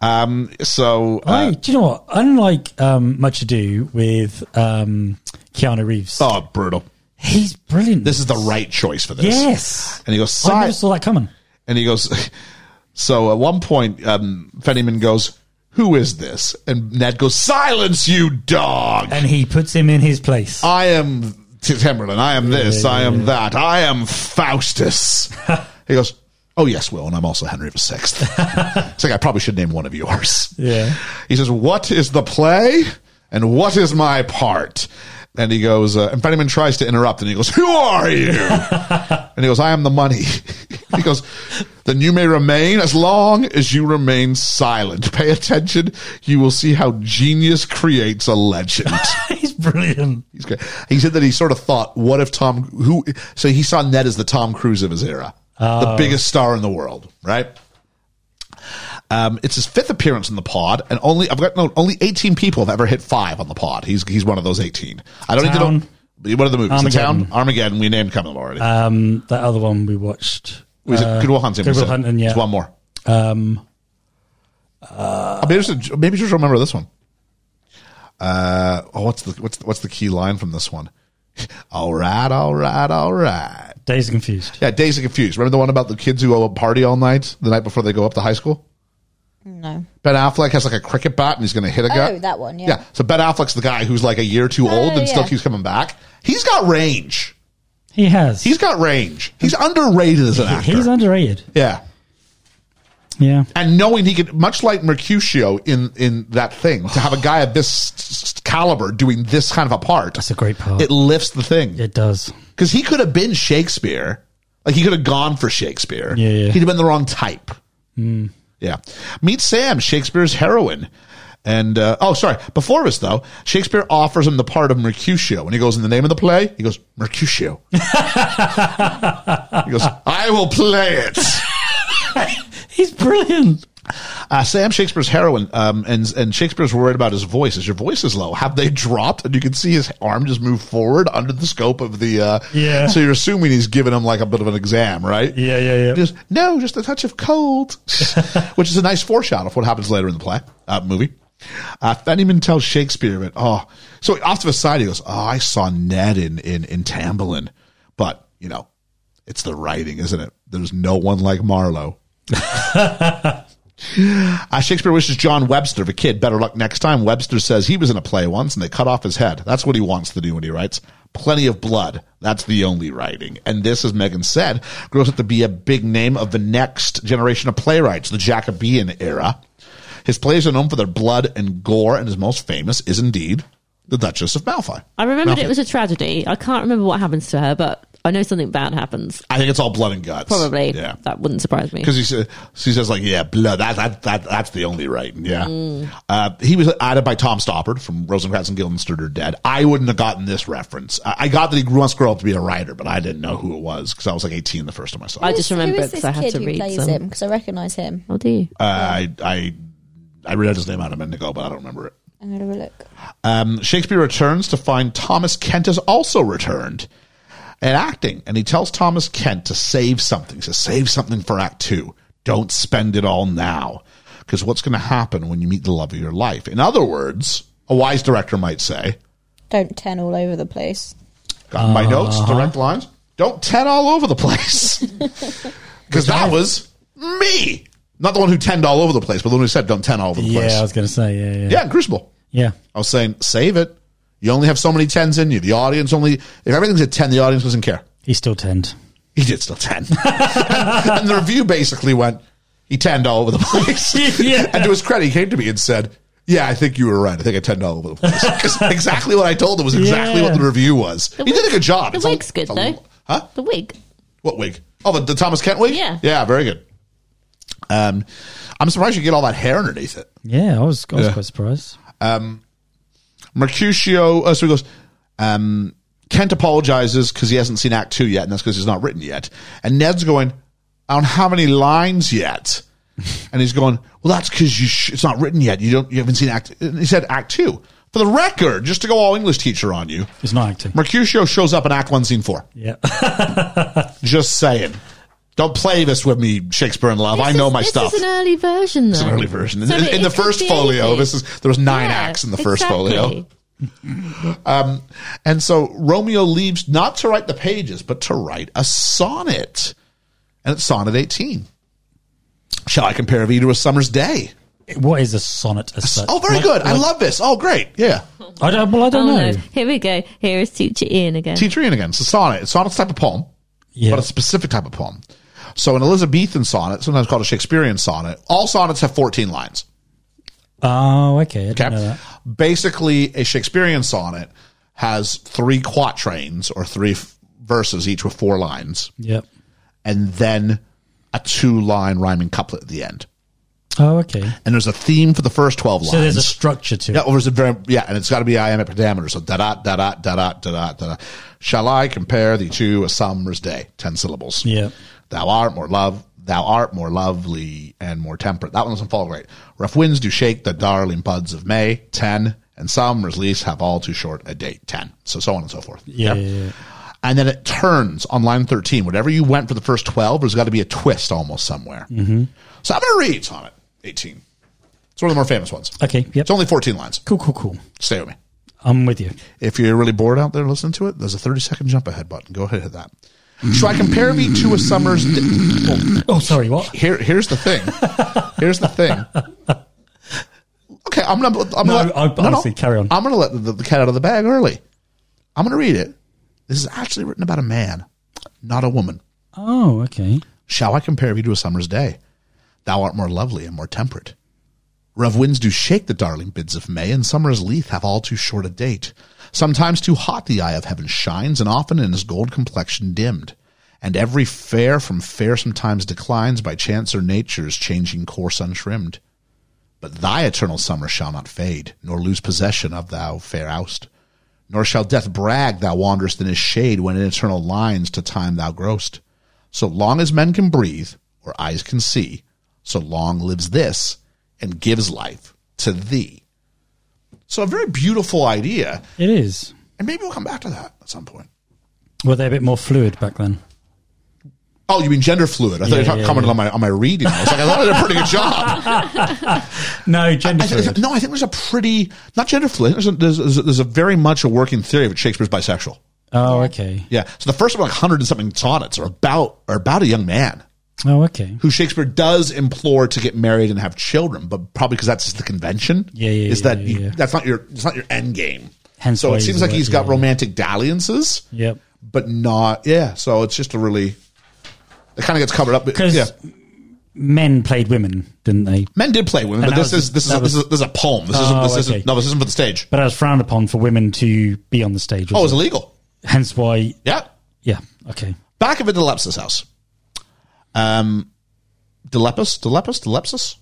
Speaker 5: um. So
Speaker 6: I,
Speaker 5: uh,
Speaker 6: do you know what? Unlike um, Much Ado with um, Keanu Reeves,
Speaker 5: oh, brutal.
Speaker 6: he's brilliant.
Speaker 5: This is the right choice for this.
Speaker 6: yes.
Speaker 5: And he goes.
Speaker 6: I
Speaker 5: "Si-
Speaker 6: never saw that coming.
Speaker 5: And he goes, so at one point, um, Fennyman goes, who is this? And Ned goes, silence you dog.
Speaker 6: And he puts him in his place.
Speaker 5: I am Timberlin. I am this. I am that. I am Faustus. he goes, oh yes, Will. And I'm also Henry the Sixth. it's like, I probably should name one of yours.
Speaker 6: Yeah.
Speaker 5: He says, what is the play? And what is my part? And he goes, uh, and Fennyman tries to interrupt and he goes, who are you? And he goes, I am the money. he goes, then you may remain as long as you remain silent. Pay attention. You will see how genius creates a legend.
Speaker 6: he's brilliant.
Speaker 5: He's great. He said that he sort of thought, what if Tom, who, so he saw Ned as the Tom Cruise of his era,
Speaker 6: Oh.
Speaker 5: the biggest star in the world, right? Um, it's his fifth appearance in the pod, and only I've got no only eighteen people have ever hit five on the pod. He's he's one of those eighteen. I don't
Speaker 6: Town.
Speaker 5: need to know. What are the movies? The
Speaker 6: Armageddon.
Speaker 5: Town, Armageddon. We named a couple of them already.
Speaker 6: Um, that other one we watched.
Speaker 5: Was it
Speaker 6: uh,
Speaker 5: Goodwill Hunting? Was
Speaker 6: Goodwill
Speaker 5: it-
Speaker 6: Hunting, yeah.
Speaker 5: There's one more.
Speaker 6: Um,
Speaker 5: I'll be interested. Maybe just remember this one. Uh, oh, what's the what's the, what's the key line from this one? all right, all right, all right.
Speaker 6: Days are Confused.
Speaker 5: Yeah, Days of Confused. Remember the one about the kids who go up party all night the night before they go up to high school?
Speaker 10: No.
Speaker 5: Ben Affleck has like a cricket bat and he's going to hit a guy.
Speaker 10: Oh, that one, yeah. Oh,
Speaker 5: So Ben Affleck's the guy who's like a year too old and still
Speaker 10: yeah.
Speaker 5: keeps coming back. He's got range.
Speaker 6: He has.
Speaker 5: He's got range. He's underrated as an actor.
Speaker 6: he's underrated.
Speaker 5: yeah.
Speaker 6: Yeah.
Speaker 5: And knowing he could, much like Mercutio in in that thing, to have a guy of this s- s- caliber doing this kind of a part.
Speaker 6: That's a great part.
Speaker 5: It lifts the thing.
Speaker 6: It does.
Speaker 5: Because he could have been Shakespeare. Like he could have gone for Shakespeare.
Speaker 6: Yeah, yeah. Hmm.
Speaker 5: He'd have been the wrong type. Yeah. Meet Sam, Shakespeare's heroine. And, uh, oh, sorry. Before this, though, Shakespeare offers him the part of Mercutio. When he goes, in the name of the play, he goes, Mercutio. he goes, I will play it.
Speaker 6: He's brilliant.
Speaker 5: Uh, Sam Shakespeare's heroine, um, and and Shakespeare's worried about his voice. Is your voice is low? Have they dropped? And you can see his arm just move forward under the scope of the. Uh,
Speaker 6: Yeah.
Speaker 5: So you're assuming he's giving him like a bit of an exam, right?
Speaker 6: Yeah, yeah, yeah.
Speaker 5: Just no, just a touch of cold, which is a nice foreshadow of what happens later in the play uh, movie. Uh, Fannyman tells Shakespeare that oh, so off to the side he goes, oh, I saw Ned in in in Tamburlaine, but you know, it's the writing, isn't it? There's no one like Marlowe. Uh, Shakespeare wishes John Webster, the kid, better luck next time. Webster says he was in a play once and they cut off his head. That's what he wants to do when he writes. Plenty of blood. That's the only writing. And this, as Megan said, grows up to be a big name of the next generation of playwrights, the Jacobean era. His plays are known for their blood and gore, and his most famous is indeed The Duchess of Malfoy.
Speaker 7: I remembered
Speaker 5: Malfoy.
Speaker 7: it was a tragedy. I can't remember what happens to her, but I know something bad happens.
Speaker 5: I think it's all blood and guts.
Speaker 7: Probably.
Speaker 5: Yeah.
Speaker 7: That wouldn't surprise me.
Speaker 5: because he said she says like yeah blood that, that that that's the only right yeah uh, he was added by Tom Stoppard from Rosencrantz and Guildenstern are dead I wouldn't have gotten this reference I, I got that he once grew up to be a writer but I didn't know who it was because I was like 18 the first time I saw
Speaker 7: I
Speaker 5: it
Speaker 7: just remember it because I had to read some.
Speaker 10: because I recognise him.
Speaker 7: Oh, do you?
Speaker 5: uh, I I I read his name out a minute ago but I don't remember it
Speaker 10: I'm gonna have a look.
Speaker 5: Um, Shakespeare returns to find Thomas Kent has also returned and acting. And he tells Thomas Kent to save something, to save something for Act Two. Don't spend it all now, because what's going to happen when you meet the love of your life? In other words, a wise director might say,
Speaker 10: Don't turn all over the place.
Speaker 5: "Got my notes,
Speaker 6: Uh-huh.
Speaker 5: direct lines. Don't tent all over the place," because that was me, not the one who tend all over the place, but the one who said, "Don't tent all over the
Speaker 6: Yeah, I
Speaker 5: place."
Speaker 6: was going to say, yeah, yeah.
Speaker 5: Yeah, in Crucible.
Speaker 6: Yeah.
Speaker 5: I was saying, save it. You only have so many tens in you. The audience only, if everything's a 10, the audience doesn't care.
Speaker 6: He's still 10.
Speaker 5: He did still 10. and, and the review basically went, he tanned all over the place.
Speaker 6: Yeah.
Speaker 5: And to his credit, he came to me and said, yeah, I think you were right. I think I tanned all over the place. Because exactly what I told him was exactly
Speaker 6: Yeah.
Speaker 5: what the review was. he
Speaker 7: wig-
Speaker 5: did a good job.
Speaker 7: The
Speaker 5: It's a-
Speaker 7: wig's good,
Speaker 5: it's a-
Speaker 7: though.
Speaker 5: Huh?
Speaker 7: The wig.
Speaker 5: What wig? Oh, the, the Thomas Kent wig?
Speaker 7: Yeah.
Speaker 5: Yeah, very good. Um, I'm surprised you get all that hair underneath it.
Speaker 6: Yeah, I was, I was
Speaker 5: Yeah.
Speaker 6: quite surprised.
Speaker 5: Mercutio, uh, so he goes, um, Kent apologizes because he hasn't seen Act Two yet, and that's because it's not written yet. And Ned's going, I don't have any lines yet. and he's going, Well, that's because you sh- it's not written yet. You don't, you haven't seen Act. And he said Act Two. For the record, just to go all English teacher on you,
Speaker 6: It's not acting.
Speaker 5: Mercutio shows up in Act One, Scene Four.
Speaker 6: Yeah.
Speaker 5: Just saying. Don't play this with me, Shakespeare in Love. I
Speaker 7: This
Speaker 5: know
Speaker 7: is-
Speaker 5: my stuff.
Speaker 7: This is an early version, though.
Speaker 5: It's an early version.
Speaker 7: So
Speaker 5: in,
Speaker 7: it-
Speaker 5: in
Speaker 7: it
Speaker 5: the
Speaker 7: could
Speaker 5: first
Speaker 7: be
Speaker 5: folio,
Speaker 7: anything.
Speaker 5: this is there was nine
Speaker 7: Yeah,
Speaker 5: acts in the first
Speaker 7: exactly.
Speaker 5: folio. And so Romeo leaves not to write the pages, but to write a sonnet. And it's sonnet 18. Shall I compare Vita to a summer's day?
Speaker 6: what is a sonnet as such?
Speaker 5: Oh, very
Speaker 6: Like-
Speaker 5: good. I
Speaker 6: like-
Speaker 5: love this. Oh, great. Yeah.
Speaker 6: I don't, well, I
Speaker 7: Oh,
Speaker 6: don't know.
Speaker 7: no. Here we go. Here is teacher Ian again.
Speaker 5: Teacher Ian again. It's a sonnet. It's sonnet's a type of poem,
Speaker 6: Yeah.
Speaker 5: but a specific type of poem. So an Elizabethan sonnet, sometimes called a Shakespearean sonnet, all sonnets have 14 lines.
Speaker 6: oh, okay. I didn't know
Speaker 5: Okay.
Speaker 6: that.
Speaker 5: Basically, a Shakespearean sonnet has three quatrains or three f- verses, each with four lines,
Speaker 6: Yep.
Speaker 5: and then a two line rhyming couplet at the end.
Speaker 6: Oh, okay.
Speaker 5: And there's a theme for the first 12 lines.
Speaker 6: So there's a structure to it.
Speaker 5: yeah, or is it very, yeah, and it's got to be iambic pentameter. So da da da da da da da da da. Shall I compare thee to a summer's day? Ten syllables.
Speaker 6: Yeah.
Speaker 5: Thou art more love. Thou art more lovely and more temperate. That one doesn't fall great. Rough winds do shake the darling buds of May. Ten. And summer's leaves have all too short a date. Ten. So so on and so forth.
Speaker 6: Yeah, yeah, yeah.
Speaker 5: And then it turns on line 13. Whatever you went for the first 12, there's got to be a twist almost somewhere.
Speaker 6: Mm-hmm.
Speaker 5: So I'm going to read Sonnet 18. It's one of the more famous ones.
Speaker 6: Okay. Yep.
Speaker 5: It's only 14 lines.
Speaker 6: Cool, cool, cool.
Speaker 5: Stay with me.
Speaker 6: I'm with you.
Speaker 5: If you're really bored out there listening to it, there's a 30 second jump ahead button. Go ahead and hit that. Shall I compare me to a summer's day?
Speaker 6: Oh, sorry. What?
Speaker 5: Here, here's the thing. Here's the thing. Okay, I'm gonna. I'm
Speaker 6: No,
Speaker 5: gonna
Speaker 6: I- honestly, carry on.
Speaker 5: I'm gonna let the, the cat out of the bag early. I'm gonna read it. This is actually written about a man, not a woman.
Speaker 6: Oh, okay.
Speaker 5: Shall I compare thee to a summer's day? Thou art more lovely and more temperate. Rough winds do shake the darling bids of May, and summer's leaf have all too short a date. Sometimes too hot the eye of heaven shines, and often in his gold complexion dimmed. And every fair from fair sometimes declines by chance or nature's changing course untrimmed. But thy eternal summer shall not fade, nor lose possession of thou fair oust. Nor shall death brag thou wanderest in his shade when in eternal lines to time thou grow'st. So long as men can breathe, or eyes can see, so long lives this and gives life to thee. So a very beautiful idea.
Speaker 6: It is.
Speaker 5: And maybe we'll come back to that at some point.
Speaker 6: Were they a bit more fluid back then?
Speaker 5: Oh, you mean gender fluid? I thought you were
Speaker 6: Yeah,
Speaker 5: talking
Speaker 6: yeah,
Speaker 5: commenting
Speaker 6: yeah.
Speaker 5: on my on my reading. I was like, I thought I did a pretty good job.
Speaker 6: No, gender
Speaker 5: I think-
Speaker 6: fluid.
Speaker 5: no, I think there's a pretty not gender fluid. There's a, there's, there's a, there's a very much a working theory of Shakespeare's bisexual.
Speaker 6: Oh, okay.
Speaker 5: Yeah. So the first like hundred and something sonnets are about are about a young man
Speaker 6: Oh, okay.
Speaker 5: who Shakespeare does implore to get married and have children, but probably because that's just the convention.
Speaker 6: Yeah, yeah,
Speaker 5: Is
Speaker 6: yeah,
Speaker 5: that
Speaker 6: yeah,
Speaker 5: you,
Speaker 6: yeah.
Speaker 5: that's not your it's not your end game.
Speaker 6: Hence
Speaker 5: so
Speaker 6: why
Speaker 5: it
Speaker 6: he's
Speaker 5: seems like
Speaker 6: the-
Speaker 5: he's got
Speaker 6: yeah.
Speaker 5: romantic dalliances,
Speaker 6: Yep.
Speaker 5: but not yeah. So it's just a really it kind of gets covered up. but-
Speaker 6: Because
Speaker 5: Yeah.
Speaker 6: men played women, didn't they?
Speaker 5: Men did play women,
Speaker 6: And
Speaker 5: but
Speaker 6: that
Speaker 5: this
Speaker 6: was-
Speaker 5: is this is,
Speaker 6: that
Speaker 5: a, this is
Speaker 6: was-
Speaker 5: this is a poem. This isn't
Speaker 6: Oh,
Speaker 5: this
Speaker 6: okay.
Speaker 5: isn't no, this isn't for the stage.
Speaker 6: But it was frowned upon for women to be on the stage.
Speaker 5: Oh, it
Speaker 6: wasn't
Speaker 5: was illegal.
Speaker 6: it? Hence why.
Speaker 5: Yeah.
Speaker 6: Yeah. Okay.
Speaker 5: Back of Adelepsis' house. Um, Delepus, Delepus, Delepsis.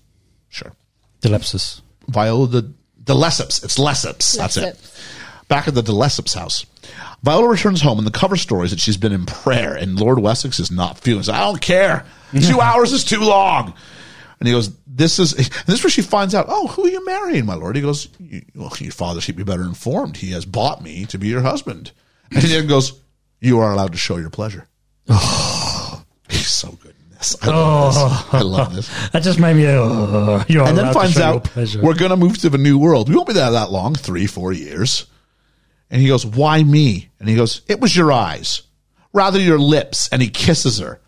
Speaker 5: Sure.
Speaker 6: Delepsis.
Speaker 5: Viola the Deleseps. It's Leseps. That's it. Back at the Deleseps house. Viola returns home and the cover story is that she's been in prayer and Lord Wessex is not feeling. So I don't care. Two hours is too long. And he goes, This is and this is where she finds out, oh, who are you marrying, my lord? He goes, "You- well, Your father should be better informed. He has bought me to be your husband. And then goes, You are allowed to show your pleasure. He's so good in this. I love this. I love this
Speaker 6: That just made me. Oh, you're
Speaker 5: and then
Speaker 6: allowed to
Speaker 5: finds
Speaker 6: show your
Speaker 5: out
Speaker 6: pleasure.
Speaker 5: we're going to move to the new world. We won't be there that long, three, four years. And he goes, Why me? And he goes, It was your eyes, rather your lips. And he kisses her.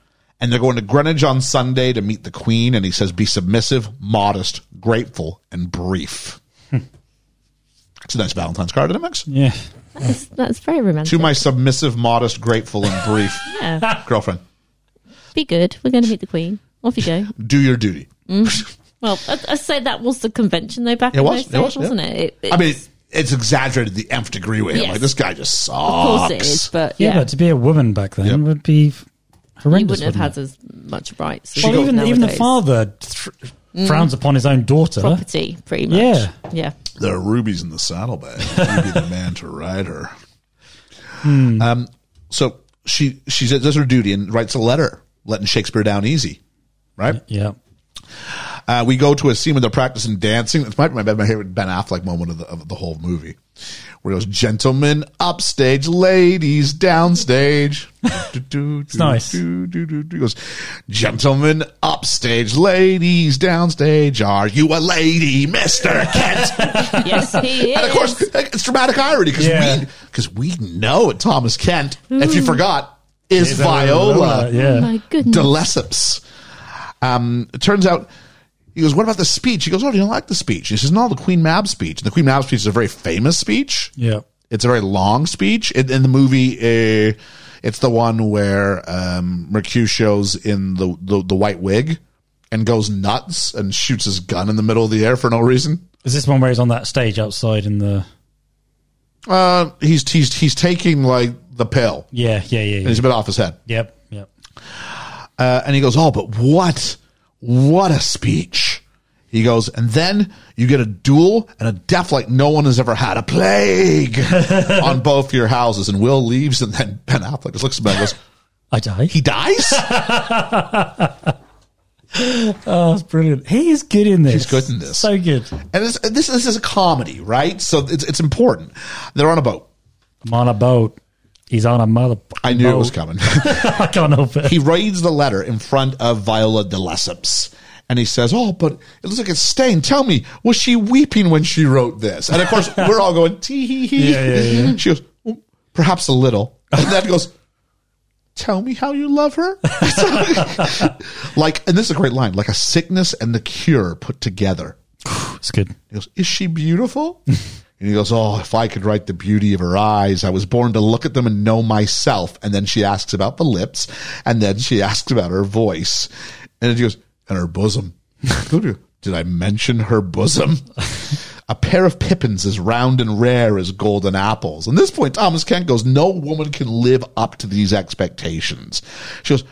Speaker 5: And they're going to Greenwich on Sunday to meet the Queen. And he says, Be submissive, modest, grateful, and brief.
Speaker 6: Hmm.
Speaker 5: It's a nice Valentine's card, isn't it, Max?
Speaker 6: Yeah.
Speaker 7: That's, that's very romantic.
Speaker 5: To my submissive, modest, grateful, and brief
Speaker 7: Yeah.
Speaker 5: girlfriend,
Speaker 7: Be good. We're going to meet the Queen. Off you go.
Speaker 5: do your duty.
Speaker 7: Well, I, I say that was the convention though back
Speaker 5: It
Speaker 7: in
Speaker 5: was,
Speaker 7: those
Speaker 5: it was,
Speaker 7: days, wasn't
Speaker 5: yeah.
Speaker 7: it? It-
Speaker 5: I mean,
Speaker 7: it's-
Speaker 5: it's exaggerated to the nth degree way. I'm
Speaker 7: Yes.
Speaker 5: Like, this guy just sucks.
Speaker 7: of course it is, but
Speaker 6: yeah.
Speaker 7: yeah,
Speaker 6: but to be a woman back then
Speaker 5: Yep.
Speaker 6: would be f-
Speaker 7: you
Speaker 6: horrendous.
Speaker 7: wouldn't have had
Speaker 6: it?
Speaker 7: as much rights. as
Speaker 6: Well,
Speaker 7: you
Speaker 6: even
Speaker 7: have
Speaker 6: even the
Speaker 7: nowadays.
Speaker 6: father th- frowns upon his own daughter.
Speaker 7: property, pretty much.
Speaker 6: Yeah.
Speaker 7: yeah.
Speaker 5: There are rubies in the saddlebag. You'd be the man to ride her. Um, so she she does her duty and writes a letter letting Shakespeare down easy. Right?
Speaker 6: Yeah.
Speaker 5: Uh, we go to a scene where they're practicing dancing. It's might be my, my favorite Ben Affleck moment of the, of the whole movie, where he goes, "Gentlemen upstage, ladies downstage." it's
Speaker 6: nice.
Speaker 5: He goes, "Gentlemen upstage, ladies downstage. Are you a lady, Mister Kent?"
Speaker 7: Yes, he is.
Speaker 5: And of course, it's dramatic irony because
Speaker 6: Yeah. Hmm.
Speaker 5: we because we know Thomas Kent, if you forgot, is Viola
Speaker 7: Oh
Speaker 6: Yeah.
Speaker 7: my goodness.
Speaker 5: Deleseps. Um, it turns out he goes, "What about the speech?" He goes, "Oh, you don't like the speech?" He says, "No, the Queen Mab speech. And the Queen Mab speech is a very famous speech.
Speaker 6: Yeah.
Speaker 5: It's a very long speech in, in the movie. Uh, it's the one where um, Mercutio's in the, the the white wig and goes nuts and shoots his gun in the middle of the air for no reason.
Speaker 6: Is this one where he's on that stage outside in the?
Speaker 5: Uh, he's he's he's taking like the pill.
Speaker 6: Yeah. Yeah. Yeah.
Speaker 5: And
Speaker 6: yeah.
Speaker 5: he's a bit off his head.
Speaker 6: Yep. Yep.
Speaker 5: Uh, and he goes, "Oh, but what? What a speech!" He goes, and then you get a duel and a death like no one has ever had, a plague on both your houses. And Will leaves, and then Ben Affleck just looks at him and goes,
Speaker 6: I die.
Speaker 5: "He dies."
Speaker 6: That's brilliant. He is good in this.
Speaker 5: He's good in this.
Speaker 6: So good.
Speaker 5: and it's, this this is a comedy, right? So it's it's important. They're on a boat.
Speaker 6: I'm on a boat. He's on a mother.
Speaker 5: I knew it was
Speaker 6: boat.
Speaker 5: coming.
Speaker 6: I can't help it.
Speaker 5: he reads the letter in front of Viola de Lesseps. And he says, Oh, but it looks like it's stained. Tell me, was she weeping when she wrote this? And of course, we're all going, tee hee hee.
Speaker 6: Yeah, yeah, yeah.
Speaker 5: She goes, well, Perhaps a little. And then goes, Tell me how you love her. like, and this is a great line like a sickness and the cure put together.
Speaker 6: It's good.
Speaker 5: He goes, Is she beautiful? and he goes, Oh, if I could write the beauty of her eyes, I was born to look at them and know myself. And then she asks about the lips, and then she asks about her voice. And he goes, And her bosom. Go to- Did I mention her bosom? A pair of pippins as round and rare as golden apples. And this point, Thomas Kent goes, No woman can live up to these expectations. She goes,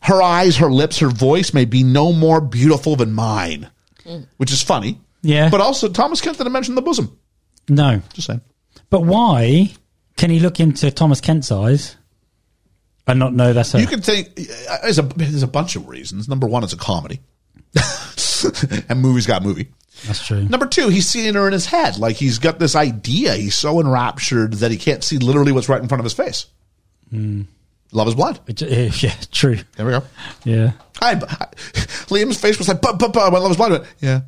Speaker 5: Her eyes, her lips, her voice may be no more beautiful than mine. Which is funny.
Speaker 6: Yeah.
Speaker 5: But also, Thomas Kent didn't mention the bosom.
Speaker 6: No.
Speaker 5: Just saying.
Speaker 6: But why can he look into Thomas Kent's eyes and not know that's her?
Speaker 5: You can think there's a there's a bunch of reasons. Number one, it's a comedy, and movie's got movie.
Speaker 6: that's true.
Speaker 5: Number two, he's seeing her in his head, like he's got this idea. He's so enraptured that he can't see literally what's right in front of his face. Love is blind.
Speaker 6: It- eh, yeah, true.
Speaker 5: There we go.
Speaker 6: Yeah.
Speaker 5: I, I- Liam's face was like, but but but when love is blind, I went, yeah.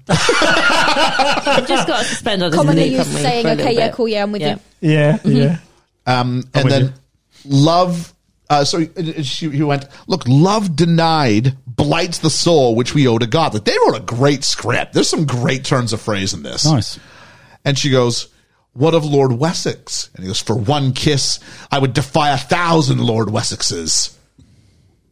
Speaker 7: I've just got to suspend on this
Speaker 10: Commonly
Speaker 7: belief,
Speaker 10: used
Speaker 7: haven't we,
Speaker 10: saying,
Speaker 7: for a little
Speaker 10: okay, yeah,
Speaker 7: bit.
Speaker 10: cool, yeah, I'm with
Speaker 7: Yeah.
Speaker 10: you.
Speaker 6: Yeah. Yeah.
Speaker 5: Um, and
Speaker 6: with
Speaker 5: then
Speaker 6: you.
Speaker 5: love. Uh, so uh, she, he went, look, love denied blights the soul which we owe to God. Like they wrote a great script. There's some great turns of phrase in
Speaker 7: Mm-hmm.
Speaker 5: this.
Speaker 6: Nice.
Speaker 5: And she goes, What of Lord Wessex? And he goes, For one kiss, I would defy a thousand Lord Wessexes.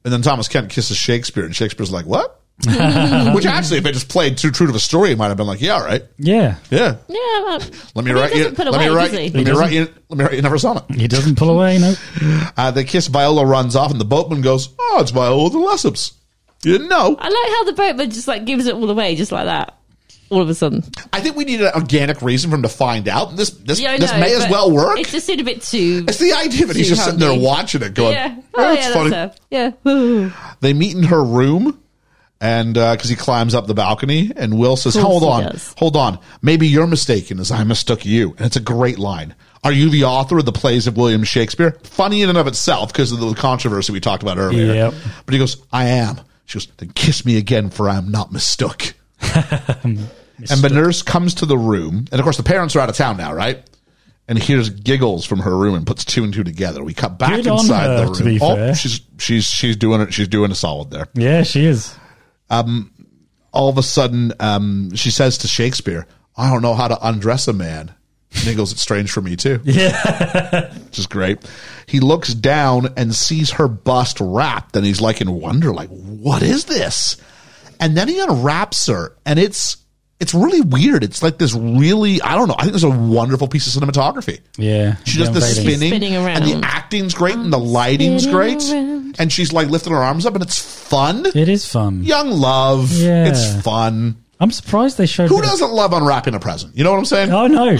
Speaker 5: And then Thomas Kent kisses Shakespeare, and Shakespeare's like, What? Which actually, if they just played Too True to the Story, it might have been like, Yeah, all right.
Speaker 6: Yeah.
Speaker 5: Yeah.
Speaker 7: Yeah, well,
Speaker 5: Let me
Speaker 7: I mean,
Speaker 5: write
Speaker 7: he
Speaker 5: you.
Speaker 7: doesn't put
Speaker 5: Let me
Speaker 7: away,
Speaker 5: write.
Speaker 7: does he?
Speaker 5: Let me write you. Let me write you. Never saw it.
Speaker 6: He doesn't pull away. No.
Speaker 5: Uh, they kiss. Viola runs off, and the boatman goes, "Oh, it's Viola the Lesseps." You didn't know.
Speaker 7: I like how the boatman just like gives it all away, just like that, all of a sudden.
Speaker 5: I think we need an organic reason for him to find out. This this
Speaker 7: Yeah, I
Speaker 5: this
Speaker 7: know,
Speaker 5: may as
Speaker 7: but
Speaker 5: well work.
Speaker 7: It just seemed a bit too.
Speaker 5: It's the idea that he's
Speaker 7: Too
Speaker 5: just sitting there
Speaker 7: handy.
Speaker 5: watching it, going,
Speaker 7: yeah.
Speaker 5: "Oh,
Speaker 7: Oh,
Speaker 5: that's
Speaker 7: yeah,
Speaker 5: funny."
Speaker 7: that's her. Yeah.
Speaker 5: They meet in her room, and because he climbs up the balcony, and Will says,
Speaker 7: course
Speaker 5: "Hold
Speaker 7: he
Speaker 5: on,
Speaker 7: does.
Speaker 5: hold on. Maybe you're mistaken, as I mistook you." And it's a great line. Are you the author of the plays of William Shakespeare? Funny in and of itself because of the controversy we talked about earlier.
Speaker 6: Yep.
Speaker 5: But he goes, "I am." She goes, "Then kiss me again, for I am not mistook." and the nurse comes to the room, and of course the parents are out of town now, right? And hears giggles from her room and puts two and two together. We cut back
Speaker 6: Good on
Speaker 5: inside
Speaker 6: her,
Speaker 5: the room.
Speaker 6: to be
Speaker 5: oh,
Speaker 6: fair.
Speaker 5: she's she's she's doing it. She's doing a solid there.
Speaker 6: Yeah, she is.
Speaker 5: All of a sudden, um, she says to Shakespeare, "I don't know how to undress a man." And he goes, "It's strange for me too."
Speaker 6: Yeah.
Speaker 5: which is great. He looks down and sees her bust wrapped, and he's like in wonder, like, what is this? And then he unwraps her, and it's it's really weird. It's like this really, I don't know. I think there's a wonderful piece of cinematography.
Speaker 6: Yeah.
Speaker 5: She does the
Speaker 6: Young
Speaker 5: spinning,
Speaker 6: lady.
Speaker 7: Spinning
Speaker 5: and
Speaker 7: around.
Speaker 5: the acting's great, and the lighting's
Speaker 7: spinning
Speaker 5: great,
Speaker 7: around.
Speaker 5: and she's like lifting her arms up, and it's fun.
Speaker 6: It is fun.
Speaker 5: Young love,
Speaker 6: Yeah.
Speaker 5: it's fun.
Speaker 6: I'm surprised they showed.
Speaker 5: Who
Speaker 6: a bit of-
Speaker 5: doesn't love unwrapping a present? You know what I'm saying?
Speaker 6: I know.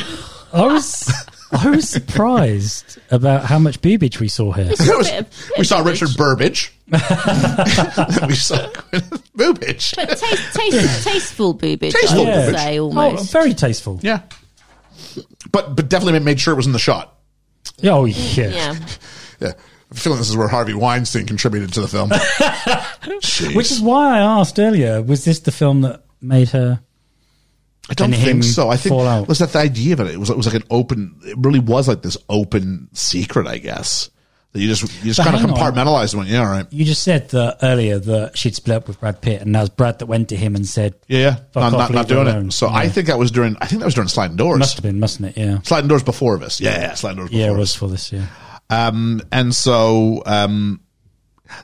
Speaker 6: I was. I was surprised about how much boobage we saw here.
Speaker 5: It was-
Speaker 7: bit of-
Speaker 5: we saw Richard Burbage. we saw Gwyneth Boobage.
Speaker 7: But taste, taste, tasteful boobage,
Speaker 5: Tasteful
Speaker 7: I would
Speaker 5: boobage.
Speaker 7: say,
Speaker 6: Oh,
Speaker 7: almost.
Speaker 6: very tasteful.
Speaker 5: Yeah. But but definitely made sure it was in the shot.
Speaker 6: Yeah, Oh, yeah.
Speaker 7: yeah.
Speaker 5: Yeah. I'm feeling this is where Harvey Weinstein contributed to the film. Jeez.
Speaker 6: Which is why I asked earlier, was this the film that made her?
Speaker 5: I don't
Speaker 6: and him
Speaker 5: think so. I think
Speaker 6: fall out.
Speaker 5: was that the idea of it. It was it was like an open. It really was like this open secret, I guess. That you just you just
Speaker 6: But
Speaker 5: kind of
Speaker 6: hang on.
Speaker 5: compartmentalized one. Yeah, all right.
Speaker 6: You just said that earlier that she'd split up with Brad Pitt, and that was Brad that went to him and said,
Speaker 5: Yeah, yeah.
Speaker 6: Fuck
Speaker 5: not
Speaker 6: off,
Speaker 5: not,
Speaker 6: leave
Speaker 5: not
Speaker 6: her
Speaker 5: doing
Speaker 6: alone.
Speaker 5: it. So I
Speaker 6: Yeah.
Speaker 5: think that was during. I think that was during sliding doors.
Speaker 6: "Must have been, mustn't it?" Yeah,
Speaker 5: sliding doors before this. Yeah, yeah, sliding doors. Before
Speaker 6: yeah, it
Speaker 5: us.
Speaker 6: was for this. Yeah,
Speaker 5: Um, and so um,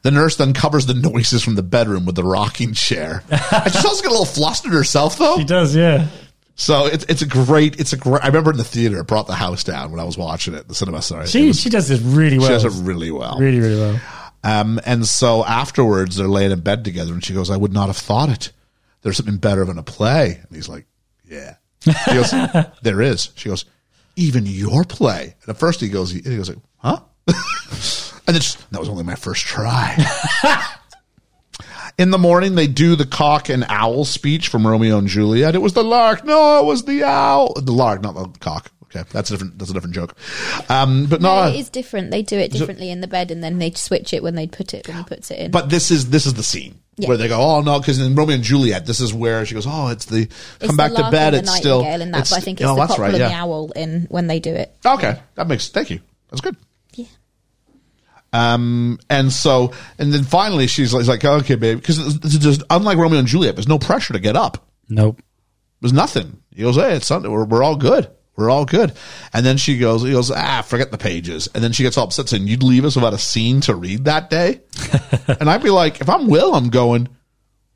Speaker 5: the nurse then covers the noises from the bedroom with the rocking chair. And she sounds like a little flustered herself, though.
Speaker 6: she does. Yeah,
Speaker 5: So it's it's a great it's a great. I remember in the theater, it brought the house down when I was watching it. The cinema, sorry, It
Speaker 6: she
Speaker 5: was-
Speaker 6: she does this really well.
Speaker 5: she does it really well.
Speaker 6: really, really well.
Speaker 5: Um, and so afterwards, they're laying in bed together, and she goes, "I would not have thought it. There's something better than a play." And he's like, "Yeah." He goes, "There is." She goes, "Even your play." And at first, he goes, he goes like, "Huh?" and then just, that was only my first try. In the morning, they do the cock and owl speech from Romeo and Juliet. It was the lark. No, it was the owl. The lark, not the cock. Okay, that's a different. That's a different joke. Um, but
Speaker 10: No,
Speaker 5: no,
Speaker 10: it is different. They do it differently in the bed, and then they switch it when they put it when he puts it in.
Speaker 5: But this is this is the scene
Speaker 10: Yeah.
Speaker 5: where they go, oh no, because in Romeo and Juliet, this is where she goes, oh, it's the come
Speaker 10: the
Speaker 5: back to
Speaker 10: lark
Speaker 5: bed.
Speaker 10: and the
Speaker 5: It's still
Speaker 10: nightingale in that,
Speaker 5: it's-
Speaker 10: but I think it's
Speaker 5: oh,
Speaker 10: the
Speaker 5: that's
Speaker 10: cockle
Speaker 5: right,
Speaker 10: and
Speaker 5: yeah.
Speaker 10: the owl in when they do it.
Speaker 5: Okay, that makes thank you. That's good. Yeah. Um, and so and then finally she's like, like okay, babe, because just unlike Romeo and Juliet, there's no pressure to get up.
Speaker 6: Nope.
Speaker 5: There's nothing. He goes, hey, it's Sunday. We're, we're all good. We're all good. And then she goes, he goes, ah, forget the pages. And then she gets all upset saying, you'd leave us without a scene to read that day. and I'd be like, if I'm Will, I'm going,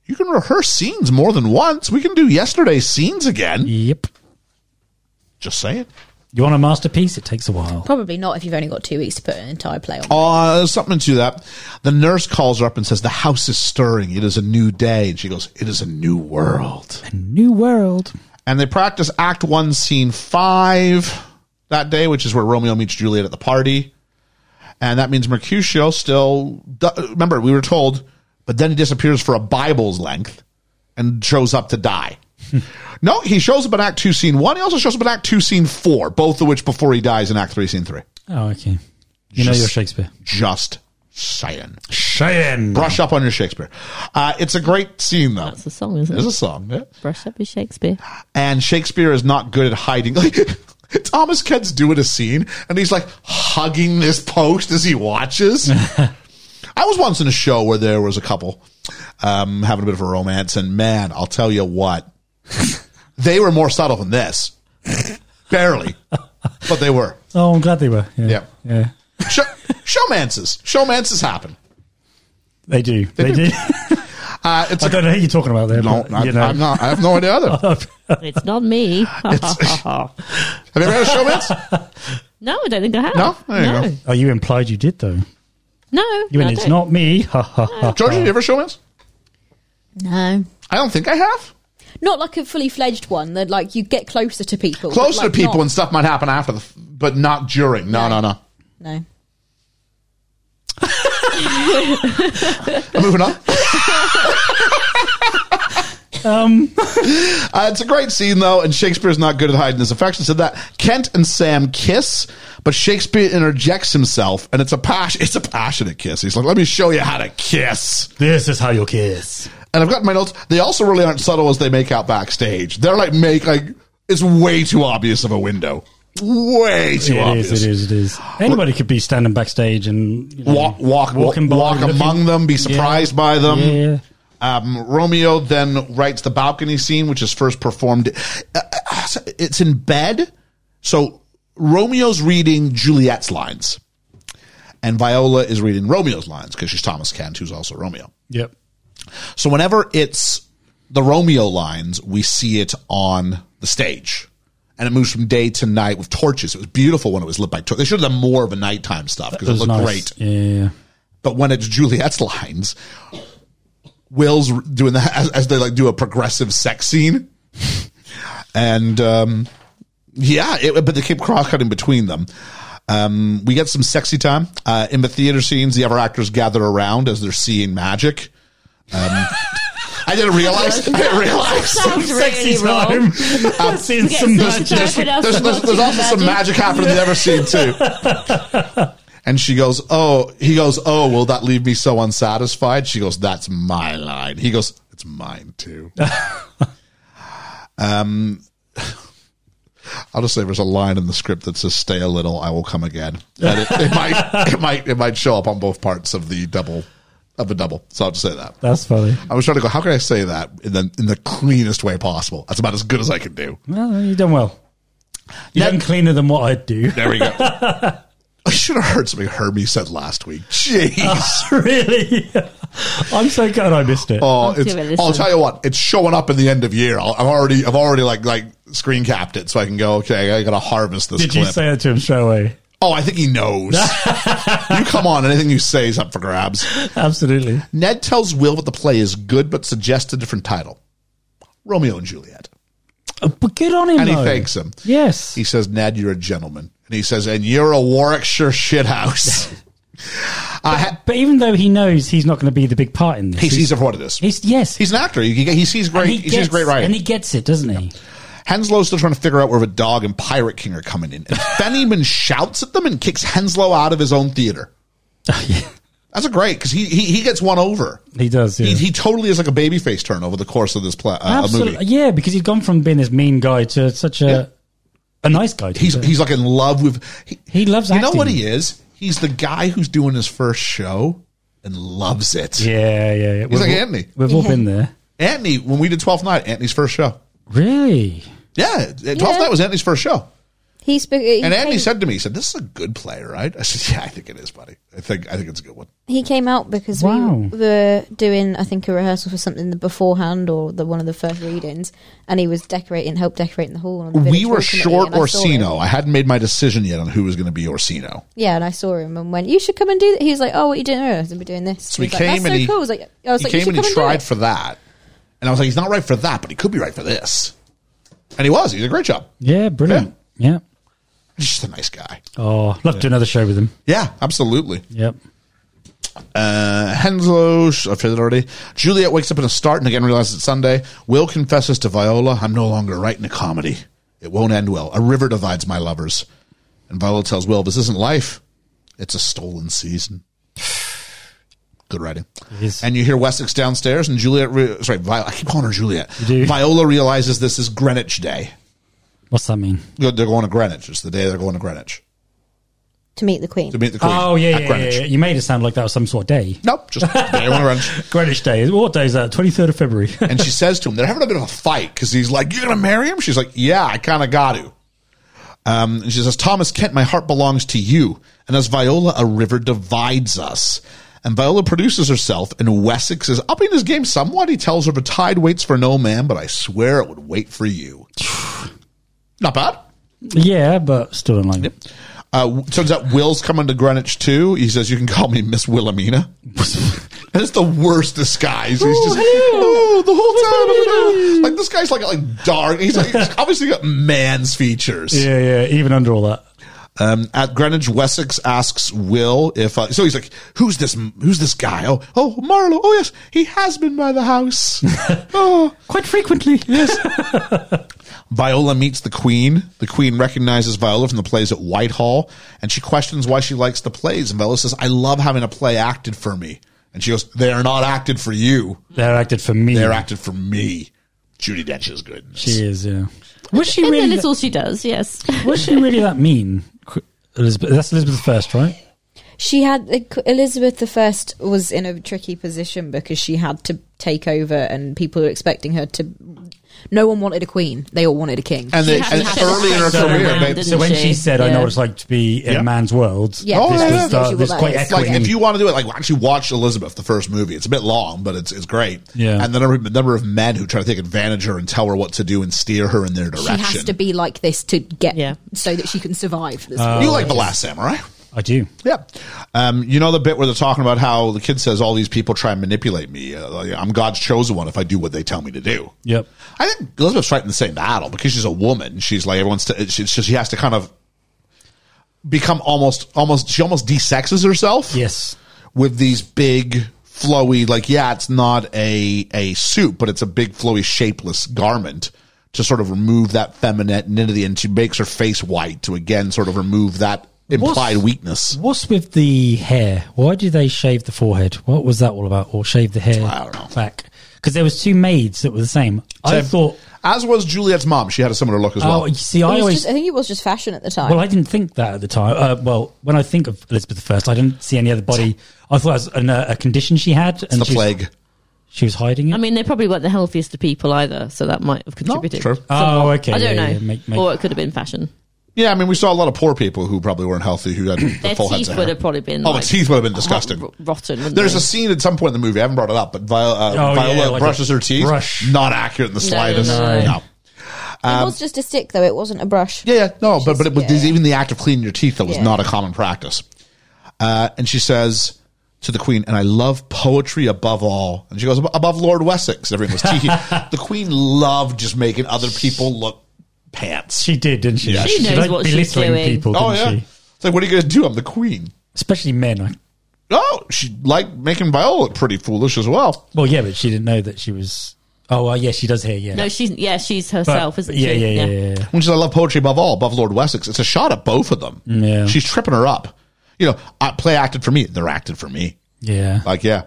Speaker 5: You can rehearse scenes more than once. We can do yesterday's scenes again.
Speaker 6: Yep.
Speaker 5: Just say it.
Speaker 6: You want a masterpiece? It takes a while.
Speaker 10: Probably not if you've only got two weeks to put an entire play on.
Speaker 5: Oh, there's something to that. The nurse calls her up and says, The house is stirring. It is a new day. And she goes, It is a new world.
Speaker 6: New world.
Speaker 5: And they practice Act One, Scene Five that day, which is where Romeo meets Juliet at the party. And that means Mercutio still. Remember, we were told, but then he disappears for a Bible's length and shows up to die. no, he shows up in Act Two, Scene One. He also shows up in Act Two, Scene Four, both of which before he dies in Act Three, Scene Three.
Speaker 6: Oh, okay. You know
Speaker 5: Just-
Speaker 6: your Shakespeare.
Speaker 5: Just saying.
Speaker 6: Cheyenne.
Speaker 5: Brush up on your Shakespeare. Uh, it's a great scene, though.
Speaker 7: That's the song, isn't
Speaker 5: There's
Speaker 7: it?
Speaker 5: a song, yeah?
Speaker 7: Brush up with Shakespeare.
Speaker 5: and Shakespeare is not good at hiding. Like Thomas Kent's doing a scene, and he's like hugging this post as he watches. I was once in a show where there was a couple um, having a bit of a romance, and man, I'll tell you what, they were more subtle than this. Barely, but they were.
Speaker 6: Oh, I'm glad they were. Yeah.
Speaker 5: Yeah.
Speaker 6: Yeah.
Speaker 5: Show- showmances, showmances happen.
Speaker 6: They do. They, do.
Speaker 5: Uh, it's
Speaker 6: I
Speaker 5: a,
Speaker 6: don't know who you're talking about there.
Speaker 5: no,
Speaker 6: but,
Speaker 5: I,
Speaker 6: you know.
Speaker 5: I'm not. I have no idea either.
Speaker 7: It's not me.
Speaker 5: It's- Have you ever had a showman's?
Speaker 7: no, I don't think I have.
Speaker 5: No? There you
Speaker 7: no.
Speaker 5: go.
Speaker 6: Oh, you implied you did, though.
Speaker 7: No,
Speaker 6: You
Speaker 7: no,
Speaker 6: mean
Speaker 7: I
Speaker 6: it's
Speaker 7: don't.
Speaker 6: not me? Ha ha ha.
Speaker 5: Georgie, you ever showman's?
Speaker 10: No.
Speaker 5: I don't think I have.
Speaker 9: Not like a fully fledged one. That like you get closer to people. but,
Speaker 5: Close
Speaker 9: like,
Speaker 5: to people
Speaker 9: not-
Speaker 5: and stuff might happen after the, f- but not during. No, no, no.
Speaker 10: No.
Speaker 5: I'm moving on. um,
Speaker 9: Um.
Speaker 5: uh, it's a great scene though, and Shakespeare's not good at hiding his affection. So that Kent and Sam kiss, but Shakespeare interjects himself, and it's a pas- it's a passionate kiss. He's like, "Let me show you how to kiss."
Speaker 6: This is how you'll kiss.
Speaker 5: And I've got my notes. They also really aren't subtle as they make out backstage. They're like make like it's way too obvious of a window. Way too
Speaker 6: It
Speaker 5: obvious.
Speaker 6: is, it is, it is. Anybody could be standing backstage and you know,
Speaker 5: Walk, walk, walk,
Speaker 6: walking by, looking-
Speaker 5: among them, be surprised by them.
Speaker 6: Yeah.
Speaker 5: Um, Romeo then writes the balcony scene, which is first performed. uh, uh, It's in bed. So Romeo's reading Juliet's lines, and Viola is reading Romeo's lines because she's Thomas Kent, who's also Romeo.
Speaker 6: Yep.
Speaker 5: So whenever it's the Romeo lines, we see it on the stage. And it moves from day to night with torches. It was beautiful when it was lit by torches. They should have done more of a nighttime stuff because it,
Speaker 6: was
Speaker 5: looked
Speaker 6: nice.
Speaker 5: great.
Speaker 6: Yeah, yeah, yeah.
Speaker 5: But when it's Juliet's lines, Will's doing that as, as they like do a progressive sex scene, and um, yeah, it, but they keep cross cutting between them. Um, we get some sexy time uh, in the theater scenes. The other actors gather around as they're seeing magic. Um, I didn't realize. I didn't realize.
Speaker 7: Sounds really wrong.
Speaker 6: I've seen
Speaker 7: Get
Speaker 6: some
Speaker 7: some
Speaker 6: magic.
Speaker 7: Everyone else
Speaker 5: There's,
Speaker 7: is
Speaker 5: there's, there's also some magic happening in the other scene too. And she goes, "Oh," he goes, "Oh, will that leave me so unsatisfied?" She goes, "That's my line." He goes, "It's mine too." um, I'll just say there's a line in the script that says, "Stay a little, I will come again." And it, it might, it might, it might show up on both parts of the double, of the double. So I'll just say that.
Speaker 6: That's funny.
Speaker 5: I was trying to go, how can I say that in the in the cleanest way possible? That's about as good as I can do.
Speaker 6: Well, you've done well. You've
Speaker 5: That-
Speaker 6: done cleaner than what I'd do.
Speaker 5: There we go. I should have heard something Hermie said last week.
Speaker 6: Oh,
Speaker 5: Jeez.
Speaker 6: really? I'm so glad I missed it.
Speaker 5: Oh,
Speaker 7: I'll
Speaker 5: it's,
Speaker 7: give it a
Speaker 5: I'll
Speaker 7: listen.
Speaker 5: tell you what, it's showing up in the end of year. I'll, I've already, I've already like, like screen capped it so I can go, okay, I got to harvest this
Speaker 6: Did
Speaker 5: clip.
Speaker 6: you say that to him straight away?
Speaker 5: oh, I think he knows. you come on. Anything you say is up for grabs.
Speaker 6: Absolutely.
Speaker 5: Ned tells Will that the play is good, but suggests a different title. Romeo and Juliet.
Speaker 6: Uh, But good on him.
Speaker 5: And he
Speaker 6: though.
Speaker 5: thanks him.
Speaker 6: Yes.
Speaker 5: He says, Ned, you're a gentleman. And he says, and you're a Warwickshire shithouse. I ha-
Speaker 6: But even though he knows he's not going to be the big part in this,
Speaker 5: he sees it for what it is.
Speaker 6: he's, yes,
Speaker 5: He's an actor. He, he- he sees great.
Speaker 6: and
Speaker 5: He, sees great writing.
Speaker 6: and he gets it, doesn't he?
Speaker 5: Henslow's still trying to figure out where the dog and Pirate King are coming in. And Fennyman shouts at them and kicks Henslow out of his own theater. That's a great because he, he he gets one over.
Speaker 6: Oh, He does. Yeah.
Speaker 5: He, he totally is like a babyface turn over the course of this play, uh, a
Speaker 6: Absolutely.
Speaker 5: movie.
Speaker 6: Yeah, because he's gone from being this mean guy to such a a nice guy. to
Speaker 5: He's
Speaker 6: be.
Speaker 5: he's like in love with. He,
Speaker 6: He loves
Speaker 5: You know
Speaker 6: acting.
Speaker 5: what he is? He's the guy who's doing his first show and loves it.
Speaker 6: yeah, yeah. yeah. We've
Speaker 5: like
Speaker 6: all-
Speaker 5: Anthony.
Speaker 6: We've all been there.
Speaker 5: Anthony, when we did Twelfth Night, Anthony's first show.
Speaker 6: Really?
Speaker 5: Yeah, Twelfth Night was Anthony's first show.
Speaker 10: He spoke. He
Speaker 5: And Andy
Speaker 10: came,
Speaker 5: said to me, he said, This is a good play, right? I said, Yeah, I think it is, buddy. I think I think it's a good one.
Speaker 10: he came out because
Speaker 6: Wow.
Speaker 10: we were doing, I think, a rehearsal for something the beforehand or the one of the first readings, and he was decorating, helped decorating the hall. And the village
Speaker 5: We
Speaker 10: hall
Speaker 5: were
Speaker 10: committee,
Speaker 5: short
Speaker 10: and I saw him.
Speaker 5: Orsino. I hadn't made my decision yet on who was going to be Orsino.
Speaker 10: Yeah, and I saw him and went, "You should come and do." That. He was like, "Oh, what are you doing?" Oh, I'm be doing this.
Speaker 5: So he
Speaker 10: was like,
Speaker 5: came
Speaker 10: That's
Speaker 5: and
Speaker 10: so
Speaker 5: he-
Speaker 10: cool. I was like, I was like,
Speaker 5: he
Speaker 10: "You
Speaker 5: came
Speaker 10: should
Speaker 5: and
Speaker 10: come
Speaker 5: he
Speaker 10: and do
Speaker 5: tried
Speaker 10: it."
Speaker 5: for that. And I was like, he's not right for that, but he could be right for this. And he was. He did a great job.
Speaker 6: Yeah, brilliant. Yeah.
Speaker 5: He's just a nice guy.
Speaker 6: Oh, love to do another show with him.
Speaker 5: Yeah, absolutely.
Speaker 6: Yep.
Speaker 5: Uh, Henslow, sh- I've said it already. Juliet wakes up in a start and again realizes it's Sunday. Will confesses to Viola, I'm no longer writing a comedy. It won't end well. A river divides my lovers. And Viola tells Will, this isn't life. It's a stolen season. Good writing.
Speaker 6: is.
Speaker 5: And you hear Wessex downstairs and Juliet, re- sorry, Viola, I keep calling her Juliet.
Speaker 6: do.
Speaker 5: Viola realizes this is Greenwich Day.
Speaker 6: What's that mean?
Speaker 5: They're they're going to Greenwich. It's the day they're going to Greenwich
Speaker 10: to meet the queen.
Speaker 5: to meet the Queen.
Speaker 6: oh, yeah,
Speaker 5: at
Speaker 6: yeah, yeah,
Speaker 5: Greenwich.
Speaker 6: yeah. You made it sound like that was some sort of day.
Speaker 5: Nope, just the day on Greenwich.
Speaker 6: Greenwich Day. What day is that? 23rd of February.
Speaker 5: And she says to him, they're having a bit of a fight because he's like, You're going to marry him? She's like, Yeah, I kind of got to. Um, and she says, Thomas Kent, my heart belongs to you. And as Viola, a river divides us. And Viola produces herself, and Wessex is upping his game somewhat. He tells her, The tide waits for no man, but I swear it would wait for you. Not bad.
Speaker 6: yeah, but still don't like it.
Speaker 5: Uh, turns out Will's coming to Greenwich too. He says, You can call me Miss Wilhelmina. That's the worst disguise. He's just, oh, the whole time. Like, this guy's like, like dark. He's like, he's obviously got man's features.
Speaker 6: Yeah, yeah. Even under all that.
Speaker 5: Um, at Greenwich, Wessex asks Will if, uh, so he's like, Who's this, who's this guy? Oh, oh, Marlowe. Oh, yes. He has been by the house. oh.
Speaker 6: Quite frequently. Yes.
Speaker 5: Viola meets the Queen. The Queen recognizes Viola from the plays at Whitehall, and she questions why she likes the plays. And Viola says, I love having a play acted for me. And she goes, They are not acted for you.
Speaker 6: They're acted for me.
Speaker 5: They're acted for me. Judy Dench is good. in this.
Speaker 6: She is, yeah. Was she
Speaker 7: And
Speaker 6: really?
Speaker 7: then it's all she does, yes.
Speaker 6: was she really that mean? Qu- Elizabeth, that's Elizabeth first, right?
Speaker 10: She had Elizabeth the First was in a tricky position because she had to take over, and people were expecting her to.
Speaker 9: No one wanted a queen. They all wanted a king.
Speaker 5: And, they,
Speaker 7: She had
Speaker 5: and
Speaker 7: to have
Speaker 5: early in her
Speaker 7: a second
Speaker 5: career,
Speaker 7: round,
Speaker 5: they,
Speaker 7: didn't
Speaker 6: So when she,
Speaker 7: she?
Speaker 6: said, "I
Speaker 7: Yeah.
Speaker 6: know what it's like to be in
Speaker 5: Yeah.
Speaker 6: a man's world,"
Speaker 9: Yeah.
Speaker 5: Oh,
Speaker 6: this
Speaker 5: yeah, yeah.
Speaker 6: was the-
Speaker 9: She
Speaker 6: this
Speaker 9: was
Speaker 6: quite
Speaker 9: like-
Speaker 5: like
Speaker 6: echoing.
Speaker 5: if you want to do it, like actually watch Elizabeth, the first movie. It's a bit long, but it's it's great.
Speaker 6: Yeah.
Speaker 5: And the number, the number of men who try to take advantage of her and tell her what to do and steer her in their direction.
Speaker 9: She has to be like this to get
Speaker 7: Yeah.
Speaker 9: so that she can survive. This
Speaker 6: Uh, Oh.
Speaker 5: you like the Last Samurai?
Speaker 6: I do.
Speaker 5: Yeah. Um, you know the bit where they're talking about how the kid says all these people try and manipulate me. Uh, like, I'm God's chosen one if I do what they tell me to do.
Speaker 6: Yep.
Speaker 5: I think Elizabeth's fighting the same battle because she's a woman. She's like everyone's. T- she, she she has to kind of become almost almost. She almost desexes herself.
Speaker 6: Yes.
Speaker 5: With these big flowy, like yeah, it's not a a suit, but it's a big flowy shapeless garment to sort of remove that femininity, and she makes her face white to again sort of remove that implied
Speaker 6: What's-
Speaker 5: weakness.
Speaker 6: What's with the hair? Why do they shave the forehead? What was that all about? Or shave the hair
Speaker 5: I don't know.
Speaker 6: back? Because there was two maids that were the same. I
Speaker 5: Same.
Speaker 6: thought.
Speaker 5: As was Juliet's mom. She had a similar look as
Speaker 6: Oh,
Speaker 5: well.
Speaker 6: you see, I
Speaker 10: It was
Speaker 6: always.
Speaker 10: just- I think it was just fashion at the time.
Speaker 6: well, I didn't think that at the time. Uh, well, when I think of Elizabeth I, I didn't see any other body. I thought it was an, uh, a condition she had, and
Speaker 5: the
Speaker 6: she was-
Speaker 5: plague.
Speaker 6: she was hiding it.
Speaker 7: I mean, they probably weren't the healthiest of people either, so that might have
Speaker 5: No,
Speaker 7: contributed.
Speaker 5: true.
Speaker 6: oh, okay.
Speaker 7: I don't
Speaker 6: yeah,
Speaker 7: know.
Speaker 6: yeah, make- make-
Speaker 7: Or it could have been fashion.
Speaker 5: Yeah, I mean, we saw a lot of poor people who probably weren't healthy who had the
Speaker 7: Their
Speaker 5: full heads
Speaker 7: teeth
Speaker 5: of
Speaker 7: would
Speaker 5: hair.
Speaker 7: have probably been.
Speaker 5: Oh,
Speaker 7: like,
Speaker 5: the teeth would have been
Speaker 7: hot-
Speaker 5: disgusting.
Speaker 7: ro- rotten. Wouldn't
Speaker 5: There's
Speaker 7: they?
Speaker 5: a scene at some point in the movie. I haven't brought it up, but Viola, uh,
Speaker 6: Oh,
Speaker 5: Viola
Speaker 6: yeah, like
Speaker 5: brushes
Speaker 6: a
Speaker 5: her teeth.
Speaker 6: brush.
Speaker 5: Not accurate in the
Speaker 7: no,
Speaker 5: slightest. No,
Speaker 7: no.
Speaker 10: it
Speaker 6: Um,
Speaker 10: was just a stick, though. It wasn't a brush.
Speaker 5: Yeah, yeah, no, but but it was
Speaker 10: yeah.
Speaker 5: even the act of cleaning your teeth that was
Speaker 10: Yeah.
Speaker 5: not a common practice. Uh, and she says to the queen, "And I love poetry above all." And she goes, "Ab- "Above Lord Wessex." Everything was teehee. the queen loved just making other people look pants.
Speaker 6: She did, didn't she?
Speaker 5: Yeah,
Speaker 7: She she knows did. what she's
Speaker 6: belittling
Speaker 7: doing.
Speaker 6: people, didn't
Speaker 5: Oh yeah.
Speaker 6: she?
Speaker 5: It's like, what are you going to do? I'm the queen.
Speaker 6: Especially men. I-
Speaker 5: Oh, she liked making Viola look pretty foolish as well.
Speaker 6: Well, yeah, but she didn't know that she was. Oh, uh, yeah, she does here. Yeah.
Speaker 7: No, she's yeah, she's
Speaker 6: But-
Speaker 7: herself, isn't
Speaker 6: yeah,
Speaker 7: she?
Speaker 6: yeah, yeah, yeah, yeah.
Speaker 5: When she says, I love poetry above all, above Lord Wessex, it's a shot at both of them.
Speaker 6: Yeah.
Speaker 5: She's tripping her up. You know, I, play acted for me. They're acted for me.
Speaker 6: Yeah.
Speaker 5: Like, yeah.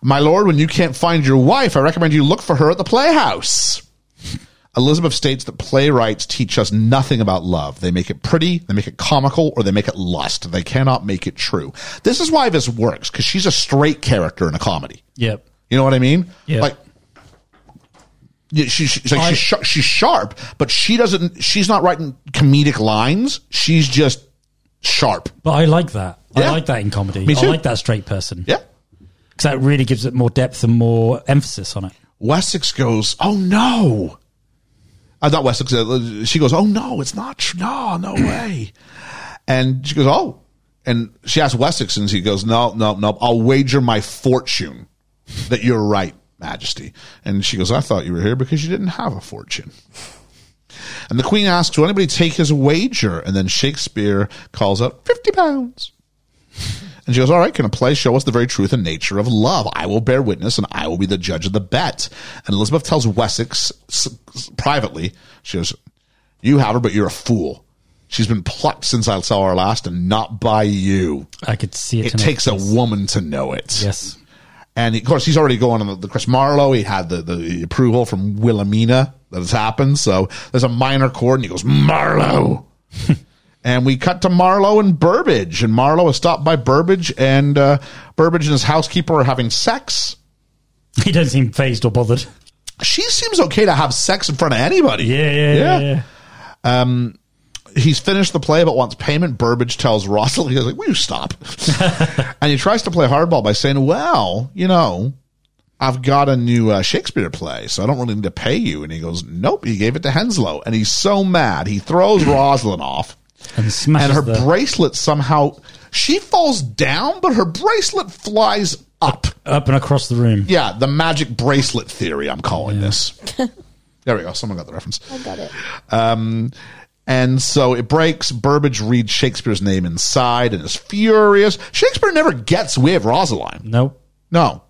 Speaker 5: My lord, when you can't find your wife, I recommend you look for her at the playhouse. Elizabeth states that playwrights teach us nothing about love. They make it pretty, they make it comical, or they make it lust. They cannot make it true. This is why this works, because she's a straight character in a comedy.
Speaker 6: Yep.
Speaker 5: You know what I mean?
Speaker 6: Yeah.
Speaker 5: Like, Yeah, she, she's like she's, sh- she's sharp, but she doesn't. She's not writing comedic lines. She's just sharp.
Speaker 6: But I like that.
Speaker 5: Yeah.
Speaker 6: I like that in comedy.
Speaker 5: Me too.
Speaker 6: I like that straight person.
Speaker 5: Yeah.
Speaker 6: Because that really gives it more depth and more emphasis on it.
Speaker 5: Wessex goes, "Oh no." Uh, not Wessex. uh, She goes, "Oh no, it's not. Tr- no, no way." and she goes, "Oh," and she asks Wessex, and he goes, "No, no, no. I'll wager my fortune that you're right, Majesty." And she goes, "I thought you were here because you didn't have a fortune." And the Queen asks, "Will anybody take his wager?" And then Shakespeare calls out, 50 pounds." And she goes, All right, can a play show us the very truth and nature of love? I will bear witness and I will be the judge of the bet. And Elizabeth tells Wessex s- s- privately, She goes, You have her, but you're a fool. She's been plucked since I saw her last and not by you.
Speaker 6: I could see it.
Speaker 5: It
Speaker 6: in her
Speaker 5: takes a
Speaker 6: face.
Speaker 5: woman to know it.
Speaker 6: Yes.
Speaker 5: And of course, he's already going on the, the Chris Marlowe. He had the, the approval from Wilhelmina that has happened. So there's a minor chord, and he goes, Marlowe. and we cut to Marlowe and Burbage. And Marlowe is stopped by Burbage, and uh, Burbage and his housekeeper are having sex.
Speaker 6: He doesn't seem phased or bothered.
Speaker 5: She seems okay to have sex in front of anybody.
Speaker 6: Yeah, yeah, yeah. yeah.
Speaker 5: he's finished the play but wants payment. Burbage tells Rosalie, he's like, will you stop? and he tries to play hardball by saying, well, you know, I've got a new uh, Shakespeare play, so I don't really need to pay you. And he goes, nope, he gave it to Henslow. And he's so mad. He throws Rosalind off
Speaker 6: And
Speaker 5: and
Speaker 6: smashes
Speaker 5: her
Speaker 6: the-
Speaker 5: bracelet somehow, she falls down, but her bracelet flies up.
Speaker 6: up and across the room.
Speaker 5: Yeah, the magic bracelet theory, I'm calling this. there we go. Someone got the reference. I got it. Um, and so it breaks. Burbage reads Shakespeare's name inside and is furious. Shakespeare never gets way of Rosaline.
Speaker 6: No.
Speaker 5: No.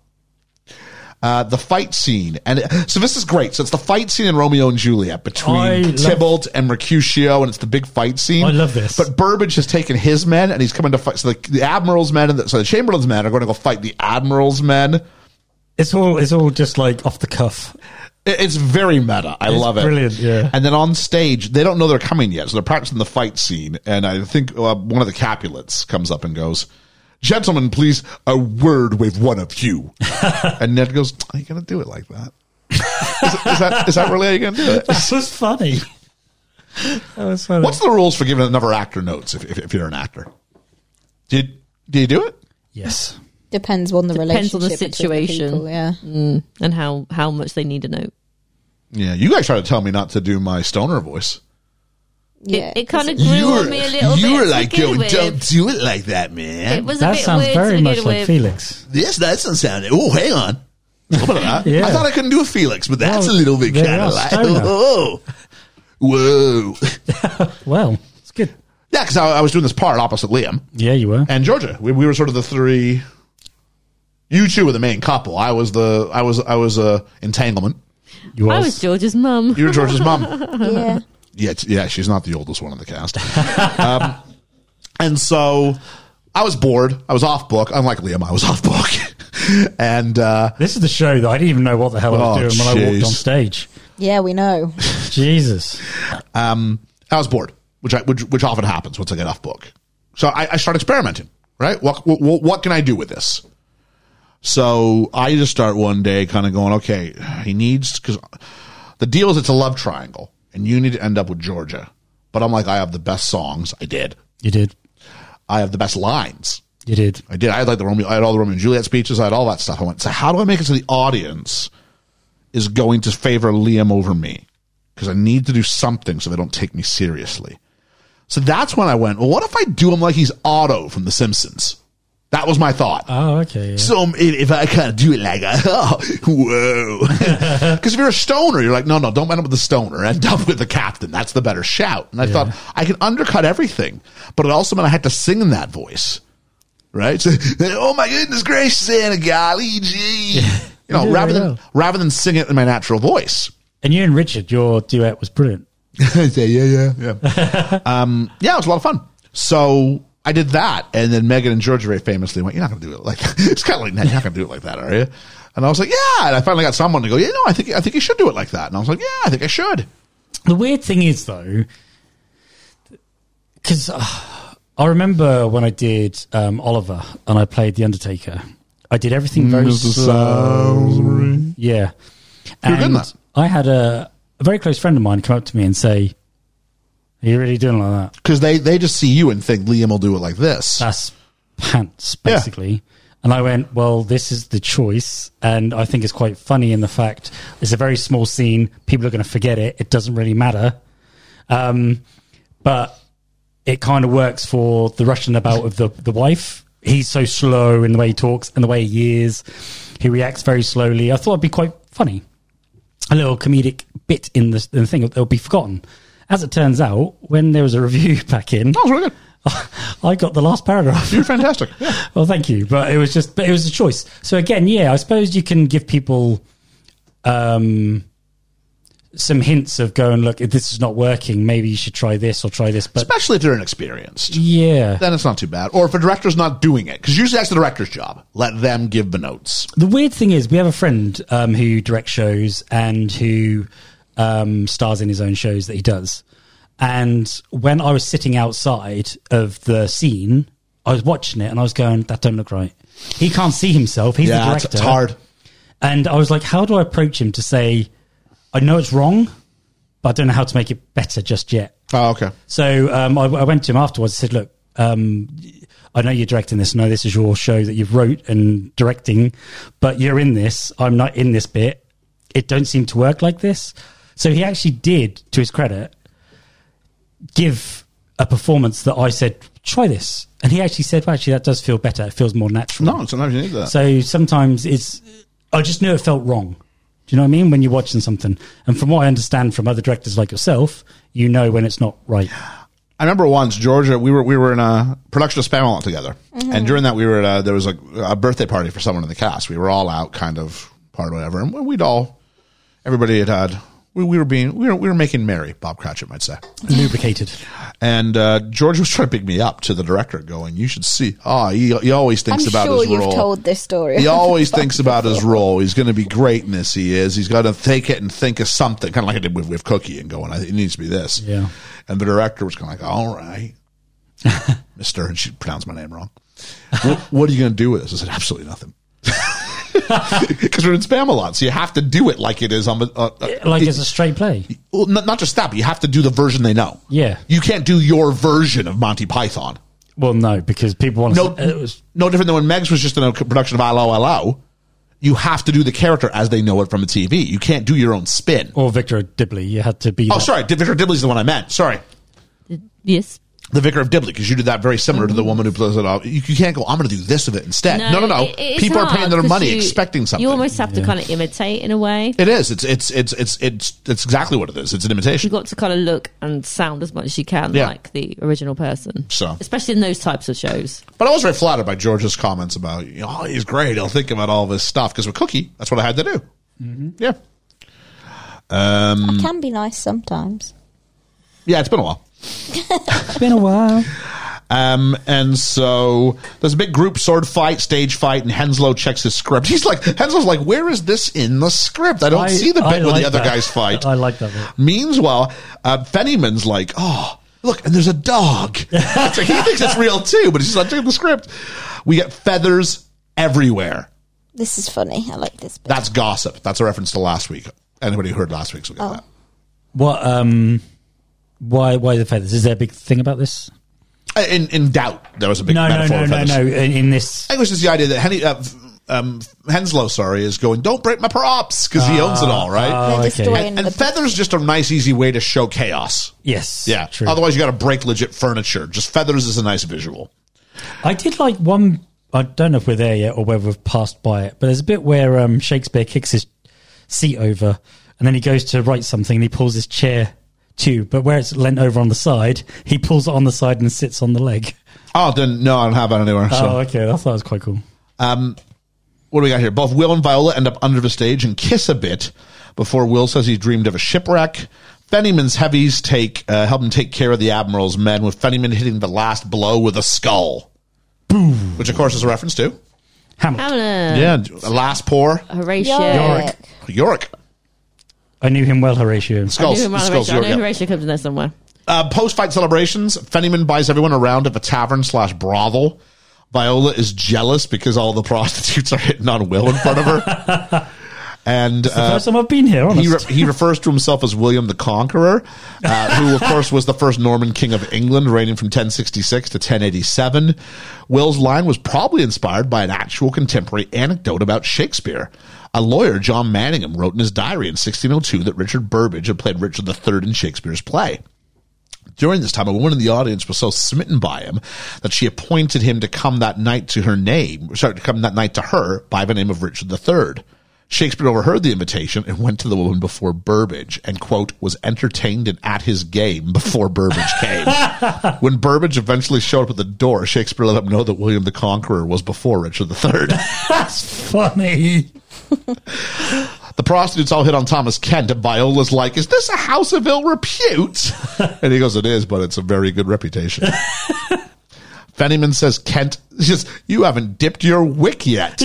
Speaker 5: Uh, the fight scene. And so this is great. So it's the fight scene in Romeo and Juliet between
Speaker 6: I love-
Speaker 5: Tybalt and Mercutio, and it's the big fight scene.
Speaker 6: I love this.
Speaker 5: But Burbage has taken his men and he's coming to fight. So the, the Admiral's men and the, so the Chamberlain's men are going to go fight the Admiral's men.
Speaker 6: It's all it's all just like off the cuff.
Speaker 5: It- It's very meta. I
Speaker 6: It's
Speaker 5: love it.
Speaker 6: brilliant, yeah.
Speaker 5: And then on stage, they don't know they're coming yet, so they're practicing the fight scene. And I think uh, one of the Capulets comes up and goes, "Gentlemen, please, a word with one of you." and Ned goes, "Are you gonna do it like that? Is, is that is that really how you gonna do it?"
Speaker 6: This was funny. that was funny.
Speaker 5: What's the rules for giving another actor notes if if, if you're an actor? Did do you do it?
Speaker 6: yes.
Speaker 10: Depends on the
Speaker 7: Depends on the
Speaker 10: relationship. between the
Speaker 7: situation.
Speaker 10: people, yeah.
Speaker 6: Mm.
Speaker 7: and how how much they need a note.
Speaker 5: Yeah, you guys try to tell me not to do my stoner voice.
Speaker 10: Yeah.
Speaker 7: it, it kind of grew on me a little bit. to begin with.
Speaker 5: do it like that, man."
Speaker 7: It was a
Speaker 6: That
Speaker 7: bit
Speaker 6: sounds
Speaker 7: weird to
Speaker 6: very
Speaker 7: begin
Speaker 6: much like
Speaker 7: with.
Speaker 6: Felix.
Speaker 5: This doesn't sound. Oh, hang on. What about that?
Speaker 6: Yeah.
Speaker 5: I thought I couldn't do a Felix, but that's
Speaker 6: No,
Speaker 5: a little bit
Speaker 6: they
Speaker 5: kind
Speaker 6: are
Speaker 5: of like
Speaker 6: stoner.
Speaker 5: oh, whoa.
Speaker 6: Well, it's good.
Speaker 5: yeah, because I, I was doing this part opposite Liam
Speaker 6: Yeah, you were.
Speaker 5: and Georgia. We, we were sort of the three. You two were the main couple. I was the I was I was a uh, entanglement.
Speaker 6: You
Speaker 7: I was George's mum.
Speaker 5: You were Georgia's mom.
Speaker 10: yeah.
Speaker 5: Yeah, it's- yeah, she's not the oldest one in the cast. um, and so I was bored. I was off book. Unlike Liam, I was off book. and uh,
Speaker 6: This is the show that I didn't even know what the hell I was
Speaker 5: Oh,
Speaker 6: doing when I walked on
Speaker 5: jeez.
Speaker 6: stage.
Speaker 10: Yeah, we know.
Speaker 6: Jesus.
Speaker 5: um, I was bored, which I, which, which often happens once I get off book. So I, I start experimenting, right? What, what, what can I do with this? So I just start one day kind of going, okay, he needs, cause the deal is it's a love triangle and you need to end up with Georgia. But I'm like, I have the best songs. I did.
Speaker 6: You did.
Speaker 5: I have the best lines.
Speaker 6: You did.
Speaker 5: I did. I had like the Romeo, I had all the Romeo and Juliet speeches. I had all that stuff. I went, so how do I make it so the audience is going to favor Liam over me? Because I need to do something so they don't take me seriously. So that's when I went, well, what if I do him like he's Otto from The Simpsons? That was my thought.
Speaker 6: Oh, okay. yeah.
Speaker 5: So um, if, if I kind of do it like, oh, whoa. Because if you're a stoner, you're like, no, no, don't end up with the stoner. End up with the captain. That's the better shout. And I thought, I can undercut everything. But it also meant I had to sing in that voice. Right? So, oh my goodness gracious, Anna, golly gee. You know,
Speaker 6: did
Speaker 5: rather
Speaker 6: very
Speaker 5: than,
Speaker 6: well.
Speaker 5: rather than sing it in my natural voice.
Speaker 6: and you and Richard, your duet was brilliant.
Speaker 5: yeah, yeah, yeah. Yeah. um, yeah, it was a lot of fun. So I did that, and then Megan and Georgia very famously went, "You're not going to do it like that." it's kind of like that. You're not going to do it like that, are you? And I was like, "Yeah." And I finally got someone to go, "Yeah, no, I think I think you should do it like that." And I was like, "Yeah, I think I should."
Speaker 6: The weird thing is, though, because I remember when I did um, Oliver and I played The Mm, Undertaker, I did everything very slow. Yeah.
Speaker 5: You're good in
Speaker 6: And
Speaker 5: that.
Speaker 6: I had a, a very close friend of mine come up to me and say, "Are you really doing like that?"
Speaker 5: because they they just see you and think Liam will do it like this.
Speaker 6: That's pants,
Speaker 5: Yeah.
Speaker 6: basically. And I went, "Well, this is the choice," and I think it's quite funny in the fact it's a very small scene. People are going to forget it. It doesn't really matter, um, but it kind of works for the rushing about of the the wife. He's so slow in the way he talks and the way he is. He reacts very slowly. I thought it'd be quite funny a little comedic bit in the, in the thing that'll be forgotten. As it turns out, when there was a review back in,
Speaker 5: That was really good.
Speaker 6: I got the last paragraph.
Speaker 5: You're fantastic. Yeah.
Speaker 6: well, thank you, but it was just, but it was a choice. So again, yeah, I suppose you can give people um, some hints of going, look, if this is not working, maybe you should try this or try this. But
Speaker 5: Especially if they're inexperienced.
Speaker 6: yeah,
Speaker 5: Then it's not too bad. Or if a director's not doing it, because usually that's the director's job. Let them give the notes.
Speaker 6: the weird thing is, we have a friend um, who directs shows and who um, stars in his own shows that he does. And when I was sitting outside of the scene, I was watching it and I was going, "That don't look right." He can't see himself. He's the
Speaker 5: yeah, it's,
Speaker 6: director.
Speaker 5: it's hard.
Speaker 6: And I was like, "How do I approach him to say, I know it's wrong, but I don't know how to make it better just yet."
Speaker 5: Oh, okay.
Speaker 6: So um, I, I went to him afterwards and said, look, um, I know you're directing this. I know this is your show that you've wrote and directing, but you're in this. I'm not in this bit. It don't seem to work like this. So he actually did, to his credit, give a performance that I said, try this. And he actually said, well, actually, that does feel better. It feels more natural.
Speaker 5: No, sometimes you need that.
Speaker 6: So sometimes it's, I just knew it felt wrong. Do you know what I mean? When you're watching something. And from what I understand from other directors like yourself, you know when it's not right.
Speaker 5: I remember once Georgia. We were we were in a production of Spamalot together,
Speaker 9: Mm-hmm.
Speaker 5: and during that we were at a, there was a, a birthday party for someone in the cast. We were all out, kind of part of whatever, and we'd all everybody had had we, we were being we were we were making merry. Bob Cratchit might say,
Speaker 6: lubricated.
Speaker 5: and uh, George was trying to pick me up to the director, going, "You should see. Ah, he, he always thinks
Speaker 9: I'm
Speaker 5: about
Speaker 9: sure
Speaker 5: his
Speaker 9: you've
Speaker 5: role.
Speaker 9: told this story.
Speaker 5: he always thinks about his role. He's going to be great in this. He is. He's got to take it and think of something, kind of like I did with, with Cookie, and going, I- "It needs to be this."
Speaker 6: Yeah.
Speaker 5: And the director was kind of like, "All right, Mister," and she pronounced my name wrong. What, what are you going to do with this? I said, "Absolutely nothing." Because we're in spam a lot, so you have to do it like it is on the uh, uh,
Speaker 6: Like
Speaker 5: it-
Speaker 6: it's a straight play.
Speaker 5: well, not, not just that, but you have to do the version they know.
Speaker 6: Yeah.
Speaker 5: You can't do your version of Monty Python.
Speaker 6: Well, no, because people uh, want to.
Speaker 5: No,
Speaker 6: it was,
Speaker 5: no different than when Megs was just in a production of Allo Allo. You have to do the character as they know it from the TV. You can't do your own spin.
Speaker 6: or Victor Dibley. You had to be.
Speaker 5: Oh,
Speaker 6: that-
Speaker 5: sorry. Vicar of Dibley's the one I meant. Sorry.
Speaker 7: Yes.
Speaker 5: The Vicar of Dibley, because you did that very similar to the woman who plays it off. You, you can't go, I'm going to do this of it instead. No, no, no.
Speaker 7: it- it's
Speaker 5: People are
Speaker 7: hard
Speaker 5: paying their
Speaker 7: 'cause
Speaker 5: money
Speaker 7: you-
Speaker 5: expecting something.
Speaker 7: You almost have to kind of imitate in a way.
Speaker 5: it is. It's, it's, it's, it's, it's, it's exactly what it is. It's an imitation.
Speaker 7: You've got to kind of look and sound as much as you can
Speaker 5: Yeah.
Speaker 7: like the original person.
Speaker 5: So.
Speaker 7: especially in those types of shows.
Speaker 5: But I was very flattered by George's comments about, you know, oh, he's great. I'll think about all this stuff because with Cookie, that's what I had to do.
Speaker 6: Mm-hmm.
Speaker 5: Yeah. Um,
Speaker 6: Mm.
Speaker 9: It can be nice sometimes.
Speaker 5: Yeah, it's been a while.
Speaker 6: It's been a while.
Speaker 5: Um, and so there's a big group sword fight, stage fight, and Henslow checks his script. He's like, Henslow's like, where is this in the script? I don't
Speaker 6: I-
Speaker 5: see the bit
Speaker 6: I
Speaker 5: where
Speaker 6: like
Speaker 5: the other
Speaker 6: that.
Speaker 5: guys fight.
Speaker 6: I like that bit.
Speaker 5: Meanwhile, uh, Fennyman's like, oh, look, and there's a dog. so he thinks it's real too, but he's like, check the script. We get feathers everywhere.
Speaker 9: This is funny. I like this bit.
Speaker 5: That's gossip. That's a reference to last week. Anybody who heard last week's
Speaker 6: Oh.
Speaker 5: will get that.
Speaker 6: What? Um. Why? Why the feathers? Is there a big thing about this?
Speaker 5: Uh, In in doubt, there was a big
Speaker 6: No, no,
Speaker 5: metaphor.
Speaker 6: no,
Speaker 5: of
Speaker 6: no,
Speaker 5: feathers.
Speaker 6: no. In, in this,
Speaker 5: I think it was just the idea that Henny, uh, f- um, Henslow, sorry, is going, don't break my props because he owns it all, right?
Speaker 6: oh,
Speaker 9: They're
Speaker 6: okay.
Speaker 9: destroying
Speaker 5: and and feathers just a nice, easy way to show chaos.
Speaker 6: yes,
Speaker 5: Yeah.
Speaker 6: True.
Speaker 5: Otherwise, you got to break legit furniture. Just feathers is a nice visual.
Speaker 6: I did like one. I don't know if we're there yet or whether we've passed by it, but there's a bit where um, Shakespeare kicks his seat over, and then he goes to write something, and he pulls his chair too. But where it's leant over on the side, he pulls it on the side and sits on the leg.
Speaker 5: Oh, then no, I don't have that anywhere. So,
Speaker 6: Oh, okay. I thought that was quite cool.
Speaker 5: what do we got here? Both Will and Viola end up under the stage and kiss a bit before Will says he dreamed of a shipwreck. Fennyman's heavies take uh, help him take care of the admiral's men, with Fennyman hitting the last blow with a skull, boom, which of course is a reference to
Speaker 6: Hamlet.
Speaker 7: Hamlet,
Speaker 5: yeah, a last pour
Speaker 7: Horatio.
Speaker 9: Yorick.
Speaker 5: Yorick.
Speaker 6: I knew him well, Horatio.
Speaker 7: I knew
Speaker 5: Skulls,
Speaker 7: him around
Speaker 5: skulls,
Speaker 7: Horatio. I know
Speaker 5: Yorick, yeah.
Speaker 7: Horatio comes in there somewhere.
Speaker 5: Uh, post-fight celebrations. Fennyman buys everyone a round at the tavern slash brothel. Viola is jealous because all the prostitutes are hitting on Will in front of her. And
Speaker 6: the first time I've been here,
Speaker 5: Uh, he, re-
Speaker 6: honest.
Speaker 5: he refers to himself as William the Conqueror, uh, who, of course, was the first Norman king of England, reigning from 1066 to 1087. Will's line was probably inspired by an actual contemporary anecdote about Shakespeare. A lawyer, John Manningham, wrote in his diary in 1602 that Richard Burbage had played Richard III in Shakespeare's play. During this time, a woman in the audience was so smitten by him that she appointed him to come that night to her name, sorry, to come that night to her by the name of Richard III. Shakespeare overheard the invitation and went to the woman before Burbage and, quote, was entertained and at his game before Burbage came. when Burbage eventually showed up at the door, Shakespeare let him know that William the Conqueror was before Richard III.
Speaker 6: That's funny.
Speaker 5: The prostitutes all hit on Thomas Kent, and Viola's like, Is this a house of ill repute? and he goes, It is, but it's a very good reputation. Fennyman says, Kent, he says, You haven't dipped your wick yet.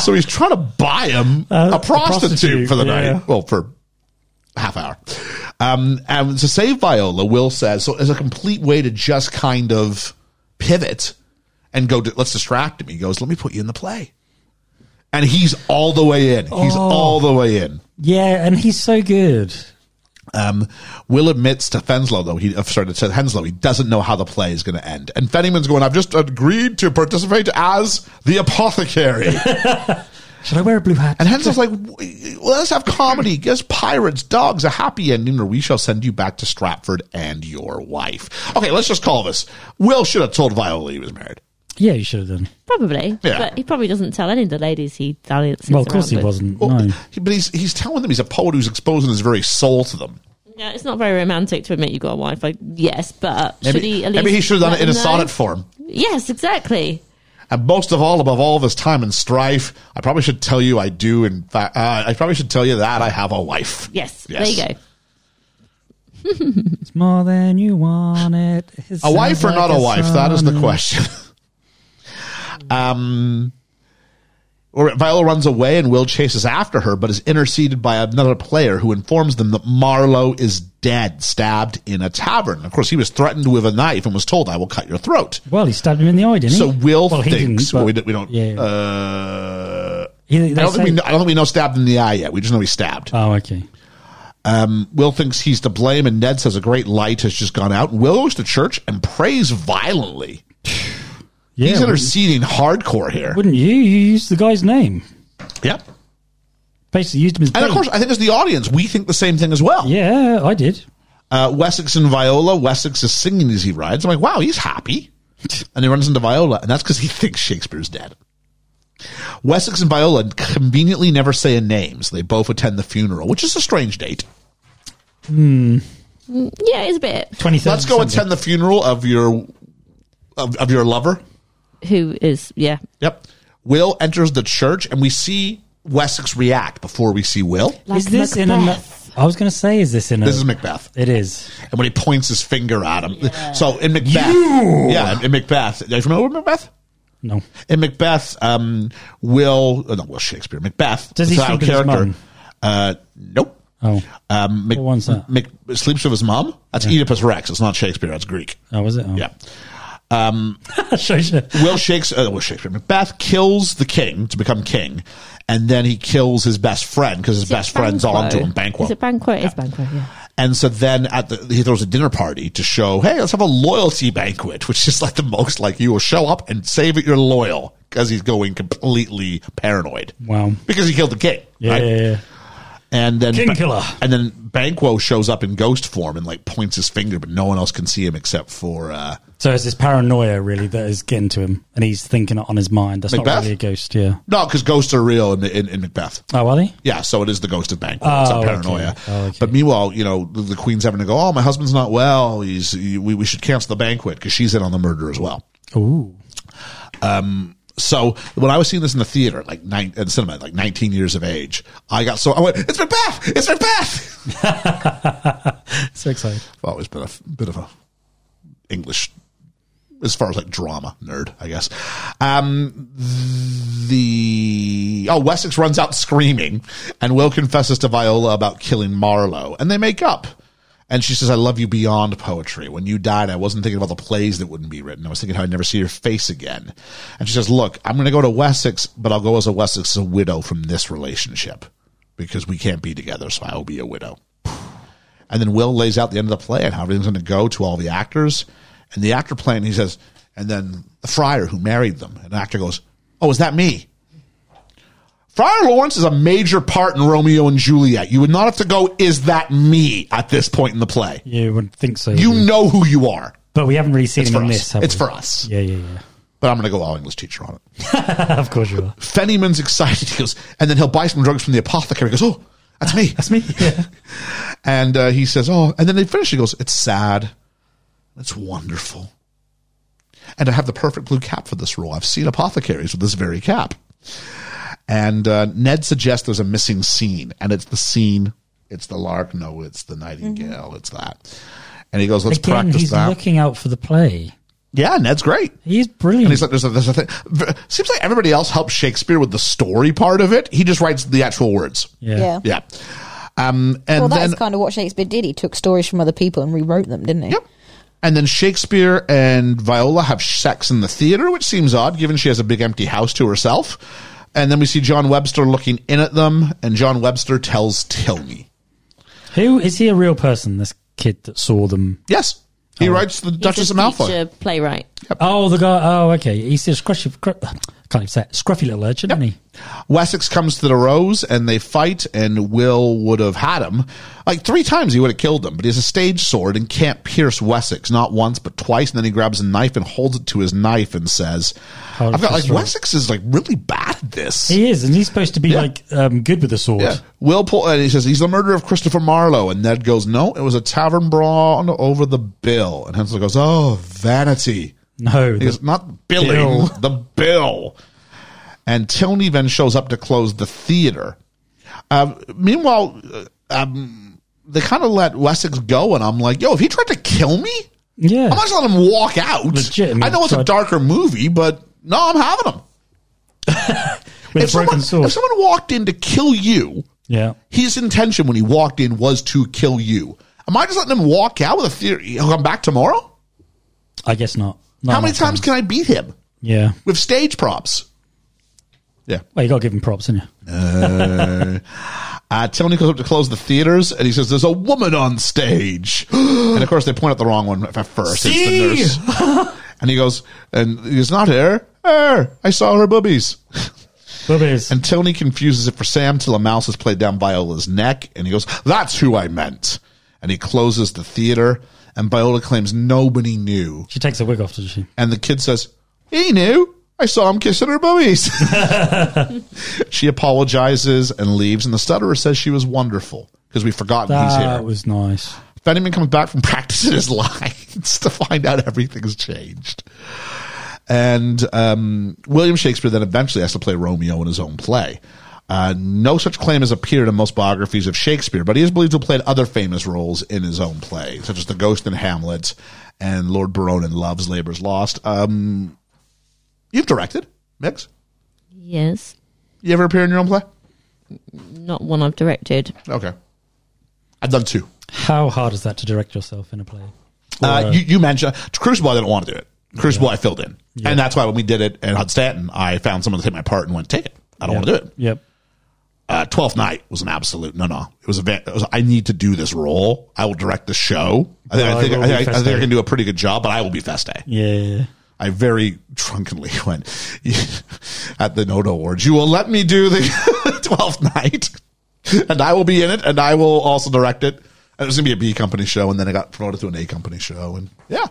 Speaker 5: so he's trying to buy him a,
Speaker 6: a
Speaker 5: prostitute
Speaker 6: prostitute,
Speaker 5: for the
Speaker 6: yeah.
Speaker 5: night. Well, for half hour. Um, and to save Viola, Will says, So as a complete way to just kind of pivot and go, to, Let's distract him. He goes, Let me put you in the play. And he's all the way in. He's all the way in.
Speaker 6: Yeah, and he's so good.
Speaker 5: Um, Will admits to Fenslow, though, he, uh, sorry, to Henslow, he doesn't know how the play is going to end. And Fennyman's going, I've just agreed to participate as the apothecary.
Speaker 6: Should I wear a blue hat?
Speaker 5: and Henslow's like, "W- let's have comedy. Guess pirates, dogs, a happy ending, or we shall send you back to Stratford and your wife. Okay, let's just call this. Will should have told Viola he was married.
Speaker 6: yeah, you should have done.
Speaker 7: Probably.
Speaker 5: Yeah.
Speaker 7: But he probably doesn't tell any of the ladies he dalliances
Speaker 6: Well, of course
Speaker 7: around
Speaker 6: he
Speaker 7: with.
Speaker 6: wasn't.
Speaker 5: Well,
Speaker 6: no.
Speaker 5: he- But he's, he's telling them he's a poet who's exposing his very soul to them.
Speaker 7: Yeah, it's not very romantic to admit you've got a wife. Like, yes, but should he at least
Speaker 5: maybe he should have done
Speaker 7: let
Speaker 5: it in a
Speaker 7: them know?
Speaker 5: sonnet form.
Speaker 7: Yes, exactly.
Speaker 5: And most of all, above all this time and strife, I probably should tell you I do. In fact, uh, I probably should tell you that I have a wife.
Speaker 7: Yes,
Speaker 5: Yes.
Speaker 7: there you go.
Speaker 6: It's more than you want it. It
Speaker 5: A
Speaker 6: sounds
Speaker 5: wife or
Speaker 6: like
Speaker 5: not a wife? That is the
Speaker 6: sonnet.
Speaker 5: question. um, or Viola runs away and Will chases after her, but is interceded by another player who informs them that Marlowe is dead, stabbed in a tavern. Of course, he was threatened with a knife and was told, "I will cut your throat."
Speaker 6: Well, he stabbed him in the eye, didn't
Speaker 5: So
Speaker 6: he?
Speaker 5: Will
Speaker 6: well, he
Speaker 5: thinks
Speaker 6: didn't,
Speaker 5: well, we don't.
Speaker 6: but-
Speaker 5: We don't
Speaker 6: Yeah.
Speaker 5: uh,
Speaker 6: He-
Speaker 5: I
Speaker 6: they
Speaker 5: don't think we
Speaker 6: say-
Speaker 5: know, I don't think we know stabbed in the eye yet. We just know he's stabbed.
Speaker 6: oh, okay.
Speaker 5: Will thinks he's to blame, and Ned says a great light has just gone out. Will goes to church and prays violently.
Speaker 6: Yeah,
Speaker 5: he's
Speaker 6: wouldn't,
Speaker 5: interceding hardcore here.
Speaker 6: wouldn't you? You used the guy's name.
Speaker 5: Yep.
Speaker 6: Basically, used him as.
Speaker 5: And of
Speaker 6: bait.
Speaker 5: course, I think as the audience, we think the same thing as well.
Speaker 6: yeah, I did.
Speaker 5: Uh, Wessex and Viola. Wessex is singing as he rides. I'm like, wow, he's happy. And he runs into Viola, and that's because he thinks Shakespeare's dead. Wessex and Viola conveniently never say a name, so they both attend the funeral, which is a strange date.
Speaker 7: Yeah, it's a bit.
Speaker 6: Twenty third.
Speaker 5: Let's go attend the funeral of your of, of your lover.
Speaker 7: Who is, yeah.
Speaker 5: Yep. Will enters the church, and we see Wessex react before we see Will.
Speaker 6: is this in a? I was going to say, is this in a?
Speaker 5: This is Macbeth,
Speaker 6: it is.
Speaker 5: and when he points his finger at him, so in Macbeth, yeah, in Macbeth. Do you remember Macbeth?
Speaker 6: No.
Speaker 5: In Macbeth, um, Will, uh, not Will Shakespeare, Macbeth,
Speaker 6: Does he
Speaker 5: without
Speaker 6: sleep with his mum?
Speaker 5: Uh, nope.
Speaker 6: Oh.
Speaker 5: Um, Mac-
Speaker 6: What one's that?
Speaker 5: Mac- sleeps with his mom. That's Oedipus Rex. It's not Shakespeare. That's Greek.
Speaker 6: Oh, was it? Oh.
Speaker 5: Yeah.
Speaker 6: Shows you.
Speaker 5: Will Shakespeare, uh, Will Shakespeare, Macbeth kills the king to become king, and then he kills his best friend because his best friend's
Speaker 7: Banquo.
Speaker 5: on to him, Banquo.
Speaker 7: Is it Banquo? It is Banquo, yeah.
Speaker 5: and so then at the, he throws a dinner party to show, hey, let's have a loyalty banquet, which is like the most like you will show up and say that you're loyal because he's going completely paranoid.
Speaker 6: Wow.
Speaker 5: Because he killed the king.
Speaker 6: Yeah,
Speaker 5: right?
Speaker 6: yeah, yeah.
Speaker 5: And then
Speaker 6: King killer.
Speaker 5: And then Banquo shows up in ghost form and like points his finger, but no one else can see him except for uh,
Speaker 6: So it's this paranoia really that is getting to him, and he's thinking it on his mind. That's
Speaker 5: Macbeth?
Speaker 6: not really a ghost. Yeah.
Speaker 5: no, because ghosts are real in, in, in Macbeth.
Speaker 6: Oh, are they?
Speaker 5: Yeah, so it is the ghost of Banquo. it's
Speaker 6: Oh,
Speaker 5: not
Speaker 6: okay.
Speaker 5: paranoia.
Speaker 6: Oh, okay.
Speaker 5: But meanwhile, you know, the, the queen's having to go. Oh, my husband's not well. He's he, we, we should cancel the banquet because she's in on the murder as well.
Speaker 6: Ooh.
Speaker 5: So when I was seeing this in the theater, like nine in cinema, like nineteen years of age, I got so I went, "It's Macbeth! It's Macbeth!"
Speaker 6: So excited.
Speaker 5: I've always been a f- bit of a English, as far as like drama nerd, I guess. Um, the oh, Wessex runs out screaming, and Will confesses to Viola about killing Marlowe, and they make up. And she says, I love you beyond poetry. When you died, I wasn't thinking about the plays that wouldn't be written. I was thinking how I'd never see your face again. And she says, Look, I'm going to go to Wessex, but I'll go as a Wessex a widow from this relationship because we can't be together, so I will be a widow. And then Will lays out the end of the play and how everything's going to go to all the actors. And the actor playing, he says, and then the friar who married them. And the actor goes, Oh, is that me? Friar Lawrence is a major part in Romeo and Juliet. You would not have to go, Is that me at this point in the play?
Speaker 6: You wouldn't think so.
Speaker 5: You know who you are.
Speaker 6: but we haven't really seen
Speaker 5: It's
Speaker 6: him
Speaker 5: for
Speaker 6: in
Speaker 5: us.
Speaker 6: this. Have
Speaker 5: It's
Speaker 6: we?
Speaker 5: for us.
Speaker 6: Yeah, yeah, yeah.
Speaker 5: But I'm going to go all English teacher on it.
Speaker 6: of course you are.
Speaker 5: Fennyman's excited. He goes, and then he'll buy some drugs from the apothecary. He goes, Oh, that's me.
Speaker 6: That's me. Yeah.
Speaker 5: And uh, he says, Oh, and then they finish. He goes, It's sad. It's wonderful. And I have the perfect blue cap for this role. I've seen apothecaries with this very cap. And uh, Ned suggests there's a missing scene, and it's the scene. It's the lark. No, it's the nightingale. It's that. And he goes, Let's
Speaker 6: Mm-hmm. Again,
Speaker 5: practice
Speaker 6: he's
Speaker 5: that.
Speaker 6: looking out for the play.
Speaker 5: yeah, Ned's great.
Speaker 6: He's brilliant.
Speaker 5: And he's like, there's a, there's a thing. V- Seems like everybody else helps Shakespeare with the story part of it. He just writes the actual words.
Speaker 6: yeah.
Speaker 9: Yeah.
Speaker 5: Yeah. Um, and
Speaker 9: well, that's
Speaker 5: then
Speaker 9: kind of what Shakespeare did. He took stories from other people and rewrote them, didn't he?
Speaker 5: Yep. And then Shakespeare and Viola have sex in the theater, which seems odd given she has a big empty house to herself. And then we see John Webster looking in at them, and John Webster tells Tilney.
Speaker 6: Who is he a real person? This kid that saw them.
Speaker 5: Yes. He writes the Duchess of Malfoy.
Speaker 7: Teacher, playwright.
Speaker 6: Oh, the guy. Oh, okay. He's this scruffy, scru- can't even say it. scruffy little urchin, isn't he?
Speaker 5: Wessex comes to the rose and they fight, and Will would have had him. Like three times he would have killed him, but he has a stage sword and can't pierce Wessex, not once, but twice. And then he grabs a knife and holds it to his knife and says,
Speaker 6: Hold
Speaker 5: I've got
Speaker 6: this
Speaker 5: like
Speaker 6: sword.
Speaker 5: Wessex is like really bad at this.
Speaker 6: He is, and he's supposed to be
Speaker 5: Yeah.
Speaker 6: like um, good with the sword.
Speaker 5: Yeah. Will pull, and he says he's the murderer of Christopher Marlowe, and Ned goes, "No, it was a tavern brawl over the bill." And Hensel goes, "Oh, vanity."
Speaker 6: No,
Speaker 5: He
Speaker 6: the-
Speaker 5: goes, "Not billing
Speaker 6: Bill.
Speaker 5: the bill." And Tilney then shows up to close the theater. Uh, meanwhile, uh, um, they kind of let Wessex go, and I'm like, "Yo, if he tried to kill me,
Speaker 6: yeah.
Speaker 5: I'm not just letting him walk out."
Speaker 6: Legit, I mean,
Speaker 5: I know it's a
Speaker 6: tried-
Speaker 5: darker movie, but no, I'm having him.
Speaker 6: with
Speaker 5: If
Speaker 6: a
Speaker 5: someone,
Speaker 6: broken sword.
Speaker 5: if someone walked in to kill you,
Speaker 6: yeah,
Speaker 5: his intention when he walked in was to kill you. Am I just letting him walk out with a theory? He'll come back tomorrow?
Speaker 6: I guess not. No,
Speaker 5: How many
Speaker 6: no,
Speaker 5: times can I beat him
Speaker 6: Yeah.
Speaker 5: with stage props? Yeah.
Speaker 6: Well, you got to give him props, didn't you?
Speaker 5: Uh, Tony goes up to close the theaters and he says, There's a woman on stage. and of course, they point out the wrong one at first. It's the nurse. and he goes, And he's not her. Her. I saw her boobies.
Speaker 6: Bubbies.
Speaker 5: And Tony confuses it for Sam till a mouse is played down Viola's neck, and he goes, That's who I meant. And he closes the theater, and Viola claims nobody knew.
Speaker 6: she takes her wig off, doesn't she?
Speaker 5: And the kid says, He knew. I saw him kissing her boobies. she apologizes and leaves, and the stutterer says she was wonderful because we've forgotten he's here.
Speaker 6: That was nice.
Speaker 5: Fenneman comes back from practicing his lines to find out everything's changed. And um, William Shakespeare then eventually has to play Romeo in his own play. Uh, no such claim has appeared in most biographies of Shakespeare, but he is believed to have played other famous roles in his own play, such as The Ghost in Hamlet and Lord Byron in Love's Labour's Lost. Um, you've directed, Mix.
Speaker 7: Yes.
Speaker 5: You ever appear in your own play?
Speaker 7: Not one I've directed.
Speaker 5: Okay. I've done two.
Speaker 6: How hard is that to direct yourself in a play?
Speaker 5: Uh,
Speaker 6: Or,
Speaker 5: you, you mentioned Crucible. I didn't want to do it. Crucible, I filled in, and that's why when we did it at Hud Stanton, I found someone to take my part and went, "Take it. I don't want to do it."
Speaker 6: Yep.
Speaker 5: Uh, Twelfth Night was an absolute no, no. It was a. va- It was, I need to do this role. I will direct the show. I think.
Speaker 6: Well,
Speaker 5: I
Speaker 6: I
Speaker 5: think.
Speaker 6: will
Speaker 5: I,
Speaker 6: be
Speaker 5: think I, I think I
Speaker 6: Feste.
Speaker 5: can do a pretty good job, but I will be Feste.
Speaker 6: Yeah. yeah, yeah.
Speaker 5: I very drunkenly went at the Noda Awards. You will let me do the Twelfth Night, and I will be in it, and I will also direct it. And it was going to be a B company show, and then I got promoted to an A company show, and yeah,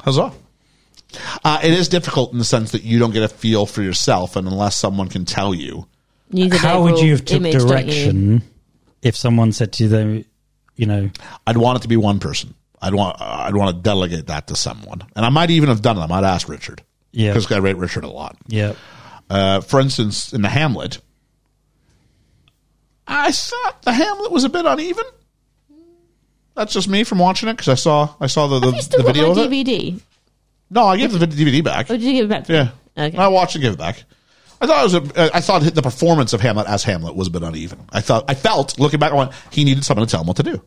Speaker 5: huzzah! Uh, it is difficult in the sense that you don't get a feel for yourself, and unless someone can tell you,
Speaker 7: Neither
Speaker 6: How would you have took
Speaker 7: E.
Speaker 6: direction if someone said to you, though, you know,
Speaker 5: I'd want it to be one person. I'd want I'd want to delegate that to someone, and I might even have done it. I might ask Richard,
Speaker 6: Yeah.
Speaker 5: because I rate Richard a lot.
Speaker 6: yeah,
Speaker 5: Uh, for instance, in the Hamlet, I thought the Hamlet was a bit uneven. That's just me from watching it because I saw I saw the the,
Speaker 7: Have you still
Speaker 5: the video
Speaker 7: got my
Speaker 5: of it.
Speaker 7: DVD?
Speaker 5: No, I gave the vid- DVD back.
Speaker 7: Or Oh, did you give it back? to me?
Speaker 5: Yeah,
Speaker 7: Okay.
Speaker 5: I watched and gave it back. I thought it was a, I thought the performance of Hamlet as Hamlet was a bit uneven. I thought I felt looking back on he needed someone to tell him what to do.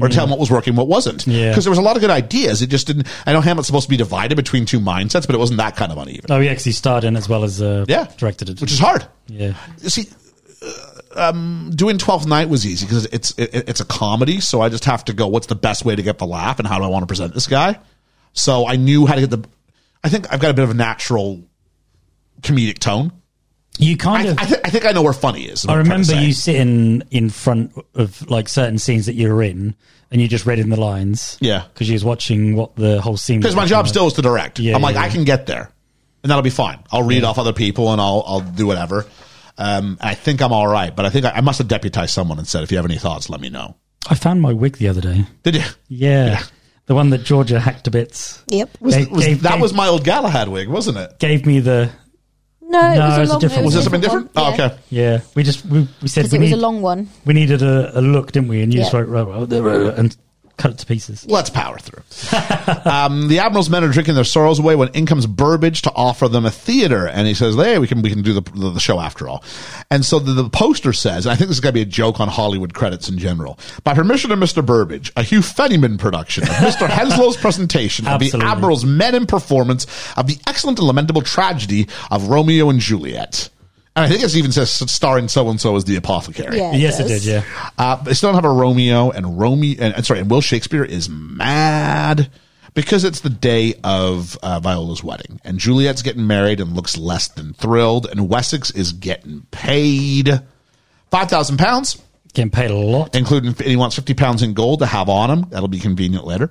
Speaker 5: or tell them what was working, what wasn't.
Speaker 6: Hmm. Yeah.
Speaker 5: Because there was a lot of good ideas. It just didn't. I know Hamlet's supposed to be divided between two mindsets, but it wasn't that kind of uneven.
Speaker 6: Oh, he actually starred in as well as uh,
Speaker 5: Yeah.
Speaker 6: directed it.
Speaker 5: Which is hard.
Speaker 6: yeah.
Speaker 5: See, uh, um, doing Twelfth Night was easy because it's it, it's a comedy, so I just have to go. What's the best way to get the laugh, and how do I want to present this guy? So I knew how to get the. I think I've got a bit of a natural comedic tone.
Speaker 6: You kind
Speaker 5: I,
Speaker 6: of.
Speaker 5: I, th- I think I know where funny is. is what
Speaker 6: I
Speaker 5: I'm trying to
Speaker 6: remember
Speaker 5: say.
Speaker 6: you sitting in front of like certain scenes that you were in, and you just read in the lines.
Speaker 5: Yeah.
Speaker 6: because you was watching what the whole scene. was
Speaker 5: because my
Speaker 6: looking
Speaker 5: job
Speaker 6: like.
Speaker 5: still is to direct.
Speaker 6: Yeah,
Speaker 5: I'm like,
Speaker 6: yeah,
Speaker 5: I
Speaker 6: yeah.
Speaker 5: can get there, and that'll be fine. I'll read off other people and I'll I'll do whatever. Um, and I think I'm all right, but I think I, I must have deputized someone and said, if you have any thoughts, let me know.
Speaker 6: I found my wig the other day.
Speaker 5: Did you?
Speaker 6: Yeah, the one that Georgia hacked to bits.
Speaker 9: Yep.
Speaker 5: Was,
Speaker 6: Gave-
Speaker 5: was-
Speaker 6: gave-
Speaker 5: that
Speaker 6: gave-
Speaker 5: was my old Galahad wig, wasn't it?
Speaker 6: Gave me the
Speaker 9: No, it
Speaker 6: No,
Speaker 9: was a,
Speaker 6: it's a
Speaker 9: long,
Speaker 6: different-
Speaker 5: Was
Speaker 6: Was
Speaker 5: it
Speaker 6: it
Speaker 5: something different? Oh, okay.
Speaker 6: yeah. We just we, we said
Speaker 9: Because
Speaker 6: we,
Speaker 9: it was
Speaker 6: need,
Speaker 9: a long one.
Speaker 6: we needed a, a look, didn't we? And you just
Speaker 9: Yeah.
Speaker 6: wrote right, right, right, right, and cut it to pieces.
Speaker 5: Let's power through. um, the admiral's men are drinking their sorrows away when in comes Burbage to offer them a theater, and he says, "Hey, we can we can do the the, the show after all." And so the, the poster says, and I think this is going to be a joke on Hollywood credits in general. By permission of Mister Burbage, a Hugh Fennyman production of Mister Henslow's presentation of the
Speaker 6: Absolutely.
Speaker 5: admiral's men in performance of the excellent and lamentable tragedy of Romeo and Juliet. And I think it even says starring so and so as the apothecary.
Speaker 9: Yeah,
Speaker 6: yes, it
Speaker 9: does.
Speaker 6: did. Yeah.
Speaker 5: Uh, they still don't have a Romeo and Romeo, and, and sorry, and Will Shakespeare is mad because it's the day of uh, Viola's wedding, and Juliet's getting married and looks less than thrilled, and Wessex is getting paid five thousand pounds,
Speaker 6: Getting paid a lot.
Speaker 5: including and he wants fifty pounds in gold to have on him. That'll be convenient later.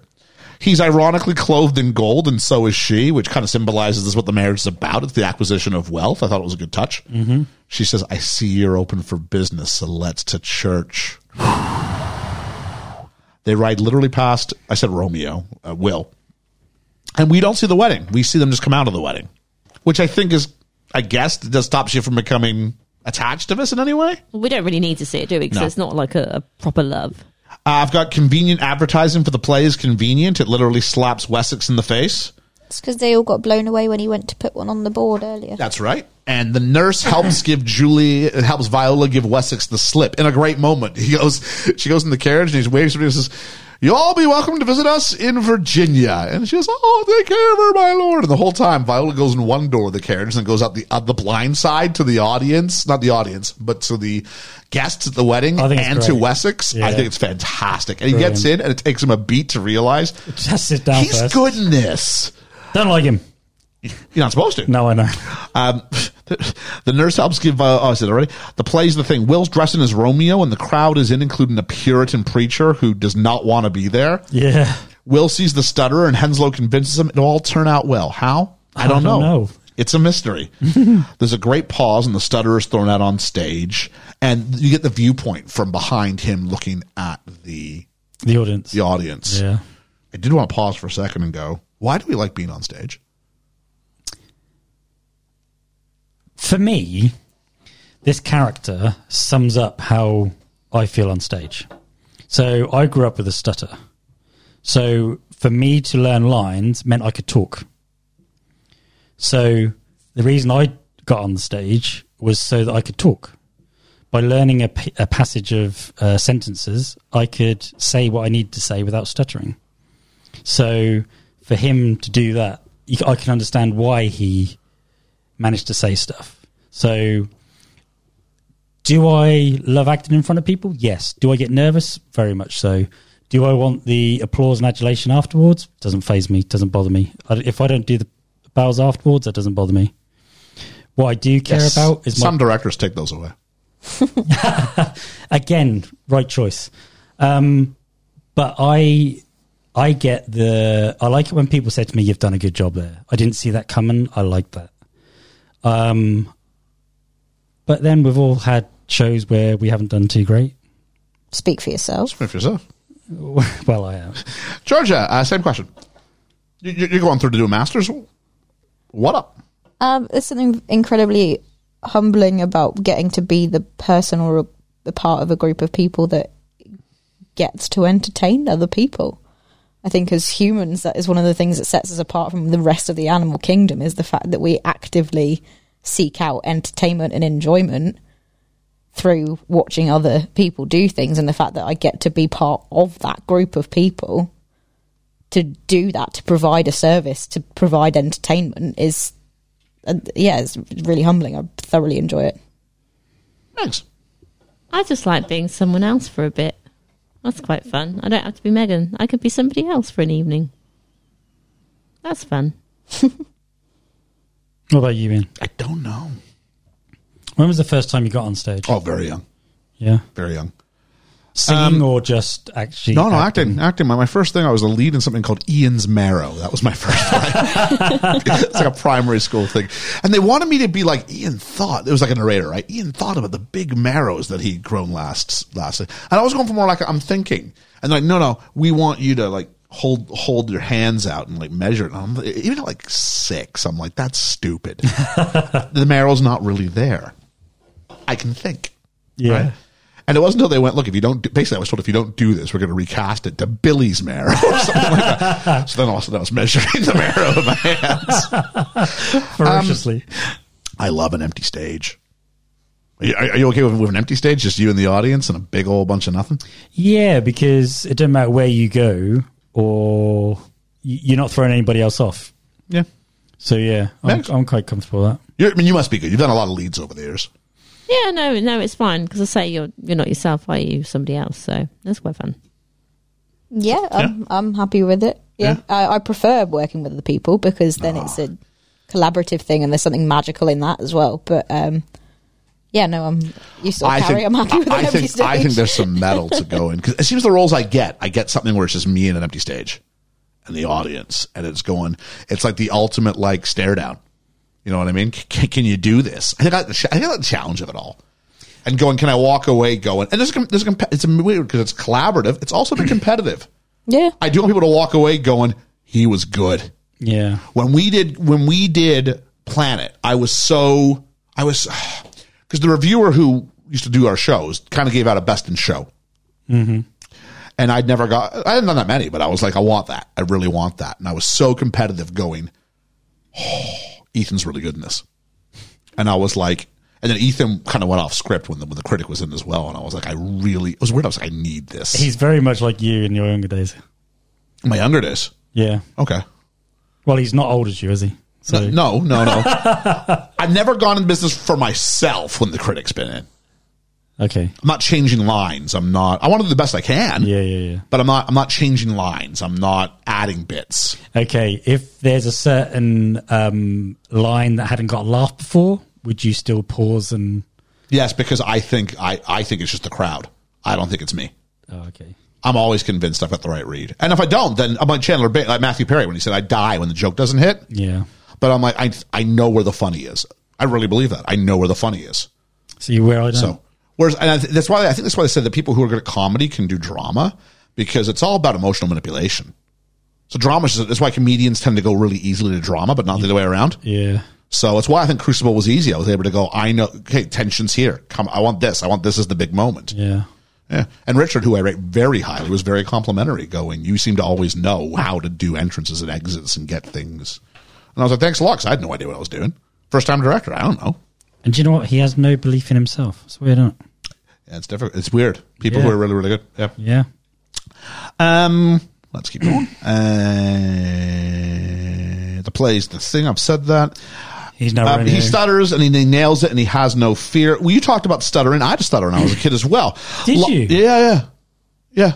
Speaker 5: He's ironically clothed in gold, and so is she, which kind of symbolizes this is what the marriage is about. It's the acquisition of wealth. I thought it was a good touch. Mm-hmm. She says, "I see you're open for business, so let's to church." They ride literally past, I said Romeo, uh, Will. And we don't see the wedding. We see them just come out of the wedding, which I think is, I guess, that stops you from becoming attached to this in any way.
Speaker 7: We don't really need to see it, do we? Because
Speaker 5: No.
Speaker 7: it's not like a, a proper love.
Speaker 5: Uh, I've got convenient advertising for the play is convenient. It literally slaps Wessex in the face.
Speaker 9: It's because they all got blown away when he went to put one on the board earlier.
Speaker 5: That's right. And the nurse helps give Julie, helps Viola give Wessex the slip in a great moment. He goes, she goes in the carriage and he's waving and he says, You'll all be welcome to visit us in Virginia. And she goes, Oh, take care of her, my lord. And the whole time, Viola goes in one door of the carriage and goes out the, out the blind side to the audience, not the audience, but to the guests at the wedding
Speaker 6: I think it's
Speaker 5: and to
Speaker 6: great.
Speaker 5: Wessex. I
Speaker 6: Yeah.
Speaker 5: think it's fantastic. And he
Speaker 6: Brilliant.
Speaker 5: gets in and it takes him a beat to realize
Speaker 6: Just sit down
Speaker 5: he's
Speaker 6: first.
Speaker 5: good in this.
Speaker 6: Don't like him.
Speaker 5: You're not supposed to.
Speaker 6: No, I know.
Speaker 5: Um, the, nurse helps give. Uh, oh, I said already. The play's the thing. Will's dressing as Romeo, and the crowd is in, including a Puritan preacher who does not want to be there.
Speaker 6: Yeah.
Speaker 5: Will sees the stutterer, and Henslow convinces him it'll all turn out well. How? I don't, know.
Speaker 6: don't know.
Speaker 5: It's a mystery. There's a great pause, and the stutterer is thrown out on stage, and you get the viewpoint from behind him looking at the
Speaker 6: The audience.
Speaker 5: the audience.
Speaker 6: Yeah.
Speaker 5: I did want to pause for a second and go, why do we like being on stage?
Speaker 6: For me, this character sums up how I feel on stage. So I grew up with a stutter. So for me to learn lines meant I could talk. So the reason I got on the stage was so that I could talk. By learning a, p- a passage of uh, sentences, I could say what I need to say without stuttering. So for him to do that, you, c- I can understand why he managed to say stuff. So do I love acting in front of people? Yes. Do I get nervous? Very much so. Do I want the applause and adulation afterwards? Doesn't phase me. Doesn't bother me. I, if I don't do the bows afterwards, that doesn't bother me. What I do care about is my
Speaker 5: Some directors take those away.
Speaker 6: again, right choice. Um, but I, I get the. I like it when people say to me, "You've done a good job there." I didn't see that coming. I like that. Um, but then we've all had shows where we haven't done too great.
Speaker 9: Speak for yourself.
Speaker 5: If yourself.
Speaker 6: well, I am.
Speaker 5: Georgia, uh, same question. You- you- You're going through to do a master's. What up?
Speaker 9: Um, there's something incredibly humbling about getting to be the person or a, the part of a group of people that gets to entertain other people. I think as humans, that is one of the things that sets us apart from the rest of the animal kingdom is the fact that we actively seek out entertainment and enjoyment. through watching other people do things and the fact that I get to be part of that group of people to do that, to provide a service, to provide entertainment is, uh, yeah, it's really humbling. I thoroughly enjoy it.
Speaker 5: Thanks.
Speaker 7: I just like being someone else for a bit. That's quite fun. I don't have to be Megan. I could be somebody else for an evening. That's fun.
Speaker 6: What about you, Ian?
Speaker 5: I don't know.
Speaker 6: When was the first time you got on stage?
Speaker 5: Oh, very young.
Speaker 6: Yeah,
Speaker 5: Very young.
Speaker 6: singing or just actually?
Speaker 5: No, no, acting, acting. My, my first thing, I was a lead in something called Ian's Marrow. That was my first one. it's like a primary school thing. And they wanted me to be like Ian thought. It was like a narrator, right? Ian thought about the big marrows that he'd grown last, last. And I was going for more like, I'm thinking. And like, no, no, we want you to like hold, hold your hands out and like measure it. And I'm, e-, even at like six, I'm like, that's stupid. the marrow's not really there. I can think.
Speaker 6: Yeah.
Speaker 5: Right? And it wasn't until they went, look, if you don't, do, basically, I was told if you don't do this, we're going to recast it to Billy's marrow or something like that. So then also, I was measuring the marrow of my hands. Um,
Speaker 6: Ferociously.
Speaker 5: I love an empty stage. Are you, are you okay with, with an empty stage? Just you and the audience and a big old bunch of nothing?
Speaker 6: yeah, because it doesn't matter where you go or y- you're not throwing anybody else off.
Speaker 5: Yeah.
Speaker 6: So yeah, I'm,
Speaker 5: Thanks.
Speaker 6: I'm quite comfortable with that.
Speaker 5: You're, I mean, you must be good. You've done a lot of leads over the years.
Speaker 7: Yeah, no, no, it's fine because I say you're you're not yourself, are you? You're somebody else, so that's quite fun.
Speaker 9: Yeah, I'm, I'm happy with it. Yeah, I, I prefer working with other people because then it's a
Speaker 5: Ah.
Speaker 9: collaborative thing, and there's something magical in that as well. But um, yeah, no, I'm you sort of carry. I'm happy with
Speaker 5: I,
Speaker 9: an
Speaker 5: I
Speaker 9: empty
Speaker 5: think,
Speaker 9: stage.
Speaker 5: I think there's some metal to go in. Because it seems the roles I get, I get something where it's just me and an empty stage and the audience. And it's going, it's like the ultimate like stare down. You know what I mean? Can, can you do this? I think I, like the ch- I think I like the challenge of it all. And going, can I walk away going? And there's, a com- there's a comp- it's a weird because it's collaborative. It's also been competitive.
Speaker 9: yeah,
Speaker 5: I do want people to walk away going, he was good
Speaker 6: Yeah.
Speaker 5: when we did when we did planet i was so i was because the reviewer who used to do our shows kind of gave out a best in show and i'd never got i hadn't done that many but i was like i want that i really want that and i was so competitive going oh, ethan's really good in this and i was like and then ethan kind of went off script when the, when the critic was in as well and i was like i really it was weird i was like i need this
Speaker 6: He's very much like you in your younger days.
Speaker 5: my younger days
Speaker 6: Yeah.
Speaker 5: okay
Speaker 6: Well, he's not old as you, is he? So
Speaker 5: No, no, no. I've never gone in business for myself when the critic's been in.
Speaker 6: okay.
Speaker 5: I'm not changing lines. I'm not. I want to do the best I can.
Speaker 6: Yeah, yeah,
Speaker 5: But I'm not. I'm not changing lines. I'm not adding bits.
Speaker 6: yeah. Okay. If there's a certain um, line that hadn't got a laugh before, would you still pause and?
Speaker 5: Yes, because I think I. I think it's just the crowd. I don't think it's me.
Speaker 6: Oh, okay.
Speaker 5: I'm always convinced I've got the right read. And if I don't, then I'm like Chandler, Bing, like Matthew Perry when he said, "I die when the joke doesn't hit."
Speaker 6: Yeah.
Speaker 5: But I'm like, I. I know where the funny is. I really believe that. I know where the funny is.
Speaker 6: See where I don't.
Speaker 5: So, whereas, and I th- that's why I think that's why they said that people who are good at comedy can do drama because it's all about emotional manipulation. So, drama is that's why comedians tend to go really easily to drama, but not the other way around.
Speaker 6: Yeah.
Speaker 5: So, it's why I think Crucible was easy. I was able to go, I know, okay, tension's here. Come, I want this. I want this as the big moment.
Speaker 6: Yeah.
Speaker 5: Yeah. And Richard, who I rate very highly, was very complimentary, going, You seem to always know how to do entrances and exits and get things. And I was like, Thanks a lot, 'cause I had no idea what I was doing. First time director, I don't know.
Speaker 6: And do you know what? He has no belief in himself. It's weird, isn't it?
Speaker 5: Yeah, it's difficult. It's weird. People
Speaker 6: Yeah.
Speaker 5: who are really, really good. Yeah.
Speaker 6: Yeah.
Speaker 5: Um, let's keep going. Uh, the plays, the thing. I've said that.
Speaker 6: He's never.
Speaker 5: Um,
Speaker 6: really,
Speaker 5: he stutters and he, he nails it, and he has no fear. Well, you talked about stuttering. I had to stutter when I was a kid as well.
Speaker 6: Did
Speaker 5: Lo-
Speaker 6: you?
Speaker 5: Yeah, yeah,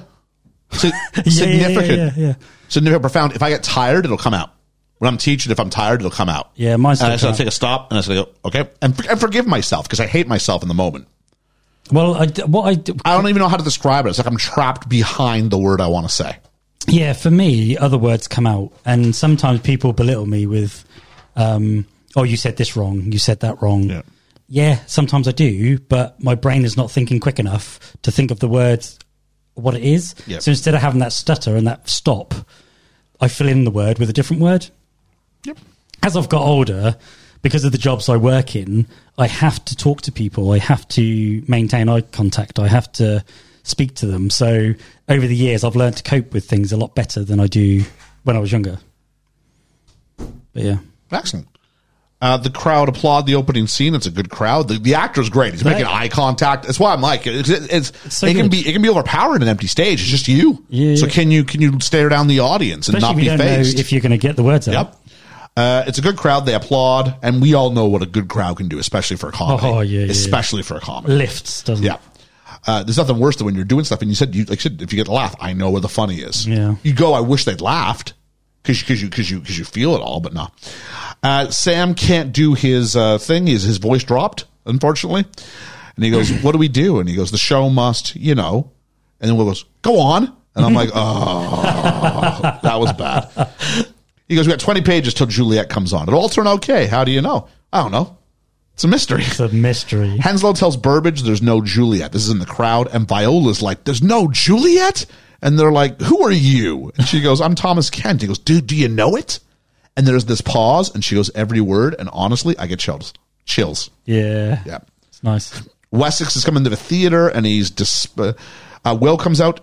Speaker 5: yeah. Si-
Speaker 6: Yeah, yeah, yeah,
Speaker 5: significant,
Speaker 6: Yeah. yeah,
Speaker 5: significant, profound. If I get tired, it'll come out. When I'm teaching, if I'm tired, it'll come out.
Speaker 6: Yeah, mine's
Speaker 5: And I
Speaker 6: still
Speaker 5: sort of
Speaker 6: come out.
Speaker 5: take a stop, and I sort of go, okay, and, for- and forgive myself because I hate myself in the moment.
Speaker 6: Well, I d what I d-
Speaker 5: I don't even know how to describe it. It's like I'm trapped behind the word I want to say.
Speaker 6: Yeah, for me, other words come out, and sometimes people belittle me with, um, "Oh, you said this wrong. You said that wrong."
Speaker 5: Yeah.
Speaker 6: Yeah, sometimes I do, but my brain is not thinking quick enough to think of the words what it is.
Speaker 5: Yeah.
Speaker 6: So instead of having that stutter and that stop, I fill in the word with a different word.
Speaker 5: Yep.
Speaker 6: As I've got older, because of the jobs I work in, I have to talk to people. I have to maintain eye contact. I have to speak to them. So over the years, I've learned to cope with things a lot better than I do when I was younger. But yeah.
Speaker 5: Excellent. Uh, the crowd applaud the opening scene. It's a good crowd. The, the actor's great. He's making
Speaker 6: Right.
Speaker 5: eye contact. That's why I'm like, it's, it's,
Speaker 6: so
Speaker 5: it can
Speaker 6: good.
Speaker 5: be it can be overpowering an empty stage. It's just you.
Speaker 6: Yeah,
Speaker 5: so
Speaker 6: yeah.
Speaker 5: can you can you stare down the audience and
Speaker 6: Especially if you
Speaker 5: not
Speaker 6: don't
Speaker 5: be faced?
Speaker 6: know if you're going to get the words out.
Speaker 5: Yep. Uh, it's a good crowd. They applaud, and we all know what a good crowd can do, especially for a comedy.
Speaker 6: Oh, yeah, yeah, yeah.
Speaker 5: especially for a comedy.
Speaker 6: Lifts, doesn't
Speaker 5: Yeah.
Speaker 6: it?
Speaker 5: Uh, there's nothing worse than when you're doing stuff and you said, you, like, you said, if you get the laugh, I know where the funny is.
Speaker 6: Yeah.
Speaker 5: You go, I wish they'd laughed because because you because you because you feel it all, but no. Uh, Sam can't do his uh, thing. His his voice dropped, unfortunately, and he goes, "What do we do?" And he goes, "The show must, you know." And then Will goes, "Go on," and I'm like, "Oh, that was bad." He goes, "We got 20 pages till Juliet comes on. It'll all turn okay. How do you know? I don't know. It's a mystery."
Speaker 6: It's a mystery.
Speaker 5: Henslow tells Burbage there's no Juliet. This is in the crowd. And Viola's like, there's no Juliet? And they're like, who are you? And she goes, I'm Thomas Kent. He goes, dude, do you know it? And there's this pause and she goes, every word. And honestly, I get chills. Chills.
Speaker 6: Yeah.
Speaker 5: Yeah.
Speaker 6: It's nice.
Speaker 5: Wessex is coming to the theater and he's dis- uh, uh, Will comes out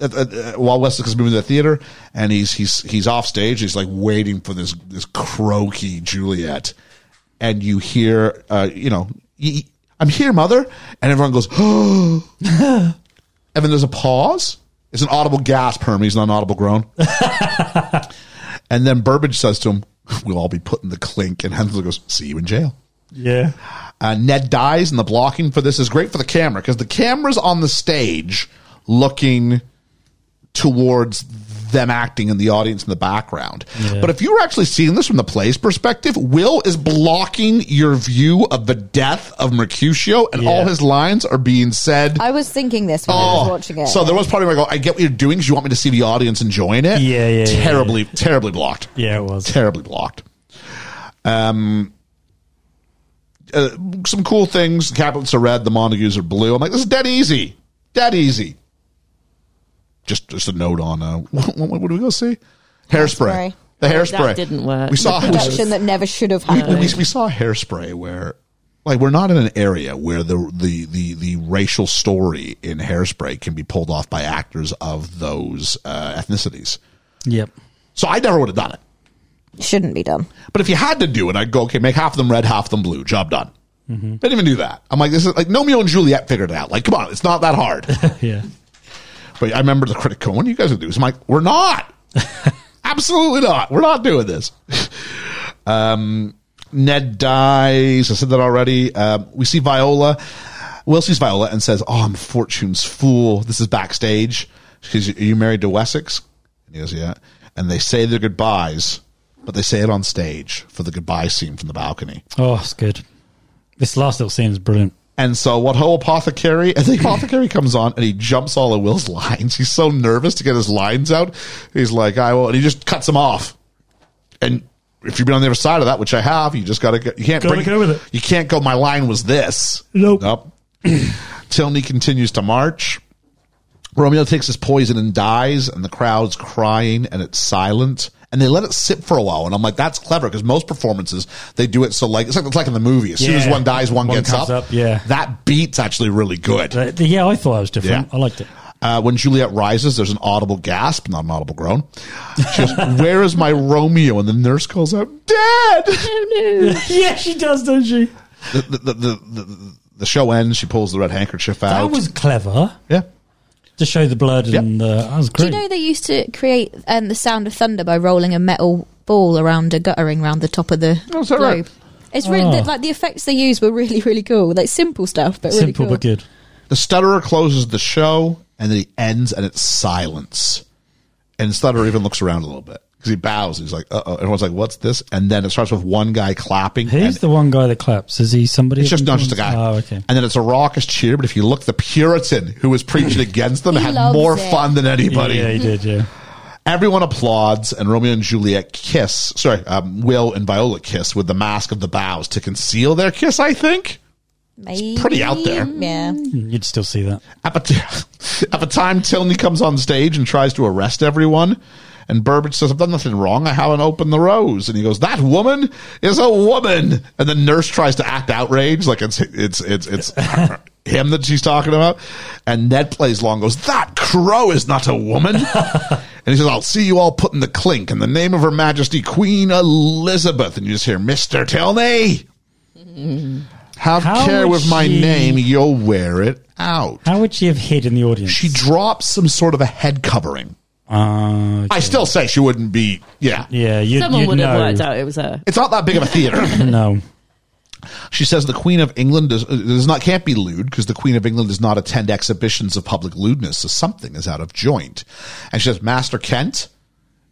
Speaker 5: uh, uh, uh, while Wessex is moving to the theater and he's he's he's off stage. He's like waiting for this this croaky Juliet, and you hear uh, you know y- y- I'm here, mother, and everyone goes oh, and then there's a pause. It's an audible gasp, Hermes, not an audible groan. and then Burbage says to him, "We'll all be put in the clink." And Hensel goes, "See you in jail."
Speaker 6: Yeah.
Speaker 5: Uh, Ned dies, and the blocking for this is great for the camera because the camera's on the stage looking towards them acting in the audience in the background. But if you were actually seeing this from the play's perspective, Will is blocking your view of the death of Mercutio, and
Speaker 6: Yeah.
Speaker 5: all his lines are being said. "Oh."
Speaker 9: I was thinking this when I was watching it.
Speaker 5: So there was part of me where I go, I get what you're doing because you want me to see the audience enjoying it.
Speaker 6: Yeah, yeah, yeah,
Speaker 5: Terribly, terribly blocked
Speaker 6: Yeah, it was.
Speaker 5: terribly blocked. Um, uh, some cool things. The Capulets are red. The Montagues are blue. I'm like, this is dead easy. Dead easy. Just, just a note on uh, what, what, what do we go see? Hairspray.
Speaker 9: Hairspray.
Speaker 5: The
Speaker 7: that
Speaker 5: hairspray
Speaker 7: didn't work.
Speaker 5: We saw
Speaker 9: production that never should have
Speaker 5: we,
Speaker 9: happened.
Speaker 5: we, we saw hairspray where like we're not in an area where the, the the the racial story in hairspray can be pulled off by actors of those uh, ethnicities.
Speaker 6: Yep.
Speaker 5: So I never would have done it.
Speaker 9: Shouldn't be done.
Speaker 5: But if you had to do it, I'd go, okay, make half of them red, half of them blue. Job done. They didn't even do that. I'm like, this is like Romeo and Juliet figured it out. Like, come on, it's not that hard.
Speaker 6: Yeah.
Speaker 5: but I remember the critic going, what are you guys going to do? this?" I'm like, we're not. Absolutely not. We're not doing this. um, Ned dies. I said that already. Um, we see Viola. Will sees Viola and says, oh, I'm fortune's fool. This is backstage. She goes, are you married to Wessex? And he goes, yeah. And they say their goodbyes, but they say it on stage for the goodbye scene from the balcony.
Speaker 6: Oh, it's good. This last little scene is brilliant.
Speaker 5: And so what whole apothecary and the apothecary comes on and he jumps all of Will's lines. He's so nervous to get his lines out. He's like, I will and he just cuts them off. And if you've been on the other side of that, which I have, you just gotta go you can't
Speaker 6: Gotta
Speaker 5: bring,
Speaker 6: go with it.
Speaker 5: You can't go, my line was this.
Speaker 6: Nope.
Speaker 5: Nope. Tilney continues to march. Romeo takes his poison and dies, and the crowd's crying and it's silent. And they let it sit for a while, and I'm like, "That's clever," because most performances they do it so like it's like it's like in the movie. As soon as
Speaker 6: Yeah.
Speaker 5: one dies, one,
Speaker 6: One
Speaker 5: gets
Speaker 6: comes
Speaker 5: up.
Speaker 6: up, yeah.
Speaker 5: that beat's actually really good.
Speaker 6: Uh, yeah, I thought it was different.
Speaker 5: Yeah.
Speaker 6: I liked it.
Speaker 5: Uh, when Juliet rises, there's an audible gasp, not an audible groan. She goes, "Where is my Romeo?" And the nurse calls out, "Dead."
Speaker 6: yeah, she does, doesn't she?
Speaker 5: The the, the, the, the the show ends. She pulls the red handkerchief
Speaker 6: That
Speaker 5: out.
Speaker 6: was clever
Speaker 5: yeah.
Speaker 6: to show the blood and uh, that was
Speaker 10: Do
Speaker 6: great.
Speaker 10: you know they used to create um, the sound of thunder by rolling a metal ball around a guttering round the top of the
Speaker 5: Oh, is that
Speaker 10: globe?
Speaker 5: right?
Speaker 10: It's really
Speaker 6: Ah.
Speaker 10: the, like the effects they used were really really cool. Like simple stuff, but really
Speaker 6: Simple
Speaker 10: cool.
Speaker 6: but good.
Speaker 5: The stutterer closes the show and then he ends and it's silence. And stutterer even looks around a little bit because he bows. He's like, uh oh. Everyone's like, what's this? And then it starts with one guy clapping. and
Speaker 6: Who's the one guy that claps? Is he somebody?
Speaker 5: it's just not just a guy.
Speaker 6: Oh, okay.
Speaker 5: And then it's a raucous cheer. But if you look, the Puritan who was preaching against them had
Speaker 10: loves
Speaker 5: more
Speaker 10: it.
Speaker 5: fun than anybody.
Speaker 6: Yeah, he did. Yeah.
Speaker 5: Everyone applauds, and Romeo and Juliet kiss. Sorry, um, Will and Viola kiss with the mask of the bows to conceal their kiss. I think
Speaker 9: Maybe.
Speaker 5: pretty out there.
Speaker 9: Yeah.
Speaker 10: Mm.
Speaker 6: Mm, You'd still see that.
Speaker 5: At the, at the time, Tilney comes on stage and tries to arrest everyone. And Burbage says, I've done nothing wrong. I haven't opened the rose. And he goes, That woman is a woman. And the nurse tries to act outraged, like it's it's it's it's him that she's talking about. And Ned plays long, goes, That crow is not a woman. And he says, I'll see you all put in the clink in the name of Her Majesty Queen Elizabeth. And you just hear, Mr. Tilney, have
Speaker 6: How
Speaker 5: care
Speaker 6: would
Speaker 5: with my
Speaker 6: she-
Speaker 5: name. You'll wear it out.
Speaker 6: How would she have hid in the audience?
Speaker 5: She drops some sort of a head covering.
Speaker 6: Uh,
Speaker 5: I still say she wouldn't be, yeah.
Speaker 6: yeah, you'd,
Speaker 7: Someone
Speaker 6: you'd
Speaker 7: would have
Speaker 6: know.
Speaker 7: worked out it was her.
Speaker 5: It's not that big of a theater.
Speaker 6: No.
Speaker 5: She says the Queen of England does, does not can't be lewd because the Queen of England does not attend exhibitions of public lewdness, so something is out of joint. And she says Master Kent,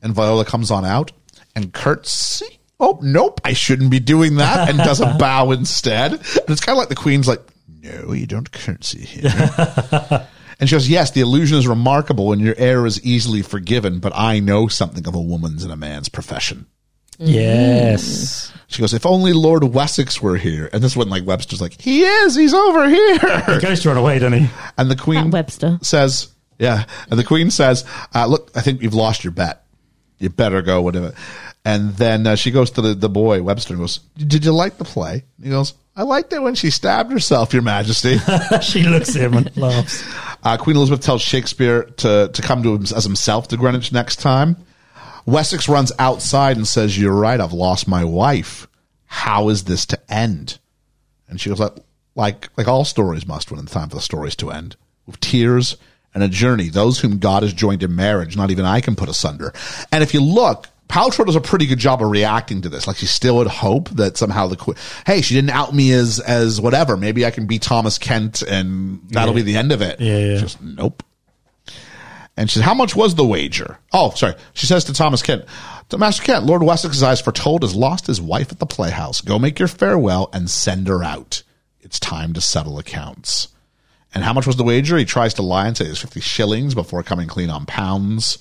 Speaker 5: and Viola comes on out and curtsy. Oh nope, I shouldn't be doing that, and does a bow instead. And it's kind of like the Queen's like, no, you don't curtsy here. And she goes, Yes, the illusion is remarkable and your error is easily forgiven, but I know something of a woman's and a man's profession.
Speaker 6: Yes.
Speaker 5: She goes, if only Lord Wessex were here. And this one, like Webster's like, he is, he's over here.
Speaker 6: He goes to run away, doesn't he?
Speaker 5: And the
Speaker 7: That
Speaker 5: Queen
Speaker 7: Webster.
Speaker 5: says, yeah. And the Queen says, uh, look, I think you've lost your bet. You better go, whatever. And then uh, she goes to the, the boy, Webster, and goes, did you like the play? And he goes, I liked it when she stabbed herself, Your Majesty.
Speaker 6: she looks at him and laughs.
Speaker 5: Uh, Queen Elizabeth tells Shakespeare to, to come to him as himself to Greenwich next time. Wessex runs outside and says, You're right, I've lost my wife. How is this to end? And she goes, like, like, like all stories must when it's time for the stories to end. With tears and a journey, those whom God has joined in marriage, not even I can put asunder. And if you look, Paltrow does a pretty good job of reacting to this. Like she still would hope that somehow the, que- hey, she didn't out me as, as whatever. Maybe I can be Thomas Kent and that'll be the end of it.
Speaker 6: Yeah, yeah.
Speaker 5: Just nope. And she said, How much was the wager? Oh, sorry. She says to Thomas Kent, to Master Kent, Lord Wessex's eyes foretold has lost his wife at the playhouse. Go make your farewell and send her out. It's time to settle accounts. And how much was the wager? He tries to lie and say it's 50 shillings before coming clean on pounds.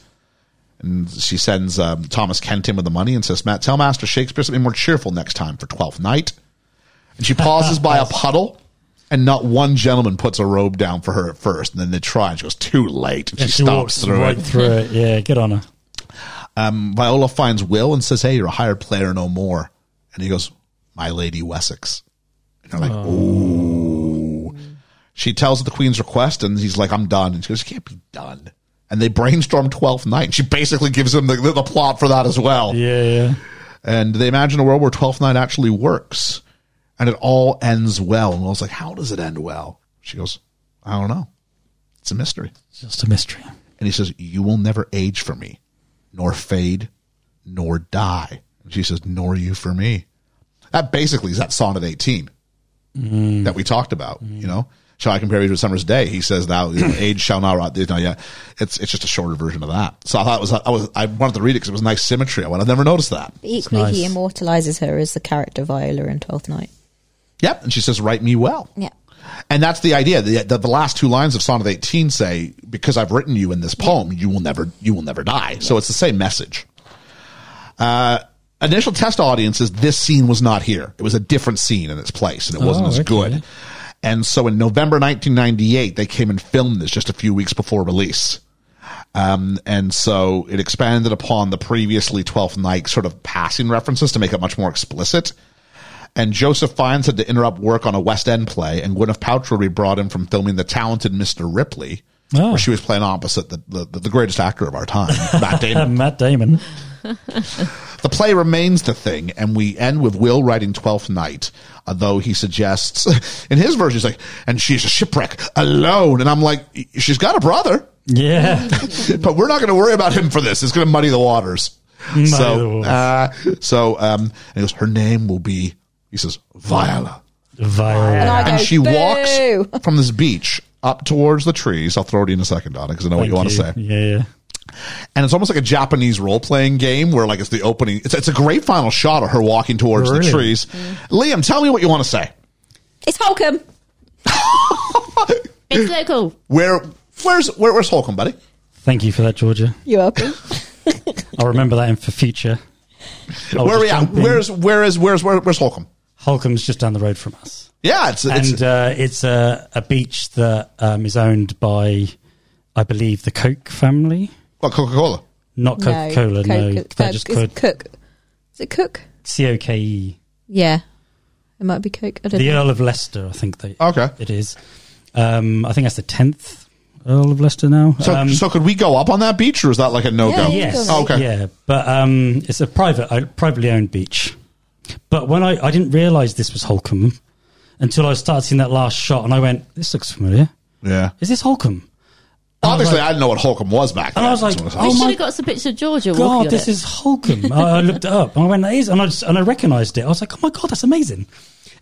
Speaker 5: And she sends um, Thomas Kent in with the money and says, Matt, tell Master Shakespeare something more cheerful next time for Twelfth Night. And she pauses by a puddle. And not one gentleman puts a robe down for her at first, and then they try, and she goes too late, and she,
Speaker 6: And
Speaker 5: stomps through
Speaker 6: right
Speaker 5: it.
Speaker 6: through it. Yeah, good on her.
Speaker 5: Viola finds Will and says, "Hey, you're a hired player no more." And he goes, "My lady Wessex." And I'm like, "Ooh." She tells the Queen's request, and he's like, "I'm done." And she goes, "You can't be done." And they brainstorm Twelfth Night. And she basically gives him the, the plot for that as well.
Speaker 6: Yeah, yeah.
Speaker 5: And they imagine a world where Twelfth Night actually works, and it all ends well. And Will's like, "How does it end well?" She goes, "I don't know. It's a mystery."
Speaker 6: It's just a mystery.
Speaker 5: And he says, You will never age for me, nor fade, nor die. And she says, Nor you for me. That basically is that sonnet 18 that we talked about, you know? Shall I compare you to a summer's day? He says, "Thou you know, age shall not rot thee." No, yeah, it's it's just a shorter version of that. So I thought it was I was I wanted to read it because it was nice symmetry. I went, I've never noticed that.
Speaker 9: But equally,
Speaker 6: nice.
Speaker 9: he immortalizes her as the character Viola in Twelfth Night.
Speaker 5: Yep, and she says, "Write me well."
Speaker 9: Yeah.
Speaker 5: And that's the idea. The, the, the last two lines of Sonnet 18 say, "Because I've written you in this poem, you will never you will never die." So it's the same message. Uh, initial test audiences, this scene was not here. It was a different scene in its place, and it wasn't
Speaker 6: Oh,
Speaker 5: as
Speaker 6: okay.
Speaker 5: good. And so in November 1998, they came and filmed this just a few weeks before release. Um, and so it expanded upon the previously 12th night sort of passing references to make it much more explicit and Joseph Fiennes had to interrupt work on a West End play, and Gwyneth Paltrow we brought in from filming the talented Mr. Ripley,
Speaker 6: Oh.
Speaker 5: where she was playing opposite the, the, the greatest actor of our time, Matt
Speaker 6: Uh,
Speaker 5: Damon.
Speaker 6: Matt Damon.
Speaker 5: the play remains the thing, and we end with Will writing Twelfth Night, although he suggests, in his version, he's like, and she's a shipwreck alone. And I'm like, she's got a brother,
Speaker 6: Yeah.
Speaker 5: but we're not going to worry about him for this. It's going to muddy the waters. so,
Speaker 6: the waters.
Speaker 5: Uh, so, um, and he goes, her name will be, he says, Viola.
Speaker 6: Viola.
Speaker 9: I
Speaker 5: and
Speaker 9: go,
Speaker 5: she
Speaker 9: "Boo."
Speaker 5: walks from this beach up towards the trees. I'll throw it in a second, Donna, because I know what you want to say.
Speaker 6: Yeah, yeah.
Speaker 5: And it's almost like a Japanese role playing game where, like, it's the opening. It's, it's a great final shot of her walking towards the
Speaker 6: Brilliant.
Speaker 5: trees. Liam, tell me what you want to say.
Speaker 10: It's Holcomb.
Speaker 7: It's local.
Speaker 5: Where, where's, where, where's Holcomb, buddy?
Speaker 6: Thank you for that, Georgia.
Speaker 9: You're welcome.
Speaker 6: I'll remember that in for future. I'll
Speaker 5: where are
Speaker 6: Oh, just
Speaker 5: we at?
Speaker 6: jump in.
Speaker 5: Where's, where is, where's, where, where's Holcomb?
Speaker 6: Holcomb's just down the road from us.
Speaker 5: Yeah, it's, it's
Speaker 6: and uh, it's a, a beach that um, is owned by, I believe, the Koch family.
Speaker 5: well, Coca Cola.
Speaker 6: Not Coca uh, Cola, no. They're just
Speaker 9: Coke. Is
Speaker 6: called
Speaker 9: it Cook? Is it Cook?
Speaker 6: C O K E.
Speaker 9: Yeah. It might be Coke. I don't
Speaker 6: The uh,
Speaker 9: know.
Speaker 5: Oh.
Speaker 6: Earl of Leicester, I think they,
Speaker 5: Okay.
Speaker 6: it is. Um, I think that's the 10th Earl of Leicester now.
Speaker 5: So,
Speaker 6: Um,
Speaker 5: so could we go up on that beach, or is that like a no go?
Speaker 9: Yeah, you
Speaker 6: yes.
Speaker 9: go.
Speaker 5: Oh, okay.
Speaker 6: Yeah, but um, it's a private, uh, privately owned beach. But when I, I didn't realise this was Holcomb until I started seeing that last shot, and I went, "This looks familiar.
Speaker 5: Yeah.
Speaker 6: Is this Holcomb?"
Speaker 5: Obviously,
Speaker 6: like-
Speaker 5: I didn't know what Holcomb was back then.
Speaker 6: And I was like,
Speaker 5: That's what
Speaker 6: Oh
Speaker 7: we should
Speaker 6: my
Speaker 7: have got us a picture of Georgia walking
Speaker 6: God,
Speaker 7: on
Speaker 6: this
Speaker 7: it.
Speaker 6: is Holcomb. I, I looked it up and I went, that is. And I, just, and I recognized it. I was like, oh my God, that's amazing.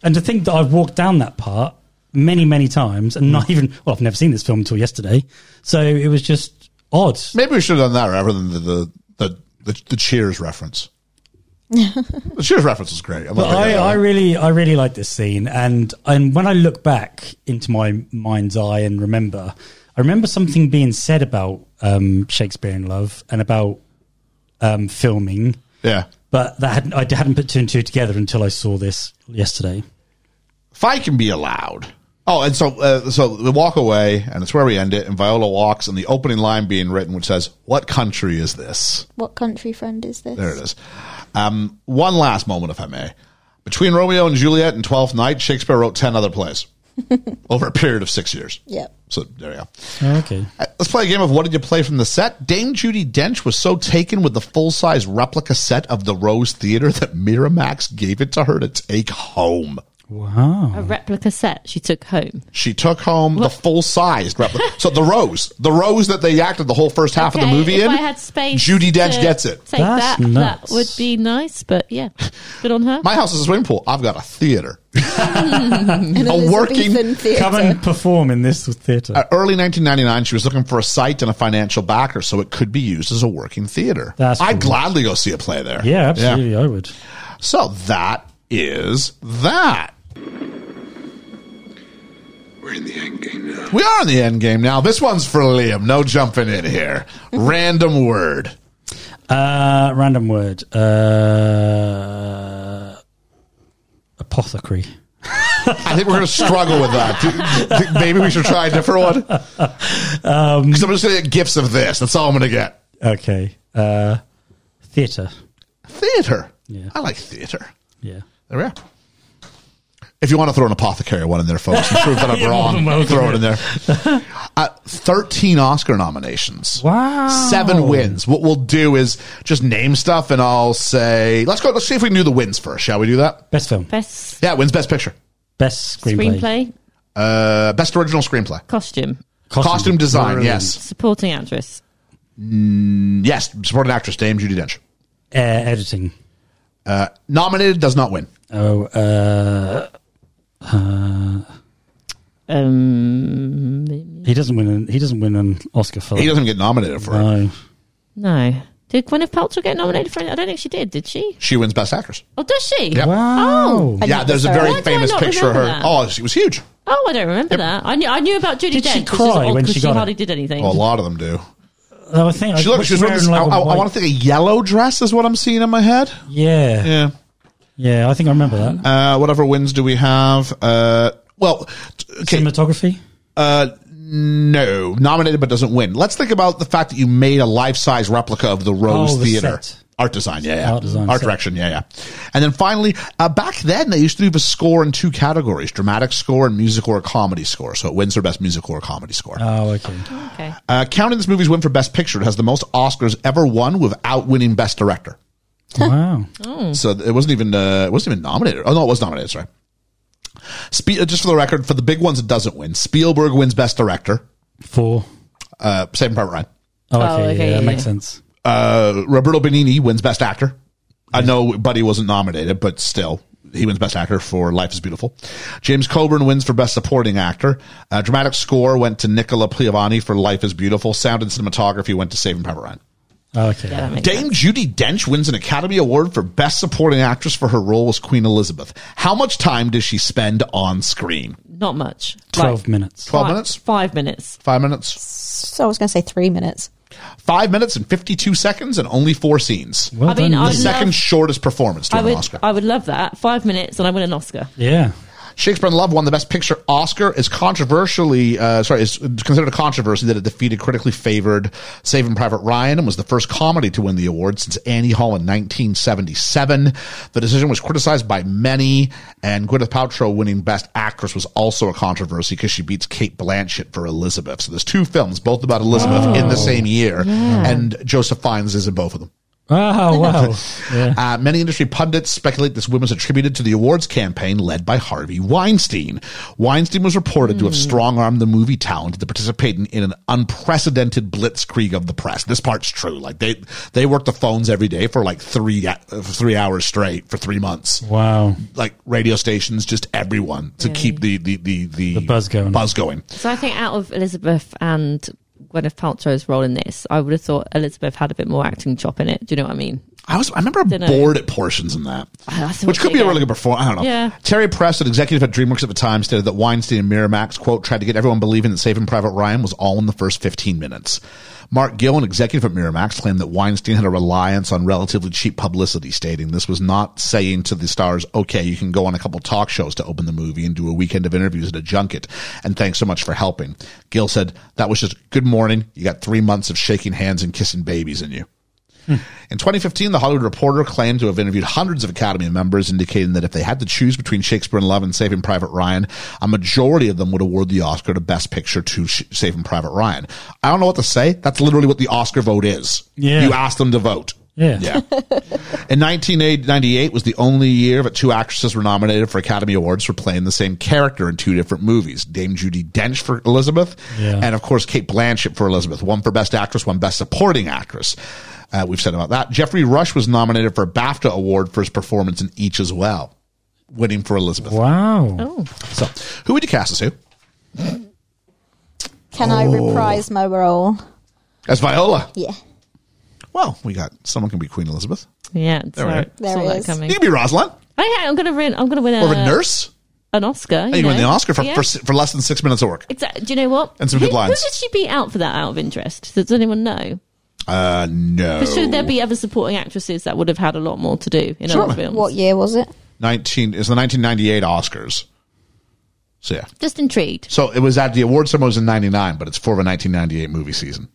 Speaker 6: And to think that I've walked down that part many, many times and
Speaker 5: Hmm.
Speaker 6: not even, well, I've never seen this film until yesterday. So it was just odd.
Speaker 5: Maybe we should have done that rather than the the the, the, the Cheers reference. the Cheers reference was great. I'm
Speaker 6: But
Speaker 5: not
Speaker 6: I,
Speaker 5: gonna-
Speaker 6: I really, I really like this scene, and and when I look back into my mind's eye and remember, I remember something being said about um, Shakespeare in Love and about um, filming,
Speaker 5: yeah.
Speaker 6: but that hadn't, I hadn't put two and two together until I saw this yesterday.
Speaker 5: If I can be allowed. Oh, and so uh, so we walk away, and it's where we end it. And Viola walks, and the opening line being written, which says, "What country is this?"
Speaker 9: What country friend is this?
Speaker 5: There it is. Um, one last moment, if I may. Between Romeo and Juliet and Twelfth Night, Shakespeare wrote ten other plays over a period of six years.
Speaker 9: Yep.
Speaker 5: So there you go.
Speaker 6: Oh,
Speaker 5: Uh,
Speaker 6: Okay.
Speaker 5: Let's play a game of what did you play from the set? Dame Judy Dench was so taken with the full size replica set of the Rose Theater that Miramax gave it to her to take home.
Speaker 6: Wow.
Speaker 7: a replica set she took home.
Speaker 5: She took home the full sized replica. so the Rose, the Rose that they acted the whole first half of
Speaker 7: Okay,
Speaker 5: Ah, the movie
Speaker 7: if
Speaker 5: in,
Speaker 7: I had space
Speaker 5: Judi Dench
Speaker 7: to
Speaker 5: gets it.
Speaker 7: Take
Speaker 6: That's
Speaker 7: that. That
Speaker 6: nuts.
Speaker 7: would be nice, but yeah, good on her.
Speaker 5: My house is a swimming pool. I've got a theater.
Speaker 9: An
Speaker 5: A working-
Speaker 9: Elizabethan theatre.
Speaker 6: Come and perform in this theatre.
Speaker 5: Uh, Early 1999, she was looking for a site and a financial backer so it could be used as a working theater.
Speaker 6: That's
Speaker 5: I'd
Speaker 6: cool.
Speaker 5: gladly go see a play there.
Speaker 6: yeah, absolutely. I would.
Speaker 5: So that is that.
Speaker 4: We're in the end game now.
Speaker 5: We are in the end game now. This one's for Liam. No jumping in here. Random word.
Speaker 6: Uh, random word. Uh, apothecary.
Speaker 5: I think we're going to struggle with that. Do- do- Maybe we should try a different one. Because
Speaker 6: Um,
Speaker 5: I'm just going to get gifts of this. That's all I'm going to get.
Speaker 6: Okay. Uh, theatre.
Speaker 5: Theater.
Speaker 6: Yeah.
Speaker 5: I like theater.
Speaker 6: Yeah.
Speaker 5: There we are. If you want to throw an apothecary one in there, folks, and prove that I'm
Speaker 6: than
Speaker 5: wrong,
Speaker 6: welcome,
Speaker 5: throw it in there. Uh, 13 Oscar nominations.
Speaker 6: Wow.
Speaker 5: Seven wins. What we'll do is just name stuff, and I'll say, let's go. Let's see if we can do the wins first. Shall we do that?
Speaker 6: Best film.
Speaker 7: Best
Speaker 5: Yeah, wins best picture.
Speaker 6: Best screenplay.
Speaker 7: screenplay,
Speaker 5: Uh, best original screenplay.
Speaker 7: costume,
Speaker 5: Costume, design,
Speaker 6: Brilliant.
Speaker 5: yes.
Speaker 7: supporting actress,
Speaker 5: Yes, supporting actress, Dame Judy Dench.
Speaker 6: Uh, editing.
Speaker 5: Nominated, does not win.
Speaker 6: Oh, uh,
Speaker 7: um,
Speaker 6: he doesn't win. An, he doesn't win an Oscar for
Speaker 5: He
Speaker 6: that.
Speaker 5: doesn't get nominated for it.
Speaker 6: No.
Speaker 7: no. Did Gwyneth Paltrow get nominated for it? I don't think she did, did she?
Speaker 5: She wins best actress.
Speaker 7: Oh, does she?
Speaker 5: Yep.
Speaker 7: Oh.
Speaker 6: Wow.
Speaker 9: I
Speaker 5: Yeah,
Speaker 9: never
Speaker 5: there's a
Speaker 9: saw
Speaker 5: very
Speaker 9: it.
Speaker 7: Why do I
Speaker 5: famous
Speaker 7: not
Speaker 5: picture of her.
Speaker 7: remember that?
Speaker 5: Oh, she was huge.
Speaker 7: Oh, I don't remember that. I knew I knew about Judy
Speaker 6: Did she
Speaker 7: Dench. which is odd
Speaker 6: cry when
Speaker 7: 'cause
Speaker 6: she got it?
Speaker 7: hardly did anything.
Speaker 5: Oh, a lot of them do.
Speaker 6: No, I think
Speaker 5: She
Speaker 6: I,
Speaker 5: looks. She's wearing this, I,
Speaker 6: like a white-
Speaker 5: want to think a yellow dress is what I'm seeing in my head.
Speaker 6: Yeah. yeah.
Speaker 5: Yeah.
Speaker 6: I think I remember that.
Speaker 5: Uh, whatever wins do we have? Uh, well, t- okay.
Speaker 6: Cinematography.
Speaker 5: Uh, no, nominated but doesn't win. Let's think about the fact that you made a life-size replica of the Rose
Speaker 6: Oh, the
Speaker 5: Theater.
Speaker 6: set.
Speaker 5: Art design, yeah, yeah.
Speaker 6: Art design set.
Speaker 5: direction, yeah, yeah. And then finally, uh, back then they used to do the score in two categories: dramatic score and music or comedy score. So it wins for best music or comedy score.
Speaker 6: Oh, okay.
Speaker 7: Okay.
Speaker 5: Uh, counting this movie's win for best picture, it has the most Oscars ever won without winning best director.
Speaker 6: Wow.
Speaker 5: So it wasn't even uh, it wasn't even nominated. Oh no, it was nominated. Sorry. Spe- uh, just for the record, for the big ones, it doesn't win. Spielberg wins best director.
Speaker 6: Four.
Speaker 5: Uh, Saving Private Ryan.
Speaker 6: Oh, okay.
Speaker 7: okay,
Speaker 6: yeah, that
Speaker 7: yeah,
Speaker 6: makes
Speaker 7: yeah.
Speaker 6: sense.
Speaker 5: Uh, Roberto Benigni wins best actor. I know Buddy wasn't nominated, but still, he wins best actor for Life Is Beautiful. James Coburn wins for best supporting actor. Uh, dramatic score went to Nicola Piovani for Life Is Beautiful. Sound and cinematography went to Saving Private Ryan.
Speaker 6: Oh, okay.
Speaker 7: Yeah, that makes
Speaker 5: Dame Judy Dench wins an Academy Award for Best Supporting Actress for her role as Queen Elizabeth. How much time does she spend on screen?
Speaker 7: Not much.
Speaker 6: Twelve minutes.
Speaker 5: 12
Speaker 7: Five-
Speaker 5: minutes?
Speaker 7: Five minutes.
Speaker 5: Five minutes?
Speaker 9: So I was going to say three minutes.
Speaker 5: Five minutes and 52 seconds and only four scenes.
Speaker 6: Well
Speaker 7: I mean,
Speaker 6: done,
Speaker 7: I
Speaker 5: The
Speaker 6: Liam.
Speaker 7: was-
Speaker 5: second shortest performance to
Speaker 7: I
Speaker 5: win an
Speaker 7: would,
Speaker 5: Oscar.
Speaker 7: I would love that. Five minutes and I win an Oscar.
Speaker 6: yeah.
Speaker 5: Shakespeare in Love won the Best Picture Oscar. Is controversially uh, sorry is considered a controversy that it defeated critically favored Saving Private Ryan and was the first comedy to win the award since Annie Hall in 1977. The decision was criticized by many, and Gwyneth Paltrow winning Best Actress was also a controversy because she beats Kate Blanchett for Elizabeth. So there's two films, both about Elizabeth, in the same year, and Joseph Fiennes is in both of them.
Speaker 6: Oh, wow. Yeah.
Speaker 5: Uh, many industry pundits speculate this win was attributed to the awards campaign led by Harvey Weinstein. Weinstein was reported to have
Speaker 6: Hmm.
Speaker 5: strong armed the movie talent to participate in, in an unprecedented blitzkrieg of the press. This part's true. Like they they worked the phones every day for like three uh, for three hours straight for three months.
Speaker 6: Wow.
Speaker 5: Like radio stations, just everyone to keep the the the the,
Speaker 6: The buzz going.
Speaker 5: Buzz going.
Speaker 7: So I think out of Elizabeth and Gwyneth Paltrow's role in this, I would have thought Elizabeth had a bit more acting chop in it. Do you know what I mean?
Speaker 5: I was I remember
Speaker 7: Dunno.
Speaker 5: bored at portions in that,
Speaker 7: Ah, that's
Speaker 5: which
Speaker 7: what
Speaker 5: could
Speaker 7: they
Speaker 5: be a
Speaker 7: do.
Speaker 5: really good performance. I don't know.
Speaker 7: Yeah.
Speaker 5: Terry Press, an executive at DreamWorks at the time, stated that Weinstein and Miramax quote tried to get everyone believing that Saving Private Ryan was all in the first 15 minutes. Mark Gill, an executive at Miramax, claimed that Weinstein had a reliance on relatively cheap publicity, stating this was not saying to the stars, "Okay, you can go on a couple talk shows to open the movie and do a weekend of interviews at a junket." And thanks so much for helping. Gill said that was just good morning. You got three months of shaking hands and kissing babies in you. In 2015, The Hollywood Reporter claimed to have interviewed hundreds of Academy members, indicating that if they had to choose between Shakespeare in Love and Saving Private Ryan, a majority of them would award the Oscar to Best Picture to Sh- Saving Private Ryan. I don't know what to say. That's literally what the Oscar vote is.
Speaker 6: Yeah.
Speaker 5: You ask them to vote.
Speaker 6: Yeah.
Speaker 5: Yeah. In 1998 was the only year that two actresses were nominated for Academy Awards for playing the same character in two different movies. Dame Judy Dench for Elizabeth,
Speaker 6: Yeah.
Speaker 5: and of course Kate Blanchett for Elizabeth. One for Best Actress, one Best Supporting Actress. Uh, we've said about that. Jeffrey Rush was nominated for a BAFTA award for his performance in each as well, winning for Elizabeth.
Speaker 6: Wow.
Speaker 7: Oh,
Speaker 5: So, who would you cast as who?
Speaker 9: Can
Speaker 6: Oh.
Speaker 9: I reprise my role?
Speaker 5: As Viola.
Speaker 9: Yeah.
Speaker 5: Well, we got someone can be Queen Elizabeth.
Speaker 7: yeah. It's
Speaker 5: There we
Speaker 7: all
Speaker 5: are.
Speaker 7: right.
Speaker 9: There
Speaker 7: Saw
Speaker 9: it
Speaker 7: that
Speaker 9: is.
Speaker 7: coming.
Speaker 5: You can be Rosalind
Speaker 7: Oh yeah, I'm gonna win. I'm gonna win a,
Speaker 5: or a nurse. Oh,
Speaker 7: an Oscar. You
Speaker 5: You can win the
Speaker 7: know?
Speaker 5: Oscar for,
Speaker 7: Uh, Yeah.
Speaker 5: for for less than six minutes of work.
Speaker 7: Exactly. Do you know what?
Speaker 5: And some
Speaker 7: who,
Speaker 5: good lines.
Speaker 7: Who did she beat out for that? Out of interest, does anyone know?
Speaker 5: Uh, no.
Speaker 7: But should there
Speaker 5: Oh.
Speaker 7: be other supporting actresses that would have had a lot more to do in
Speaker 5: Sure.
Speaker 7: other films?
Speaker 9: What year was it?
Speaker 5: 19 is the 1998 Oscars. So yeah.
Speaker 7: Just intrigued.
Speaker 5: So it was at the award ceremony was in 99, but it's for the 1998 movie season.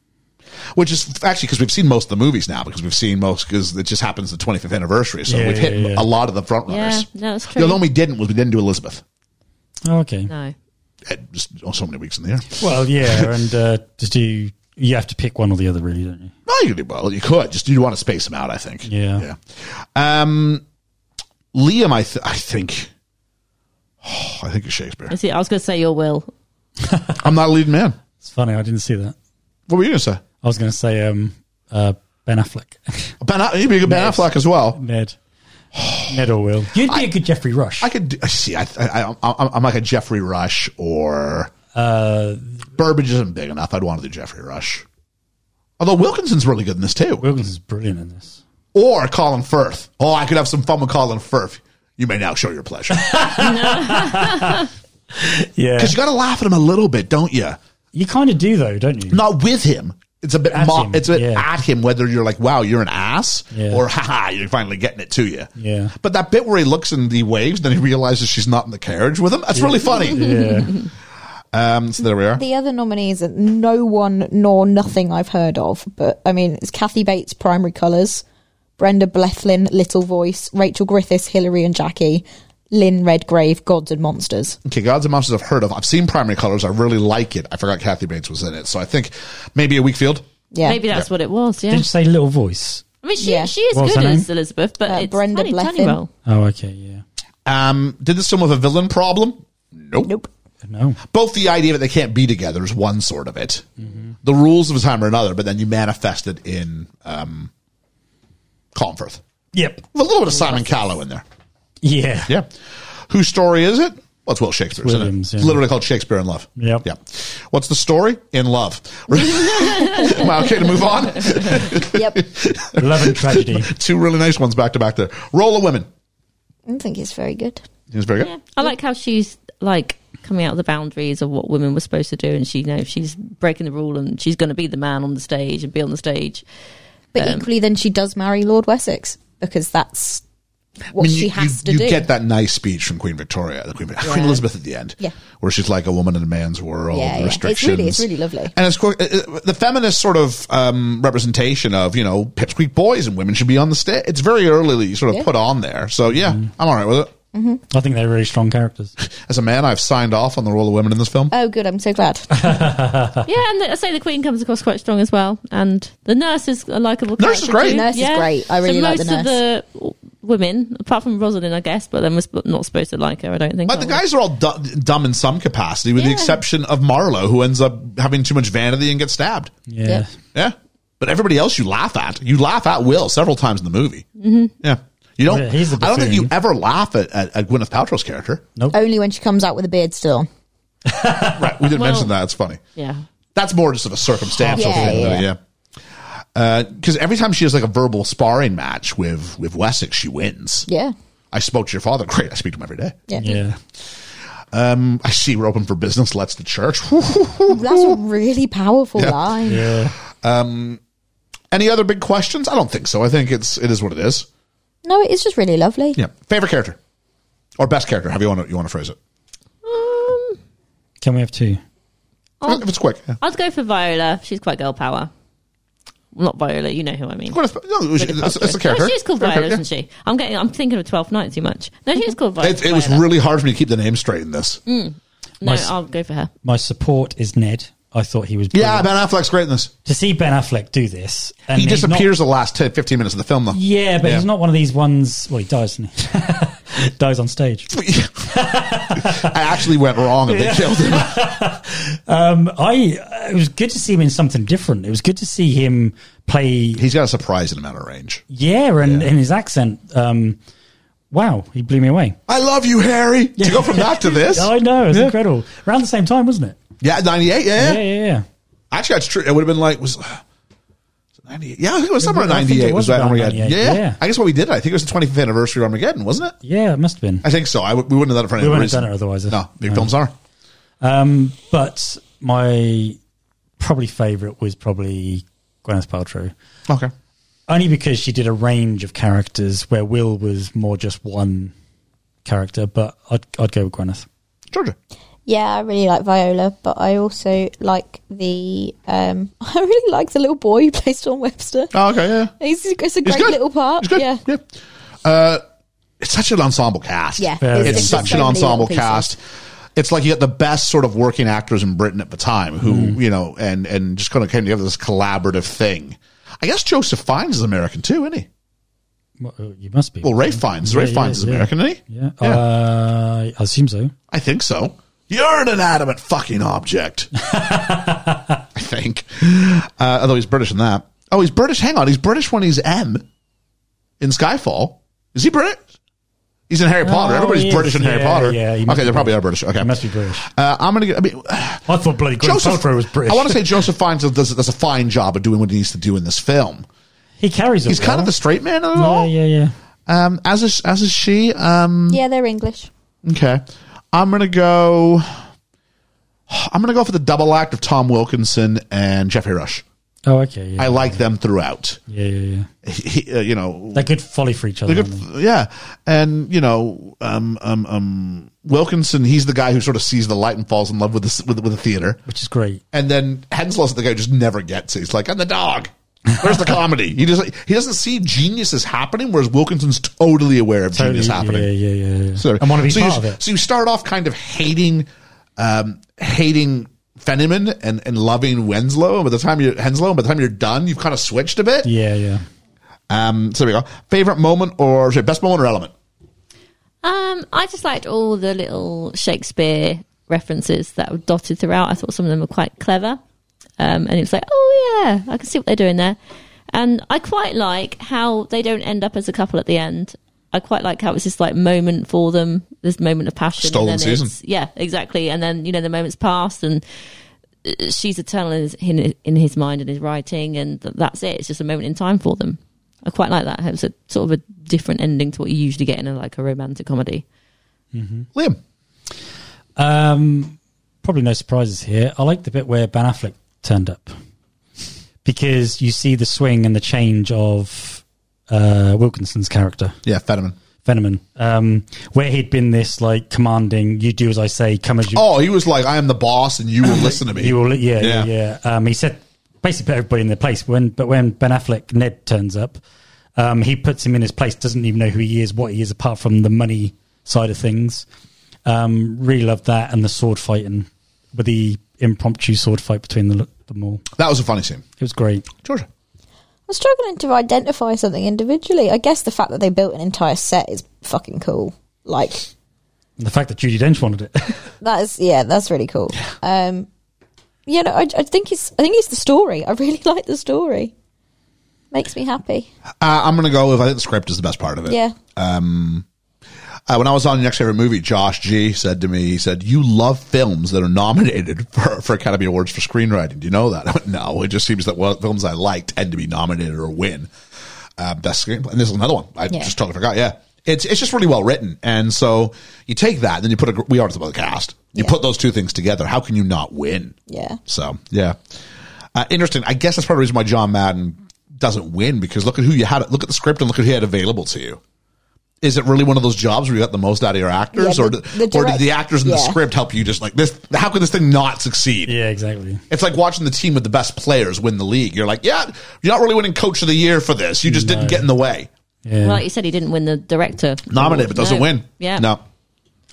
Speaker 5: Which is actually because we've seen most of the movies now because we've seen most because it just happens the 25th anniversary. So
Speaker 6: Yeah,
Speaker 5: we've hit
Speaker 6: yeah, yeah.
Speaker 5: a lot of the front runners.
Speaker 7: Yeah, no, that's
Speaker 5: The only
Speaker 7: true.
Speaker 5: one we didn't was we didn't do Elizabeth.
Speaker 6: Oh, okay.
Speaker 7: No.
Speaker 5: It just oh, so many weeks in the year.
Speaker 6: Well, yeah, and uh, to do you have to pick one or the other, really, don't you?
Speaker 5: No, you could do well. You could just you want to space them out. I think.
Speaker 6: Yeah.
Speaker 5: Yeah. Um, Liam, I th- I think. Oh, I think it's Shakespeare.
Speaker 7: I see. I was going to say your will.
Speaker 5: I'm not a leading man.
Speaker 6: It's funny. I didn't see that.
Speaker 5: What were you gonna say?
Speaker 6: I was going to say um, uh, Ben Affleck,
Speaker 5: Ben, you'd be a good Ben
Speaker 6: Ned.
Speaker 5: Affleck as well.
Speaker 6: Ned, Ned or Will. You'd be a good Jeffrey Rush.
Speaker 5: I could do- I see. I, I, I, I'm, I'm like a Jeffrey Rush or
Speaker 6: uh,
Speaker 5: Burbage isn't big enough. I'd want to do Jeffrey Rush. Although Wilkinson's really good in this too,
Speaker 6: Wilkinson's brilliant in this.
Speaker 5: or Colin Firth. Oh, I could have some fun with Colin Firth. You may now show your pleasure
Speaker 6: Yeah,
Speaker 5: because you got to laugh at him a little bit, don't you?
Speaker 6: you kind of do though, don't you?
Speaker 5: Not with him. It's a bit.
Speaker 6: At
Speaker 5: Mo-
Speaker 6: him,
Speaker 5: it's a bit
Speaker 6: yeah.
Speaker 5: at him. Whether you're like, "Wow, you're an ass,"
Speaker 6: Yeah.
Speaker 5: or "Haha, you're finally getting it to you."
Speaker 6: Yeah.
Speaker 5: But that bit where he looks in the waves, then he realizes she's not in the carriage with him—that's really funny.
Speaker 6: Yeah,
Speaker 5: Um, so there we are.
Speaker 9: The other nominees are no one nor nothing I've heard of, but I mean, it's Kathy Bates, Primary Colours, Brenda Blethyn, Little Voice, Rachel Griffiths, Hillary and Jackie, Lynn Redgrave, Gods and Monsters.
Speaker 5: Okay, Gods and Monsters I've heard of. I've seen Primary Colors. I really like it. I forgot Kathy Bates was in it. So I think maybe a weak field.
Speaker 9: Yeah.
Speaker 7: Maybe that's what it was. Yeah.
Speaker 6: did you say Little Voice?
Speaker 7: I mean, she
Speaker 9: Yeah.
Speaker 7: she is
Speaker 6: What was
Speaker 7: good
Speaker 6: her name?
Speaker 7: as Elizabeth, but
Speaker 9: Uh,
Speaker 7: it's
Speaker 9: Brenda
Speaker 7: tiny, tiny
Speaker 9: Blethyn.
Speaker 7: role.
Speaker 6: Oh, okay, yeah.
Speaker 5: Um, did this film have a villain problem? Nope.
Speaker 9: Nope.
Speaker 6: No,
Speaker 5: Both the idea that they can't be together is one sort of it.
Speaker 6: Mm-hmm.
Speaker 5: The rules of a time or another, but then you manifest it in um, Colmforth.
Speaker 6: yep,
Speaker 5: With a little bit of Simon Callow in there.
Speaker 6: yeah,
Speaker 5: Yeah. Whose story is it? Well, it's Will Shakespeare's. isn't it?
Speaker 6: Williams, yeah.
Speaker 5: It's literally called Shakespeare in Love.
Speaker 6: Yep.
Speaker 5: Yeah. What's the story? In Love. Am I okay to move on?
Speaker 9: Yep. I
Speaker 6: Love and Tragedy.
Speaker 5: Two really nice ones back to back there. Roll of Women.
Speaker 9: don't think it's very good.
Speaker 5: He was very good.
Speaker 7: Yeah. I like how she's like coming out of the boundaries of what women were supposed to do, and she you know she's breaking the rule, and she's going to be the man on the stage and be on the stage.
Speaker 9: But equally, then she does marry Lord Wessex because that's
Speaker 10: what
Speaker 5: I mean,
Speaker 10: she
Speaker 5: you,
Speaker 10: has to
Speaker 5: you- you
Speaker 10: do.
Speaker 5: get that nice speech from Queen Victoria, the Queen, Queen Elizabeth at the end,
Speaker 10: Yeah.
Speaker 5: where she's like a woman in a man's world,
Speaker 10: Yeah,
Speaker 5: and
Speaker 10: yeah. It's really- it's
Speaker 5: restrictions.
Speaker 10: really lovely.
Speaker 5: And it's co- uh, uh, the feminist sort of um, representation of you know pipsqueak boys and women should be on the stage. It's very early sort of
Speaker 10: Yeah.
Speaker 5: put on there, so yeah, I'm all right with it.
Speaker 6: I think they're really strong characters.
Speaker 5: As a man, I've signed off on the role of women in this film.
Speaker 10: Oh, good. I'm so glad.
Speaker 7: Yeah, and the, I say the Queen comes across quite strong as well, and the nurse is a likable.
Speaker 5: Nurse is
Speaker 7: character
Speaker 5: great.
Speaker 7: too.
Speaker 10: Nurse is great. I
Speaker 7: So
Speaker 10: really like the
Speaker 7: most of the women, apart from Rosalind, I guess, but then we're sp- not supposed to like her. I don't think.
Speaker 5: But the
Speaker 10: oh.
Speaker 7: are we?
Speaker 5: guys are all du- dumb in some capacity, with the
Speaker 7: Yeah.
Speaker 5: exception of Marlowe, who ends up having too much vanity and gets stabbed.
Speaker 6: Yeah.
Speaker 10: Yeah.
Speaker 5: Yeah. But everybody else you laugh at. You laugh at Will several times in the movie. Mm-hmm. Yeah. You don't.
Speaker 6: Yeah, he's the
Speaker 5: I don't think you
Speaker 6: buffoon.
Speaker 5: ever laugh at, at, at Gwyneth Paltrow's character.
Speaker 6: Oh,
Speaker 10: Only when she comes out with a beard still. on. Uh,
Speaker 5: Right. We didn't
Speaker 7: Well-
Speaker 5: mention that. It's funny.
Speaker 7: Yeah.
Speaker 5: That's more just of a circumstantial
Speaker 10: Yeah,
Speaker 5: thing.
Speaker 10: yeah.
Speaker 5: though, Yeah. Because every time she has like a verbal sparring match with with Wessex, she wins.
Speaker 10: Yeah.
Speaker 5: I spoke to your father. Great. I speak to him every day.
Speaker 10: Yeah.
Speaker 6: Yeah.
Speaker 5: I see we're open for business. Let's the church.
Speaker 10: That's a really powerful line.
Speaker 6: Yeah.
Speaker 5: Any other big questions? I don't think so. I think it's it is what it is.
Speaker 10: No, it's just really lovely.
Speaker 5: Yeah. Favorite character or best character? How you want to, you want to phrase it?
Speaker 7: Um,
Speaker 6: Can we have two?
Speaker 10: Oh.
Speaker 5: if it's quick. Yeah.
Speaker 7: I'd go for Viola. She's quite girl power. Not Viola. You know who I mean.
Speaker 5: Gwyneth, no, it's, it's, it's a character.
Speaker 7: No, she's called
Speaker 5: Fair
Speaker 7: Viola,
Speaker 5: character.
Speaker 7: isn't she? I'm getting. I'm thinking of Twelfth Night too much. No, she's called Viola.
Speaker 5: It, it was
Speaker 7: Viola.
Speaker 5: really hard for me to keep the name straight in this.
Speaker 6: Mm.
Speaker 7: No,
Speaker 6: Nice.
Speaker 7: I'll go for her.
Speaker 6: My support is Ned. I thought he was
Speaker 5: Yeah,
Speaker 6: brilliant.
Speaker 5: Ben Affleck's great in this.
Speaker 6: to see Ben Affleck do this. And
Speaker 5: he
Speaker 6: he's not-
Speaker 5: disappears the last 10, 15 minutes of the film, though.
Speaker 6: yeah, but
Speaker 5: Yeah.
Speaker 6: he's not one of these ones. Well, he dies. Doesn't he? dies on stage.
Speaker 5: I actually went wrong and they killed him.
Speaker 6: I. It was good to see him in something different. It was good to see him play.
Speaker 5: He's got a surprising amount of range.
Speaker 6: Yeah, and in his accent. Um, wow, he blew me away.
Speaker 5: I love you, Harry. To go from that to this,
Speaker 6: I know it's
Speaker 5: Yeah.
Speaker 6: incredible. Around the same time, wasn't it?
Speaker 5: yeah, ninety eight. Yeah.
Speaker 6: Yeah, yeah, yeah.
Speaker 5: actually, that's true. It would have been like was. ninety eight. Yeah, I think it was somewhere in
Speaker 6: I think it
Speaker 5: '98 was,
Speaker 6: was
Speaker 5: that
Speaker 6: around
Speaker 5: Armageddon. Yeah,
Speaker 6: 98, yeah.
Speaker 5: I guess what we did, I think it was the 25th anniversary of Armageddon, wasn't it?
Speaker 6: Yeah, it must have been.
Speaker 5: I think so. I w- we wouldn't have done it for any
Speaker 6: We wouldn't
Speaker 5: reason.
Speaker 6: have done it otherwise.
Speaker 5: No, big
Speaker 6: No.
Speaker 5: films are.
Speaker 6: Um, but my probably favourite was probably Gwyneth Paltrow.
Speaker 5: Okay.
Speaker 6: only because she did a range of characters where Will was more just one character, but I'd, I'd go with Gwyneth.
Speaker 5: Georgia.
Speaker 9: Yeah, I really like Viola, but I also like the um I really like the little boy who plays Storm Webster.
Speaker 5: Oh, okay, yeah.
Speaker 9: He's, it's a great
Speaker 5: good.
Speaker 9: little part.
Speaker 5: It's good.
Speaker 9: Yeah.
Speaker 5: Yeah. Uh, it's such an ensemble cast.
Speaker 10: Yeah.
Speaker 6: Very
Speaker 5: It's,
Speaker 10: just
Speaker 5: such
Speaker 10: so
Speaker 5: an
Speaker 10: many little
Speaker 5: ensemble
Speaker 10: pieces.
Speaker 5: cast. It's like you got the best sort of working actors in Britain at the time who,
Speaker 6: Mm.
Speaker 5: you know, and, and just kind of came together this collaborative thing. I guess Joseph Fiennes is American too, isn't he?
Speaker 6: Well, uh, you must be.
Speaker 5: Well, Ray Fiennes. Ray
Speaker 6: Yeah,
Speaker 5: Fiennes
Speaker 6: yeah,
Speaker 5: is
Speaker 6: yeah.
Speaker 5: American, isn't he?
Speaker 6: Yeah, Uh, I assume so.
Speaker 5: I think so. You're an inanimate fucking object. I think. Uh, although he's British in that. Oh, he's British. Hang on. He's British when he's M in Skyfall. Is he British? He's in Harry Potter.
Speaker 6: Oh,
Speaker 5: Everybody's
Speaker 6: he is.
Speaker 5: British in Harry
Speaker 6: Yeah,
Speaker 5: Potter.
Speaker 6: yeah, he
Speaker 5: okay,
Speaker 6: must
Speaker 5: they
Speaker 6: be
Speaker 5: probably
Speaker 6: British.
Speaker 5: are British. Okay.
Speaker 6: He must be British.
Speaker 5: Uh, I'm going to I mean,
Speaker 6: I thought bloody Gwyneth
Speaker 5: Joseph
Speaker 6: Paltrow was British.
Speaker 5: I want to say Joseph Fiennes does, does a fine job of doing what he needs to do in this film.
Speaker 6: he carries it.
Speaker 5: He's kind
Speaker 6: well.
Speaker 5: of the straight man of it
Speaker 6: Yeah,
Speaker 5: all.
Speaker 6: yeah, yeah.
Speaker 5: Um, as is, as is she. Um,
Speaker 9: Yeah, they're English.
Speaker 5: Okay. I'm going to go. I'm going to go for the double act of Tom Wilkinson and Jeffrey Rush.
Speaker 6: Oh, okay. Yeah,
Speaker 5: I like them throughout.
Speaker 6: yeah, yeah, yeah.
Speaker 5: He- uh, you know,
Speaker 6: They're good folly for each other.
Speaker 5: they're good.
Speaker 6: aren't they?
Speaker 5: Yeah. And, you know, um, um, um, Wilkinson, he's the guy who sort of sees the light and falls in love with the, with, with the theater.
Speaker 6: Which is great.
Speaker 5: And then Henslow's the guy who just never gets it. He's like, I'm the dog. Where's the comedy? He just he doesn't see geniuses happening, whereas Wilkinson's totally aware of genius happening.
Speaker 6: Yeah, yeah, yeah. yeah.
Speaker 5: So,
Speaker 6: I want to be
Speaker 5: so
Speaker 6: part
Speaker 5: you,
Speaker 6: of it.
Speaker 5: So you start off kind of hating, um, hating Fenneman and, and loving Winslow. And by the time you're Henslow, and by the time you're done, you've kind of switched a bit.
Speaker 6: Yeah, yeah.
Speaker 5: Um, so there we go. Favorite moment or sorry, best moment or element?
Speaker 7: Um, I just liked all the little Shakespeare references that were dotted throughout. I thought some of them were quite clever. Um, and it was like, oh yeah, I can see what they're doing there. And I quite like how they don't end up as a couple at the end. I quite like how it's this like moment for them, this moment of passion.
Speaker 5: Stolen
Speaker 7: and then it's-
Speaker 5: season.
Speaker 7: Yeah, exactly. And then, you know, the moment's passed and uh, she's eternal in his, in, in his mind and his writing and th- that's it. It's just a moment in time for them. I quite like that. It was a sort of a different ending to what you usually get in a, like a romantic comedy.
Speaker 5: Liam.
Speaker 6: Um, probably no surprises here. I like the bit where Ben Affleck turned up because you see the swing and the change of uh, Wilkinson's character,
Speaker 5: Yeah, Fenneman.
Speaker 6: Veneman, um, where he'd been this like commanding, you do as I say, come as you.
Speaker 5: Oh, he was like, I am the boss and you will listen to me.
Speaker 6: You will, yeah,
Speaker 5: Yeah.
Speaker 6: yeah. yeah. Um, he said basically put everybody in their place. When but when Ben Affleck Ned turns up, um, he puts him in his place. Doesn't even know who he is, what he is, apart from the money side of things. Um, really loved that and the sword fighting with the impromptu sword fight between the them all.
Speaker 5: That was a funny scene.
Speaker 6: It was great.
Speaker 5: Georgia.
Speaker 9: I'm struggling to identify something individually. I guess the fact that they built an entire set is fucking cool. Like
Speaker 6: And the fact that Judy Dench wanted it.
Speaker 9: that is, yeah, that's really cool. Um, yeah, no, I, I think it's, I think it's the story. I really like the story. Makes me happy.
Speaker 5: Uh, I'm going to go with I think the script is the best part of it.
Speaker 9: Yeah,
Speaker 5: Uh, when I was on the next favorite movie, Josh G said to me, he said, "You love films that are nominated for, for Academy Awards for screenwriting. Do you know that?" I went, no, it just seems that well, films I like tend to be nominated or win uh, best screenplay. And this is another one I
Speaker 9: Yeah.
Speaker 5: just totally forgot. Yeah, it's it's just really well written, and so you take that, and then you put a gr- we are about the cast. You
Speaker 9: Yeah.
Speaker 5: put those two things together. How can you not win?
Speaker 9: yeah.
Speaker 5: So yeah, uh, interesting. I guess that's part of the reason why John Madden doesn't win because look at who you had. Look at the script and look at who you had available to you. Is it really one of those jobs where you got the most out of your actors,
Speaker 9: Yeah,
Speaker 5: or
Speaker 9: the-
Speaker 5: did-
Speaker 9: the
Speaker 5: or did
Speaker 9: direct-
Speaker 5: the actors and the
Speaker 9: yeah.
Speaker 5: script help you? Just like this, how could this thing not succeed?
Speaker 6: yeah, exactly.
Speaker 5: It's like watching the team with the best players win the league. You're like, yeah, you're not really winning coach of the year for this. You just didn't get in the way.
Speaker 6: Yeah.
Speaker 7: Well, like you said, he didn't win the director.
Speaker 5: Nominated,
Speaker 7: award.
Speaker 5: but doesn't
Speaker 7: No.
Speaker 5: win.
Speaker 7: Yeah.
Speaker 5: no.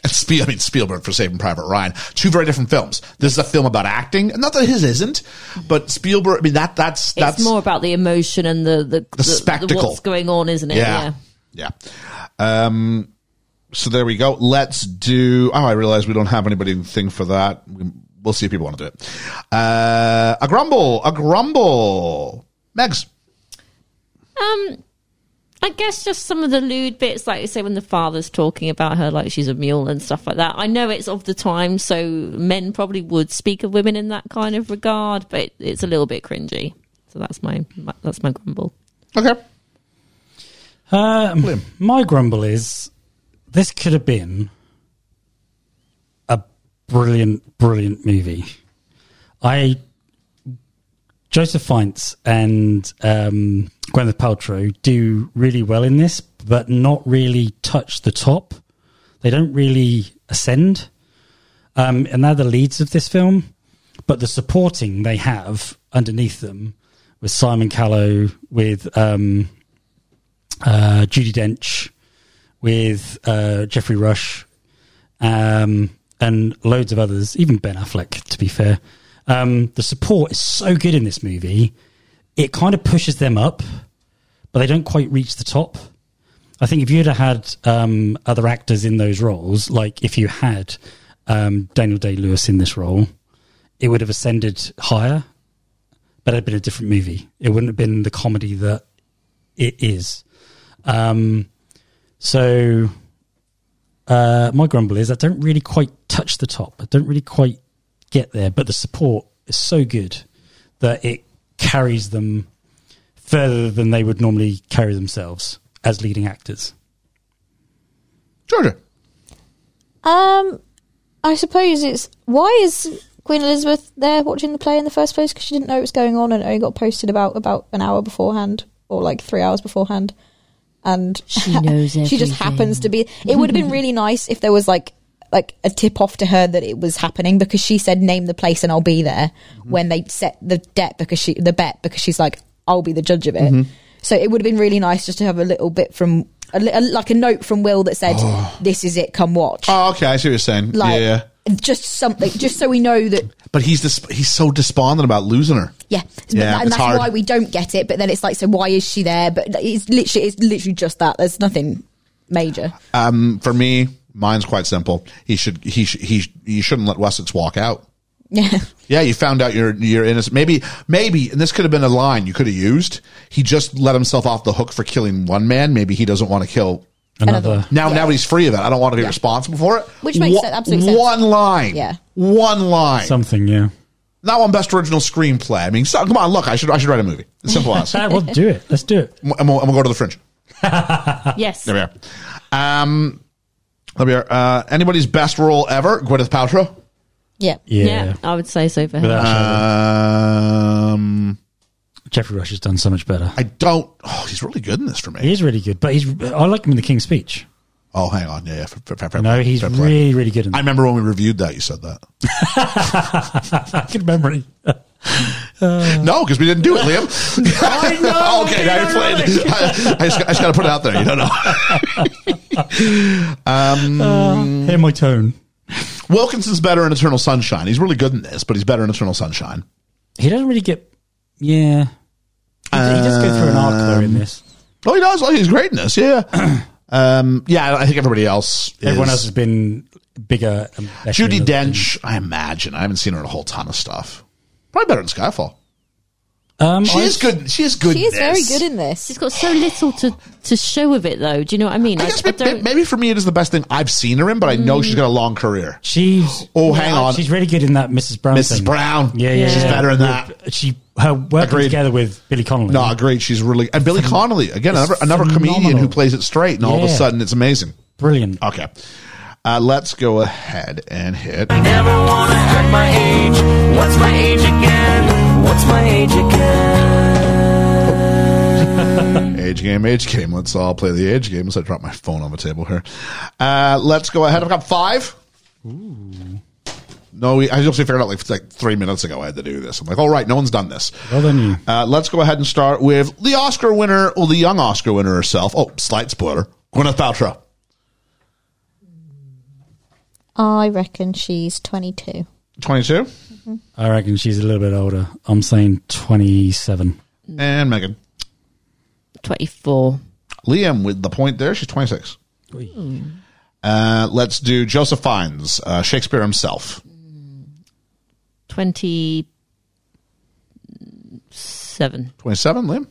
Speaker 5: And Spiel, I mean Spielberg for Saving Private Ryan. Two very different films. This is a film about acting. Not that his isn't, but Spielberg. I mean that that's
Speaker 7: It's
Speaker 5: that's
Speaker 7: more about the emotion and the, the,
Speaker 5: spectacle.
Speaker 7: what's going on, isn't it?
Speaker 5: Yeah. Yeah. Um, so there we go. Let's do. Oh, I realize we don't have anybody in thing for that. We- We'll see if people want to do it. Uh, a grumble. A grumble. Megs.
Speaker 7: Um, I guess just some of the lewd bits, like you say, when the father's talking about her like she's a mule and stuff like that. I know it's of the time, so men probably would speak of women in that kind of regard, but it's a little bit cringy. So that's my, my that's my grumble.
Speaker 5: Okay.
Speaker 6: Um, my grumble is this could have been a brilliant, brilliant movie. I Joseph Fiennes and um, Gwyneth Paltrow do really well in this, but not really touch the top. They don't really ascend, um, and they're the leads of this film. But the supporting they have underneath them with Simon Callow, with um, uh, Judy Dench, with uh, Jeffrey Rush, um, and loads of others, even Ben Affleck, to be fair. Um, the support is so good in this movie. It kind of pushes them up, but they don't quite reach the top. I think if you'd have had um, other actors in those roles, like if you had um, Daniel Day Lewis in this role, it would have ascended higher, but it'd been a different movie. It wouldn't have been the comedy that it is. Um, so uh, my grumble is I don't really quite touch the top. I don't really quite get there, but the support is so good that it carries them further than they would normally carry themselves as leading actors.
Speaker 5: Georgia.
Speaker 9: Um, I suppose it's why is Queen Elizabeth there watching the play in the first place because she didn't know it was going on and it only got posted about about an hour beforehand or like three hours beforehand, and
Speaker 7: She knows
Speaker 9: she just happens to be. It would have been really nice if there was like like a tip off to her that it was happening because she said name the place and I'll be there when they set the debt because she the bet because she's like I'll be the judge of it. So it would have been really nice just to have a little bit from a, li- a- like a note from Will that said this is it come watch
Speaker 5: Oh, okay. I see what you're saying.
Speaker 9: like
Speaker 5: yeah.
Speaker 9: just something just so we know that
Speaker 5: But he's this, he's so despondent about losing her.
Speaker 9: yeah,
Speaker 5: Yeah,
Speaker 9: and
Speaker 5: it's
Speaker 9: that's
Speaker 5: hard.
Speaker 9: why we don't get it but then it's like so why is she there but it's literally it's literally just that there's nothing major
Speaker 5: Um, for me, mine's quite simple. He should he sh- he sh- you shouldn't let Wessex walk out.
Speaker 9: yeah
Speaker 5: Yeah, you found out you're you're innocent. Maybe maybe and this could have been a line you could have used. He just let himself off the hook for killing one man. Maybe he doesn't want to kill
Speaker 9: Another-
Speaker 6: Another.
Speaker 5: now
Speaker 9: Yeah.
Speaker 5: now he's free of it. I don't want to be responsible for it.
Speaker 9: Which makes
Speaker 5: Wha-
Speaker 9: sense- absolute sense.
Speaker 5: One line.
Speaker 9: Yeah.
Speaker 5: One line.
Speaker 6: Something, yeah.
Speaker 5: Not one best original screenplay. I mean, so, come on, look, I should I should write a movie. It's simple as. I'm,
Speaker 6: That will do it. Let's do it.
Speaker 5: I'm gonna go to the fringe.
Speaker 7: Yes.
Speaker 5: Ah, There we are. Um there we are. Uh, anybody's best role ever, Gwyneth Paltrow.
Speaker 9: yeah
Speaker 6: Yeah.
Speaker 7: Yeah. I would say so for her.
Speaker 6: Without a shadow.
Speaker 5: Um,
Speaker 6: Jeffrey Rush has done so much better.
Speaker 5: I don't. Oh, he's really good in this for me.
Speaker 6: He is really good, but he's I like him in The King's Speech.
Speaker 5: Oh, hang on. Yeah, yeah. Fair, fair, fair, fair
Speaker 6: No,
Speaker 5: play,
Speaker 6: he's
Speaker 5: fair play.
Speaker 6: really, really good in
Speaker 5: I
Speaker 6: that.
Speaker 5: remember when we reviewed that, you said that.
Speaker 6: Good memory.
Speaker 5: No, because we didn't do it, Liam.
Speaker 6: Mm. I know,
Speaker 5: okay, now you're playing. I, I just, I just got to put it out there. You don't know.
Speaker 6: Hear my tone.
Speaker 5: Wilkinson's better in Eternal Sunshine. He's really good in this, but he's better in Eternal Sunshine.
Speaker 6: He doesn't really get. Yeah. He, he does go through an arc though in this.
Speaker 5: Oh, he does. Oh, he's great in this. Yeah. um, yeah, I think everybody else.
Speaker 6: Everyone
Speaker 5: is-
Speaker 6: else has been bigger. And better
Speaker 5: Judy
Speaker 6: in the-
Speaker 5: Dench, I imagine. I haven't seen her in a whole ton of stuff. Probably better in Skyfall.
Speaker 6: Oh, Um,
Speaker 5: She
Speaker 6: I-
Speaker 5: is good. She is good.
Speaker 9: She is very good in this.
Speaker 7: She's got so little to, to show of it, though. Do you know what I mean?
Speaker 5: I
Speaker 7: Like,
Speaker 5: guess
Speaker 7: I
Speaker 5: maybe,
Speaker 7: don't-
Speaker 5: maybe for me it is the best thing I've seen her in, but I know
Speaker 6: Mm.
Speaker 5: she's got a long career.
Speaker 6: She's.
Speaker 5: Oh, hang on.
Speaker 6: She's really good in that Mrs. Brown.
Speaker 5: Mrs.
Speaker 6: thing.
Speaker 5: Brown.
Speaker 6: Yeah, yeah,
Speaker 5: She's
Speaker 6: yeah.
Speaker 5: better in that.
Speaker 6: She her working
Speaker 5: Agreed.
Speaker 6: together with Billy Connolly.
Speaker 5: No, agreed. She's really and Billy Connolly again,
Speaker 6: it's
Speaker 5: another, another comedian who
Speaker 6: phenomenal.
Speaker 5: plays it straight, and all of a
Speaker 6: Yeah.
Speaker 5: sudden it's amazing.
Speaker 6: brilliant.
Speaker 5: Okay, uh, let's go ahead and hit.
Speaker 11: Never wanna hurt my age. What's my age again? What's my age again?
Speaker 5: Age game, age game. Let's all play the age game. As I drop my phone on the table here, uh, let's go ahead. I've got five. No, we, I just figured out like like three minutes ago I had to do this. I'm like, all right, no one's done this.
Speaker 6: Well done, you.
Speaker 5: Uh, let's go ahead and start with the Oscar winner, or the young Oscar winner herself. Oh, slight spoiler: Gwyneth Paltrow.
Speaker 9: I reckon she's 22.
Speaker 5: 22
Speaker 6: I reckon she's a little bit older. I'm saying 27.
Speaker 5: and Megan
Speaker 7: 24.
Speaker 5: Liam with the point there. She's 26. Uh, let's do Joseph Fiennes, uh, Shakespeare himself.
Speaker 7: 27.
Speaker 5: 27, Liam.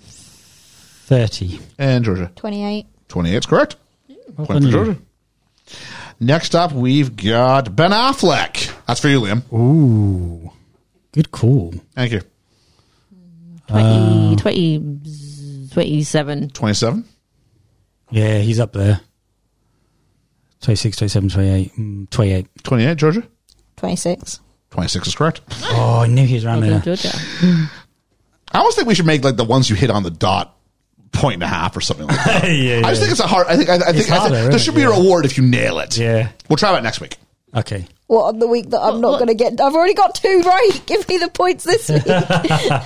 Speaker 6: 30.
Speaker 5: And Georgia.
Speaker 9: 28.
Speaker 5: 28 is correct.
Speaker 6: Well
Speaker 5: Point
Speaker 6: done,
Speaker 5: for
Speaker 6: you.
Speaker 5: Georgia. Next up, we've got Ben Affleck. That's for you, Liam.
Speaker 6: Ooh, good call.
Speaker 5: Thank you. Ah.
Speaker 7: 20, 20, 27.
Speaker 5: 27.
Speaker 6: Yeah, he's up there. 26, 27, 28. Mm, 28.
Speaker 5: 28, Georgia.
Speaker 9: 26.
Speaker 5: 26 is correct.
Speaker 6: Oh, I knew he was around
Speaker 7: Well done,
Speaker 6: there.
Speaker 7: Georgia.
Speaker 5: I almost think we should make like the ones you hit on the dot point and a half or something like that.
Speaker 6: Yeah, yeah,
Speaker 5: I just think it's a hard. I think. I, I think. I think
Speaker 6: harder,
Speaker 5: there
Speaker 6: isn't it?
Speaker 5: should be a
Speaker 6: Yeah.
Speaker 5: reward if you nail it.
Speaker 6: Yeah.
Speaker 5: We'll try that next week.
Speaker 6: Okay.
Speaker 9: What on the week that I'm not
Speaker 7: what-
Speaker 9: going to get? I've already got two right. Give me the points this week.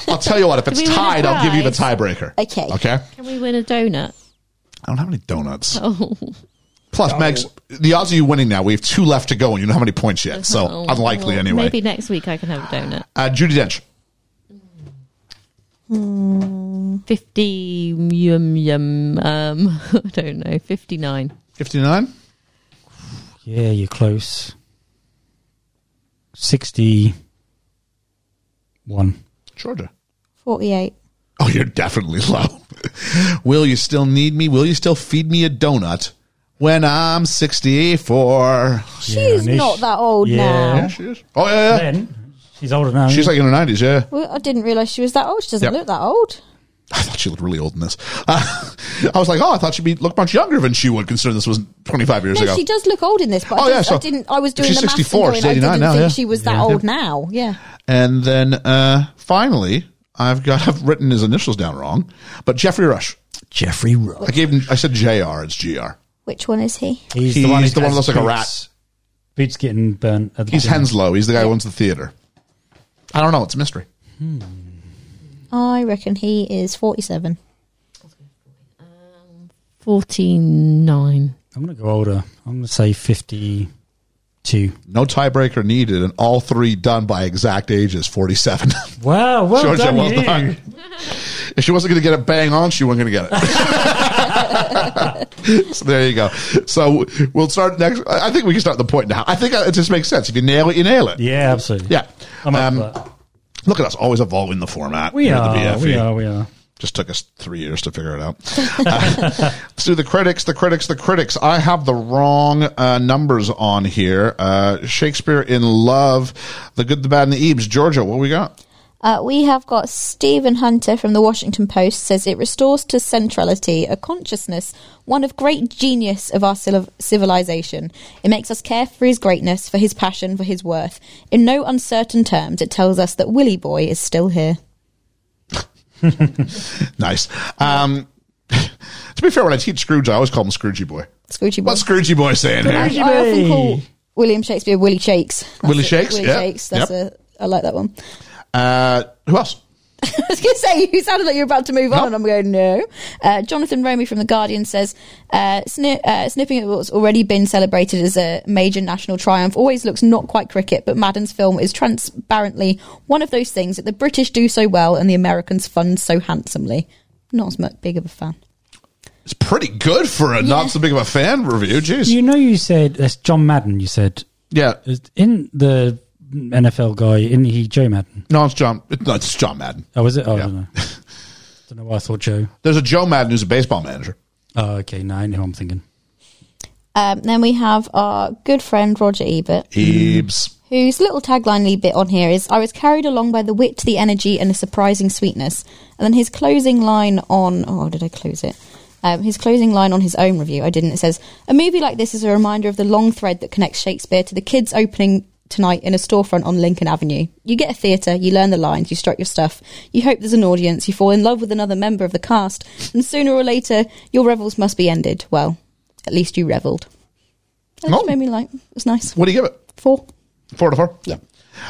Speaker 5: I'll tell you what. If it's
Speaker 7: we win a
Speaker 5: tied, I'll give you the tiebreaker.
Speaker 9: Okay.
Speaker 5: Okay.
Speaker 7: Can we win a donut?
Speaker 5: I don't have any donuts.
Speaker 7: Oh,
Speaker 5: Plus, Megs, the odds of you winning now, we have two left to go, and you don't have any points yet. So, unlikely
Speaker 7: Oh, well,
Speaker 5: anyway.
Speaker 7: Maybe next week I can have a donut.
Speaker 5: Uh, Judy Dench,
Speaker 7: 50, yum, yum, um, I don't know, 59.
Speaker 5: 59.
Speaker 6: Yeah, you're close. 61.
Speaker 5: Georgia.
Speaker 9: 48.
Speaker 5: Oh, you're definitely low. Will you still need me? Will you still feed me a donut when I'm 64?
Speaker 9: She's
Speaker 6: Nish.
Speaker 9: not that old
Speaker 6: Yeah.
Speaker 9: now.
Speaker 5: She is. Oh, yeah, yeah.
Speaker 6: Then she's older now.
Speaker 5: She's like in her 90s, yeah.
Speaker 9: Well, I didn't realise she was that old. She doesn't
Speaker 5: Yep.
Speaker 9: look that old.
Speaker 5: I thought she looked really old in this. Uh, I was like, oh, I thought she'd be look much younger than she would, considering this was 25 years
Speaker 9: No,
Speaker 5: ago.
Speaker 9: she does look old in this, but
Speaker 5: Oh,
Speaker 9: I,
Speaker 5: yeah,
Speaker 9: just,
Speaker 5: so-
Speaker 9: I didn't. I was doing
Speaker 5: she's
Speaker 9: the maths
Speaker 5: 64,
Speaker 9: and
Speaker 5: she's
Speaker 9: going, I
Speaker 5: 89
Speaker 9: didn't
Speaker 5: now,
Speaker 9: think
Speaker 5: yeah.
Speaker 9: she was that old now. Yeah,
Speaker 5: And then uh, finally, I've got I've written his initials down wrong, but Jeffrey Rush.
Speaker 6: Jeffrey Rush.
Speaker 5: I gave him. I said Jr. It's Gr.
Speaker 9: which one is he?
Speaker 6: He's,
Speaker 5: He's
Speaker 6: who
Speaker 5: the one who
Speaker 6: has
Speaker 5: looks like a
Speaker 6: Boots- Boots getting burnt. At the
Speaker 5: He's
Speaker 6: beginning.
Speaker 5: Henslow. He's the guy who owns the theater. I don't know. It's a mystery.
Speaker 9: I reckon he is forty-seven.
Speaker 7: 49.
Speaker 6: I'm going to go older. I'm going to say 52.
Speaker 5: No tiebreaker needed, and all three done by exact ages, forty-seven.
Speaker 6: Wow, well
Speaker 5: Georgia,
Speaker 6: done,
Speaker 5: well
Speaker 6: Oh, you.
Speaker 5: done. if she wasn't going to get it bang on, she wasn't going to get it. so there you go. So we'll start next. I I think we can start the point now. I think uh, it just makes sense. If you nail it, you nail it.
Speaker 6: Yeah, absolutely.
Speaker 5: Yeah.
Speaker 6: I'm up
Speaker 5: Um,
Speaker 6: for that.
Speaker 5: Look at us, always evolving the format.
Speaker 6: We
Speaker 5: here at
Speaker 6: are,
Speaker 5: the E.
Speaker 6: we
Speaker 5: BFE.
Speaker 6: are, we are.
Speaker 5: Just took us three years to figure it out. Uh, let's do the critics, the critics, the critics. I have the wrong uh, numbers on here. Uh, Shakespeare in Love, The Good, the Bad, and the Ebes. Georgia, what we got?
Speaker 9: Uh, we have got Stephen Hunter from the Washington Post says it restores to centrality a consciousness, one of great genius of our civil- civilization. It makes us care for his greatness, for his passion, for his worth. In no uncertain terms, it tells us that Willy Boy is still here.
Speaker 5: Nice. Um, it's To be fair, when I teach Scrooge, I always call him Scroogey Boy.
Speaker 9: Scroogey Boy.
Speaker 5: What's Scroogey Boy saying
Speaker 9: I,
Speaker 5: here?
Speaker 9: I often call William Shakespeare Willie Shakes. That's
Speaker 5: Willie
Speaker 9: it,
Speaker 5: Shakes,
Speaker 9: Willie
Speaker 5: yeah.
Speaker 9: Shakes. That's
Speaker 5: Yep.
Speaker 9: a. I like that one.
Speaker 5: Uh, who else?
Speaker 9: I was going to say, you sounded like you were about to move on, and I'm going, no. Uh, Jonathan Romy from The Guardian says, uh, sni- uh, snipping at what's already been celebrated as a major national triumph always looks not quite cricket, but Madden's film is transparently one of those things that the British do so well and the Americans fund so handsomely. Not as much big of a fan.
Speaker 5: It's pretty good for a not so big of a fan review. Jeez.
Speaker 6: You know, you said that's John Madden. You said,
Speaker 5: yeah,
Speaker 6: in the NFL guy, isn't he Joe Madden?
Speaker 5: No, it's John. It's, no, it's John Madden.
Speaker 6: Oh, is it? Oh, I don't know. don't know why I thought Joe.
Speaker 5: There's a Joe Madden who's a baseball manager.
Speaker 6: Oh, okay. No, I know who I'm thinking.
Speaker 9: Um, then we have our good friend Roger Ebert.
Speaker 5: Ebes.
Speaker 9: whose little tagline bit on here is I was carried along by the wit, the energy, and a surprising sweetness. And then his closing line on oh, did I close it? Um, his closing line on his own review, I didn't. It says, "A movie like this is a reminder of the long thread that connects Shakespeare to the kids opening tonight in a storefront on Lincoln Avenue. You get a theatre, you learn the lines, you strut your stuff, you hope there's an audience, you fall in love with another member of the cast, and sooner or later your revels must be ended. Well, at least you revelled. That just made me like. It was nice.
Speaker 5: What do you give it?
Speaker 9: Four.
Speaker 5: Four to four. Yeah.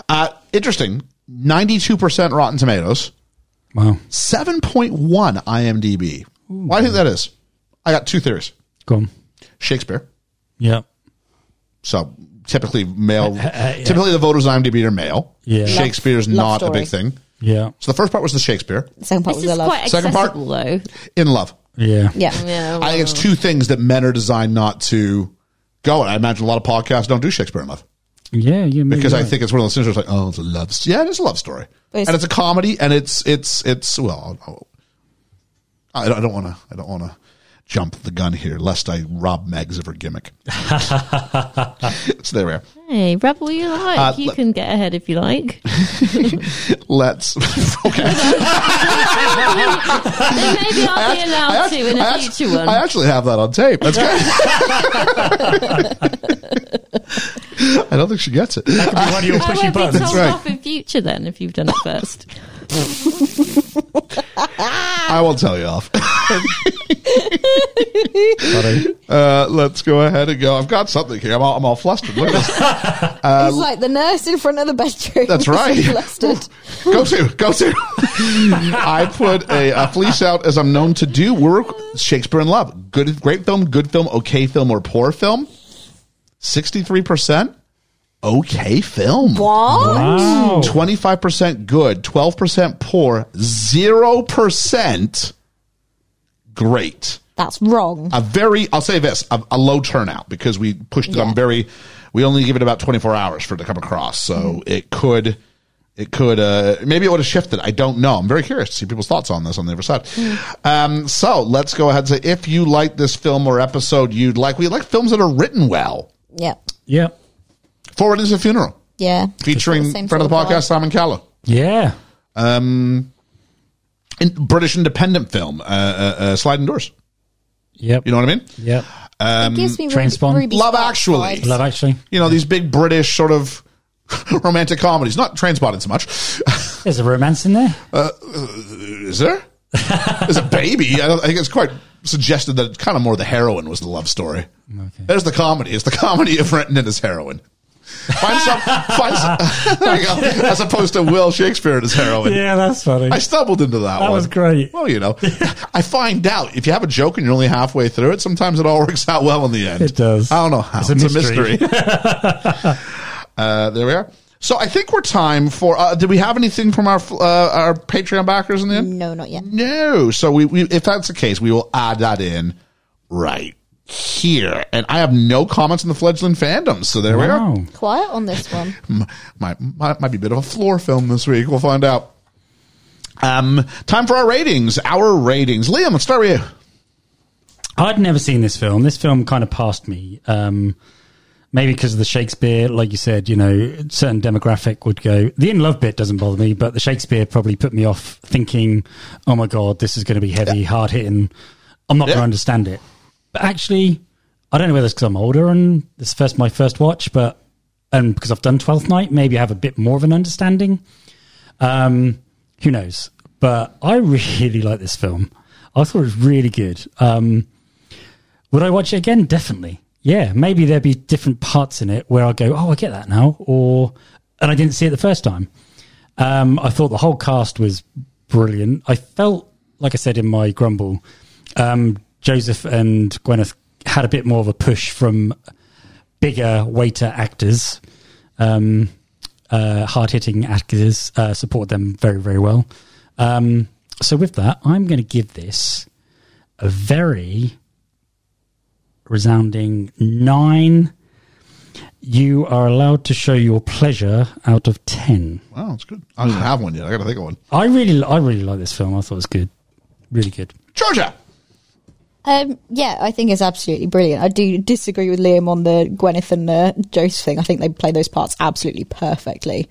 Speaker 5: Uh, interesting. Ninety-two percent Rotten Tomatoes.
Speaker 6: Wow.
Speaker 5: Seven point one IMDb. Why do you think that is? I got two theories.
Speaker 6: Go on.
Speaker 5: Shakespeare.
Speaker 6: Yeah.
Speaker 5: So typically male.
Speaker 6: yeah.
Speaker 5: Typically the voters on IMDb are male.
Speaker 6: Yeah.
Speaker 5: Shakespeare's
Speaker 9: Love- love
Speaker 5: not a big
Speaker 9: story.
Speaker 5: thing.
Speaker 6: Yeah.
Speaker 5: So the first part was the Shakespeare.
Speaker 9: The second part
Speaker 7: This
Speaker 9: was
Speaker 7: is
Speaker 9: I love.
Speaker 7: quite
Speaker 5: Second part?
Speaker 7: accessible, though.
Speaker 5: In love.
Speaker 6: Yeah.
Speaker 9: yeah.
Speaker 7: Yeah,
Speaker 5: I think it's
Speaker 7: well.
Speaker 5: two things that men are designed not to go. And I imagine a lot of podcasts don't do Shakespeare in love
Speaker 6: Yeah. You
Speaker 5: because I think it's one of those things where it's like, oh, it's a love. Story. Yeah, it's a love story,
Speaker 9: But it's-
Speaker 5: and it's a comedy, and it's it's it's well, oh, I don't- I don't want to I don't want to jump the gun here, lest I rob Megs of her gimmick. so there we are.
Speaker 7: Hey, rebel, you like.
Speaker 5: Uh,
Speaker 7: you
Speaker 5: le-
Speaker 7: can get ahead if you like.
Speaker 5: Let's okay.
Speaker 7: Then maybe I'll be
Speaker 5: act-
Speaker 7: allowed
Speaker 5: I act-
Speaker 7: to in a
Speaker 5: I act-
Speaker 7: future one.
Speaker 5: I actually have that on tape. That's good. I don't think she gets it.
Speaker 6: one of your
Speaker 7: I
Speaker 6: pushy
Speaker 7: won't be
Speaker 6: buttons.
Speaker 7: told
Speaker 5: right.
Speaker 7: off in future then if you've done it first.
Speaker 5: I will tell you off. Uh, let's go ahead and go. I've got something here. I'm all, I'm all flustered. Look at this.
Speaker 9: He's like the nurse in front of the bedroom.
Speaker 5: Uh, That's right.
Speaker 9: Flustered.
Speaker 5: Go to, go to. I put a, a fleece out as I'm known to do. We're Shakespeare in Love. Good, great film, good film, okay film, or poor film. 63% okay film.
Speaker 9: What?
Speaker 6: Wow.
Speaker 5: 25% good, 12% poor, 0% great.
Speaker 9: That's wrong.
Speaker 5: a very i'll say this a, a low turnout because we pushed it on
Speaker 9: Yeah.
Speaker 5: very we only give it about 24 hours for it to come across so
Speaker 9: Mm-hmm.
Speaker 5: it could it could uh maybe it would have shifted i don't know i'm very curious to see people's thoughts on this on the other side
Speaker 9: Mm.
Speaker 5: um so let's go ahead and say if you like this film or episode you'd like we like films that are written well
Speaker 9: Yeah.
Speaker 6: Yeah.
Speaker 5: forward is a funeral
Speaker 9: Yeah.
Speaker 5: featuring
Speaker 9: Same
Speaker 5: friend of the
Speaker 9: sort of
Speaker 5: podcast
Speaker 9: vibe.
Speaker 5: simon callow
Speaker 6: Yeah.
Speaker 5: in british independent film uh, uh, uh sliding doors
Speaker 6: Yep.
Speaker 5: you know what i mean
Speaker 6: Yep.
Speaker 9: it gives me
Speaker 6: Trainspotting.
Speaker 9: Ruby, Ruby
Speaker 5: Um, Love
Speaker 9: Sparks
Speaker 5: Actually.
Speaker 9: vibes.
Speaker 6: Love actually.
Speaker 5: you know these big british sort of romantic comedies not transpotting so much
Speaker 6: There's a romance in there.
Speaker 5: Uh, Is there? There's a baby. I, don't, I think it's quite suggested that kind of more the heroine was the love story. There's the comedy. It's the comedy of Renton and his heroine. Find some, find some, there you go. As opposed to Will Shakespeare and his heroine.
Speaker 6: Yeah, that's funny.
Speaker 5: I stumbled into that,
Speaker 6: That
Speaker 5: one.
Speaker 6: was great.
Speaker 5: Well, you know, I find out if you have a joke and you're only halfway through it, sometimes it all works out well in the end.
Speaker 6: It does.
Speaker 5: I don't know how. It's
Speaker 6: It's
Speaker 5: a
Speaker 6: a
Speaker 5: mystery.
Speaker 6: mystery.
Speaker 5: uh, there we are. So I think we're time for. Uh, did we have anything from our uh, our Patreon backers in the end?
Speaker 9: No, not yet.
Speaker 5: No. So we, we if that's the case, we will add that in right here. And I have no comments on the fledgling fandoms. So there we are.
Speaker 6: wow.
Speaker 9: Quiet on this one.
Speaker 5: M- Might, might might be a bit of a floor film this week. We'll find out. Um, time for our ratings. Our ratings. Liam, let's start with you.
Speaker 6: I'd never seen this film. This film kind of passed me. Um, maybe because of the Shakespeare, like you said, you know, certain demographic would go. The in love bit doesn't bother me, but the Shakespeare probably put me off thinking, oh my God, this is going to be heavy, hard hitting. I'm not going
Speaker 5: Yeah.
Speaker 6: to understand it. But actually, I don't know whether it's because I'm older and this is first my first watch, but and because I've done Twelfth Night, maybe I have a bit more of an understanding. Um, who knows? But I really like this film. I thought it was really good. Um, would I watch it again? Definitely. Yeah, maybe there'd be different parts in it where I go, oh, I get that now, or and I didn't see it the first time. Um, I thought the whole cast was brilliant. I felt, like I said in my grumble, um, Joseph and Gwyneth had a bit more of a push from bigger waiter actors, um, uh, hard hitting actors, uh, support them very, very well. Um, so, with that, I'm going to give this a very resounding nine. You are allowed to show your pleasure out of 10.
Speaker 5: Wow, that's good. I don't even have one yet. I got to think of one.
Speaker 6: I really, I really like this film. I thought it was good, really good.
Speaker 5: Georgia.
Speaker 9: Um, yeah, I think it's absolutely brilliant. I do disagree with Liam on the Gwyneth and uh, Joseph thing. I think they play those parts absolutely perfectly.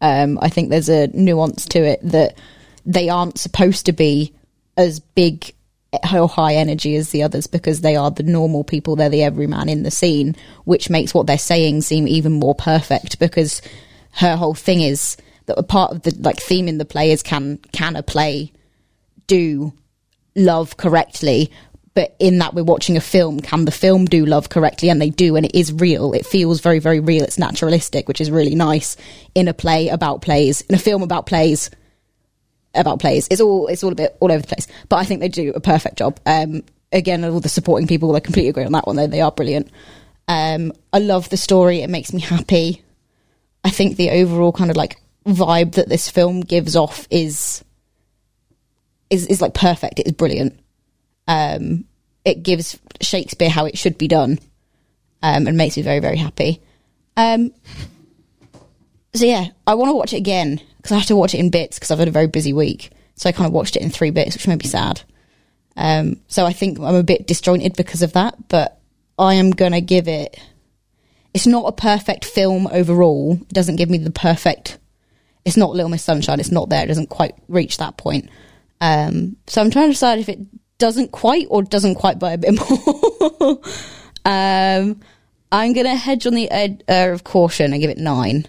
Speaker 9: Um, I think there's a nuance to it that they aren't supposed to be as big or high energy as the others because they are the normal people. They're the everyman in the scene, which makes what they're saying seem even more perfect because her whole thing is that a part of the like theme in the play is can can a play do love correctly but in that we're watching a film can the film do love correctly and they do and it is real it feels very very real it's naturalistic which is really nice in a play about plays in a film about plays about plays it's all it's all a bit all over the place but i think they do a perfect job um again all the supporting people i completely agree on that one though they are brilliant um i love the story it makes me happy i think the overall kind of like vibe that this film gives off is is is like perfect. It is brilliant. Um, it gives Shakespeare how it should be done, um, and makes me very very happy. Um, so yeah, I want to watch it again because I have to watch it in bits because I've had a very busy week. So I kind of watched it in three bits, which made me sad. Um, so I think I'm a bit disjointed because of that, but I am gonna give it. It's not a perfect film overall. It doesn't give me the perfect. It's not Little Miss Sunshine. It's not there. It doesn't quite reach that point. Um, so I'm trying to decide if it doesn't quite or doesn't quite by a bit more. um, I'm going to hedge on the ed- air of caution and give it nine.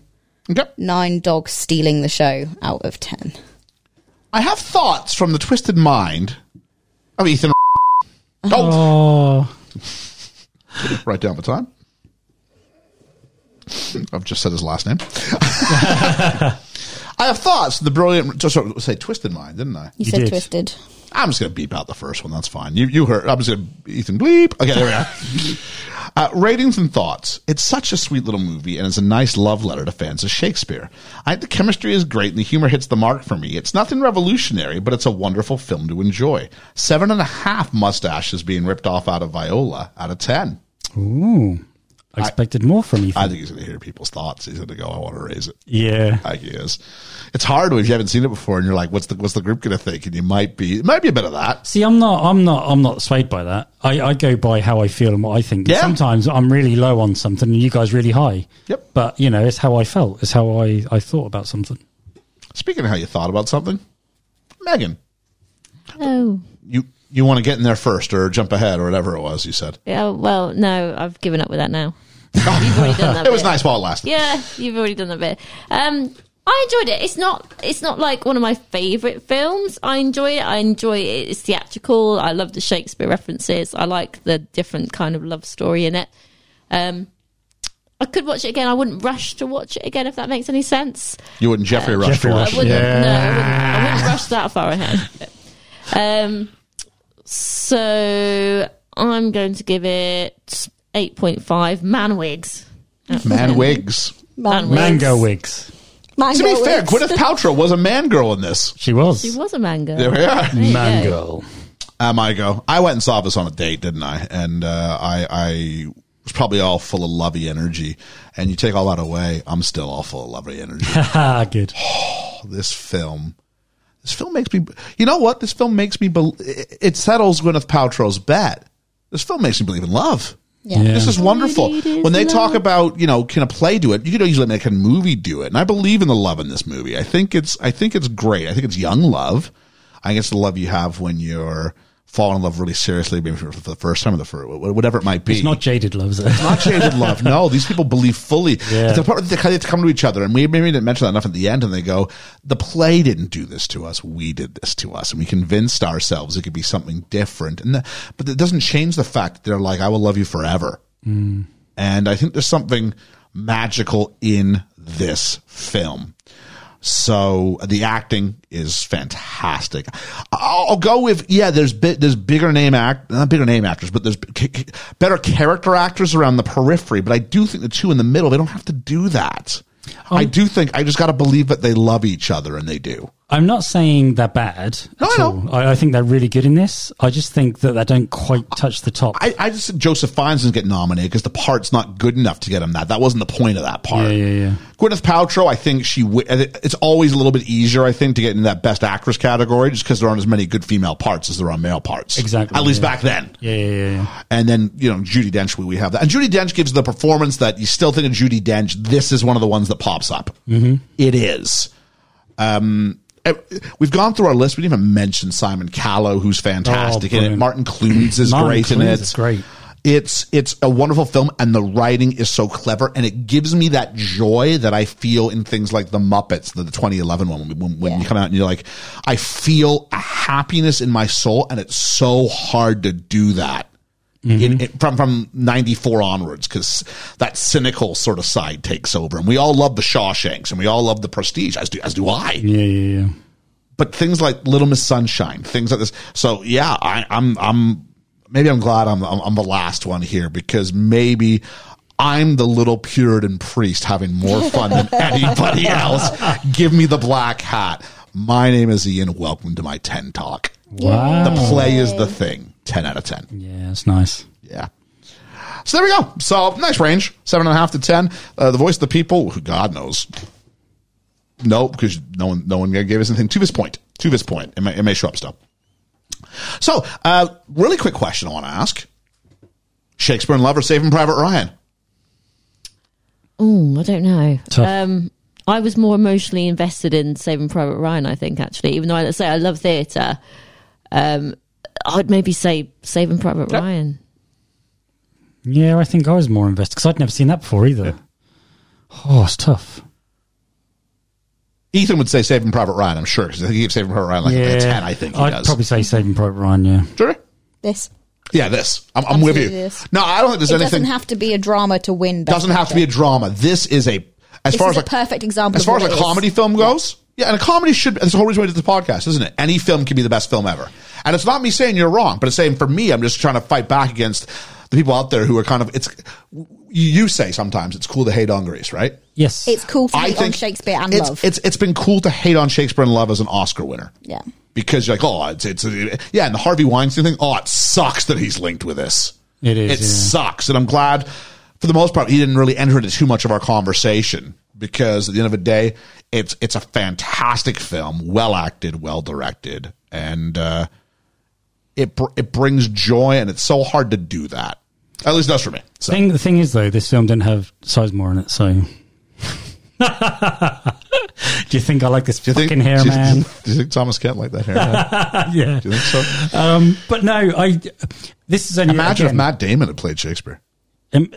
Speaker 9: Nine dogs stealing the show out of ten.
Speaker 5: I have thoughts from the twisted mind of Ethan.
Speaker 6: Oh.
Speaker 5: Write down the time. I've just said his last name. I have thoughts. The brilliant, just sort of say twisted mind, didn't I?
Speaker 9: You, said twisted.
Speaker 5: I'm just going to beep out the first one. That's fine. You you heard. I'm just going to Ethan bleep. Okay, there we are. uh, ratings and thoughts. It's such a sweet little movie, and it's a nice love letter to fans of Shakespeare. I think the chemistry is great, and the humor hits the mark for me. It's nothing revolutionary, but it's a wonderful film to enjoy. Seven and a half mustaches being ripped off out of Viola out of ten.
Speaker 6: Ooh, I expected more from Ethan.
Speaker 5: I think he's going to hear people's thoughts. He's going to go, "I want to raise it."
Speaker 6: yeah,
Speaker 5: I guess it's hard if you haven't seen it before, and you're like, "What's the what's the group going to think?" And you might be it might be a bit of that.
Speaker 6: See, I'm not, I'm not, I'm not swayed by that. I, I go by how I feel and what I think.
Speaker 5: Yeah.
Speaker 6: Sometimes I'm really low on something, and you guys really high.
Speaker 5: Yep.
Speaker 6: But you know, it's how I felt. It's how I, I thought about something.
Speaker 5: Speaking of how you thought about something, Megan,
Speaker 7: Oh.
Speaker 5: you you want to get in there first or jump ahead or whatever it was you said.
Speaker 7: Yeah, well, no, I've given up with that now. You've already done that
Speaker 5: it was
Speaker 7: bit.
Speaker 5: nice while it lasted.
Speaker 7: Yeah, you've already done that bit. Um, I enjoyed it. It's not. It's not like one of my favourite films. I enjoy it. I enjoy it. It's theatrical. I love the Shakespeare references. I like the different kind of love story in it. Um, I could watch it again. I wouldn't rush to watch it again if that makes any sense.
Speaker 5: You wouldn't Jeffrey Rush.
Speaker 6: Jeffrey
Speaker 5: for
Speaker 6: Rush,
Speaker 5: us.
Speaker 7: I wouldn't, no, I wouldn't, I wouldn't rush that far ahead. Um, so I'm going to give it 8.5 man wigs.
Speaker 5: Man wigs.
Speaker 7: Man wigs.
Speaker 6: Mango wigs.
Speaker 5: To be fair, Gwyneth Paltrow was a man girl in this.
Speaker 6: She was.
Speaker 7: She was a mango.
Speaker 5: There we are.
Speaker 7: you go.
Speaker 6: Mango.
Speaker 5: Um, I go. I went and saw this on a date, didn't I? And uh, I, I was probably all full of lovey energy. And you take all that away, I'm still all full of lovey energy.
Speaker 6: Haha, good.
Speaker 5: this film. This film makes me. You know what? This film makes me. Be- it it settles Gwyneth Paltrow's bet. This film makes me believe in love.
Speaker 9: Yeah.
Speaker 6: Yeah.
Speaker 5: This is wonderful.
Speaker 7: All I need is
Speaker 5: When they talk
Speaker 7: love.
Speaker 5: about you know can a play do it, you could usually make a movie do it. And I believe in the love in this movie. I think it's I think it's great. I think it's young love. I think it's the love you have when you're fallen in love really seriously, maybe for, for the first time or the first, whatever it might be.
Speaker 6: It's not jaded love, is it?
Speaker 5: It's not jaded love. No, these people believe fully.
Speaker 6: Yeah.
Speaker 5: It's the part where they kind of come to each other, and we maybe didn't mention that enough at the end. And they go, "The play didn't do this to us. We did this to us, and we convinced ourselves it could be something different." And the, but it doesn't change the fact that they're like, "I will love you forever."
Speaker 6: Mm.
Speaker 5: And I think there's something magical in this film. So the acting is fantastic. I'll I'll go with yeah. There's bit there's bigger name act not bigger name actors, but there's c- c- better character actors around the periphery. But I do think the two in the middle they don't have to do that. I do think I just got to believe that they love each other and they do.
Speaker 6: I'm not saying they're bad at all. I, I think they're really good in this. I just think that they don't quite touch the top.
Speaker 5: I, I just said Joseph Fiennes didn't get nominated because the part's not good enough to get him that. That wasn't the point of that part.
Speaker 6: Yeah, yeah, yeah.
Speaker 5: Gwyneth Paltrow, I think she. wi- and it- It's always a little bit easier, I think, to get in that best actress category just because there aren't as many good female parts as there are male parts.
Speaker 6: Exactly,
Speaker 5: At least
Speaker 6: yeah.
Speaker 5: back then.
Speaker 6: Yeah, yeah, yeah, yeah.
Speaker 5: And then you know Judy Dench, we, we have that, and Judy Dench gives the performance that you still think of Judy Dench. This is one of the ones that pops up. Mm-hmm. It is. Um, eh, we've gone through our list. We didn't even mention Simon Callow, who's fantastic in it.
Speaker 6: Oh, brilliant.
Speaker 5: Martin Clunes is
Speaker 6: Martin
Speaker 5: great in
Speaker 6: Clunes
Speaker 5: it.
Speaker 6: is great.
Speaker 5: It's it's a wonderful film, and the writing is so clever, and it gives me that joy that I feel in things like the Muppets, the, the 2011 one. When, we- when, when you come out and you're like, I feel a happiness in my soul, and it's so hard to do that in, in- from from 94 onwards because that cynical sort of side takes over and we all love the shawshanks and we all love the prestige as do as do i
Speaker 6: yeah yeah yeah
Speaker 5: but things like little miss sunshine things like this so yeah I, i'm i'm maybe i'm glad I'm, I'm i'm the last one here because maybe I'm the little Puritan priest having more fun than anybody else. Give me the black hat. My name is Ian. Welcome to my 10 talk.
Speaker 6: Wow.
Speaker 5: The play is the thing. 10 out of 10.
Speaker 6: Yeah, it's nice.
Speaker 5: Yeah. So there we go. So nice range, seven and a half to ten. Uh, the voice of the people, who God knows. No, because no one, no one gave us anything to this point. To this point, it may, it may show up still. So, uh, really quick question I want to ask: Shakespeare and Love or Saving Private Ryan?
Speaker 7: Oh, I don't know.
Speaker 5: Tough.
Speaker 7: Um, I was more emotionally invested in Saving Private Ryan. I think actually, even though I say I love theatre, um, I'd maybe say Saving Private Ryan.
Speaker 6: Yeah, I think I was more invested because I'd never seen that before either. Oh, it's tough.
Speaker 5: Ethan would say Saving Private Ryan. I'm sure because he keeps Saving Private Ryan like a ten. I think he
Speaker 6: I'd
Speaker 5: does.
Speaker 6: probably say Saving Private Ryan. Yeah,
Speaker 5: Sure.
Speaker 9: This.
Speaker 5: Yeah, this. I'm, I'm with you.
Speaker 9: Absolutely this.
Speaker 5: No, I don't think there's
Speaker 9: it
Speaker 5: anything.
Speaker 9: doesn't have to be a drama to win. Best
Speaker 5: doesn't have to be a drama. This is a as
Speaker 9: This
Speaker 5: far
Speaker 9: is
Speaker 5: as
Speaker 9: a
Speaker 5: like,
Speaker 9: perfect example
Speaker 5: As
Speaker 9: of
Speaker 5: far as
Speaker 9: what
Speaker 5: a
Speaker 9: it is.
Speaker 5: comedy film goes, yeah, and a comedy should. That's the whole reason we did this podcast, isn't it? Any film can be the best film ever, and it's not me saying you're wrong, but it's saying for me, I'm just trying to fight back against the people out there who are kind of. It's you you say sometimes it's cool to hate on Greece, right?
Speaker 6: Yes,
Speaker 9: It's cool to
Speaker 5: I
Speaker 9: hate on
Speaker 5: think
Speaker 9: Shakespeare and
Speaker 5: it's,
Speaker 9: love.
Speaker 5: It's it's been cool to hate on Shakespeare and Love as an Oscar winner.
Speaker 9: Yeah.
Speaker 5: Because you're like, oh, it's it's yeah, and the Harvey Weinstein thing. Oh, it sucks that he's linked with this.
Speaker 6: It is,
Speaker 5: It
Speaker 6: yeah.
Speaker 5: sucks, and I'm glad for the most part he didn't really enter into too much of our conversation because at the end of the day, it's it's a fantastic film, well acted, well directed, and uh, it br- it brings joy, and it's so hard to do that. At least that's for me. So.
Speaker 6: thing, the thing is though, this film didn't have Sizemore in it, so. Do you think I like this fucking hair,
Speaker 5: do you-
Speaker 6: man?
Speaker 5: Do you think Thomas Kent like that hair?
Speaker 6: yeah.
Speaker 5: do you think so?
Speaker 6: Um, but no, I. This is only
Speaker 5: Imagine if
Speaker 6: again-
Speaker 5: Matt Damon had played Shakespeare.
Speaker 6: Um,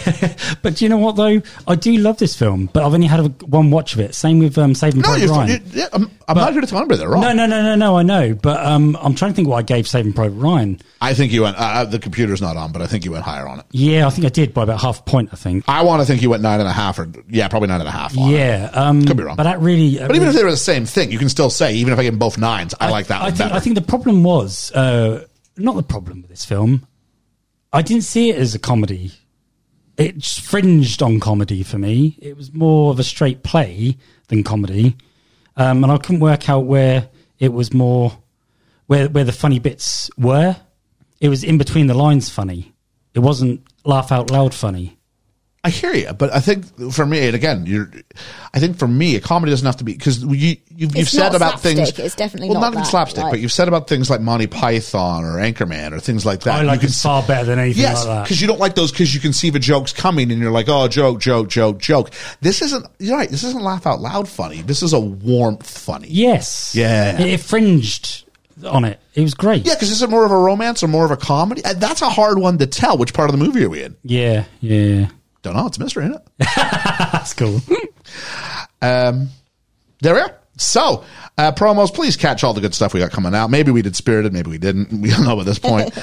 Speaker 6: but do you know what though? I do love this film, but I've only had a, one watch of it. Same with um, Saving
Speaker 5: No,
Speaker 6: Private
Speaker 5: you're,
Speaker 6: Ryan.
Speaker 5: you yeah, I'm, I'm not here to tell you they're wrong.
Speaker 6: No, no, no, no, no. I know, but um, I'm trying to think what I gave Saving Private Ryan.
Speaker 5: I think you went. Uh, uh, the computer's not on, but I think you went higher on it.
Speaker 6: Yeah, I think I did by about half a point. I think.
Speaker 5: I want to think you went nine and a half, or yeah, probably nine and a half. On it.
Speaker 6: yeah, um,
Speaker 5: Could be wrong.
Speaker 6: But that really.
Speaker 5: But even if they were the same thing, you can still say even if I get both nines, I, like that
Speaker 6: I
Speaker 5: one
Speaker 6: think,
Speaker 5: better.
Speaker 6: I think the problem was uh, not the problem with this film. I didn't see it as a comedy. It just fringed on comedy for me. It was more of a straight play than comedy, um, and I couldn't work out where it was more where where the funny bits were. It was in between the lines funny. It wasn't laugh out loud funny.
Speaker 5: I hear you, but I think for me, and again, you're. I think for me, a comedy doesn't have to be because you you've, you've
Speaker 9: It's
Speaker 5: said
Speaker 9: not
Speaker 5: about things.
Speaker 9: slapstick, it's definitely
Speaker 5: well,
Speaker 9: not
Speaker 5: even
Speaker 9: that,
Speaker 5: slapstick,
Speaker 9: like-
Speaker 5: but you've said about things like Monty Python or Anchorman or things like that.
Speaker 6: I
Speaker 5: You
Speaker 6: like
Speaker 5: can
Speaker 6: it far better than anything
Speaker 5: Yes,
Speaker 6: like that.
Speaker 5: because you don't like those because you can see the jokes coming and you're like, oh, joke, joke, joke, joke. This isn't, you're right, this isn't laugh out loud funny. This is a warmth funny.
Speaker 6: Yes.
Speaker 5: Yeah.
Speaker 6: It, it fringed on it. It was great.
Speaker 5: Yeah, because is it more of a romance or more of a comedy? Uh, That's a hard one to tell. Which part of the movie are we in?
Speaker 6: Yeah, yeah.
Speaker 5: Don't know. It's a mystery, isn't it?
Speaker 6: That's cool.
Speaker 5: Um, there we are. So, uh, promos, please catch all the good stuff we got coming out. Maybe we did Spirited, maybe we didn't. We don't know at this point.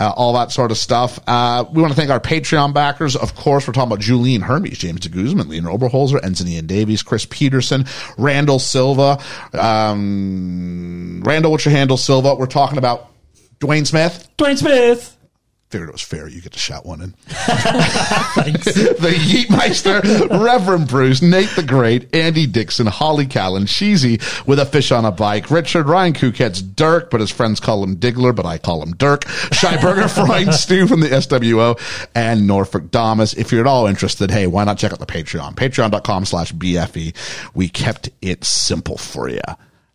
Speaker 5: uh, all that sort of stuff. Uh, we want to thank our Patreon backers. Of course, we're talking about Julian Hermes, James de Guzman, Leon Oberholzer, Anthony and Davies, Chris Peterson, Randall Silva. Um, Randall, what's your handle, Silva? We're talking about Dwayne Smith.
Speaker 6: Dwayne Smith.
Speaker 5: Figured it was fair. You get to shout one in. the Yeetmeister, Reverend Bruce, Nate the Great, Andy Dixon, Holly Callan, Sheezy with a fish on a bike, Richard, Ryan Kuket's Dirk, but his friends call him Diggler, but I call him Dirk, Scheiberger, Freud, Stu from the SWO, and Norfolk Damas. If you're at all interested, hey, why not check out the Patreon? Patreon.com slash BFE. We kept it simple for you.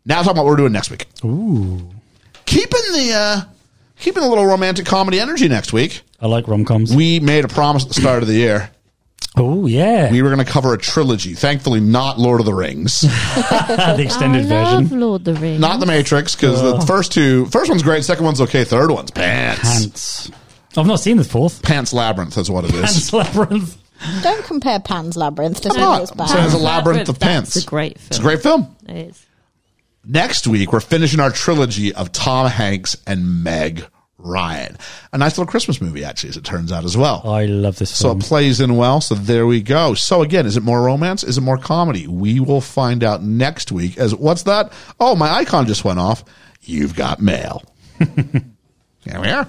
Speaker 5: Now talking about what we're doing next week.
Speaker 6: Ooh.
Speaker 5: Keeping the, uh, keeping a little romantic comedy energy next week.
Speaker 6: I like rom coms.
Speaker 5: We made a promise at the start of the year.
Speaker 6: Oh, yeah.
Speaker 5: We were going to cover a trilogy. Thankfully, not Lord of the Rings,
Speaker 6: Ah, the extended
Speaker 7: Love
Speaker 6: version.
Speaker 7: Lord of the Rings.
Speaker 5: not The Matrix, because the first two, first one's great, second one's okay, third one's pants.
Speaker 6: Pants. I've not seen the fourth.
Speaker 5: Pants Labyrinth is what it is.
Speaker 6: Pants Labyrinth.
Speaker 9: Don't compare Pan's Labyrinth to
Speaker 5: It's not.
Speaker 9: Samuel's
Speaker 5: I'm saying it's a
Speaker 9: Pan.
Speaker 5: labyrinth of pants.
Speaker 7: It's a great film.
Speaker 5: It's a great film.
Speaker 7: It is.
Speaker 5: Next week, we're finishing our trilogy of Tom Hanks and Meg Ryan. A nice little Christmas movie, actually, as it turns out, as well.
Speaker 6: I love this
Speaker 5: So
Speaker 6: film.
Speaker 5: it plays in well. So there we go. So again, is it more romance? Is it more comedy? We will find out next week. As what's that? Oh, my icon just went off. You've got mail. there we are.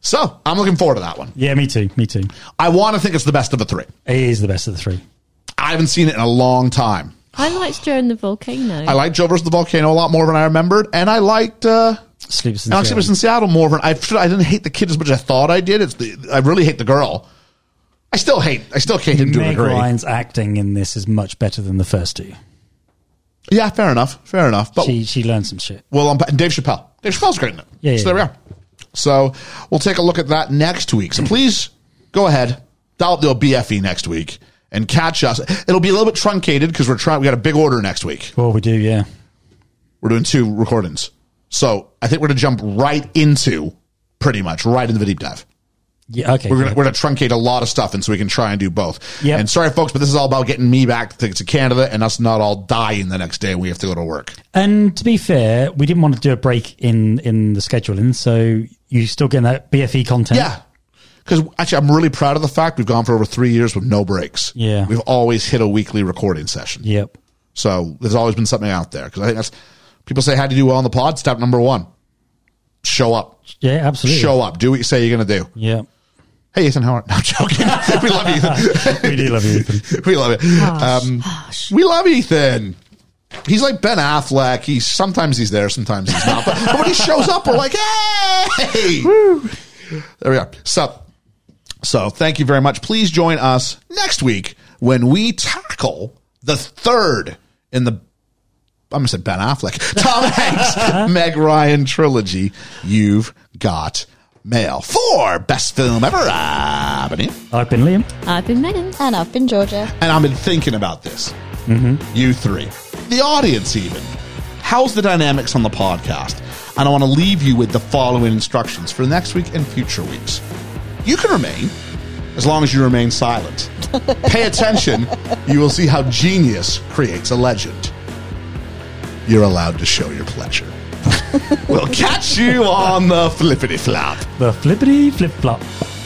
Speaker 5: So I'm looking forward to that one.
Speaker 6: yeah, me too. Me too.
Speaker 5: I want to think it's the best of the three.
Speaker 6: It is the best of the three.
Speaker 5: I haven't seen it in a long time.
Speaker 7: I liked Joe and the Volcano.
Speaker 5: I liked Joe versus the volcano a lot more than I remembered, and I liked uh,
Speaker 6: Sleeps in
Speaker 5: Alex
Speaker 6: Seattle.
Speaker 5: Sleepers in Seattle more than I. I didn't hate the kid as much as I thought I did. It's the I really hate the girl. I still hate. I still hate him to a
Speaker 6: Meg
Speaker 5: degree.
Speaker 6: Ryan's acting in this is much better than the first two.
Speaker 5: Yeah, fair enough. Fair enough. But
Speaker 6: She she learned some shit.
Speaker 5: Well, um, Dave Chappelle. Dave Chappelle's great in it.
Speaker 6: Yeah,
Speaker 5: so
Speaker 6: yeah,
Speaker 5: there we
Speaker 6: yeah.
Speaker 5: are. So we'll take a look at that next week. So please go ahead, dial up the BFE E next week and catch us. It'll be a little bit truncated because we're trying. We got a big order next week.
Speaker 6: Well, we do, yeah.
Speaker 5: We're doing two recordings, so I think we're gonna jump right into pretty much right into the deep dive.
Speaker 6: Yeah, okay.
Speaker 5: We're gonna, we're gonna truncate a lot of stuff, and so we can try and do both.
Speaker 6: Yep.
Speaker 5: And sorry, folks, but this is all about getting me back to, to Canada and us not all dying the next day. and We have to go to work.
Speaker 6: And to be fair, we didn't want to do a break in in the scheduling, so you still getting that BFE content.
Speaker 5: Yeah. Because actually, I'm really proud of the fact we've gone for over three years with no breaks.
Speaker 6: Yeah.
Speaker 5: We've always hit a weekly recording session.
Speaker 6: Yep.
Speaker 5: So there's always been something out there. Because I think that's, people say, how do you do well on the pod? Step number one show up.
Speaker 6: Yeah, absolutely.
Speaker 5: Show up. Do what you say you're going to do.
Speaker 6: Yeah.
Speaker 5: Hey, Ethan Howard. No, I'm joking. we love Ethan.
Speaker 6: We do love you, Ethan.
Speaker 5: we love it. Um, we love Ethan. He's like Ben Affleck. He's sometimes he's there, sometimes he's not. But, but when he shows up, we're like, hey, there we are. So, so thank you very much. Please join us next week when we tackle the third in the. I'm gonna say Ben Affleck, Tom Hanks, Meg Ryan trilogy. You've got mail for best film ever. Ah, I've been Ian.
Speaker 6: I've been Liam.
Speaker 7: I've been Megan.
Speaker 9: And I've been Georgia.
Speaker 5: and I've been thinking about this. You three, the audience, even. How's the dynamics on the podcast? And I want to leave you with the following instructions for next week and future weeks. You can remain as long as you remain silent. Pay attention, you will see how genius creates a legend. You're allowed to show your pleasure. we'll catch you on the flippity flop.
Speaker 6: The flippity flip flop.